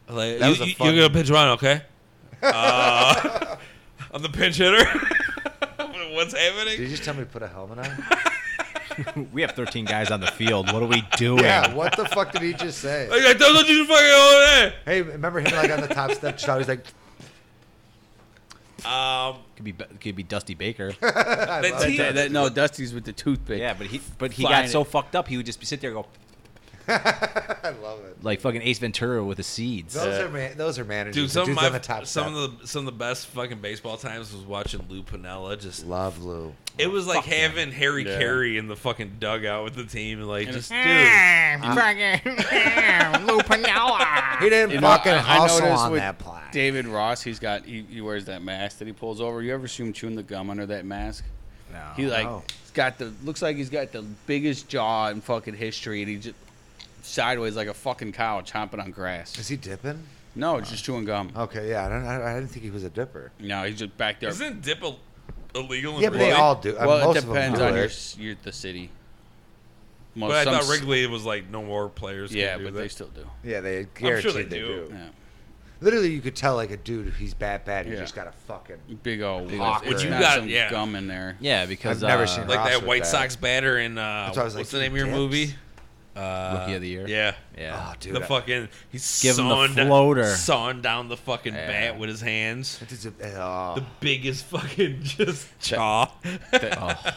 [SPEAKER 3] Like,
[SPEAKER 2] That
[SPEAKER 3] you,
[SPEAKER 2] was a
[SPEAKER 3] you-
[SPEAKER 2] fun-
[SPEAKER 3] you're gonna pitch run, okay? Uh, I'm the pinch hitter. What's happening?
[SPEAKER 2] Did you just tell me to put a helmet on?
[SPEAKER 4] we have 13 guys on the field. What are we doing?
[SPEAKER 2] yeah. What the fuck did he just say?
[SPEAKER 3] Like, I told you to fucking over
[SPEAKER 2] Hey, remember him like on the top step? Just always like,
[SPEAKER 3] there. Um,
[SPEAKER 4] Could be could be Dusty Baker.
[SPEAKER 3] that team,
[SPEAKER 1] That- that- no, Dusty's with the toothpick.
[SPEAKER 4] yeah, but he but he
[SPEAKER 1] Fine.
[SPEAKER 4] got so fucked up he would just be sit there and go.
[SPEAKER 2] I love it.
[SPEAKER 4] like fucking Ace Ventura with the seeds.
[SPEAKER 2] Those are man, those are managers.
[SPEAKER 3] Dude,
[SPEAKER 2] The
[SPEAKER 3] some of
[SPEAKER 2] dudes
[SPEAKER 3] my
[SPEAKER 2] on the top
[SPEAKER 3] some
[SPEAKER 2] step.
[SPEAKER 3] of the some of the best fucking baseball times was watching Lou Pinella. Just
[SPEAKER 2] love Lou.
[SPEAKER 3] it was like having Harry
[SPEAKER 1] Yeah.
[SPEAKER 3] Carey in the fucking dugout with the team. Like
[SPEAKER 1] And
[SPEAKER 3] just
[SPEAKER 1] it's-
[SPEAKER 3] dude,
[SPEAKER 2] He didn't
[SPEAKER 1] Ah, You know,
[SPEAKER 2] fucking
[SPEAKER 1] I- I
[SPEAKER 2] hustle
[SPEAKER 1] noticed
[SPEAKER 2] on
[SPEAKER 1] with
[SPEAKER 2] that plaque.
[SPEAKER 1] David Ross, he's got he, he wears that mask that he pulls over. You ever see him chewing the gum under that mask?
[SPEAKER 4] No.
[SPEAKER 1] He like
[SPEAKER 2] Oh, no.
[SPEAKER 1] he's got the looks like he's got the biggest jaw in fucking history, and he just sideways like a fucking cow chomping on grass.
[SPEAKER 2] Is he dipping?
[SPEAKER 1] No, it's just chewing gum.
[SPEAKER 2] Okay, yeah. I don't. I, I didn't think he was a dipper.
[SPEAKER 1] No, he's just back there.
[SPEAKER 3] isn't dip a, illegal? In
[SPEAKER 2] Yeah, but they
[SPEAKER 3] Wrigley?
[SPEAKER 2] all do. I mean,
[SPEAKER 1] well,
[SPEAKER 2] most
[SPEAKER 1] it
[SPEAKER 2] of them
[SPEAKER 1] depends
[SPEAKER 2] do
[SPEAKER 1] on your,
[SPEAKER 2] it.
[SPEAKER 1] s- your the city. Most,
[SPEAKER 3] But I
[SPEAKER 1] some
[SPEAKER 3] thought
[SPEAKER 1] s-
[SPEAKER 3] Wrigley was like no more players. can
[SPEAKER 1] Yeah,
[SPEAKER 3] do
[SPEAKER 1] but
[SPEAKER 3] that.
[SPEAKER 1] they still do.
[SPEAKER 2] Yeah, they guarantee
[SPEAKER 3] they
[SPEAKER 2] they, do.
[SPEAKER 3] do.
[SPEAKER 1] Yeah.
[SPEAKER 2] Literally, you could tell like a dude he's bat bad. He
[SPEAKER 1] Yeah.
[SPEAKER 2] just got a fucking.
[SPEAKER 1] Big old
[SPEAKER 2] Big
[SPEAKER 1] lock.
[SPEAKER 2] old
[SPEAKER 1] It's
[SPEAKER 2] You
[SPEAKER 1] not
[SPEAKER 3] got-
[SPEAKER 1] some
[SPEAKER 3] yeah.
[SPEAKER 1] gum in there.
[SPEAKER 4] yeah, because
[SPEAKER 2] I've never
[SPEAKER 4] uh,
[SPEAKER 2] seen
[SPEAKER 3] like
[SPEAKER 2] Ross
[SPEAKER 3] that
[SPEAKER 2] with
[SPEAKER 3] White
[SPEAKER 2] that.
[SPEAKER 3] Sox batter in uh,
[SPEAKER 2] That's why I was like,
[SPEAKER 3] what's the name of your
[SPEAKER 2] dips.
[SPEAKER 3] movie? Uh,
[SPEAKER 4] Rookie of the Year?
[SPEAKER 3] Yeah,
[SPEAKER 4] Yeah.
[SPEAKER 2] Oh, dude.
[SPEAKER 3] the
[SPEAKER 2] I-
[SPEAKER 3] fucking he's
[SPEAKER 4] Give him the
[SPEAKER 3] sawing da-
[SPEAKER 4] floater.
[SPEAKER 3] sawing down the fucking
[SPEAKER 4] Yeah.
[SPEAKER 3] bat with his hands.
[SPEAKER 2] That dude's a- oh.
[SPEAKER 3] The biggest fucking just jaw,
[SPEAKER 4] oh.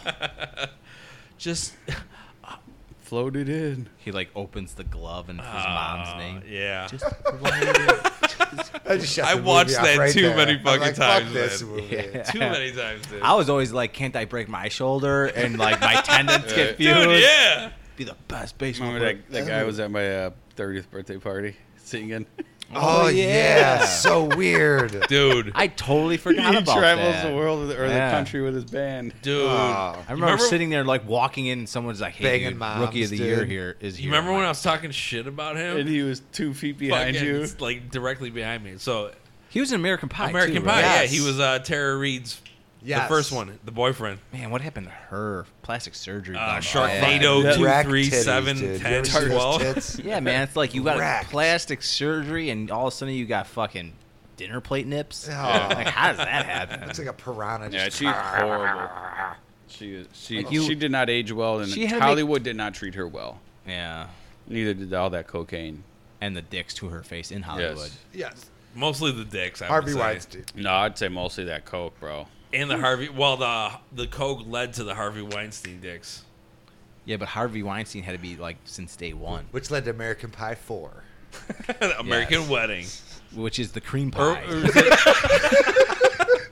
[SPEAKER 3] just
[SPEAKER 1] Floated in.
[SPEAKER 4] He like opens the glove and his
[SPEAKER 3] uh,
[SPEAKER 4] mom's name.
[SPEAKER 3] Yeah,
[SPEAKER 2] I, just shut
[SPEAKER 3] I
[SPEAKER 2] the movie
[SPEAKER 3] watched
[SPEAKER 2] off
[SPEAKER 3] that
[SPEAKER 2] right
[SPEAKER 3] too
[SPEAKER 2] there.
[SPEAKER 3] many
[SPEAKER 2] I was
[SPEAKER 3] fucking
[SPEAKER 2] like,
[SPEAKER 3] times,
[SPEAKER 2] Fuck this
[SPEAKER 3] man.
[SPEAKER 2] movie.
[SPEAKER 4] Yeah.
[SPEAKER 3] too many times. Dude,
[SPEAKER 4] I was always like, can't I break my shoulder and like my tendons
[SPEAKER 3] dude
[SPEAKER 4] get fused?
[SPEAKER 3] yeah.
[SPEAKER 4] Be the best baseball
[SPEAKER 1] Remember
[SPEAKER 4] player.
[SPEAKER 1] that, that guy was at my uh, 30th birthday party singing?
[SPEAKER 2] Oh, yeah.
[SPEAKER 4] yeah.
[SPEAKER 2] so weird.
[SPEAKER 3] Dude,
[SPEAKER 4] I totally forgot
[SPEAKER 1] he
[SPEAKER 4] about
[SPEAKER 1] travels
[SPEAKER 4] that.
[SPEAKER 1] the world with- or
[SPEAKER 4] Yeah.
[SPEAKER 1] the country with his band.
[SPEAKER 3] dude.
[SPEAKER 2] Oh.
[SPEAKER 4] I remember, sitting there like walking in, and someone's like, "Hey,
[SPEAKER 2] Banging
[SPEAKER 4] dude,
[SPEAKER 2] moms,
[SPEAKER 4] rookie of the year
[SPEAKER 2] dude.
[SPEAKER 4] here is
[SPEAKER 3] You
[SPEAKER 4] here."
[SPEAKER 3] remember
[SPEAKER 4] I'm
[SPEAKER 3] when I
[SPEAKER 4] like,
[SPEAKER 3] was talking shit about him?
[SPEAKER 1] And he was two feet behind
[SPEAKER 3] Fucking,
[SPEAKER 1] you.
[SPEAKER 3] it's, like directly behind me. So
[SPEAKER 4] he was in American Pie?
[SPEAKER 3] American
[SPEAKER 4] too,
[SPEAKER 3] Pie,
[SPEAKER 4] right?
[SPEAKER 2] Yes.
[SPEAKER 3] yeah, he was uh, Tara Reed's,
[SPEAKER 2] Yes.
[SPEAKER 3] the first one, the boyfriend.
[SPEAKER 4] Man, what happened to her? Plastic surgery.
[SPEAKER 3] Uh,
[SPEAKER 4] gone
[SPEAKER 3] Sharknado
[SPEAKER 1] Yeah.
[SPEAKER 3] two,
[SPEAKER 2] Rack
[SPEAKER 3] three,
[SPEAKER 2] titties,
[SPEAKER 3] seven,
[SPEAKER 2] dude. You
[SPEAKER 3] ten,
[SPEAKER 2] ever see those
[SPEAKER 3] 12.
[SPEAKER 2] tits?
[SPEAKER 4] bad. Yeah, man, it's like you got
[SPEAKER 2] Wrecked.
[SPEAKER 4] plastic surgery, and all of a sudden you got fucking dinner plate nips.
[SPEAKER 2] Oh.
[SPEAKER 4] Like, how does that happen?
[SPEAKER 2] It's like a piranha.
[SPEAKER 1] yeah,
[SPEAKER 2] Just
[SPEAKER 1] she's horrible. She is. She,
[SPEAKER 4] Like you-
[SPEAKER 1] she did not age well, and
[SPEAKER 4] She had to make-
[SPEAKER 1] Hollywood did not treat her well.
[SPEAKER 4] yeah,
[SPEAKER 1] Neither did all that cocaine.
[SPEAKER 4] and the dicks to her face in Hollywood.
[SPEAKER 1] Yes.
[SPEAKER 2] yes.
[SPEAKER 3] Mostly the dicks. I would
[SPEAKER 2] Harvey
[SPEAKER 3] say.
[SPEAKER 2] Weinstein.
[SPEAKER 1] No, I'd say mostly that coke, bro.
[SPEAKER 3] and the Harvey. Well, the the coke led to the Harvey Weinstein dicks.
[SPEAKER 4] Yeah, but Harvey Weinstein had to be like since day one,
[SPEAKER 2] Which led to American Pie 4.
[SPEAKER 3] The American
[SPEAKER 4] Yes.
[SPEAKER 3] Wedding.
[SPEAKER 4] which is the cream
[SPEAKER 3] Or-
[SPEAKER 4] pie.
[SPEAKER 3] or is it-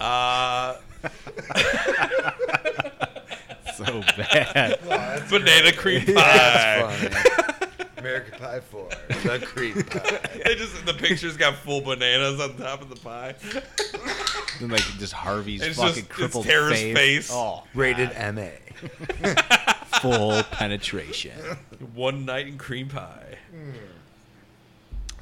[SPEAKER 3] uh,
[SPEAKER 4] so bad.
[SPEAKER 3] banana cream pie.
[SPEAKER 2] American Pie 4. The creep pie.
[SPEAKER 3] It just the picture's got full bananas on top of the pie.
[SPEAKER 4] And, like just Harvey's
[SPEAKER 3] It's
[SPEAKER 4] fucking
[SPEAKER 3] just- it's
[SPEAKER 4] crippled
[SPEAKER 3] Tara's
[SPEAKER 4] face.
[SPEAKER 3] face.
[SPEAKER 4] Oh,
[SPEAKER 2] Rated MA.
[SPEAKER 4] full penetration.
[SPEAKER 3] One night in cream pie.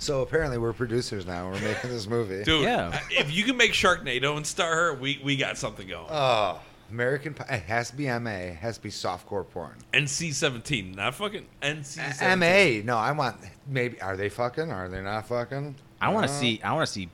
[SPEAKER 2] So apparently we're producers now. and We're making this movie.
[SPEAKER 3] Dude,
[SPEAKER 4] Yeah.
[SPEAKER 3] if you can make Sharknado and star her, we, we got something going.
[SPEAKER 2] Oh, American Pie. It has to be MA. It has to be softcore porn.
[SPEAKER 3] NC seventeen, not fucking NC seventeen.
[SPEAKER 2] MA. No, I want. Maybe. Are they fucking? Are they not fucking? Uh,
[SPEAKER 4] I want to
[SPEAKER 2] don't
[SPEAKER 4] see. I want to see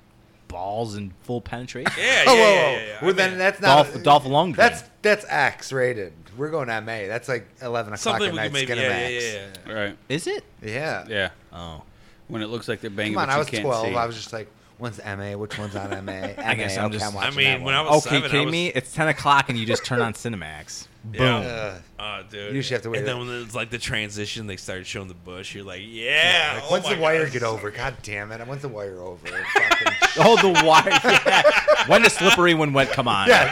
[SPEAKER 4] balls and full penetration.
[SPEAKER 3] Yeah, yeah,
[SPEAKER 2] Oh, whoa,
[SPEAKER 3] yeah,
[SPEAKER 2] whoa.
[SPEAKER 3] yeah, yeah. I
[SPEAKER 2] Well, then
[SPEAKER 3] mean,
[SPEAKER 2] that's not
[SPEAKER 4] Dolph- Dolph Lundgren.
[SPEAKER 2] That's that's X rated. We're going MA. That's like eleven o'clock
[SPEAKER 3] something
[SPEAKER 2] at
[SPEAKER 3] we
[SPEAKER 2] night.
[SPEAKER 3] can maybe.
[SPEAKER 2] Skin
[SPEAKER 3] Yeah, yeah,
[SPEAKER 2] Max.
[SPEAKER 3] yeah, yeah.
[SPEAKER 1] All right.
[SPEAKER 4] Is it?
[SPEAKER 2] yeah.
[SPEAKER 1] Yeah.
[SPEAKER 4] Oh,
[SPEAKER 1] When it looks like they're banging,
[SPEAKER 2] Come on,
[SPEAKER 1] but
[SPEAKER 2] I
[SPEAKER 1] you
[SPEAKER 2] was
[SPEAKER 1] can't
[SPEAKER 2] twelve.
[SPEAKER 1] see.
[SPEAKER 2] I was just like, when's MA? Which one's on MA? I
[SPEAKER 4] guess I'm just-
[SPEAKER 3] I mean, when I was
[SPEAKER 4] okay.
[SPEAKER 3] seven, I
[SPEAKER 4] kidding
[SPEAKER 3] was-
[SPEAKER 4] me? It's ten o'clock and you just turn on Cinemax.
[SPEAKER 3] Yeah.
[SPEAKER 2] Uh,
[SPEAKER 3] Oh, dude.
[SPEAKER 2] You just have to wait
[SPEAKER 3] And then
[SPEAKER 2] it-
[SPEAKER 3] when it's like the transition, they started showing the bush. You're like, yeah. oh
[SPEAKER 2] when's
[SPEAKER 3] my
[SPEAKER 2] the wire
[SPEAKER 3] God.
[SPEAKER 2] get over? God damn it! I want the wire over. Fucking-
[SPEAKER 4] Oh, the wire. Yeah. When does slippery when wet come on?
[SPEAKER 2] yes.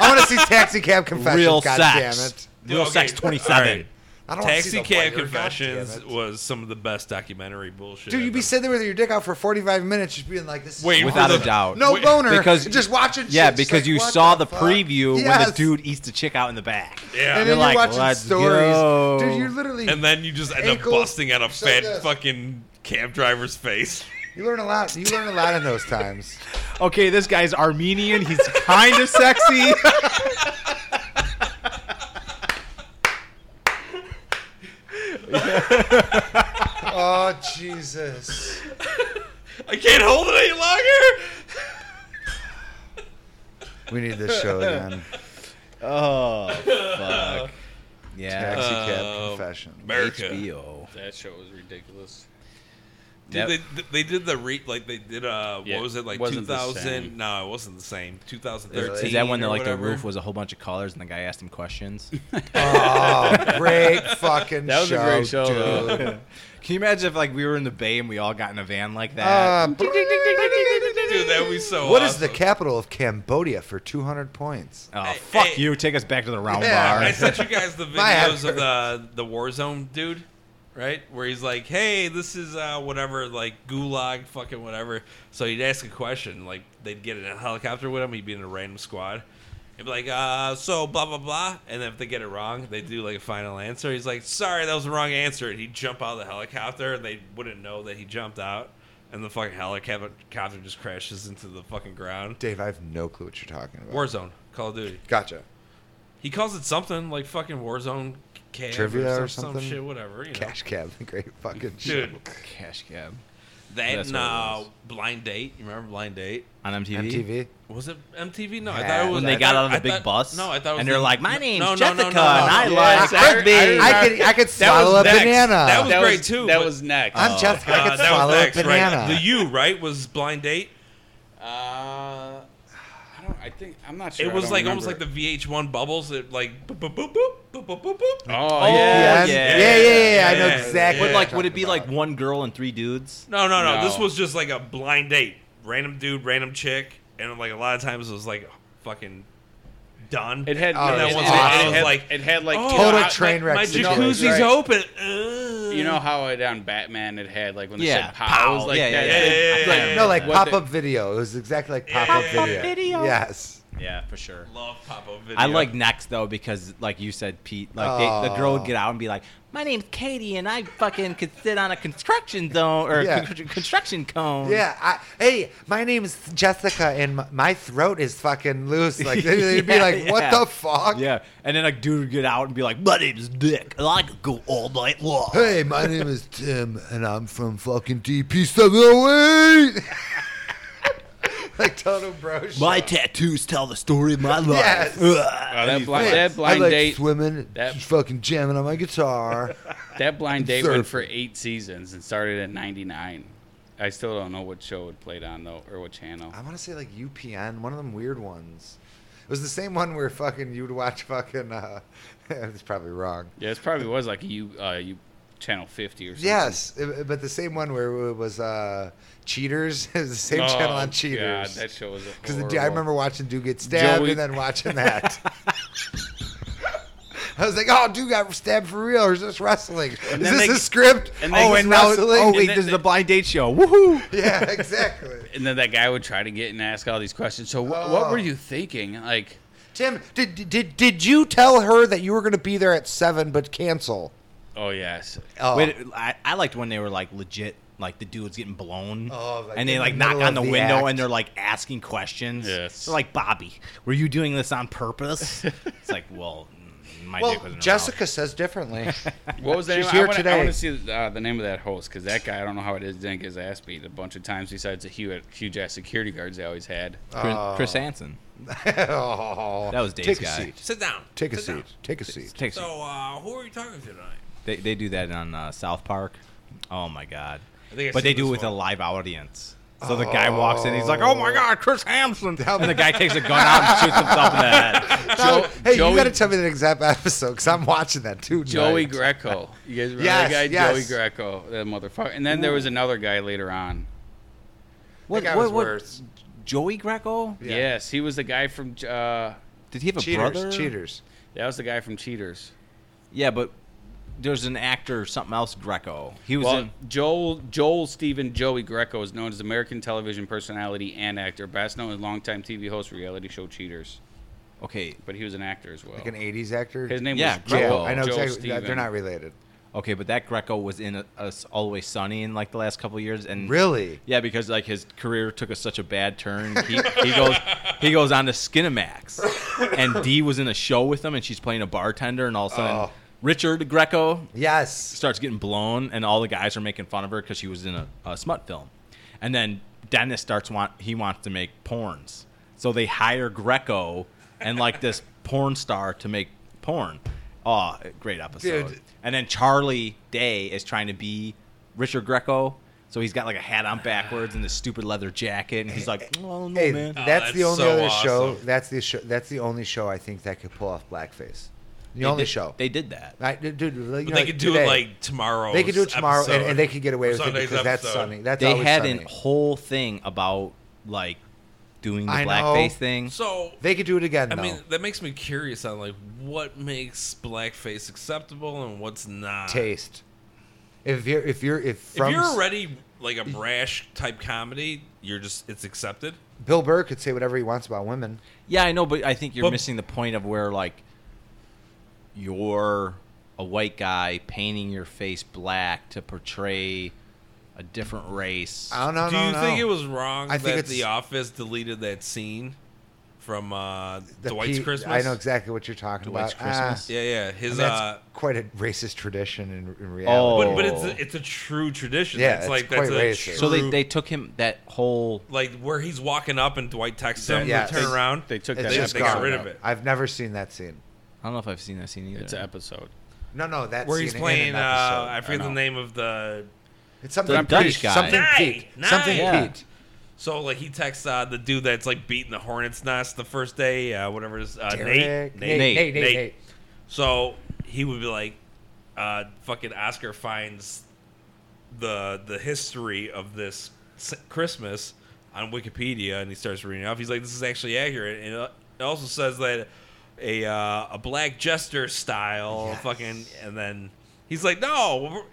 [SPEAKER 2] I want to see Taxi Cab Confessions.
[SPEAKER 4] Real
[SPEAKER 2] God damn
[SPEAKER 4] sex.
[SPEAKER 2] it!
[SPEAKER 3] Dude,
[SPEAKER 4] Real
[SPEAKER 3] okay,
[SPEAKER 4] sex.
[SPEAKER 3] all
[SPEAKER 4] Twenty seven.
[SPEAKER 3] right.
[SPEAKER 2] I don't wanna see
[SPEAKER 3] Taxi
[SPEAKER 2] the
[SPEAKER 3] Cab
[SPEAKER 2] wire, God damn
[SPEAKER 3] Confessions
[SPEAKER 2] it.
[SPEAKER 3] was some of the best documentary bullshit.
[SPEAKER 2] Dude, you'd be
[SPEAKER 3] ever.
[SPEAKER 2] sitting there with your dick out for 45 minutes, just being like, "This is
[SPEAKER 3] Wait,
[SPEAKER 2] awesome.
[SPEAKER 4] Without a
[SPEAKER 3] the-
[SPEAKER 4] doubt.
[SPEAKER 2] no
[SPEAKER 3] wait,
[SPEAKER 2] boner."
[SPEAKER 4] because-
[SPEAKER 2] just watching.
[SPEAKER 4] Yeah,
[SPEAKER 2] shit, just
[SPEAKER 4] because
[SPEAKER 2] like,
[SPEAKER 4] you
[SPEAKER 2] what
[SPEAKER 4] saw the,
[SPEAKER 2] the fuck?
[SPEAKER 4] preview when the
[SPEAKER 2] Yes.
[SPEAKER 4] dude eats the chick out in the back.
[SPEAKER 3] Yeah.
[SPEAKER 2] and
[SPEAKER 4] You're
[SPEAKER 2] then
[SPEAKER 4] like,
[SPEAKER 2] you're watching
[SPEAKER 4] "Let's
[SPEAKER 2] stories,
[SPEAKER 4] go."
[SPEAKER 2] dude. You're literally
[SPEAKER 3] And then you just end
[SPEAKER 2] Ankles,
[SPEAKER 3] up busting out a
[SPEAKER 2] just like
[SPEAKER 3] fat
[SPEAKER 2] this.
[SPEAKER 3] fucking cab driver's face.
[SPEAKER 2] you learn a lot. You learn a lot in those times.
[SPEAKER 4] Okay, this guy's Armenian. He's kind of sexy.
[SPEAKER 2] oh Jesus!
[SPEAKER 3] I can't hold it any longer.
[SPEAKER 2] We need this show again.
[SPEAKER 4] Oh fuck. Yeah.
[SPEAKER 2] Taxi cab
[SPEAKER 3] Uh,
[SPEAKER 2] confession.
[SPEAKER 3] America.
[SPEAKER 4] HBO.
[SPEAKER 1] That show was ridiculous.
[SPEAKER 3] Dude,
[SPEAKER 4] That-
[SPEAKER 3] they, they did the re like they did uh
[SPEAKER 1] Yeah,
[SPEAKER 3] what was it like
[SPEAKER 1] wasn't the
[SPEAKER 3] 2000
[SPEAKER 1] same.
[SPEAKER 3] no it wasn't the same 2013
[SPEAKER 4] is that when the,
[SPEAKER 3] or
[SPEAKER 4] like the
[SPEAKER 3] whatever?
[SPEAKER 4] roof was a whole bunch of colors and the guy asked him questions?
[SPEAKER 2] Oh, great fucking
[SPEAKER 1] That was a
[SPEAKER 2] show.
[SPEAKER 1] great show,
[SPEAKER 2] dude.
[SPEAKER 1] though.
[SPEAKER 4] Can you imagine if like we were in the bay and we all got in a van like that?
[SPEAKER 2] Uh,
[SPEAKER 3] Um, dude that was so
[SPEAKER 2] what is the
[SPEAKER 3] awesome.
[SPEAKER 2] capital of Cambodia for 200 points?
[SPEAKER 4] oh
[SPEAKER 3] hey,
[SPEAKER 4] fuck
[SPEAKER 3] hey.
[SPEAKER 4] you! Take us back to the round
[SPEAKER 2] Yeah,
[SPEAKER 4] bar.
[SPEAKER 3] I sent you guys the
[SPEAKER 2] My head
[SPEAKER 3] videos of the the Warzone dude, right? Where he's like, "Hey, this is uh, whatever, like gulag, fucking whatever." So he'd ask a question, like they'd get in a helicopter with him. He'd be in a random squad. He'd be like, "Uh, so blah blah blah," and then if they get it wrong, they do like a final answer. He's like, "Sorry, that was the wrong answer," and he'd jump out of the helicopter, and they wouldn't know that he jumped out. And the fucking helicopter just crashes into the fucking ground.
[SPEAKER 2] Dave, I have no clue what you're talking about.
[SPEAKER 3] Warzone, Call of Duty.
[SPEAKER 2] Gotcha.
[SPEAKER 3] He calls it something like fucking Warzone cab
[SPEAKER 2] Trivia
[SPEAKER 3] or,
[SPEAKER 2] or
[SPEAKER 3] some, some
[SPEAKER 2] something?
[SPEAKER 3] shit, whatever. You know.
[SPEAKER 2] Cash Cab, great fucking show.
[SPEAKER 3] Dude,
[SPEAKER 4] Cash cab
[SPEAKER 3] that
[SPEAKER 4] That's
[SPEAKER 3] and
[SPEAKER 4] what it
[SPEAKER 3] uh,
[SPEAKER 4] was.
[SPEAKER 3] Blind Date. You remember Blind Date?
[SPEAKER 4] on MTV.
[SPEAKER 2] MTV.
[SPEAKER 3] Was it MTV? No, I
[SPEAKER 2] Yeah,
[SPEAKER 3] thought it was.
[SPEAKER 4] When they
[SPEAKER 3] I
[SPEAKER 4] got
[SPEAKER 3] thought-
[SPEAKER 4] out on the
[SPEAKER 3] I
[SPEAKER 4] big
[SPEAKER 3] thought-
[SPEAKER 4] bus,
[SPEAKER 3] No, I thought it was.
[SPEAKER 4] and they're
[SPEAKER 3] the-
[SPEAKER 4] like, "My name's
[SPEAKER 3] no, no,
[SPEAKER 4] Jessica,
[SPEAKER 3] no, no, no, no.
[SPEAKER 4] and I
[SPEAKER 3] Yeah,
[SPEAKER 4] love
[SPEAKER 3] I-
[SPEAKER 4] Saturday."
[SPEAKER 2] I could, I could swallow a
[SPEAKER 3] was next.
[SPEAKER 2] banana.
[SPEAKER 3] That was- great,
[SPEAKER 1] was, Oh,
[SPEAKER 3] too,
[SPEAKER 1] That
[SPEAKER 3] but-
[SPEAKER 1] was next.
[SPEAKER 2] I'm Jessica. I
[SPEAKER 3] Uh,
[SPEAKER 2] could
[SPEAKER 3] that was
[SPEAKER 2] swallow
[SPEAKER 3] next,
[SPEAKER 2] a banana.
[SPEAKER 3] right? The U, right, was Blind Date.
[SPEAKER 1] uh, I don't. I think I'm not sure.
[SPEAKER 3] It
[SPEAKER 1] I
[SPEAKER 3] was
[SPEAKER 1] don't
[SPEAKER 3] like almost like
[SPEAKER 1] remember.
[SPEAKER 3] the VH1 bubbles. It like boop boop boop boop boop boop boop. boop.
[SPEAKER 1] Oh,
[SPEAKER 4] Oh,
[SPEAKER 1] yeah.
[SPEAKER 2] yeah, yeah, yeah, yeah, I know
[SPEAKER 3] Yeah,
[SPEAKER 2] exactly.
[SPEAKER 3] yeah.
[SPEAKER 4] But
[SPEAKER 2] what
[SPEAKER 4] like,
[SPEAKER 2] you're
[SPEAKER 4] would it be
[SPEAKER 2] talking
[SPEAKER 4] like
[SPEAKER 2] about.
[SPEAKER 4] one girl and three dudes?
[SPEAKER 3] No, no, no,
[SPEAKER 1] No.
[SPEAKER 3] This was just like a blind date. Random dude, random chick, and like a lot of times it was like fucking done.
[SPEAKER 1] It had.
[SPEAKER 2] Oh,
[SPEAKER 1] no,
[SPEAKER 2] yeah.
[SPEAKER 1] it,
[SPEAKER 2] Oh,
[SPEAKER 1] it,
[SPEAKER 2] I
[SPEAKER 1] it had
[SPEAKER 2] was
[SPEAKER 3] like,
[SPEAKER 1] like it had like.
[SPEAKER 3] Oh,
[SPEAKER 1] you know,
[SPEAKER 2] Total
[SPEAKER 1] how-
[SPEAKER 2] train
[SPEAKER 3] my,
[SPEAKER 2] wreck
[SPEAKER 3] my
[SPEAKER 2] situation.
[SPEAKER 3] jacuzzi's
[SPEAKER 1] Right.
[SPEAKER 3] open.
[SPEAKER 1] You know how it on Batman it had like when they
[SPEAKER 4] Yeah,
[SPEAKER 1] said pows
[SPEAKER 4] pow.
[SPEAKER 1] like
[SPEAKER 4] Yeah,
[SPEAKER 1] that.
[SPEAKER 4] yeah,
[SPEAKER 3] yeah,
[SPEAKER 1] It's
[SPEAKER 3] yeah, yeah, yeah.
[SPEAKER 2] no, like
[SPEAKER 1] what
[SPEAKER 2] pop
[SPEAKER 1] the-
[SPEAKER 2] up video. It was exactly like pop up
[SPEAKER 3] Pop-up
[SPEAKER 2] video.
[SPEAKER 4] video.
[SPEAKER 2] Yes.
[SPEAKER 4] Yeah, for sure.
[SPEAKER 3] love pop-up video.
[SPEAKER 4] I like next though because like you said, Pete, like they, the girl
[SPEAKER 2] Oh.
[SPEAKER 4] would get out and be like, "My name's Katie, and I fucking could sit on a construction zone or a
[SPEAKER 2] Yeah.
[SPEAKER 4] con- construction cone."
[SPEAKER 2] Yeah. I, hey, my name is Jessica, and my, my throat is fucking loose. Like they- they'd be
[SPEAKER 4] Yeah,
[SPEAKER 2] like, "What
[SPEAKER 4] yeah.
[SPEAKER 2] the fuck?"
[SPEAKER 4] yeah. And then a dude would get out and be like, "My name's Dick, and I could go all night long."
[SPEAKER 2] Hey, my name is Tim, and I'm from fucking DP 708. E. like total bro. shit.
[SPEAKER 4] My tattoos tell the story of my life.
[SPEAKER 2] Yes.
[SPEAKER 1] Oh, that, bli-
[SPEAKER 2] Hey,
[SPEAKER 1] that blind
[SPEAKER 2] I like
[SPEAKER 1] date.
[SPEAKER 2] swimming,
[SPEAKER 1] that-
[SPEAKER 2] just fucking jamming on my guitar.
[SPEAKER 1] That blind date went
[SPEAKER 2] Surf.
[SPEAKER 1] for eight seasons and started in '99. I still don't know what show it played on though, or what channel.
[SPEAKER 2] I want to say like UPN, one of them weird ones. It was the same one where fucking you'd watch fucking. Uh, it's probably wrong.
[SPEAKER 1] Yeah, it probably was like you, uh, you, channel 50 or something.
[SPEAKER 2] Yes, it- but the same one where it was uh, Cheaters. It was the same
[SPEAKER 1] Oh,
[SPEAKER 2] channel on
[SPEAKER 1] God,
[SPEAKER 2] Cheaters.
[SPEAKER 1] that show was
[SPEAKER 2] Because
[SPEAKER 1] horrible.
[SPEAKER 2] I remember watching dude get stabbed
[SPEAKER 1] Joey-
[SPEAKER 2] and then watching that. I was like, "Oh, dude got stabbed for real, or is this wrestling?
[SPEAKER 1] And
[SPEAKER 2] is
[SPEAKER 1] then
[SPEAKER 2] this
[SPEAKER 1] they-
[SPEAKER 2] a script?
[SPEAKER 1] and they-
[SPEAKER 2] oh, and
[SPEAKER 1] now-
[SPEAKER 2] wrestling?
[SPEAKER 4] Oh
[SPEAKER 1] And
[SPEAKER 4] wait,
[SPEAKER 1] then
[SPEAKER 4] this is
[SPEAKER 1] they-
[SPEAKER 4] the blind date show. Woohoo!
[SPEAKER 2] yeah, exactly."
[SPEAKER 1] And then that guy would try to get and ask all these questions. So wh- what
[SPEAKER 2] Oh.
[SPEAKER 1] were you thinking? Like,
[SPEAKER 2] Tim, did did did you tell her that you were going to be there at seven but cancel?
[SPEAKER 1] oh yes,
[SPEAKER 2] Oh,
[SPEAKER 4] Wait, I, I liked when they were like legit, like the dude's getting blown,
[SPEAKER 2] Oh, like,
[SPEAKER 4] and they
[SPEAKER 2] in
[SPEAKER 4] like
[SPEAKER 2] the
[SPEAKER 4] knock
[SPEAKER 2] middle
[SPEAKER 4] on the,
[SPEAKER 2] of the
[SPEAKER 4] window
[SPEAKER 2] act.
[SPEAKER 4] and they're like asking questions.
[SPEAKER 1] Yes.
[SPEAKER 4] They're like, Bobby, were you doing this on purpose? it's like, well, mm, my
[SPEAKER 2] well,
[SPEAKER 4] dick was
[SPEAKER 2] Jessica says differently.
[SPEAKER 1] what was that?
[SPEAKER 2] She's
[SPEAKER 1] name?
[SPEAKER 2] here
[SPEAKER 1] I wanna,
[SPEAKER 2] today.
[SPEAKER 1] I want to see uh, the name of that host because that guy I don't know how it is didn't get his ass beat a bunch of times. Besides the huge, huge ass security guards they always had.
[SPEAKER 4] Chris, Chris
[SPEAKER 2] uh,
[SPEAKER 4] Hansen.
[SPEAKER 2] oh,
[SPEAKER 4] That was Dave's
[SPEAKER 2] Take a
[SPEAKER 4] guy.
[SPEAKER 2] seat.
[SPEAKER 3] Sit down.
[SPEAKER 2] Take a
[SPEAKER 3] Sit down.
[SPEAKER 2] seat. Take a seat.
[SPEAKER 4] Takes-
[SPEAKER 3] So, uh, who are you talking to tonight?
[SPEAKER 4] they they do that on uh, South Park. Oh my god!
[SPEAKER 3] I think I
[SPEAKER 4] but
[SPEAKER 3] seen
[SPEAKER 4] they do it
[SPEAKER 3] this
[SPEAKER 4] with a
[SPEAKER 3] one.
[SPEAKER 4] live audience. So the guy walks in, he's like, "Oh my god, Chris Hansen!" And the guy takes a gun out and shoots himself in the head.
[SPEAKER 2] No,
[SPEAKER 1] Jo-
[SPEAKER 2] Oh, hey,
[SPEAKER 1] Joey-
[SPEAKER 2] you got to tell me the exact episode because I'm watching that too.
[SPEAKER 1] Joey
[SPEAKER 2] tonight.
[SPEAKER 1] Greco. You guys remember
[SPEAKER 2] Yes,
[SPEAKER 1] that guy?
[SPEAKER 2] yes.
[SPEAKER 1] Joey Greco, that motherfucker. And then there was another guy later on.
[SPEAKER 4] What,
[SPEAKER 2] guy
[SPEAKER 4] what,
[SPEAKER 2] was
[SPEAKER 4] what-
[SPEAKER 2] worse.
[SPEAKER 4] Joey Greco?
[SPEAKER 2] Yeah.
[SPEAKER 1] Yes, he was the guy from. Uh,
[SPEAKER 4] Did he have a
[SPEAKER 2] cheaters,
[SPEAKER 4] brother?
[SPEAKER 2] cheaters.
[SPEAKER 1] that was the guy from Cheaters.
[SPEAKER 4] Yeah, but there's an actor, something else Greco. He was
[SPEAKER 1] Well,
[SPEAKER 4] in.
[SPEAKER 1] Joel Joel Stephen Joey Greco is known as American television personality and actor, best known as longtime TV host for reality show Cheaters.
[SPEAKER 4] Okay,
[SPEAKER 1] But he was an actor as well.
[SPEAKER 2] Like an '80s actor.
[SPEAKER 1] His name
[SPEAKER 4] Yeah,
[SPEAKER 1] was Joel.
[SPEAKER 2] Yeah,
[SPEAKER 4] Greco.
[SPEAKER 2] I know
[SPEAKER 1] Joel
[SPEAKER 2] exactly.
[SPEAKER 1] Stephen.
[SPEAKER 2] They're not related.
[SPEAKER 4] okay, but that Greco was in a, a s- Always Sunny in like the last couple years, and
[SPEAKER 2] Really?
[SPEAKER 4] yeah, because like his career took a, such a bad turn. He, he goes he goes on to Skinamax, and Dee was in a show with him, and she's playing a bartender, and all of a sudden
[SPEAKER 2] Oh.
[SPEAKER 4] Richard Greco
[SPEAKER 2] Yes.
[SPEAKER 4] starts getting blown, and all the guys are making fun of her because she was in a, a smut film. And then Dennis starts want he wants to make porns, so they hire Greco and like this porn star to make porn. Oh, great episode!
[SPEAKER 2] Dude.
[SPEAKER 4] And then Charlie Day is trying to be Richard Greco, So he's got like a hat on backwards and this stupid leather jacket, and he's like, "Oh no,
[SPEAKER 2] Hey, uh,
[SPEAKER 4] man."
[SPEAKER 3] Oh,
[SPEAKER 2] that's the
[SPEAKER 3] that's
[SPEAKER 2] only
[SPEAKER 3] so
[SPEAKER 2] other show.
[SPEAKER 3] awesome.
[SPEAKER 2] That's the show. That's the only show I think that could pull off blackface. The
[SPEAKER 4] They
[SPEAKER 2] only
[SPEAKER 4] did-
[SPEAKER 2] show.
[SPEAKER 4] they did that.
[SPEAKER 2] I, dude, you know,
[SPEAKER 3] But they could do
[SPEAKER 2] today,
[SPEAKER 3] it like tomorrow.
[SPEAKER 2] they could do it tomorrow, and, and they could get away
[SPEAKER 3] Or
[SPEAKER 2] with it
[SPEAKER 3] Oh, Sunday's
[SPEAKER 2] because that's
[SPEAKER 3] episode.
[SPEAKER 2] sunny. That's
[SPEAKER 4] they
[SPEAKER 2] always
[SPEAKER 4] had
[SPEAKER 2] sunny.
[SPEAKER 4] a whole thing about like doing the
[SPEAKER 2] I know.
[SPEAKER 4] blackface thing.
[SPEAKER 3] So
[SPEAKER 2] They could do it again.
[SPEAKER 3] I
[SPEAKER 2] though.
[SPEAKER 3] mean, that makes me curious on like what makes blackface acceptable and what's not.
[SPEAKER 2] taste. If you're if you're if
[SPEAKER 3] If
[SPEAKER 2] from
[SPEAKER 3] you're already like a brash type comedy, you're just it's accepted.
[SPEAKER 2] Bill Burr could say whatever he wants about women.
[SPEAKER 4] yeah, I know, but I think you're
[SPEAKER 3] But-
[SPEAKER 4] missing the point of where like you're a white guy painting your face black to portray a different race.
[SPEAKER 2] I don't know.
[SPEAKER 3] do
[SPEAKER 2] no,
[SPEAKER 3] you
[SPEAKER 2] no.
[SPEAKER 3] think it was wrong
[SPEAKER 2] I
[SPEAKER 3] that
[SPEAKER 2] think it's-
[SPEAKER 3] The Office deleted that scene from uh,
[SPEAKER 2] The
[SPEAKER 3] Dwight's
[SPEAKER 2] P-
[SPEAKER 3] Christmas?
[SPEAKER 2] I know exactly what you're talking
[SPEAKER 4] Dwight's
[SPEAKER 2] about. Ah,
[SPEAKER 4] Christmas?
[SPEAKER 3] Yeah, yeah. His
[SPEAKER 2] and that's
[SPEAKER 3] uh,
[SPEAKER 2] quite a racist tradition in, in reality.
[SPEAKER 3] but, but it's
[SPEAKER 4] Oh.
[SPEAKER 3] a, it's a true tradition.
[SPEAKER 2] Yeah,
[SPEAKER 3] it's
[SPEAKER 2] it's
[SPEAKER 3] like
[SPEAKER 2] quite
[SPEAKER 3] that's a
[SPEAKER 2] racist.
[SPEAKER 3] true,
[SPEAKER 4] so they, they took him that whole
[SPEAKER 3] like where he's walking up and Dwight texts him
[SPEAKER 2] Yeah,
[SPEAKER 3] to turn
[SPEAKER 2] they-
[SPEAKER 3] around.
[SPEAKER 1] They
[SPEAKER 4] Oh,
[SPEAKER 1] took
[SPEAKER 2] It's
[SPEAKER 1] that.
[SPEAKER 3] They-
[SPEAKER 2] just
[SPEAKER 3] they got
[SPEAKER 2] gone.
[SPEAKER 3] rid of it.
[SPEAKER 2] I've never seen that scene.
[SPEAKER 4] I don't know if I've seen that scene either.
[SPEAKER 1] It's an episode.
[SPEAKER 2] No, no, that
[SPEAKER 3] where
[SPEAKER 2] scene
[SPEAKER 3] he's
[SPEAKER 2] in an
[SPEAKER 3] playing uh,
[SPEAKER 2] episode.
[SPEAKER 3] I forget
[SPEAKER 1] I
[SPEAKER 3] the
[SPEAKER 1] know.
[SPEAKER 3] name of the
[SPEAKER 2] It's something
[SPEAKER 4] The Dutch
[SPEAKER 2] Pete,
[SPEAKER 4] guy.
[SPEAKER 2] Something
[SPEAKER 3] Night,
[SPEAKER 2] Pete.
[SPEAKER 3] night.
[SPEAKER 2] Something
[SPEAKER 4] Yeah.
[SPEAKER 2] Pete.
[SPEAKER 3] So like he texts uh, the dude that's like beating the hornet's nest the first day, uh, whatever it is uh,
[SPEAKER 2] Derek,
[SPEAKER 3] Nate,
[SPEAKER 2] Nate,
[SPEAKER 4] Nate,
[SPEAKER 2] Nate, Nate,
[SPEAKER 3] Nate.
[SPEAKER 2] Nate.
[SPEAKER 3] So he would be like, uh, "Fucking Oscar finds the the history of this s- Christmas on Wikipedia," and he starts reading it off. He's like, "This is actually accurate," and it- it also says that a uh, a black jester style
[SPEAKER 2] Yes.
[SPEAKER 3] fucking, and then he's like, "No."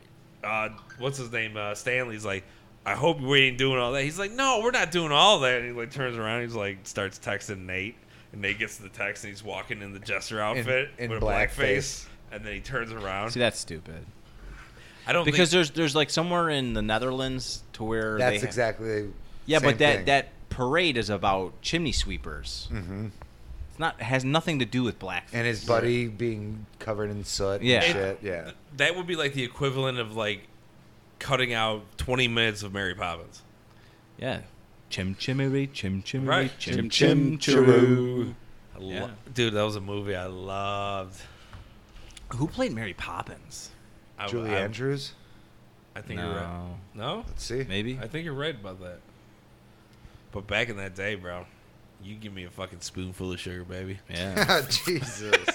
[SPEAKER 3] Uh, what's his name? Uh, Stanley's like, I hope we ain't doing all that. He's like, no, we're not doing all that. And he like turns around. He's like, starts texting Nate, and Nate gets the text, and he's walking in the jester outfit
[SPEAKER 2] in
[SPEAKER 3] with a black
[SPEAKER 2] blackface.
[SPEAKER 3] face, and then he turns around.
[SPEAKER 4] See, that's stupid.
[SPEAKER 3] I don't think,
[SPEAKER 4] Because there's there's like somewhere in the Netherlands to where
[SPEAKER 2] That's
[SPEAKER 4] they
[SPEAKER 2] exactly.
[SPEAKER 4] Yeah,
[SPEAKER 2] same
[SPEAKER 4] but that
[SPEAKER 2] thing.
[SPEAKER 4] that parade is about chimney sweepers. Mm-hmm. It's not has nothing to do with blackface.
[SPEAKER 2] and his buddy being covered in soot.
[SPEAKER 4] Yeah.
[SPEAKER 2] and
[SPEAKER 4] It-
[SPEAKER 2] shit. Yeah.
[SPEAKER 3] that would be like the equivalent of like cutting out 20 minutes of Mary Poppins.
[SPEAKER 4] yeah, chim chimmery, chim chimmery,
[SPEAKER 3] Right.
[SPEAKER 4] chim
[SPEAKER 1] Chim
[SPEAKER 4] chim
[SPEAKER 1] chim
[SPEAKER 4] chiroo.
[SPEAKER 3] I lo-
[SPEAKER 4] Yeah.
[SPEAKER 3] Dude, that was a movie I loved.
[SPEAKER 4] Who played Mary Poppins?
[SPEAKER 3] I,
[SPEAKER 2] Julie
[SPEAKER 3] I,
[SPEAKER 2] Andrews.
[SPEAKER 3] I think you're right.
[SPEAKER 4] No.
[SPEAKER 3] No,
[SPEAKER 2] Let's see.
[SPEAKER 4] Maybe
[SPEAKER 3] I think you're right about that. But back in that day, bro, you give me a fucking spoonful of sugar, baby.
[SPEAKER 4] yeah.
[SPEAKER 2] Jesus.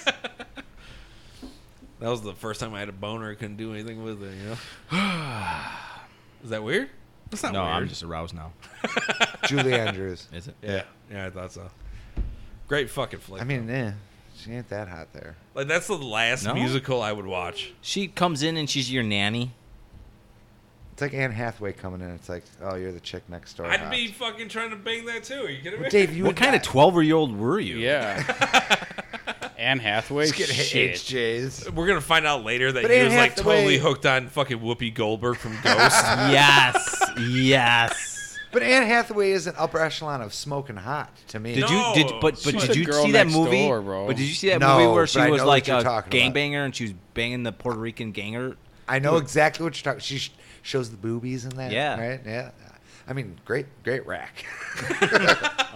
[SPEAKER 3] That was the first time I had a boner. I couldn't do anything with it. You know. Is that weird? That's not
[SPEAKER 4] no,
[SPEAKER 3] weird.
[SPEAKER 4] I'm just aroused now.
[SPEAKER 2] Julie Andrews.
[SPEAKER 4] Is it?
[SPEAKER 3] Yeah. Yeah, I thought so. Great fucking flick.
[SPEAKER 2] I mean, eh, she ain't that hot there.
[SPEAKER 3] like that's the last
[SPEAKER 4] No?
[SPEAKER 3] musical I would watch.
[SPEAKER 4] She comes in and she's your nanny.
[SPEAKER 2] It's like Anne Hathaway coming in. It's like, oh, you're the chick next door.
[SPEAKER 3] I'd
[SPEAKER 2] hot.
[SPEAKER 3] be fucking trying to bang that too. Are you kidding me?
[SPEAKER 2] Well, Dave, you
[SPEAKER 4] what kind of twelve year old were you?
[SPEAKER 1] Yeah. Anne Hathaway.
[SPEAKER 2] Just get
[SPEAKER 1] Shit.
[SPEAKER 2] HJs.
[SPEAKER 3] We're gonna find out later that
[SPEAKER 2] But
[SPEAKER 3] he
[SPEAKER 2] Anne
[SPEAKER 3] was like
[SPEAKER 2] Hathaway-
[SPEAKER 3] totally hooked on fucking Whoopi Goldberg from Ghost.
[SPEAKER 4] Yes. yes.
[SPEAKER 2] But Anne Hathaway is an upper echelon of smoking hot to me.
[SPEAKER 4] Did
[SPEAKER 3] No,
[SPEAKER 4] you did but but
[SPEAKER 1] she's
[SPEAKER 4] did
[SPEAKER 1] a
[SPEAKER 4] you
[SPEAKER 1] girl
[SPEAKER 4] see that
[SPEAKER 1] next
[SPEAKER 4] movie?
[SPEAKER 1] door, bro.
[SPEAKER 4] But did you see that
[SPEAKER 2] No,
[SPEAKER 4] movie where
[SPEAKER 2] but
[SPEAKER 4] she
[SPEAKER 2] I
[SPEAKER 4] was
[SPEAKER 2] know
[SPEAKER 4] like
[SPEAKER 2] what you're
[SPEAKER 4] a
[SPEAKER 2] talking about.
[SPEAKER 4] gangbanger and she was banging the Puerto Rican ganger?
[SPEAKER 2] I know exactly what you're talking. She sh- shows the boobies in that.
[SPEAKER 4] Yeah.
[SPEAKER 2] Right. Yeah. I mean, great, great rack.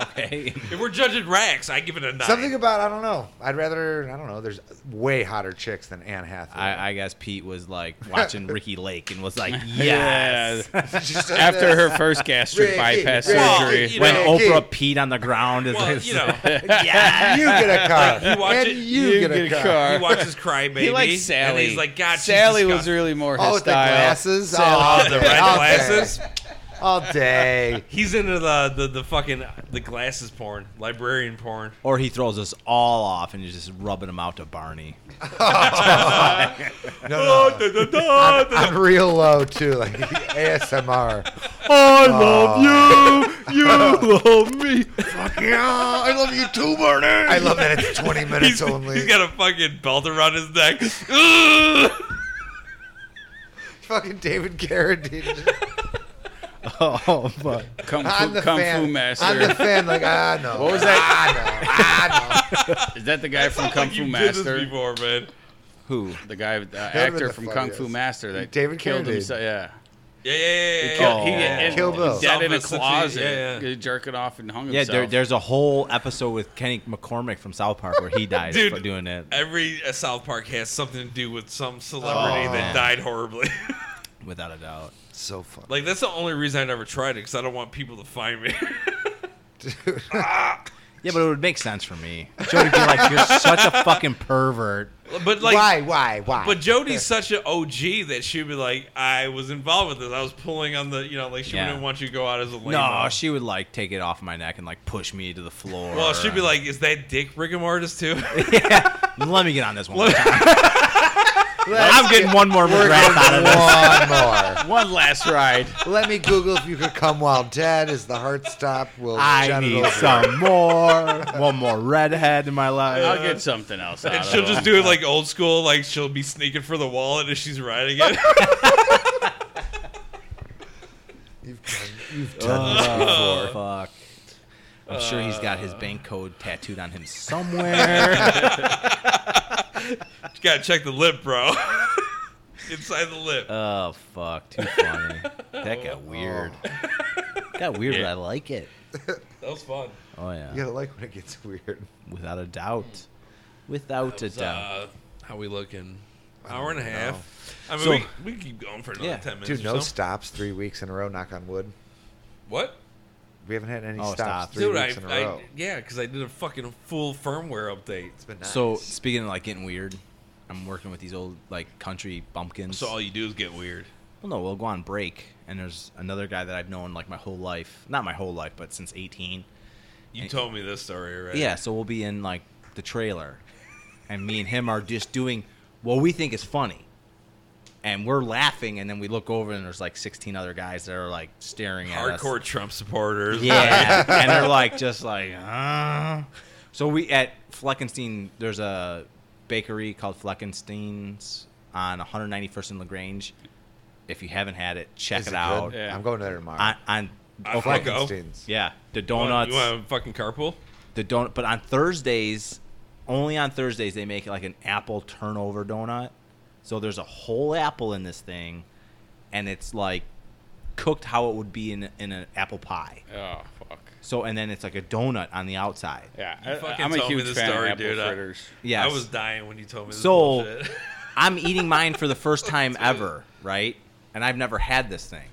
[SPEAKER 4] Okay.
[SPEAKER 3] if we're judging Rax, I give it a nine.
[SPEAKER 2] Something about I don't know. I'd rather I don't know. There's way hotter chicks than Anne Hathaway.
[SPEAKER 4] I, I guess Pete was like watching Ricky Lake and was like,
[SPEAKER 1] Yeah.
[SPEAKER 4] yes.
[SPEAKER 2] She says
[SPEAKER 1] After
[SPEAKER 2] that.
[SPEAKER 1] her first gastric
[SPEAKER 2] Ricky,
[SPEAKER 1] bypass
[SPEAKER 2] Ricky.
[SPEAKER 3] Well,
[SPEAKER 1] surgery.
[SPEAKER 3] you
[SPEAKER 4] When
[SPEAKER 3] know-
[SPEAKER 2] Ricky.
[SPEAKER 4] Oprah peed on the ground, is
[SPEAKER 3] Well, you know,
[SPEAKER 4] yeah.
[SPEAKER 2] you get a car.
[SPEAKER 3] you watch
[SPEAKER 2] and
[SPEAKER 3] it-
[SPEAKER 2] You, get, a car.
[SPEAKER 3] he watches Crybaby.
[SPEAKER 1] He likes
[SPEAKER 3] And
[SPEAKER 1] Sally.
[SPEAKER 3] he's like, God, she's
[SPEAKER 1] Sally was
[SPEAKER 3] disgusting."
[SPEAKER 1] really more his
[SPEAKER 2] Oh, with the
[SPEAKER 1] style.
[SPEAKER 2] glasses. Oh,
[SPEAKER 1] Sally-
[SPEAKER 2] all
[SPEAKER 3] Oh, the
[SPEAKER 2] day,
[SPEAKER 3] red
[SPEAKER 2] all day,
[SPEAKER 3] glasses.
[SPEAKER 2] all day.
[SPEAKER 3] He's into the, the the fucking the glasses porn, librarian porn.
[SPEAKER 4] Or he throws us all off and he's just rubbing them out to Barney.
[SPEAKER 2] No, Oh, no.
[SPEAKER 3] Da, da, da, da.
[SPEAKER 2] I'm real low too, like ASMR.
[SPEAKER 4] I love you. You love me.
[SPEAKER 2] Yeah, I love you too, Bernie. I love that it's 20 minutes
[SPEAKER 3] He's-
[SPEAKER 2] only.
[SPEAKER 3] he's got a fucking belt around his neck. Ugh.
[SPEAKER 2] fucking David Carradine.
[SPEAKER 4] Oh, fuck.
[SPEAKER 1] Kung
[SPEAKER 2] I'm
[SPEAKER 1] Fu,
[SPEAKER 2] the
[SPEAKER 1] Kung
[SPEAKER 2] fan.
[SPEAKER 1] Fu
[SPEAKER 2] I'm the
[SPEAKER 1] Master.
[SPEAKER 2] fan. Like ah no.
[SPEAKER 1] What was that?
[SPEAKER 2] Ah no. Ah
[SPEAKER 1] Is that the guy from Kung
[SPEAKER 3] Like,
[SPEAKER 1] Fu
[SPEAKER 3] you did
[SPEAKER 1] Master?
[SPEAKER 3] this before, man.
[SPEAKER 4] Who?
[SPEAKER 1] The guy, the
[SPEAKER 2] the
[SPEAKER 1] actor from
[SPEAKER 2] fuck
[SPEAKER 1] Kung
[SPEAKER 2] is.
[SPEAKER 1] Fu Master that
[SPEAKER 2] David
[SPEAKER 1] killed
[SPEAKER 2] Carradine.
[SPEAKER 1] himself. Yeah.
[SPEAKER 3] Yeah, yeah, yeah.
[SPEAKER 1] Kill-
[SPEAKER 3] yeah, yeah.
[SPEAKER 1] he-
[SPEAKER 4] Oh.
[SPEAKER 1] and-
[SPEAKER 2] Kill Bill.
[SPEAKER 1] Dead in a
[SPEAKER 3] Self-assisted,
[SPEAKER 1] closet,
[SPEAKER 3] yeah, yeah.
[SPEAKER 1] jerking off and hung
[SPEAKER 4] Yeah,
[SPEAKER 1] himself.
[SPEAKER 4] there, there's a whole episode with Kenny McCormick from South Park where he dies
[SPEAKER 3] Dude.
[SPEAKER 4] for doing that.
[SPEAKER 3] Every uh, South Park has something to do with some celebrity
[SPEAKER 2] Oh.
[SPEAKER 3] that died horribly.
[SPEAKER 4] without a doubt.
[SPEAKER 2] So fun.
[SPEAKER 3] Like that's the only reason I never tried it because I don't want people to find me.
[SPEAKER 4] Yeah, but it would make sense for me. Jody would be like, "You're such a fucking pervert."
[SPEAKER 3] but like,
[SPEAKER 2] why? Why? Why?
[SPEAKER 3] but Jody's such an OG that she'd be like, I was involved with this. I was pulling on the, you know, like she
[SPEAKER 4] Yeah.
[SPEAKER 3] wouldn't want you to go out as a lame.
[SPEAKER 4] No, she would like take it off my neck and like push me to the floor.
[SPEAKER 3] Well, she'd be
[SPEAKER 4] and-
[SPEAKER 3] like, "Is that Dick Brigham artist too?"
[SPEAKER 4] "Let me get on this one." more time. I'm getting one more rap out of this.
[SPEAKER 2] one more.
[SPEAKER 4] One last ride.
[SPEAKER 2] Let me Google if you could come while dead. Is the heart stop? Will
[SPEAKER 4] I
[SPEAKER 2] genitals
[SPEAKER 4] need some more. One more redhead in my
[SPEAKER 1] I'll
[SPEAKER 4] life.
[SPEAKER 1] get something else out
[SPEAKER 3] and
[SPEAKER 1] of
[SPEAKER 3] she'll
[SPEAKER 1] it.
[SPEAKER 3] just do it like old school, like she'll be sneaking for the wallet as she's riding it.
[SPEAKER 2] You've done, you've done this
[SPEAKER 4] Oh, fuck. I'm sure he's got his bank code tattooed on him somewhere.
[SPEAKER 3] You gotta check the lip, bro. Inside the lip.
[SPEAKER 4] oh fuck, too funny. That got weird. Got weird, but I like it.
[SPEAKER 3] that was fun.
[SPEAKER 4] Oh yeah,
[SPEAKER 2] You gotta like when it gets weird.
[SPEAKER 4] without a doubt, without a doubt.
[SPEAKER 3] Uh, how we looking? Hour and a half. I mean,
[SPEAKER 4] So-
[SPEAKER 3] we, we can keep going for another
[SPEAKER 4] Yeah.
[SPEAKER 3] ten minutes.
[SPEAKER 2] Dude,
[SPEAKER 3] or
[SPEAKER 2] no
[SPEAKER 3] so.
[SPEAKER 2] stops three weeks in a row. Knock on wood.
[SPEAKER 3] What?
[SPEAKER 2] We haven't had any
[SPEAKER 4] Oh,
[SPEAKER 2] stops,
[SPEAKER 4] stops.
[SPEAKER 2] three
[SPEAKER 3] Dude, I,
[SPEAKER 2] weeks in a row.
[SPEAKER 3] I yeah, because I did a fucking full firmware update.
[SPEAKER 2] it's been nice.
[SPEAKER 4] So speaking of like getting weird, I'm working with these old like country bumpkins.
[SPEAKER 3] So uh, all you do is get weird.
[SPEAKER 4] Well, no, we'll go on break, and there's another guy that I've known like my whole life—not my whole life, but since 18.
[SPEAKER 3] You told me this story, right?
[SPEAKER 4] Yeah, so we'll be in like the trailer, and me and him are just doing what we think is funny, and we're laughing, and then we look over and there's like 16 other guys that are like staring at us.
[SPEAKER 3] Hardcore Trump supporters.
[SPEAKER 4] Yeah, and they're like just like, huh? So we at Fleckenstein, there's a bakery called Fleckenstein's on 191st and Lagrange. If you haven't had it, check
[SPEAKER 2] Is
[SPEAKER 4] it,
[SPEAKER 2] it
[SPEAKER 4] out.
[SPEAKER 2] good?
[SPEAKER 1] Yeah.
[SPEAKER 2] I'm going there tomorrow.
[SPEAKER 4] On, on
[SPEAKER 3] I
[SPEAKER 4] okay,
[SPEAKER 3] fuck-
[SPEAKER 2] Frankenstein's.
[SPEAKER 4] yeah, the
[SPEAKER 3] You want-
[SPEAKER 4] donuts.
[SPEAKER 3] You want a fucking carpool?
[SPEAKER 4] The donut, but on Thursdays, only on Thursdays they make like an apple turnover donut. So there's a whole apple in this thing, and it's like cooked how it would be in in an apple pie.
[SPEAKER 1] Oh fuck.
[SPEAKER 4] So and then it's like a donut on the outside.
[SPEAKER 1] Yeah,
[SPEAKER 3] You
[SPEAKER 1] I,
[SPEAKER 3] fucking
[SPEAKER 1] I'm a
[SPEAKER 3] told me
[SPEAKER 1] huge
[SPEAKER 3] this
[SPEAKER 1] fan
[SPEAKER 3] story,
[SPEAKER 1] of apple
[SPEAKER 3] dude. I-
[SPEAKER 1] fritters.
[SPEAKER 4] Yes.
[SPEAKER 3] I was dying when you told me this
[SPEAKER 4] So-
[SPEAKER 3] bullshit.
[SPEAKER 4] I'm eating mine for the first time ever, right? And I've never had this thing.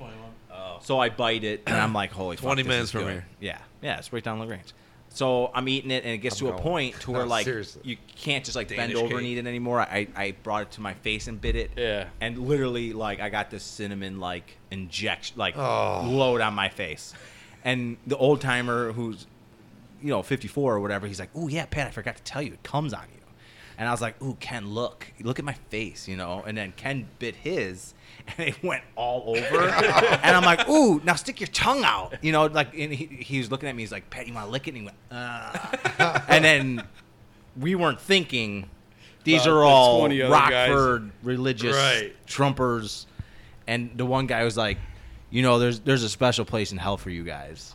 [SPEAKER 4] So I bite it and I'm like, holy
[SPEAKER 3] 20
[SPEAKER 4] fuck, this
[SPEAKER 3] minutes
[SPEAKER 4] is
[SPEAKER 3] from
[SPEAKER 4] good.
[SPEAKER 3] here.
[SPEAKER 4] Yeah. Yeah, it's right down Lagrange. So I'm eating it and it gets
[SPEAKER 2] I'm
[SPEAKER 4] to
[SPEAKER 2] going.
[SPEAKER 4] a point to
[SPEAKER 2] No,
[SPEAKER 4] where like
[SPEAKER 2] seriously.
[SPEAKER 4] you can't just like bend
[SPEAKER 3] Danish
[SPEAKER 4] over and
[SPEAKER 3] cake.
[SPEAKER 4] eat it anymore. I, I brought it to my face and bit it.
[SPEAKER 1] Yeah.
[SPEAKER 4] And literally like I got this cinnamon like injection like
[SPEAKER 2] Oh.
[SPEAKER 4] load on my face. And the old timer who's you know, 54 or whatever, he's like, "Oh yeah, Pat, I forgot to tell you, it comes on you." And I was like, "Ooh, Ken, look, look at my face," you know. And then Ken bit his, and it went all over. and I'm like, "Ooh, now stick your tongue out," you know. Like, and he, he was looking at me. He's like, "Pat, you want to lick it?" And he went, "Ah." and then we weren't thinking. These
[SPEAKER 1] About
[SPEAKER 4] are
[SPEAKER 1] the
[SPEAKER 4] all
[SPEAKER 1] 20 other guys.
[SPEAKER 4] Rockford religious
[SPEAKER 3] Right.
[SPEAKER 4] Trumpers, and the one guy was like, "You know, there's there's a special place in hell for you guys."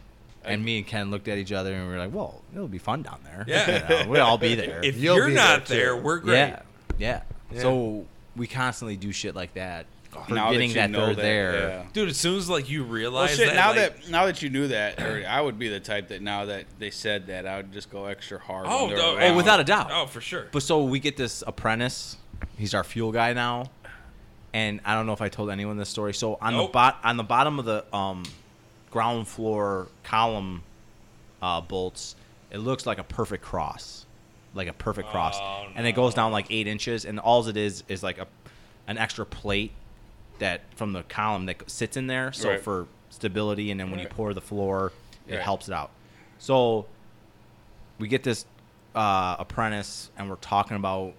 [SPEAKER 4] And me and Ken looked at each other and we were like, "Well, it'll be fun down there.
[SPEAKER 3] Yeah.
[SPEAKER 4] You know, we'll all be there.
[SPEAKER 3] if
[SPEAKER 2] You'll
[SPEAKER 3] you're
[SPEAKER 2] be
[SPEAKER 3] not
[SPEAKER 2] there, too.
[SPEAKER 3] there, we're great.
[SPEAKER 4] yeah, yeah,
[SPEAKER 2] Yeah.
[SPEAKER 4] So we constantly do shit like that,
[SPEAKER 1] Oh, Now
[SPEAKER 4] forgetting
[SPEAKER 1] that
[SPEAKER 4] that,
[SPEAKER 1] you know
[SPEAKER 4] they're
[SPEAKER 1] that,
[SPEAKER 4] there.
[SPEAKER 1] yeah.
[SPEAKER 3] Dude, as soon as like you
[SPEAKER 1] Well,
[SPEAKER 3] realize
[SPEAKER 1] shit.
[SPEAKER 3] that,
[SPEAKER 1] now
[SPEAKER 3] like-
[SPEAKER 1] that now that you knew that, or I would be the type that now that they said that, I would just go extra hard.
[SPEAKER 3] oh,
[SPEAKER 1] when they're
[SPEAKER 3] no,
[SPEAKER 1] around.
[SPEAKER 4] Oh, without a doubt.
[SPEAKER 3] Oh, for sure.
[SPEAKER 4] But so we get this apprentice. He's our fuel guy now. And I don't know if I told anyone this story. So on the
[SPEAKER 3] Nope.
[SPEAKER 4] bot on the bottom of the um, ground floor column uh, bolts, it looks like a perfect cross, like a perfect cross,
[SPEAKER 3] Oh,
[SPEAKER 4] and it goes down like eight inches. And all it is is like a an extra plate that from the column that sits in there. So
[SPEAKER 1] Right.
[SPEAKER 4] for stability, and then when you
[SPEAKER 1] Right.
[SPEAKER 4] pour the floor, it
[SPEAKER 1] Right.
[SPEAKER 4] helps it out. So we get this uh, apprentice and we're talking about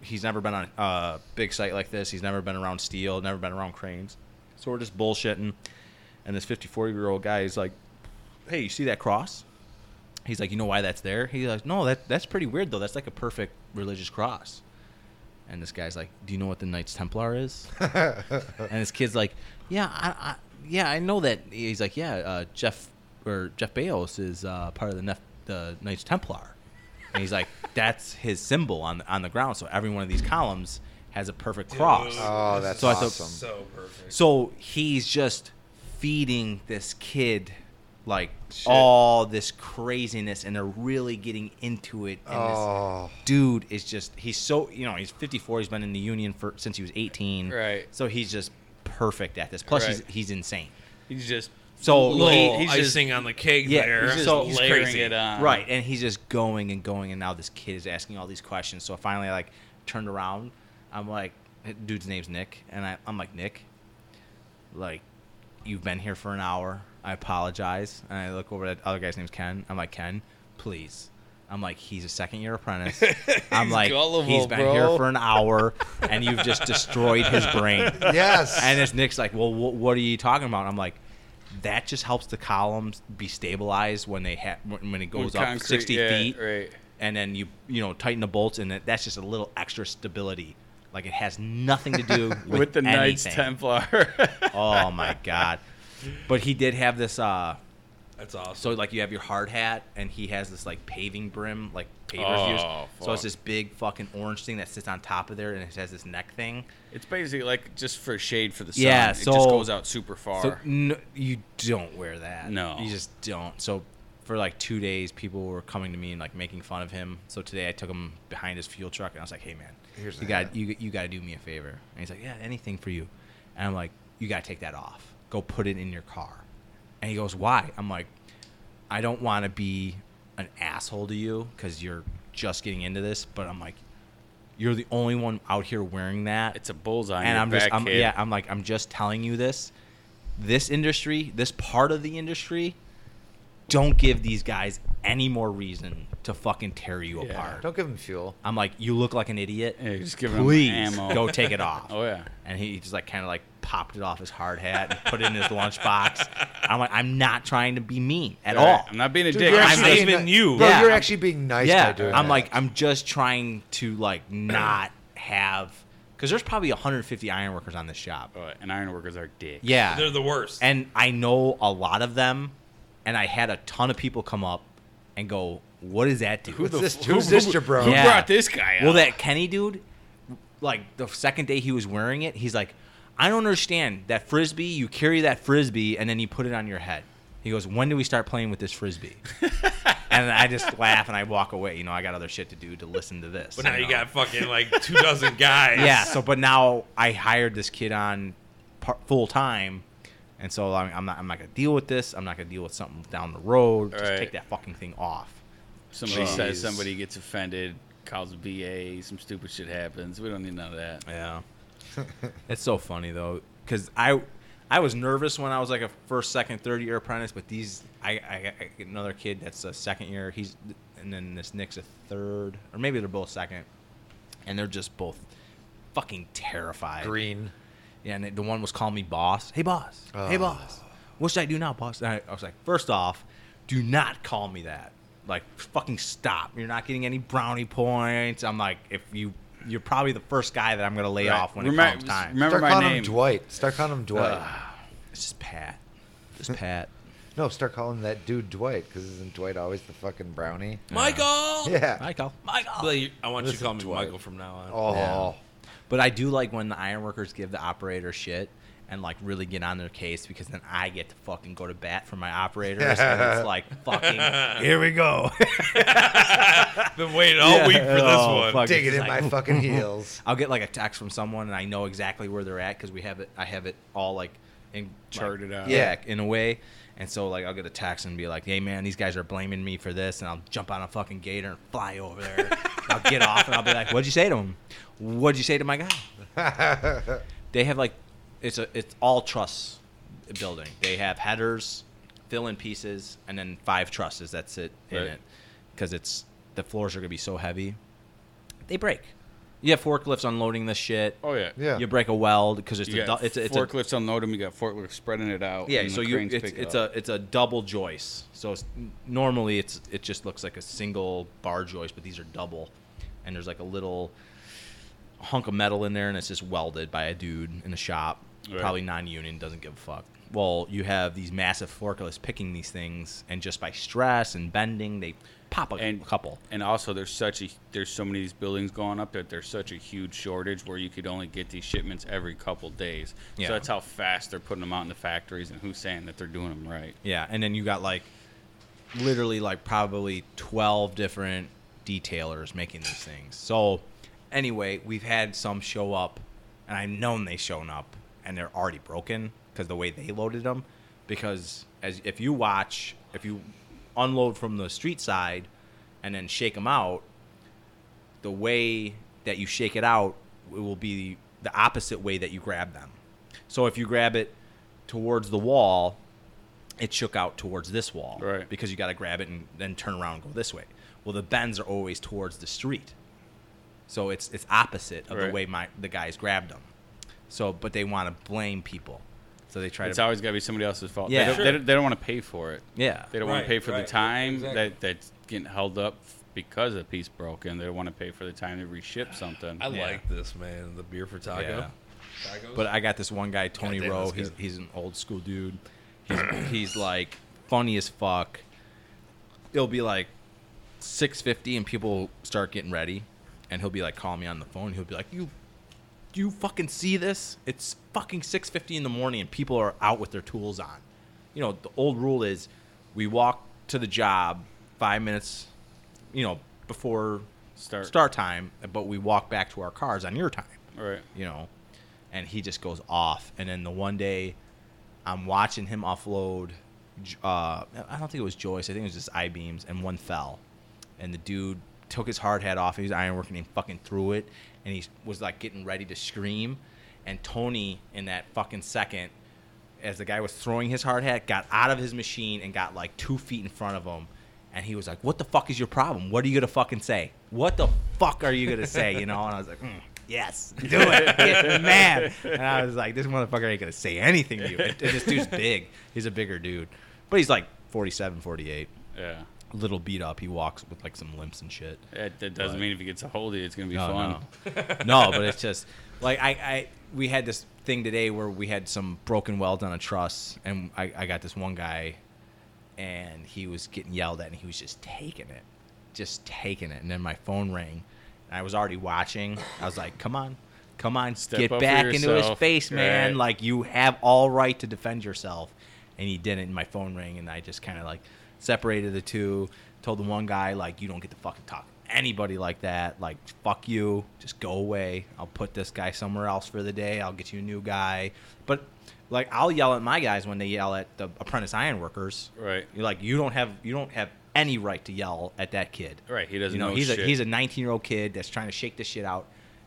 [SPEAKER 4] he's never been on a big site like this he's never been around steel never been around cranes so we're just bullshitting and this 54 year old guy is like hey you see that cross he's like you know why that's there he's like no that that's pretty weird though that's like a perfect religious cross and this guy's like do you know what the knights templar is and this kid's like, "Yeah, I, I yeah, I know that." He's like, "Yeah, uh, Jeff or Jeff Bezos is uh, part of the Nef- the Knights Templar," and he's like, "That's his symbol on on the ground. So every one of these columns has a perfect cross."
[SPEAKER 3] Dude,
[SPEAKER 2] Oh,
[SPEAKER 3] this
[SPEAKER 2] that's
[SPEAKER 3] is
[SPEAKER 2] awesome.
[SPEAKER 3] So perfect.
[SPEAKER 4] So he's just feeding this kid like all this craziness, and they're really getting into it. And this
[SPEAKER 2] Oh.
[SPEAKER 4] dude is just he's so you know he's 54 he's been in the union for since he was 18
[SPEAKER 1] Right.
[SPEAKER 4] so he's just perfect at this. Plus,
[SPEAKER 1] Right.
[SPEAKER 4] he's he's insane.
[SPEAKER 1] He's just
[SPEAKER 4] So
[SPEAKER 3] Little
[SPEAKER 1] he's just-
[SPEAKER 3] icing on the cake
[SPEAKER 4] Yeah,
[SPEAKER 3] there.
[SPEAKER 4] he's
[SPEAKER 1] just
[SPEAKER 4] So-
[SPEAKER 1] layering
[SPEAKER 3] crazy.
[SPEAKER 1] it on.
[SPEAKER 4] Right, and he's just going and going, and now this kid is asking all these questions. So I finally, like, turned around. I'm like, dude's name's Nick, and I, I'm like, Nick, like, you've been here for an hour. I apologize. And I look over at the other guy's name's Ken. I'm like, Ken, please. I'm like, he's a second year apprentice. I'm like,
[SPEAKER 1] gullible,
[SPEAKER 4] he's been
[SPEAKER 1] bro.
[SPEAKER 4] here for an hour, and you've just destroyed his brain.
[SPEAKER 2] Yes.
[SPEAKER 4] And it's Nick's like, well, wh- what are you talking about? I'm like, that just helps the columns be stabilized when they ha- when when it
[SPEAKER 1] When
[SPEAKER 4] goes up
[SPEAKER 1] concrete-
[SPEAKER 4] 60
[SPEAKER 1] yeah,
[SPEAKER 4] feet,
[SPEAKER 1] Right.
[SPEAKER 4] and then you you know tighten the bolts, and that- that's just a little extra stability. Like it has nothing to do with,
[SPEAKER 1] With, the Knights
[SPEAKER 4] anything.
[SPEAKER 1] Templar.
[SPEAKER 4] Oh my god! But he did have this. uh
[SPEAKER 3] That's awesome.
[SPEAKER 4] So like you have your hard hat, and he has this like paving brim, like pavers
[SPEAKER 1] Oh,
[SPEAKER 4] use. So
[SPEAKER 1] fuck.
[SPEAKER 4] it's this big fucking orange thing that sits on top of there, and it has this neck thing.
[SPEAKER 1] it's basically like just for shade for the sun.
[SPEAKER 4] Yeah,
[SPEAKER 1] it just
[SPEAKER 4] so-
[SPEAKER 1] goes out super far.
[SPEAKER 4] So no, you don't wear that.
[SPEAKER 1] No.
[SPEAKER 4] you just don't. So for like two days, people were coming to me and like making fun of him. So today I took him behind his fuel truck and I was like, "Hey man,
[SPEAKER 2] Here's
[SPEAKER 4] you
[SPEAKER 2] the
[SPEAKER 4] got
[SPEAKER 2] hat.
[SPEAKER 4] you you got to do me a favor." And he's like, "Yeah, anything for you." And I'm like, "You got to take that off. Go put it in your car." And he goes, "Why?" I'm like, "I don't want to be an asshole to you because you're just getting into this, but I'm like." You're the only one out here wearing that
[SPEAKER 1] it's a bullseye. on
[SPEAKER 4] and
[SPEAKER 1] your
[SPEAKER 4] I'm just,
[SPEAKER 1] back,
[SPEAKER 4] I'm,
[SPEAKER 1] kid.
[SPEAKER 4] yeah, I'm like, I'm just telling you this. This industry, this part of the industry, don't give these guys any more reason to fucking tear you
[SPEAKER 1] Yeah.
[SPEAKER 4] apart.
[SPEAKER 2] Don't give him fuel.
[SPEAKER 4] I'm like, you look like an idiot.
[SPEAKER 1] Yeah, just giving him
[SPEAKER 4] Please
[SPEAKER 1] ammo.
[SPEAKER 4] go take it off.
[SPEAKER 1] Oh yeah.
[SPEAKER 4] And he just like kind of like popped it off his hard hat and put it in his lunchbox. I'm like, I'm not trying to be mean at
[SPEAKER 1] All right,
[SPEAKER 4] all.
[SPEAKER 1] I'm not being a
[SPEAKER 2] Dude,
[SPEAKER 1] dick.
[SPEAKER 2] you're
[SPEAKER 1] I'm
[SPEAKER 2] actually
[SPEAKER 1] just-
[SPEAKER 2] being
[SPEAKER 3] saving
[SPEAKER 2] ni-
[SPEAKER 3] you.
[SPEAKER 2] Bro,
[SPEAKER 4] Yeah.
[SPEAKER 2] you're actually being nice
[SPEAKER 4] yeah,
[SPEAKER 2] by doing
[SPEAKER 4] I'm
[SPEAKER 2] that.
[SPEAKER 4] like, I'm just trying to like not have because there's probably 150 ironworkers on this shop.
[SPEAKER 1] Oh, and ironworkers are dick.
[SPEAKER 4] Yeah,
[SPEAKER 3] They're the worst.
[SPEAKER 4] and I know a lot of them, and I had a ton of people come up and go, "What does that do?"
[SPEAKER 1] Who the
[SPEAKER 2] this-
[SPEAKER 1] f-
[SPEAKER 2] who's this jabron?
[SPEAKER 1] Who
[SPEAKER 4] Yeah.
[SPEAKER 1] brought this guy?
[SPEAKER 4] well,
[SPEAKER 1] out?
[SPEAKER 4] that Kenny dude, like the second day he was wearing it, he's like, "I don't understand that frisbee. You carry that frisbee and then you put it on your head." He goes, "When do we start playing with this frisbee?" and I just laugh and I walk away. You know, I got other shit to do to listen to this.
[SPEAKER 3] but now you
[SPEAKER 4] know?
[SPEAKER 3] got fucking like two dozen guys.
[SPEAKER 4] yeah. So, but now I hired this kid on par- full time, and so I'm, I'm not I'm not gonna deal with this. I'm not gonna deal with something down the road. Just
[SPEAKER 1] Right.
[SPEAKER 4] take that fucking thing off.
[SPEAKER 1] somebody
[SPEAKER 3] Jeez.
[SPEAKER 1] says somebody gets offended, calls a BA, some stupid shit happens. We don't need none of that.
[SPEAKER 4] Yeah. it's so funny though, because I I was nervous when I was like a first, second, third year apprentice, but these I, I, I get another kid that's a second year. He's and then this Nick's a third, or maybe they're both second, and they're just both fucking terrified.
[SPEAKER 2] green.
[SPEAKER 4] Yeah, and the one was calling me boss. Hey, boss. Hey,
[SPEAKER 2] Oh.
[SPEAKER 4] boss. What should I do now, boss? And I, I was like, first off, do not call me that. Like, fucking stop. You're not getting any brownie points. I'm like, if you, you're probably the first guy that I'm gonna lay
[SPEAKER 1] Right.
[SPEAKER 4] off when
[SPEAKER 1] Remem-
[SPEAKER 4] it comes time.
[SPEAKER 1] remember
[SPEAKER 2] Start
[SPEAKER 1] my
[SPEAKER 2] calling
[SPEAKER 1] name.
[SPEAKER 2] him Dwight. Start calling him Dwight.
[SPEAKER 4] It's just Pat. Just Pat.
[SPEAKER 2] no, start calling that dude Dwight because isn't Dwight always the fucking brownie?
[SPEAKER 3] Michael.
[SPEAKER 2] Yeah.
[SPEAKER 4] Michael.
[SPEAKER 3] Michael. I want you to
[SPEAKER 2] Listen
[SPEAKER 3] call me
[SPEAKER 2] to it.
[SPEAKER 3] Michael from now on.
[SPEAKER 2] Oh.
[SPEAKER 4] Yeah. But I do like when the ironworkers give the operator shit and like really get on their case because then I get to fucking go to bat for my operators and it's like fucking here we go.
[SPEAKER 3] Been waiting all
[SPEAKER 4] Yeah.
[SPEAKER 3] week for this
[SPEAKER 4] Oh,
[SPEAKER 3] one.
[SPEAKER 4] fuck.
[SPEAKER 2] Digging in
[SPEAKER 4] Like-
[SPEAKER 2] my fucking heels.
[SPEAKER 4] I'll get like a text from someone, and I know exactly where they're at because we have it. I have it all like in
[SPEAKER 1] Charted
[SPEAKER 4] like,
[SPEAKER 1] out.
[SPEAKER 4] Yeah, in a way. And so like I'll get a text and be like, "Hey man, these guys are blaming me for this," and I'll jump on a fucking gator and fly over there. I'll get off and I'll be like, "What'd you say to him? What'd you say to my guy?" they have like, it's a it's all truss building. They have headers, fill in pieces, and then five trusses. That's it in
[SPEAKER 1] Right.
[SPEAKER 4] it because it's the floors are gonna be so heavy they break. You have forklifts unloading this shit.
[SPEAKER 1] Oh yeah.
[SPEAKER 2] Yeah.
[SPEAKER 4] You break a weld because it's
[SPEAKER 1] You
[SPEAKER 4] a
[SPEAKER 1] got
[SPEAKER 4] du- it's a, it's a
[SPEAKER 1] forklifts unload them. You got forklifts spreading it out.
[SPEAKER 4] yeah.
[SPEAKER 1] and
[SPEAKER 4] So
[SPEAKER 1] the
[SPEAKER 4] you
[SPEAKER 1] cranes
[SPEAKER 4] it's,
[SPEAKER 1] pick it
[SPEAKER 4] it's
[SPEAKER 1] up.
[SPEAKER 4] a it's a double joist. So it's, normally it's it just looks like a single bar joist, but these are double, and there's like a little hunk of metal in there, and it's just welded by a dude in a shop,
[SPEAKER 1] Right.
[SPEAKER 4] probably non-union, doesn't give a fuck. Well, you have these massive forklifts picking these things, and just by stress and bending, they pop a,
[SPEAKER 1] and
[SPEAKER 4] a couple.
[SPEAKER 1] And also, there's such a there's so many of these buildings going up that there's such a huge shortage where you could only get these shipments every couple days.
[SPEAKER 4] Yeah.
[SPEAKER 1] So that's how fast they're putting them out in the factories and who's saying that they're doing them right.
[SPEAKER 4] Yeah, and then you got like literally like probably 12 different detailers making these things. So anyway, we've had some show up and I've known they shown up and they're already broken because the way they loaded them. Because as if you watch, if you unload from the street side and then shake them out, the way that you shake it out it will be the opposite way that you grab them. So if you grab it towards the wall, it shook out towards this wall
[SPEAKER 1] Right.
[SPEAKER 4] because you got to grab it and then turn around and go this way. Well, the bends are always towards the street, so it's it's opposite of the
[SPEAKER 1] Right.
[SPEAKER 4] way my the guys grabbed them. So, but they want to blame people, so they try
[SPEAKER 1] It's
[SPEAKER 4] to
[SPEAKER 1] always got to be somebody else's fault.
[SPEAKER 4] Yeah.
[SPEAKER 1] They don't,
[SPEAKER 4] Sure.
[SPEAKER 1] they don't, they don't want to pay for it.
[SPEAKER 4] yeah.
[SPEAKER 1] They don't want
[SPEAKER 3] Right,
[SPEAKER 1] to pay for
[SPEAKER 3] right,
[SPEAKER 1] the time
[SPEAKER 3] exactly.
[SPEAKER 1] that that's getting held up because a piece broken. They don't want to pay for the time to reship something.
[SPEAKER 3] I
[SPEAKER 4] Yeah.
[SPEAKER 3] like this man. The beer for taco.
[SPEAKER 4] Yeah.
[SPEAKER 3] Tacos.
[SPEAKER 4] But I got this one guy, Tony
[SPEAKER 3] Goddamn,
[SPEAKER 4] Rowe.
[SPEAKER 3] that's
[SPEAKER 4] He's,
[SPEAKER 3] good.
[SPEAKER 4] he's an old school dude. He's, he's like funny as fuck. It'll be like six fifty, and people start getting ready, and he'll be like, calling me on the phone. He'll be like, "You, do you fucking see this? It's fucking six fifty in the morning, and people are out with their tools on." You know, the old rule is, we walk to the job five minutes, you know, before
[SPEAKER 1] Start.
[SPEAKER 4] start time, but we walk back to our cars on your time
[SPEAKER 1] All right.
[SPEAKER 4] you know, and he just goes off. And then the one day, I'm watching him offload. J- Uh, I don't think it was Joyce. I think it was just I beams, and one fell, and the dude took his hard hat off. He was ironworking and he fucking threw it, and he was like getting ready to scream. And Tony, in that fucking second, as the guy was throwing his hard hat, got out of his machine and got like two feet in front of him. And he was like, What the fuck is your problem? What are you going to fucking say? What the fuck are you going to say? You know? And I was like, "Mm, Yes, do it. Get mad. And I was like, This motherfucker ain't going to say anything to you. And this dude's big. He's a bigger dude. But he's like 47, 48.
[SPEAKER 1] Yeah.
[SPEAKER 4] Little beat up. He walks with like some limps and shit.
[SPEAKER 1] That, that doesn't
[SPEAKER 4] But-
[SPEAKER 1] mean if he gets a hold of you, it's going to be
[SPEAKER 4] No,
[SPEAKER 1] fun.
[SPEAKER 4] No. no, but it's just like I, I we had this thing today where we had some broken welds on a truss, and I, I got this one guy, and he was getting yelled at, and he was just taking it, just taking it. And then my phone rang, and I was already watching. I was like, "Come on, come on,
[SPEAKER 1] Step
[SPEAKER 4] get
[SPEAKER 1] up for
[SPEAKER 4] back into his
[SPEAKER 1] yourself."
[SPEAKER 4] face, man!
[SPEAKER 1] Right.
[SPEAKER 4] Like you have all right to defend yourself." And he didn't. And my phone rang, and I just kind of like separated the two. Told the one guy like, "You don't get to fucking talk to anybody like that. Like, fuck you. Just go away. I'll put this guy somewhere else for the day. I'll get you a new guy." But like, I'll yell at my guys when they yell at the apprentice iron workers.
[SPEAKER 1] Right.
[SPEAKER 4] You're like you don't have you don't have any right to yell at that kid.
[SPEAKER 1] Right, he doesn't
[SPEAKER 4] You know,
[SPEAKER 1] know
[SPEAKER 4] he's a
[SPEAKER 1] shit.
[SPEAKER 4] he's a 19 year old kid that's trying to shake this shit out.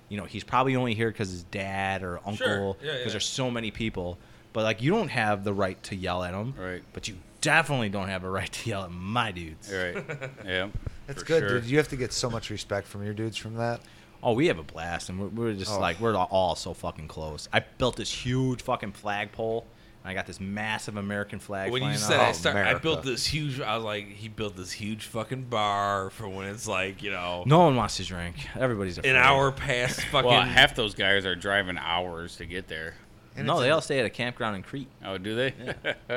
[SPEAKER 4] You know, he's probably only here because his dad or uncle. Because
[SPEAKER 3] Yeah, yeah.
[SPEAKER 4] there's so many people. But like, you don't have the right to yell at him.
[SPEAKER 1] Right.
[SPEAKER 4] But you definitely don't have a right to yell at my dudes.
[SPEAKER 1] All right. Yeah.
[SPEAKER 2] That's
[SPEAKER 1] for
[SPEAKER 2] good,
[SPEAKER 1] sure.
[SPEAKER 2] dude. You have to get so much respect from your dudes from that.
[SPEAKER 4] Oh, we have a blast, and we're, we're just
[SPEAKER 2] Oh.
[SPEAKER 4] like we're all so fucking close. I built this huge fucking flagpole, and I got this massive American flag.
[SPEAKER 3] when you
[SPEAKER 4] flying
[SPEAKER 3] said
[SPEAKER 4] up. Oh,
[SPEAKER 3] I start, I
[SPEAKER 2] America.
[SPEAKER 3] built this huge. I was like, he built this huge fucking bar for when it's like you know
[SPEAKER 4] no one wants to drink. Everybody's afraid.
[SPEAKER 3] an hour past fucking.
[SPEAKER 1] Well, half those guys are driving hours to get there.
[SPEAKER 2] And
[SPEAKER 4] no,
[SPEAKER 2] it's
[SPEAKER 4] they
[SPEAKER 2] a-
[SPEAKER 4] all stay at a campground in Crete.
[SPEAKER 1] Oh, do they?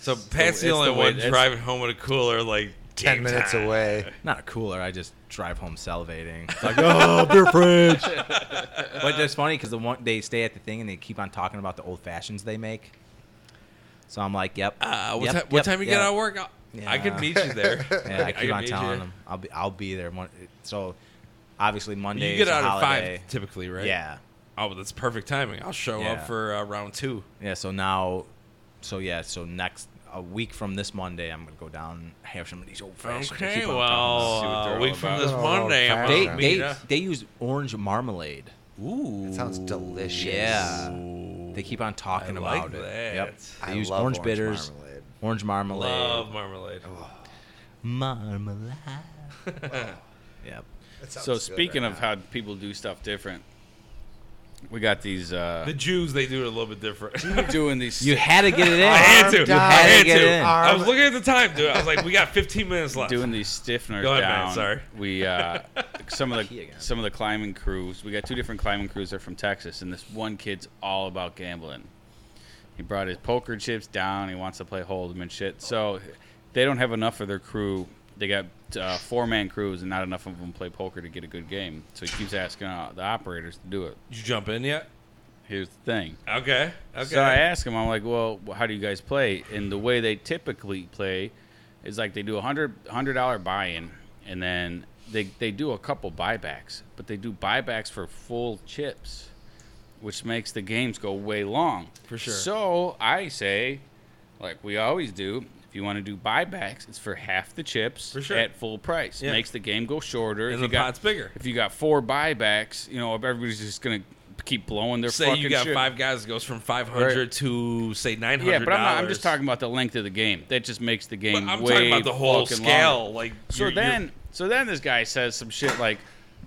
[SPEAKER 3] so Pat's the,
[SPEAKER 1] it's
[SPEAKER 3] only
[SPEAKER 1] the way-
[SPEAKER 3] one
[SPEAKER 1] it's-
[SPEAKER 3] driving home with a cooler like
[SPEAKER 2] ten
[SPEAKER 3] game
[SPEAKER 2] minutes
[SPEAKER 3] time.
[SPEAKER 2] away.
[SPEAKER 4] Not a cooler. I just drive home salivating. It's like, oh, beer fridge. but it's funny because the one they stay at the thing and they keep on talking about the old fashions they make. So I'm like, yep.
[SPEAKER 3] Uh, what,
[SPEAKER 4] yep,
[SPEAKER 3] ti- what
[SPEAKER 4] yep,
[SPEAKER 3] time you
[SPEAKER 4] yep.
[SPEAKER 3] get out of work? I'll- I
[SPEAKER 4] Yeah.
[SPEAKER 3] could meet you there.
[SPEAKER 4] Yeah, I
[SPEAKER 3] could
[SPEAKER 4] keep on
[SPEAKER 3] meet you.
[SPEAKER 4] telling them I'll be I'll be there. One, so obviously Monday.
[SPEAKER 3] You get
[SPEAKER 4] is a
[SPEAKER 3] out at
[SPEAKER 4] holiday.
[SPEAKER 3] five typically, right?
[SPEAKER 4] Yeah,
[SPEAKER 3] Oh, well, that's perfect timing. I'll show
[SPEAKER 4] Yeah.
[SPEAKER 3] up for uh, round two.
[SPEAKER 4] yeah. So now, so yeah. So next a week from this Monday, I'm gonna go down and have some of these old fashions. I keep
[SPEAKER 3] Okay,
[SPEAKER 4] on
[SPEAKER 1] See
[SPEAKER 4] talking
[SPEAKER 1] what
[SPEAKER 3] well,
[SPEAKER 1] they're
[SPEAKER 3] uh, a
[SPEAKER 1] all
[SPEAKER 3] week from
[SPEAKER 1] about.
[SPEAKER 3] this
[SPEAKER 2] Oh,
[SPEAKER 3] Monday, I'm
[SPEAKER 2] fast.
[SPEAKER 4] about.
[SPEAKER 3] gonna
[SPEAKER 2] They-
[SPEAKER 3] meet
[SPEAKER 4] they they
[SPEAKER 3] ya.
[SPEAKER 4] they use orange marmalade.
[SPEAKER 3] Ooh,
[SPEAKER 2] It sounds delicious.
[SPEAKER 4] Yeah. They keep on talking
[SPEAKER 3] I
[SPEAKER 4] about
[SPEAKER 3] like
[SPEAKER 4] it.
[SPEAKER 3] that.
[SPEAKER 4] Yep. They
[SPEAKER 2] I
[SPEAKER 4] use
[SPEAKER 2] love
[SPEAKER 4] orange bitters,
[SPEAKER 2] marmalade.
[SPEAKER 4] orange marmalade,
[SPEAKER 3] love marmalade.
[SPEAKER 4] marmalade. yep.
[SPEAKER 2] That sounds
[SPEAKER 1] so
[SPEAKER 2] good
[SPEAKER 1] speaking
[SPEAKER 2] right
[SPEAKER 1] of
[SPEAKER 2] now.
[SPEAKER 1] how people do stuff different, we got these uh
[SPEAKER 3] The Jews, they do it a little bit different.
[SPEAKER 1] doing these
[SPEAKER 4] You had to get it in.
[SPEAKER 3] I had to.
[SPEAKER 2] Arm
[SPEAKER 3] I
[SPEAKER 2] down.
[SPEAKER 3] had
[SPEAKER 4] You had to get
[SPEAKER 3] to.
[SPEAKER 4] in.
[SPEAKER 3] I was
[SPEAKER 2] Arm-
[SPEAKER 3] looking at the time, dude. I was like, we got 15 minutes left.
[SPEAKER 1] doing these stiffeners
[SPEAKER 3] Go ahead, man,
[SPEAKER 1] down.
[SPEAKER 3] sorry.
[SPEAKER 1] We uh, some of
[SPEAKER 4] He
[SPEAKER 1] the
[SPEAKER 4] again.
[SPEAKER 1] some of the climbing crews. We got two different climbing crews. They're from Texas, and this one kid's all about gambling. He brought his poker chips down. He wants to play hold'em and shit. So they don't have enough of their crew. They got uh, four man crews, and not enough of them play poker to get a good game. So he keeps asking uh, the operators to do it.
[SPEAKER 3] Did you jump in yet?
[SPEAKER 1] Here's the thing.
[SPEAKER 3] Okay. Okay.
[SPEAKER 1] So I asked him, I'm like, well, wh- how do you guys play? And the way they typically play is like they do a hundred hundred dollar buy in, and then they they do a couple buybacks, but they do buybacks for full chips. which makes the games go way long.
[SPEAKER 3] For sure.
[SPEAKER 1] So I say, like we always do, if you want to do buybacks, it's for half the chips
[SPEAKER 3] For sure.
[SPEAKER 1] at full price.
[SPEAKER 3] Yeah.
[SPEAKER 1] Makes the game go shorter.
[SPEAKER 3] And
[SPEAKER 1] If
[SPEAKER 3] the
[SPEAKER 1] you got-
[SPEAKER 3] pot's bigger.
[SPEAKER 1] If you got four buybacks, you know everybody's just gonna keep blowing their
[SPEAKER 3] Say
[SPEAKER 1] fucking
[SPEAKER 3] you got
[SPEAKER 1] shit.
[SPEAKER 3] five guys, it goes from five hundred
[SPEAKER 1] Right.
[SPEAKER 3] to say nine hundred.
[SPEAKER 1] yeah, but I'm, not, I'm just talking about the length of the game. That just makes the game.
[SPEAKER 3] But I'm
[SPEAKER 1] way
[SPEAKER 3] talking about the whole
[SPEAKER 1] fucking
[SPEAKER 3] scale.
[SPEAKER 1] longer.
[SPEAKER 3] Like
[SPEAKER 1] So
[SPEAKER 3] you're- you're-
[SPEAKER 1] then, so then this guy says some shit like,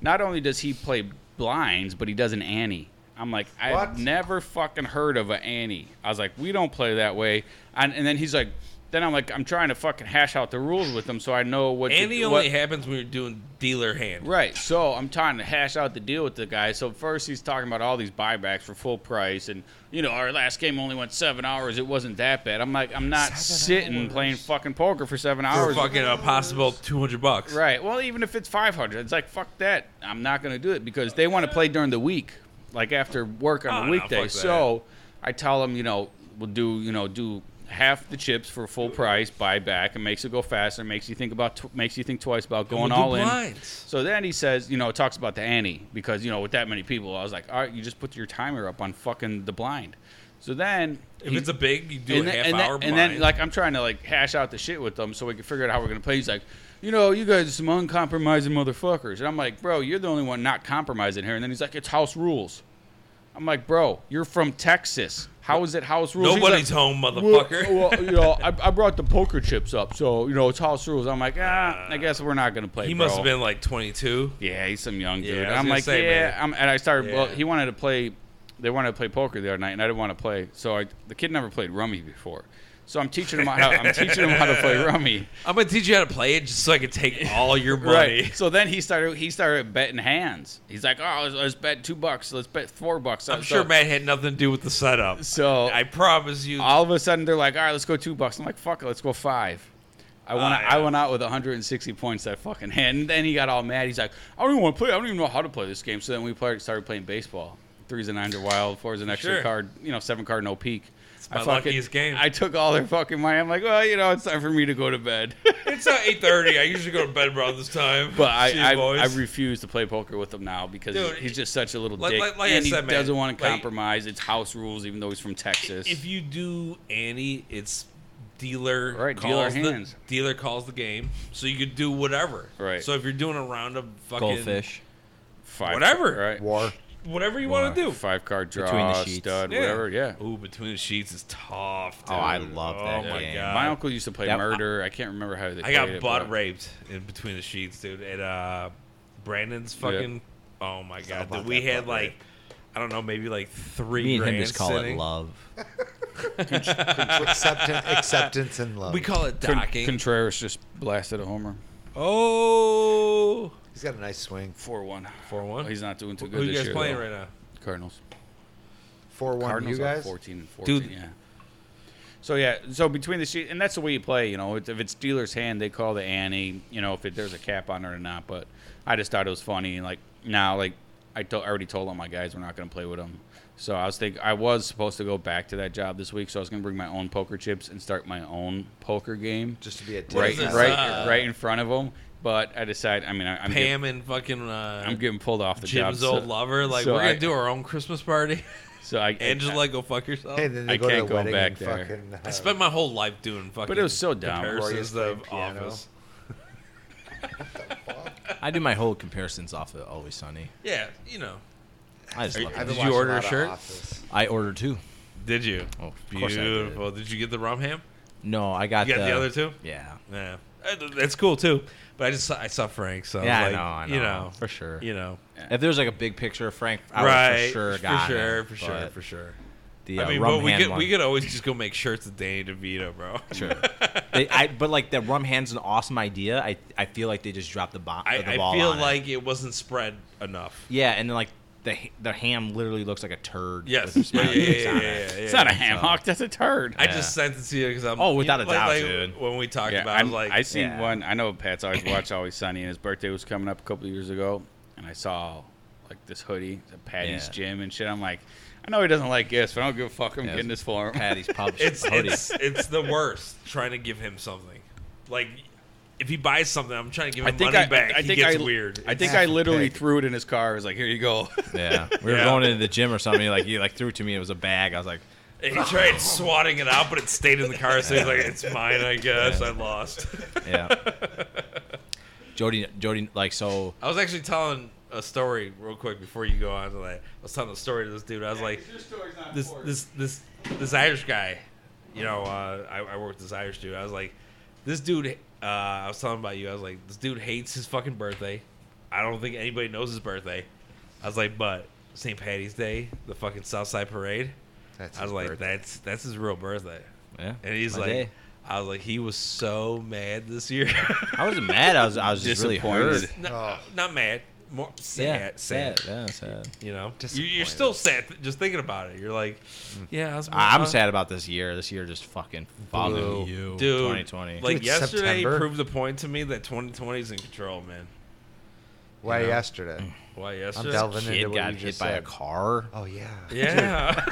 [SPEAKER 1] not only does he play blinds, but he does an Annie. I'm like, I've
[SPEAKER 2] What?
[SPEAKER 1] never fucking heard of an Annie. I was like, we don't play that way. And, and then he's like, then I'm like, I'm trying to fucking hash out the rules with him so I know what. to-
[SPEAKER 3] Andy
[SPEAKER 1] what-
[SPEAKER 3] only happens when you're doing dealer hand.
[SPEAKER 1] Right. So I'm trying to hash out the deal with the guy. So first he's talking about all these buybacks for full price, and you know our last game only went seven hours. It wasn't that bad. I'm like, I'm not sitting playing fucking poker for seven
[SPEAKER 3] For
[SPEAKER 1] hours.
[SPEAKER 3] fucking a possible two hundred bucks.
[SPEAKER 1] Right. Well, even if it's 500, it's like fuck that. I'm not going to do it because they want to play during the week, like after work
[SPEAKER 3] Oh,
[SPEAKER 1] on a
[SPEAKER 3] no,
[SPEAKER 1] weekday.
[SPEAKER 3] fuck that.
[SPEAKER 1] so I tell them, you know, we'll do, you know, do half the chips for full price, buy back, and makes it go faster, makes you think about, tw- makes you think twice about going
[SPEAKER 3] we'll do
[SPEAKER 1] all in.
[SPEAKER 3] blinds.
[SPEAKER 1] So then he says, you know, talks about the Annie because you know with that many people, I was like, all right, you just put your timer up on fucking the blind. So then
[SPEAKER 3] If
[SPEAKER 1] he-
[SPEAKER 3] it's a big, you do a half
[SPEAKER 1] and
[SPEAKER 3] hour.
[SPEAKER 1] and then
[SPEAKER 3] blind.
[SPEAKER 1] like I'm trying to like hash out the shit with them so we can figure out how we're gonna play. He's like, you know, you guys are some uncompromising motherfuckers. And I'm like, bro, you're the only one not compromising here. And then he's like, it's house rules. I'm like, bro, you're from Texas. How is it house rules? He's
[SPEAKER 3] nobody's
[SPEAKER 1] like,
[SPEAKER 3] home,
[SPEAKER 1] well,
[SPEAKER 3] motherfucker.
[SPEAKER 1] well, you know, I, I brought the poker chips up, so you know it's house rules. I'm like, ah, I guess we're not gonna play.
[SPEAKER 3] he must
[SPEAKER 1] bro."
[SPEAKER 3] have been like twenty two.
[SPEAKER 1] Yeah, he's some young dude.
[SPEAKER 3] Yeah, I was
[SPEAKER 1] and I'm
[SPEAKER 3] gonna
[SPEAKER 1] like,
[SPEAKER 3] say,
[SPEAKER 1] yeah.
[SPEAKER 3] man.
[SPEAKER 1] I'm, and I started. Well,
[SPEAKER 3] Yeah.
[SPEAKER 1] he wanted to play. They wanted to play poker the other night, and I didn't want to play. So I, the kid never played rummy before. So I'm teaching him how. I'm teaching him how to play rummy.
[SPEAKER 3] I'm gonna teach you how to play it just so I can take all your money.
[SPEAKER 1] Right. So then he started. He started betting hands. He's like, oh, let's, let's bet two bucks. Let's bet four bucks.
[SPEAKER 3] I'm
[SPEAKER 1] So-
[SPEAKER 3] sure Matt had nothing to do with the setup.
[SPEAKER 1] So
[SPEAKER 3] I promise you,
[SPEAKER 1] all of a sudden they're like, all right, let's go two bucks. I'm like, fuck it, let's go five. I went,
[SPEAKER 3] Ah,
[SPEAKER 1] out-
[SPEAKER 3] yeah.
[SPEAKER 1] I went out with 160 points that fucking hand. And then he got all mad. He's like, I don't even want to play. I don't even know how to play this game. So then we played, started playing baseball. Threes and nines are wild. Fours an extra
[SPEAKER 3] Sure.
[SPEAKER 1] card. You know, seven card no peak. It's
[SPEAKER 3] my luckiest game.
[SPEAKER 1] I took all their fucking money. I'm like, well, you know, it's time for me to go to bed.
[SPEAKER 3] it's not eight thirty. I usually go to bed around this time.
[SPEAKER 1] but I,
[SPEAKER 3] Jeez,
[SPEAKER 1] I,
[SPEAKER 3] boys.
[SPEAKER 1] I refuse to play poker with him now because
[SPEAKER 3] Dude,
[SPEAKER 1] he's just such a little
[SPEAKER 3] like-
[SPEAKER 1] dick.
[SPEAKER 3] like- like I
[SPEAKER 1] and he
[SPEAKER 3] said, man,
[SPEAKER 1] doesn't want to
[SPEAKER 3] like-
[SPEAKER 1] compromise. It's house rules, even though he's from Texas.
[SPEAKER 3] if you do Annie, it's dealer
[SPEAKER 1] Right, dealer
[SPEAKER 3] calls
[SPEAKER 1] hands.
[SPEAKER 3] the dealer calls the game, so you could do whatever.
[SPEAKER 1] Right.
[SPEAKER 3] So if you're doing a round of fucking
[SPEAKER 4] Goldfish.
[SPEAKER 1] Five,
[SPEAKER 3] whatever.
[SPEAKER 1] Right.
[SPEAKER 2] War.
[SPEAKER 3] whatever you want to do.
[SPEAKER 1] Five card draw,
[SPEAKER 4] Between the sheets.
[SPEAKER 1] stud, whatever. Yeah.
[SPEAKER 3] Ooh, between the sheets is tough. Dude.
[SPEAKER 4] Oh, I love that
[SPEAKER 3] Oh my
[SPEAKER 4] game.
[SPEAKER 3] god.
[SPEAKER 1] My uncle used to play
[SPEAKER 4] that-
[SPEAKER 1] murder. I can't remember how they.
[SPEAKER 3] I
[SPEAKER 1] played
[SPEAKER 3] got
[SPEAKER 1] it,
[SPEAKER 3] butt
[SPEAKER 1] but-
[SPEAKER 3] raped in between the sheets, dude. At uh, Brandon's fucking. Oh my god,
[SPEAKER 2] about
[SPEAKER 3] dude. We
[SPEAKER 2] that
[SPEAKER 3] had
[SPEAKER 2] butt
[SPEAKER 3] like, I don't know, maybe like three.
[SPEAKER 4] Me and him
[SPEAKER 3] grand
[SPEAKER 4] just call
[SPEAKER 3] sitting.
[SPEAKER 4] it love.
[SPEAKER 2] acceptance, acceptance and love.
[SPEAKER 3] We call it
[SPEAKER 1] Con-
[SPEAKER 3] docking.
[SPEAKER 1] Contreras just blasted a homer,
[SPEAKER 3] oh,
[SPEAKER 2] He's got a nice swing.
[SPEAKER 1] four one.
[SPEAKER 3] four one.
[SPEAKER 1] He's not doing too good
[SPEAKER 3] Who you
[SPEAKER 1] this
[SPEAKER 3] guys
[SPEAKER 1] year.
[SPEAKER 3] playing
[SPEAKER 1] though.
[SPEAKER 3] right now?
[SPEAKER 1] Cardinals.
[SPEAKER 2] Four one. You
[SPEAKER 1] Cardinals are
[SPEAKER 2] guys.
[SPEAKER 1] fourteen and fourteen.
[SPEAKER 3] Dude.
[SPEAKER 1] Yeah. So yeah, so between the sheet, and that's the way you play. You know, if if it's dealer's hand, they call the ante. You know, if it, there's a cap on it or not. But I just thought it was funny. and, Like now, like I, to, I already told all my guys we're not going to play with them. So I was think I was supposed to go back to that job this week. So I was going to bring my own poker chips and start my own poker game.
[SPEAKER 2] Just to be a dick.
[SPEAKER 1] right,
[SPEAKER 3] This is,
[SPEAKER 1] right,
[SPEAKER 3] uh,
[SPEAKER 1] right in front of them. But I decided. I mean, I, I'm getting,
[SPEAKER 3] Pam and fucking uh,
[SPEAKER 1] I'm getting pulled off the job.
[SPEAKER 3] Jim's
[SPEAKER 1] so-
[SPEAKER 3] old lover. Like
[SPEAKER 1] so
[SPEAKER 3] we're gonna
[SPEAKER 1] I-
[SPEAKER 3] do our own Christmas party.
[SPEAKER 1] So I,
[SPEAKER 3] Angela, go fuck yourself.
[SPEAKER 2] Hey, then they
[SPEAKER 1] I
[SPEAKER 2] go to
[SPEAKER 1] can't
[SPEAKER 2] the
[SPEAKER 1] go
[SPEAKER 2] wedding
[SPEAKER 1] back
[SPEAKER 2] and
[SPEAKER 1] there.
[SPEAKER 2] fucking. Uh,
[SPEAKER 3] I spent my whole life doing fucking.
[SPEAKER 1] But it was so dumb.
[SPEAKER 3] Comparisons
[SPEAKER 2] Glorious
[SPEAKER 3] of
[SPEAKER 2] playing piano.
[SPEAKER 3] office.
[SPEAKER 4] I do my whole comparisons off of Always Sunny.
[SPEAKER 3] Yeah, you know.
[SPEAKER 4] I just
[SPEAKER 3] Are
[SPEAKER 4] love
[SPEAKER 3] you-
[SPEAKER 4] it.
[SPEAKER 2] I've been
[SPEAKER 3] Did
[SPEAKER 2] watching
[SPEAKER 3] order
[SPEAKER 2] lot
[SPEAKER 3] a
[SPEAKER 2] of
[SPEAKER 3] shirt?
[SPEAKER 2] Office.
[SPEAKER 4] I ordered two.
[SPEAKER 3] Did you?
[SPEAKER 4] Oh, of course I did.
[SPEAKER 3] beautiful. Did you get the rum ham?
[SPEAKER 4] No, I got,
[SPEAKER 3] You got the other two?
[SPEAKER 4] Yeah.
[SPEAKER 3] Yeah, Uh, that's cool too. But I just saw, I saw Frank, so
[SPEAKER 4] Yeah, I
[SPEAKER 3] like,
[SPEAKER 4] know, I
[SPEAKER 3] you
[SPEAKER 4] know,
[SPEAKER 3] know,
[SPEAKER 4] for sure.
[SPEAKER 3] you know,
[SPEAKER 4] If there's like a big picture of Frank, I would
[SPEAKER 3] right?
[SPEAKER 4] for sure
[SPEAKER 3] for
[SPEAKER 4] got
[SPEAKER 3] sure,
[SPEAKER 4] it,
[SPEAKER 3] for sure,
[SPEAKER 4] but
[SPEAKER 3] for sure.
[SPEAKER 4] The uh,
[SPEAKER 3] I mean,
[SPEAKER 4] rum
[SPEAKER 3] but we
[SPEAKER 4] hand
[SPEAKER 3] could
[SPEAKER 4] one.
[SPEAKER 3] we could always just go make shirts of Danny DeVito, bro.
[SPEAKER 4] Sure. they, I, but like that rum hand's an awesome idea. I I feel like they just dropped the, bo-
[SPEAKER 3] I,
[SPEAKER 4] the
[SPEAKER 3] I
[SPEAKER 4] ball.
[SPEAKER 3] feel
[SPEAKER 4] on it.
[SPEAKER 3] like it. wasn't spread enough.
[SPEAKER 4] yeah, and then like the h- the ham literally looks like a turd.
[SPEAKER 3] Yes,
[SPEAKER 4] with a
[SPEAKER 3] yeah, yeah,
[SPEAKER 4] smiley
[SPEAKER 3] yeah,
[SPEAKER 4] face
[SPEAKER 3] yeah,
[SPEAKER 4] on
[SPEAKER 3] yeah,
[SPEAKER 4] it.
[SPEAKER 3] yeah,
[SPEAKER 1] It's not a
[SPEAKER 3] yeah.
[SPEAKER 1] ham hock. That's a turd.
[SPEAKER 3] I just sent it to you because I'm.
[SPEAKER 4] Oh, without a
[SPEAKER 3] like-
[SPEAKER 4] doubt,
[SPEAKER 3] like,
[SPEAKER 4] dude.
[SPEAKER 3] When we talked
[SPEAKER 1] yeah,
[SPEAKER 3] about, it, I
[SPEAKER 1] I'm-
[SPEAKER 3] was like,
[SPEAKER 1] I seen
[SPEAKER 4] yeah.
[SPEAKER 1] one. I know Pat's always watched Always Sunny, and his birthday was coming up a couple of years ago, and I saw like this hoodie, it's a Patty's
[SPEAKER 4] Yeah.
[SPEAKER 1] Gym and shit. I'm like, I know he doesn't like gifts, but I don't give a fuck. I'm
[SPEAKER 4] Yeah,
[SPEAKER 1] getting
[SPEAKER 4] it's
[SPEAKER 1] this for him.
[SPEAKER 4] Patty's pub
[SPEAKER 3] it's
[SPEAKER 4] hoodie.
[SPEAKER 3] it's it's the worst. Trying to give him something, like if he buys something, I'm trying to give him
[SPEAKER 1] I think
[SPEAKER 3] money
[SPEAKER 1] I,
[SPEAKER 3] back.
[SPEAKER 1] I
[SPEAKER 3] he
[SPEAKER 1] think
[SPEAKER 3] gets
[SPEAKER 1] I
[SPEAKER 3] weird.
[SPEAKER 1] I
[SPEAKER 3] It's-
[SPEAKER 1] think I literally threw it in his car. I was like, "Here you go."
[SPEAKER 4] Yeah, we were
[SPEAKER 3] Yeah.
[SPEAKER 4] going into the gym or something. Like he like threw it to me. It was a bag. I was like,
[SPEAKER 3] he tried swatting it out, but it stayed in the car. So he's like, "It's mine, I guess. I lost."
[SPEAKER 4] yeah. Jody, Jody, like so.
[SPEAKER 3] I was actually telling a story real quick before you go on to that. I was telling a story to this dude. I was like, this this this this Irish guy, you know, uh, I, I worked with this Irish dude. I was like, this dude. Uh, I was telling about you. I was like, this dude hates his fucking birthday. I don't think anybody knows his birthday. I was like, but St. Patty's Day, the fucking Southside Parade.
[SPEAKER 2] That's
[SPEAKER 3] I was
[SPEAKER 2] his
[SPEAKER 3] like,
[SPEAKER 2] birthday.
[SPEAKER 3] that's that's his real birthday.
[SPEAKER 4] Yeah,
[SPEAKER 3] And he's
[SPEAKER 4] my
[SPEAKER 3] like,
[SPEAKER 4] day.
[SPEAKER 3] I was like, he was so mad this year.
[SPEAKER 4] I wasn't mad. I was, I was just really hurt.
[SPEAKER 5] Disappointed.
[SPEAKER 3] not,
[SPEAKER 2] Oh.
[SPEAKER 3] not mad, more
[SPEAKER 4] Yeah,
[SPEAKER 3] sad, sad.
[SPEAKER 4] Yeah, sad.
[SPEAKER 3] You know, you,
[SPEAKER 2] Disappointed.
[SPEAKER 3] you're still sad th- just thinking about it. You're like, yeah, I was,
[SPEAKER 4] I- I'm
[SPEAKER 3] uh,
[SPEAKER 4] sad about this year. This year just fucking bothered
[SPEAKER 2] Blew.
[SPEAKER 4] you.
[SPEAKER 3] dude.
[SPEAKER 4] 2020.
[SPEAKER 3] Like
[SPEAKER 2] Dude,
[SPEAKER 3] yesterday
[SPEAKER 2] September.
[SPEAKER 3] proved the point to me that 2020 is in control, man.
[SPEAKER 2] Why
[SPEAKER 3] know?
[SPEAKER 2] yesterday?
[SPEAKER 3] Why yesterday?
[SPEAKER 2] delving- Listen to
[SPEAKER 4] kid
[SPEAKER 2] what you
[SPEAKER 4] got hit
[SPEAKER 2] just
[SPEAKER 4] by a
[SPEAKER 2] said.
[SPEAKER 4] car.
[SPEAKER 2] Oh yeah,
[SPEAKER 3] Yeah,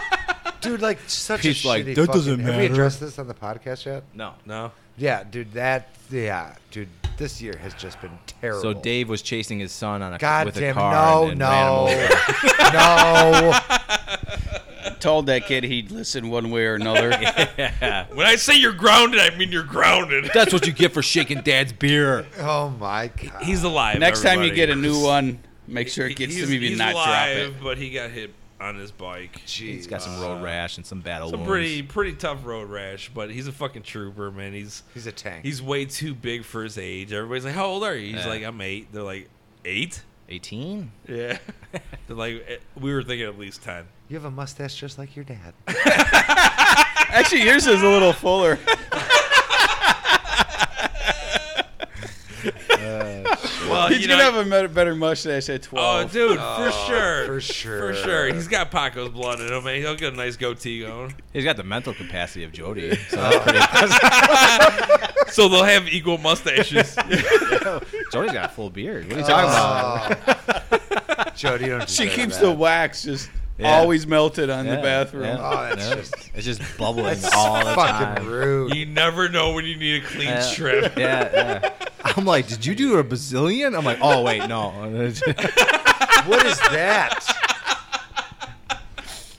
[SPEAKER 2] dude, like such
[SPEAKER 4] He's
[SPEAKER 2] a
[SPEAKER 4] like,
[SPEAKER 2] shitty
[SPEAKER 4] "That
[SPEAKER 2] fucking-
[SPEAKER 4] doesn't
[SPEAKER 2] Have we
[SPEAKER 4] matter."
[SPEAKER 2] addressed this on the podcast yet?
[SPEAKER 4] No.
[SPEAKER 3] no,
[SPEAKER 2] Yeah, dude, that yeah, dude, this year has just been terrible.
[SPEAKER 4] So Dave was chasing his son on a
[SPEAKER 2] God
[SPEAKER 4] with a
[SPEAKER 2] damn,
[SPEAKER 4] car.
[SPEAKER 2] no,
[SPEAKER 4] and then ran him
[SPEAKER 2] no,
[SPEAKER 4] over.
[SPEAKER 2] no.
[SPEAKER 1] Told that kid he'd listen one way or another.
[SPEAKER 3] when I say you're grounded, I mean you're grounded.
[SPEAKER 4] That's what you get for shaking dad's beer.
[SPEAKER 2] Oh my god.
[SPEAKER 3] he's alive.
[SPEAKER 1] Next time you
[SPEAKER 3] everybody.
[SPEAKER 1] get a new uh, one, make sure it gets
[SPEAKER 3] he's,
[SPEAKER 1] to me.
[SPEAKER 3] he's
[SPEAKER 1] and Not
[SPEAKER 3] alive,
[SPEAKER 1] drop
[SPEAKER 3] but he got hit on his bike.
[SPEAKER 4] He's got some road rash and some battle
[SPEAKER 3] Some
[SPEAKER 4] wounds.
[SPEAKER 3] pretty pretty tough road rash, but he's a fucking trooper, man. He's
[SPEAKER 2] He's a tank.
[SPEAKER 3] He's way too big for his age. Everybody's like, "How old are you?" He's
[SPEAKER 4] Yeah.
[SPEAKER 3] like, "I'm eight. They're like, eight?
[SPEAKER 4] 18.
[SPEAKER 3] Yeah. They're like, "Eh, "We were thinking at least ten.
[SPEAKER 2] you have a mustache just like your dad.
[SPEAKER 1] it. Actually, yours is a little fuller.
[SPEAKER 3] Well,
[SPEAKER 1] He's gonna have a met- better mustache at
[SPEAKER 3] oh,
[SPEAKER 1] twelve.
[SPEAKER 3] dude, for sure,
[SPEAKER 2] for
[SPEAKER 3] for
[SPEAKER 2] sure.
[SPEAKER 3] sure. He's got Paco's blood in him, and he'll get a nice goatee going.
[SPEAKER 4] He's got the mental capacity of Jody. So
[SPEAKER 3] so they'll have equal mustaches.
[SPEAKER 4] Jody's got a full beard. What are you talking
[SPEAKER 2] Uh,
[SPEAKER 4] about?
[SPEAKER 2] Oh. Jody, don't.
[SPEAKER 1] she
[SPEAKER 2] deserve
[SPEAKER 1] keeps
[SPEAKER 2] that.
[SPEAKER 1] the wax just
[SPEAKER 4] Yeah.
[SPEAKER 1] always melted on
[SPEAKER 4] Yeah,
[SPEAKER 1] the bathroom.
[SPEAKER 4] yeah.
[SPEAKER 2] Oh, that's just-
[SPEAKER 4] it's just bubbling all the
[SPEAKER 2] fucking
[SPEAKER 4] time.
[SPEAKER 2] rude.
[SPEAKER 3] you never know when you need a clean
[SPEAKER 4] Yeah.
[SPEAKER 3] trim.
[SPEAKER 4] Yeah, yeah. I'm like, did you do a Brazilian? I'm like, oh wait, no.
[SPEAKER 2] what is that?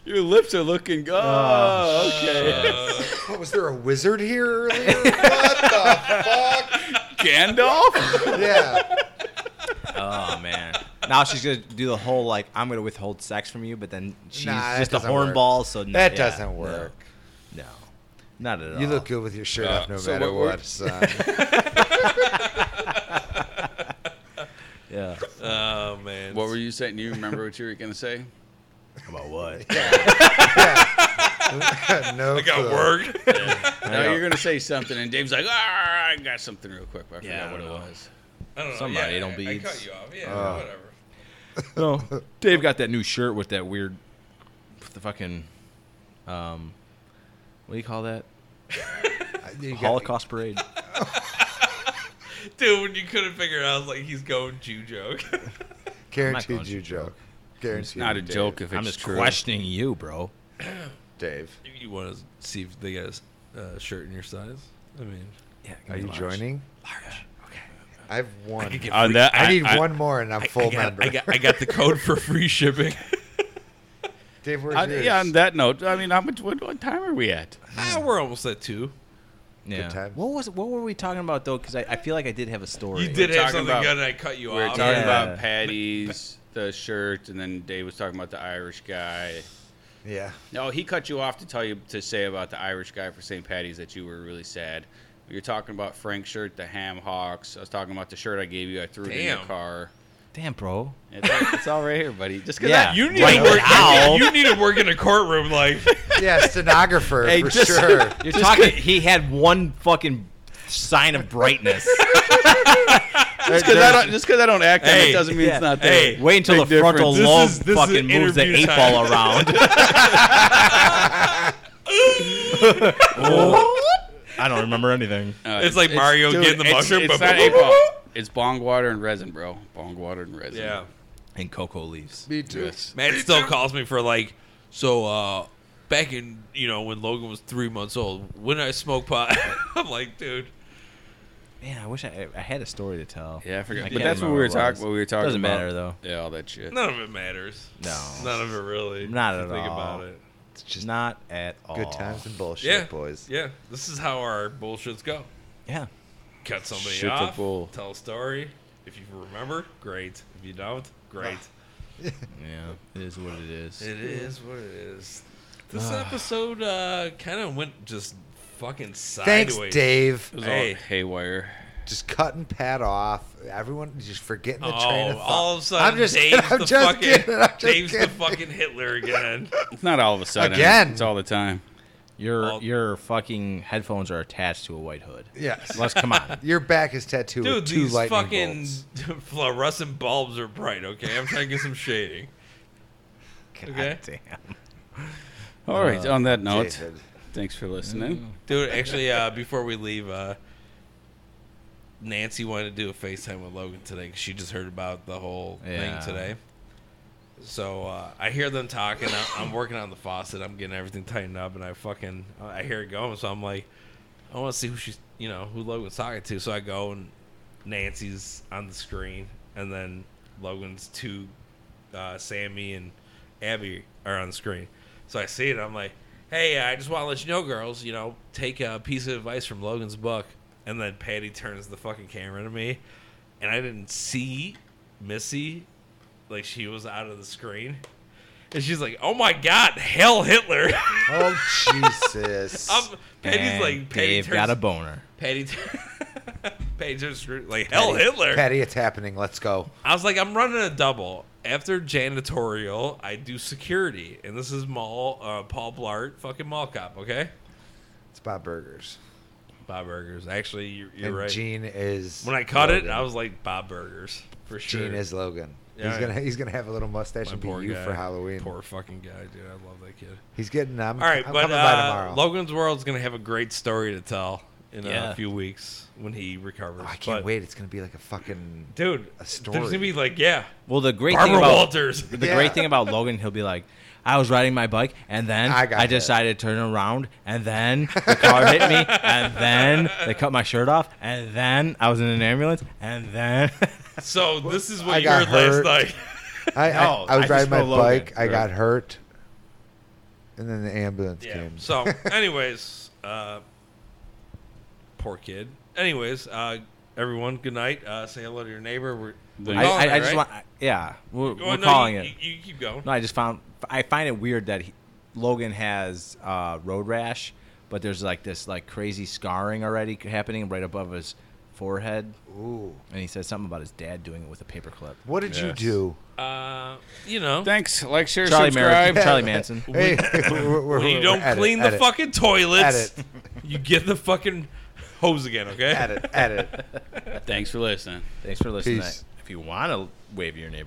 [SPEAKER 1] Your lips are looking good. Oh, okay.
[SPEAKER 3] Uh,
[SPEAKER 2] What, was there a wizard here earlier? What the fuck?
[SPEAKER 1] Gandalf.
[SPEAKER 2] Yeah.
[SPEAKER 4] oh man. Now she's gonna do the whole like, I'm gonna withhold sex from you, but then she's
[SPEAKER 2] Nah, that
[SPEAKER 4] just a
[SPEAKER 2] doesn't work.
[SPEAKER 4] hornball, so no,
[SPEAKER 2] That
[SPEAKER 4] yeah,
[SPEAKER 2] doesn't work.
[SPEAKER 4] No, no. not at all.
[SPEAKER 2] You look good with your shirt
[SPEAKER 1] Uh,
[SPEAKER 2] off no
[SPEAKER 1] so
[SPEAKER 2] matter
[SPEAKER 1] what we're-
[SPEAKER 2] what, son.
[SPEAKER 4] Yeah.
[SPEAKER 3] Oh man.
[SPEAKER 1] What were you saying? Do you remember what you were gonna say?
[SPEAKER 4] About what?
[SPEAKER 2] no
[SPEAKER 3] I got
[SPEAKER 2] clue.
[SPEAKER 3] work.
[SPEAKER 1] No, you're gonna say something, and Dave's like, "Ah, I got something real quick, but I
[SPEAKER 4] Yeah,
[SPEAKER 1] forgot
[SPEAKER 4] I
[SPEAKER 1] what
[SPEAKER 4] don't
[SPEAKER 1] it
[SPEAKER 4] know.
[SPEAKER 1] was."
[SPEAKER 3] I don't know.
[SPEAKER 4] Somebody
[SPEAKER 3] yeah,
[SPEAKER 4] don't
[SPEAKER 3] I- I
[SPEAKER 4] beads.
[SPEAKER 3] cut you off. Yeah,
[SPEAKER 2] Oh.
[SPEAKER 3] whatever.
[SPEAKER 4] No, Dave got that new shirt with that weird, with the fucking, um, what do you call that?
[SPEAKER 2] You got-
[SPEAKER 4] Holocaust parade.
[SPEAKER 3] Dude, when you couldn't figure it out, I was like, he's going Jew joke.
[SPEAKER 4] I'm not
[SPEAKER 2] Guaranteed
[SPEAKER 4] going
[SPEAKER 2] you
[SPEAKER 4] to joke.
[SPEAKER 2] joke. Guaranteed.
[SPEAKER 1] Not a
[SPEAKER 2] Dave.
[SPEAKER 1] joke if it's
[SPEAKER 4] I'm just
[SPEAKER 1] true.
[SPEAKER 4] questioning you, bro.
[SPEAKER 2] Dave,
[SPEAKER 3] you want to see if they got a uh, shirt in your size? I mean,
[SPEAKER 4] Yeah,
[SPEAKER 2] are you joining? Large. Okay. I've won. I,
[SPEAKER 3] get
[SPEAKER 1] On that,
[SPEAKER 2] need one more and I'm
[SPEAKER 3] I
[SPEAKER 2] full
[SPEAKER 3] got,
[SPEAKER 2] member.
[SPEAKER 3] I got I got the code for free shipping.
[SPEAKER 2] Dave, where's
[SPEAKER 1] I-
[SPEAKER 2] yours?
[SPEAKER 1] yeah, on that note, I mean, how much? What, what time are we at?
[SPEAKER 3] ah, we're almost at two.
[SPEAKER 4] Yeah.
[SPEAKER 2] times.
[SPEAKER 4] What was? What were we talking about though? Because I, I feel like I did have a story.
[SPEAKER 3] You did
[SPEAKER 1] We're
[SPEAKER 3] have
[SPEAKER 1] talking
[SPEAKER 3] something
[SPEAKER 1] about-
[SPEAKER 3] good, and I cut you
[SPEAKER 1] We were
[SPEAKER 3] off.
[SPEAKER 1] talking
[SPEAKER 4] Yeah.
[SPEAKER 1] about Patty's, the shirt, and then Dave was talking about the Irish guy.
[SPEAKER 2] Yeah.
[SPEAKER 1] No, he cut you off to tell you to say about the Irish guy for St. Patty's that you were really sad. you were talking about Frank's shirt, the Ham Hawks. I was talking about the shirt I gave you. I threw it in
[SPEAKER 3] Damn.
[SPEAKER 1] your car.
[SPEAKER 4] Damn, bro.
[SPEAKER 1] It's, it's all right here, buddy. Just 'cause
[SPEAKER 4] Yeah.
[SPEAKER 1] I-
[SPEAKER 3] You need
[SPEAKER 4] Right
[SPEAKER 3] to work.
[SPEAKER 4] now.
[SPEAKER 3] You need to work in a courtroom, like
[SPEAKER 2] Yeah, stenographer
[SPEAKER 4] Hey,
[SPEAKER 2] for
[SPEAKER 4] just-
[SPEAKER 2] sure.
[SPEAKER 4] You're talking. He had one fucking sign of brightness.
[SPEAKER 1] just because I, don't- just 'cause I don't act on
[SPEAKER 3] Hey,
[SPEAKER 1] it doesn't mean
[SPEAKER 4] yeah.
[SPEAKER 1] it's not there.
[SPEAKER 3] hey,
[SPEAKER 4] Wait until
[SPEAKER 1] Big
[SPEAKER 4] the frontal
[SPEAKER 1] difference.
[SPEAKER 3] This
[SPEAKER 4] lobe
[SPEAKER 3] is- this is
[SPEAKER 4] fucking moves the
[SPEAKER 3] interview
[SPEAKER 4] eight
[SPEAKER 3] time.
[SPEAKER 4] ball around. I don't remember anything.
[SPEAKER 1] Uh,
[SPEAKER 3] It's like Mario
[SPEAKER 1] dude,
[SPEAKER 3] getting the
[SPEAKER 1] it's-
[SPEAKER 3] mushroom,
[SPEAKER 1] It's,
[SPEAKER 3] but-
[SPEAKER 1] not eight ball. It's bong water and resin, bro. Bong water and resin.
[SPEAKER 3] yeah.
[SPEAKER 4] And cocoa leaves.
[SPEAKER 2] Me too.
[SPEAKER 1] Yes.
[SPEAKER 3] Matt still calls me for like, so uh, back in you know when Logan was three months old, when I smoked pot, I'm like, dude,
[SPEAKER 4] Man, I wish I, I had a story to tell.
[SPEAKER 6] Yeah, I forgot.
[SPEAKER 4] can't
[SPEAKER 6] but that's what
[SPEAKER 4] remember
[SPEAKER 6] we were
[SPEAKER 4] it was.
[SPEAKER 6] talking. What we were talking.
[SPEAKER 4] Doesn't
[SPEAKER 6] about.
[SPEAKER 4] matter, though.
[SPEAKER 6] Yeah, all that shit.
[SPEAKER 3] None of it matters.
[SPEAKER 4] No.
[SPEAKER 3] None of it really.
[SPEAKER 4] Not
[SPEAKER 3] if you
[SPEAKER 4] at
[SPEAKER 3] Think
[SPEAKER 4] all.
[SPEAKER 3] about it.
[SPEAKER 2] It's just
[SPEAKER 4] Not at all.
[SPEAKER 2] good times and bullshit,
[SPEAKER 3] Yeah,
[SPEAKER 2] boys.
[SPEAKER 3] Yeah, this is how our bullshits go.
[SPEAKER 4] Yeah.
[SPEAKER 3] Cut somebody
[SPEAKER 6] Shit the
[SPEAKER 3] off.
[SPEAKER 6] bull.
[SPEAKER 3] Tell a story. If you remember, great. If you don't, great.
[SPEAKER 4] Yeah. It is what it is.
[SPEAKER 3] It is what it is. This episode uh, kind of went just fucking sideways.
[SPEAKER 2] Thanks, Dave.
[SPEAKER 6] It was
[SPEAKER 3] Hey.
[SPEAKER 6] all haywire.
[SPEAKER 2] Just cutting Pat off. Everyone just forgetting the train
[SPEAKER 3] Oh,
[SPEAKER 2] of thought.
[SPEAKER 3] all of a sudden,
[SPEAKER 2] I'm just
[SPEAKER 3] Dave's,
[SPEAKER 2] kidding, I'm
[SPEAKER 3] the
[SPEAKER 2] just
[SPEAKER 3] fucking,
[SPEAKER 2] kidding, I'm just
[SPEAKER 3] Dave's the
[SPEAKER 2] kidding.
[SPEAKER 3] fucking Hitler again.
[SPEAKER 6] It's not all of a sudden.
[SPEAKER 2] Again.
[SPEAKER 6] It's all the time.
[SPEAKER 4] Your
[SPEAKER 3] All-
[SPEAKER 4] your fucking headphones are attached to a white hood.
[SPEAKER 2] Yes.
[SPEAKER 4] Let's come on.
[SPEAKER 2] Your back is tattooed
[SPEAKER 3] Dude,
[SPEAKER 2] with two
[SPEAKER 3] these
[SPEAKER 2] lightning
[SPEAKER 3] fucking
[SPEAKER 2] bolts.
[SPEAKER 3] fluorescent bulbs are bright, okay? I'm trying to get some shading. Okay.
[SPEAKER 4] God damn.
[SPEAKER 6] All right. on that note,
[SPEAKER 2] David.
[SPEAKER 6] thanks for listening.
[SPEAKER 3] Dude, actually, uh, before we leave, uh, Nancy wanted to do a FaceTime with Logan today 'cause she just heard about the whole
[SPEAKER 4] Yeah.
[SPEAKER 3] thing today. So uh, I hear them talking. I'm, I'm working on the faucet. I'm getting everything tightened up, and I fucking I hear it going. So I'm like, I want to see who she's, you know, who Logan's talking to. So I go and Nancy's on the screen, and then Logan's two, uh, Sammy and Abby are on the screen. So I see it. I'm like, hey, I just want to let you know, girls, you know, take a piece of advice from Logan's book. And then Patty turns the fucking camera to me, and I didn't see Missy, like she was out of the screen. And she's like, "Oh my God, hell Hitler!"
[SPEAKER 2] Oh, Jesus.
[SPEAKER 3] I'm, Patty's
[SPEAKER 4] And
[SPEAKER 3] like, Patty
[SPEAKER 4] Dave
[SPEAKER 3] turns
[SPEAKER 4] got a boner.
[SPEAKER 3] Patty, Patty just screwed, like hell Hitler.
[SPEAKER 2] Patty, it's happening. Let's go.
[SPEAKER 3] I was like, I'm running a double. After janitorial, I do security, and this is mall uh, Paul Blart, fucking mall cop. Okay,
[SPEAKER 2] It's Bob Burgers.
[SPEAKER 3] Bob Burgers. Actually, you're, you're
[SPEAKER 2] And
[SPEAKER 3] right.
[SPEAKER 2] Gene is.
[SPEAKER 3] when I caught it,
[SPEAKER 2] Logan.
[SPEAKER 3] I was like Bob Burgers for sure.
[SPEAKER 2] Gene is Logan.
[SPEAKER 3] Yeah,
[SPEAKER 2] he's
[SPEAKER 3] yeah.
[SPEAKER 2] gonna he's gonna have a little mustache
[SPEAKER 3] My
[SPEAKER 2] and be you
[SPEAKER 3] guy.
[SPEAKER 2] for Halloween.
[SPEAKER 3] Poor fucking guy, dude. I love that kid.
[SPEAKER 2] He's getting. I'm,
[SPEAKER 3] All right,
[SPEAKER 2] I'm
[SPEAKER 3] but
[SPEAKER 2] coming by
[SPEAKER 3] uh,
[SPEAKER 2] tomorrow.
[SPEAKER 3] Logan's World's gonna have a great story to tell in
[SPEAKER 4] Yeah.
[SPEAKER 3] a few weeks when he recovers.
[SPEAKER 2] Oh, I can't
[SPEAKER 3] But,
[SPEAKER 2] wait. It's gonna be like a fucking.
[SPEAKER 3] dude.
[SPEAKER 2] story.
[SPEAKER 3] There's gonna be like, yeah,
[SPEAKER 4] Well, the great
[SPEAKER 3] Barbara
[SPEAKER 4] thing about
[SPEAKER 3] Walters.
[SPEAKER 4] the
[SPEAKER 2] Yeah.
[SPEAKER 4] great thing about Logan, he'll be like, I was riding my bike and then
[SPEAKER 2] I
[SPEAKER 4] I,
[SPEAKER 2] got hit."
[SPEAKER 4] decided to turn around and then the car hit me and then they cut my shirt off and then I was in an ambulance and then
[SPEAKER 3] So this is what
[SPEAKER 2] I
[SPEAKER 3] you
[SPEAKER 2] got
[SPEAKER 3] heard
[SPEAKER 2] hurt.
[SPEAKER 3] last night.
[SPEAKER 2] I,
[SPEAKER 4] No,
[SPEAKER 2] I, I was
[SPEAKER 4] I just
[SPEAKER 2] riding my
[SPEAKER 4] know Logan.
[SPEAKER 2] bike. I
[SPEAKER 4] Right.
[SPEAKER 2] got hurt, and then the ambulance
[SPEAKER 3] yeah.
[SPEAKER 2] came.
[SPEAKER 3] So, anyways, uh, poor kid. Anyways, uh, everyone, good night. Uh, say hello to your neighbor. We're, we're
[SPEAKER 4] I,
[SPEAKER 3] calling
[SPEAKER 4] I,
[SPEAKER 3] it,
[SPEAKER 4] I just
[SPEAKER 3] right?
[SPEAKER 4] want, yeah, we're,
[SPEAKER 3] Oh,
[SPEAKER 4] we're
[SPEAKER 3] no,
[SPEAKER 4] calling
[SPEAKER 3] you,
[SPEAKER 4] it.
[SPEAKER 3] You, you keep going.
[SPEAKER 4] No, I just found I find it weird that he, Logan has uh, road rash, but there's like this like crazy scarring already happening right above his forehead,
[SPEAKER 2] Ooh,
[SPEAKER 4] and he says something about his dad doing it with a paperclip.
[SPEAKER 2] what did you
[SPEAKER 6] Yes.
[SPEAKER 2] do?
[SPEAKER 3] Uh, you know,
[SPEAKER 6] Thanks. Like, share,
[SPEAKER 4] Charlie
[SPEAKER 6] subscribe.
[SPEAKER 4] Merrick, Charlie Manson.
[SPEAKER 2] Hey, we're, we're,
[SPEAKER 3] when you
[SPEAKER 2] we're-
[SPEAKER 3] don't
[SPEAKER 2] edit,
[SPEAKER 3] clean the
[SPEAKER 2] edit,
[SPEAKER 3] fucking toilets,
[SPEAKER 2] Edit.
[SPEAKER 3] you get the fucking hose again. Okay.
[SPEAKER 2] Edit. Edit.
[SPEAKER 6] Thanks for listening.
[SPEAKER 4] Thanks for listening.
[SPEAKER 2] Peace.
[SPEAKER 4] If you want to wave your neighbor.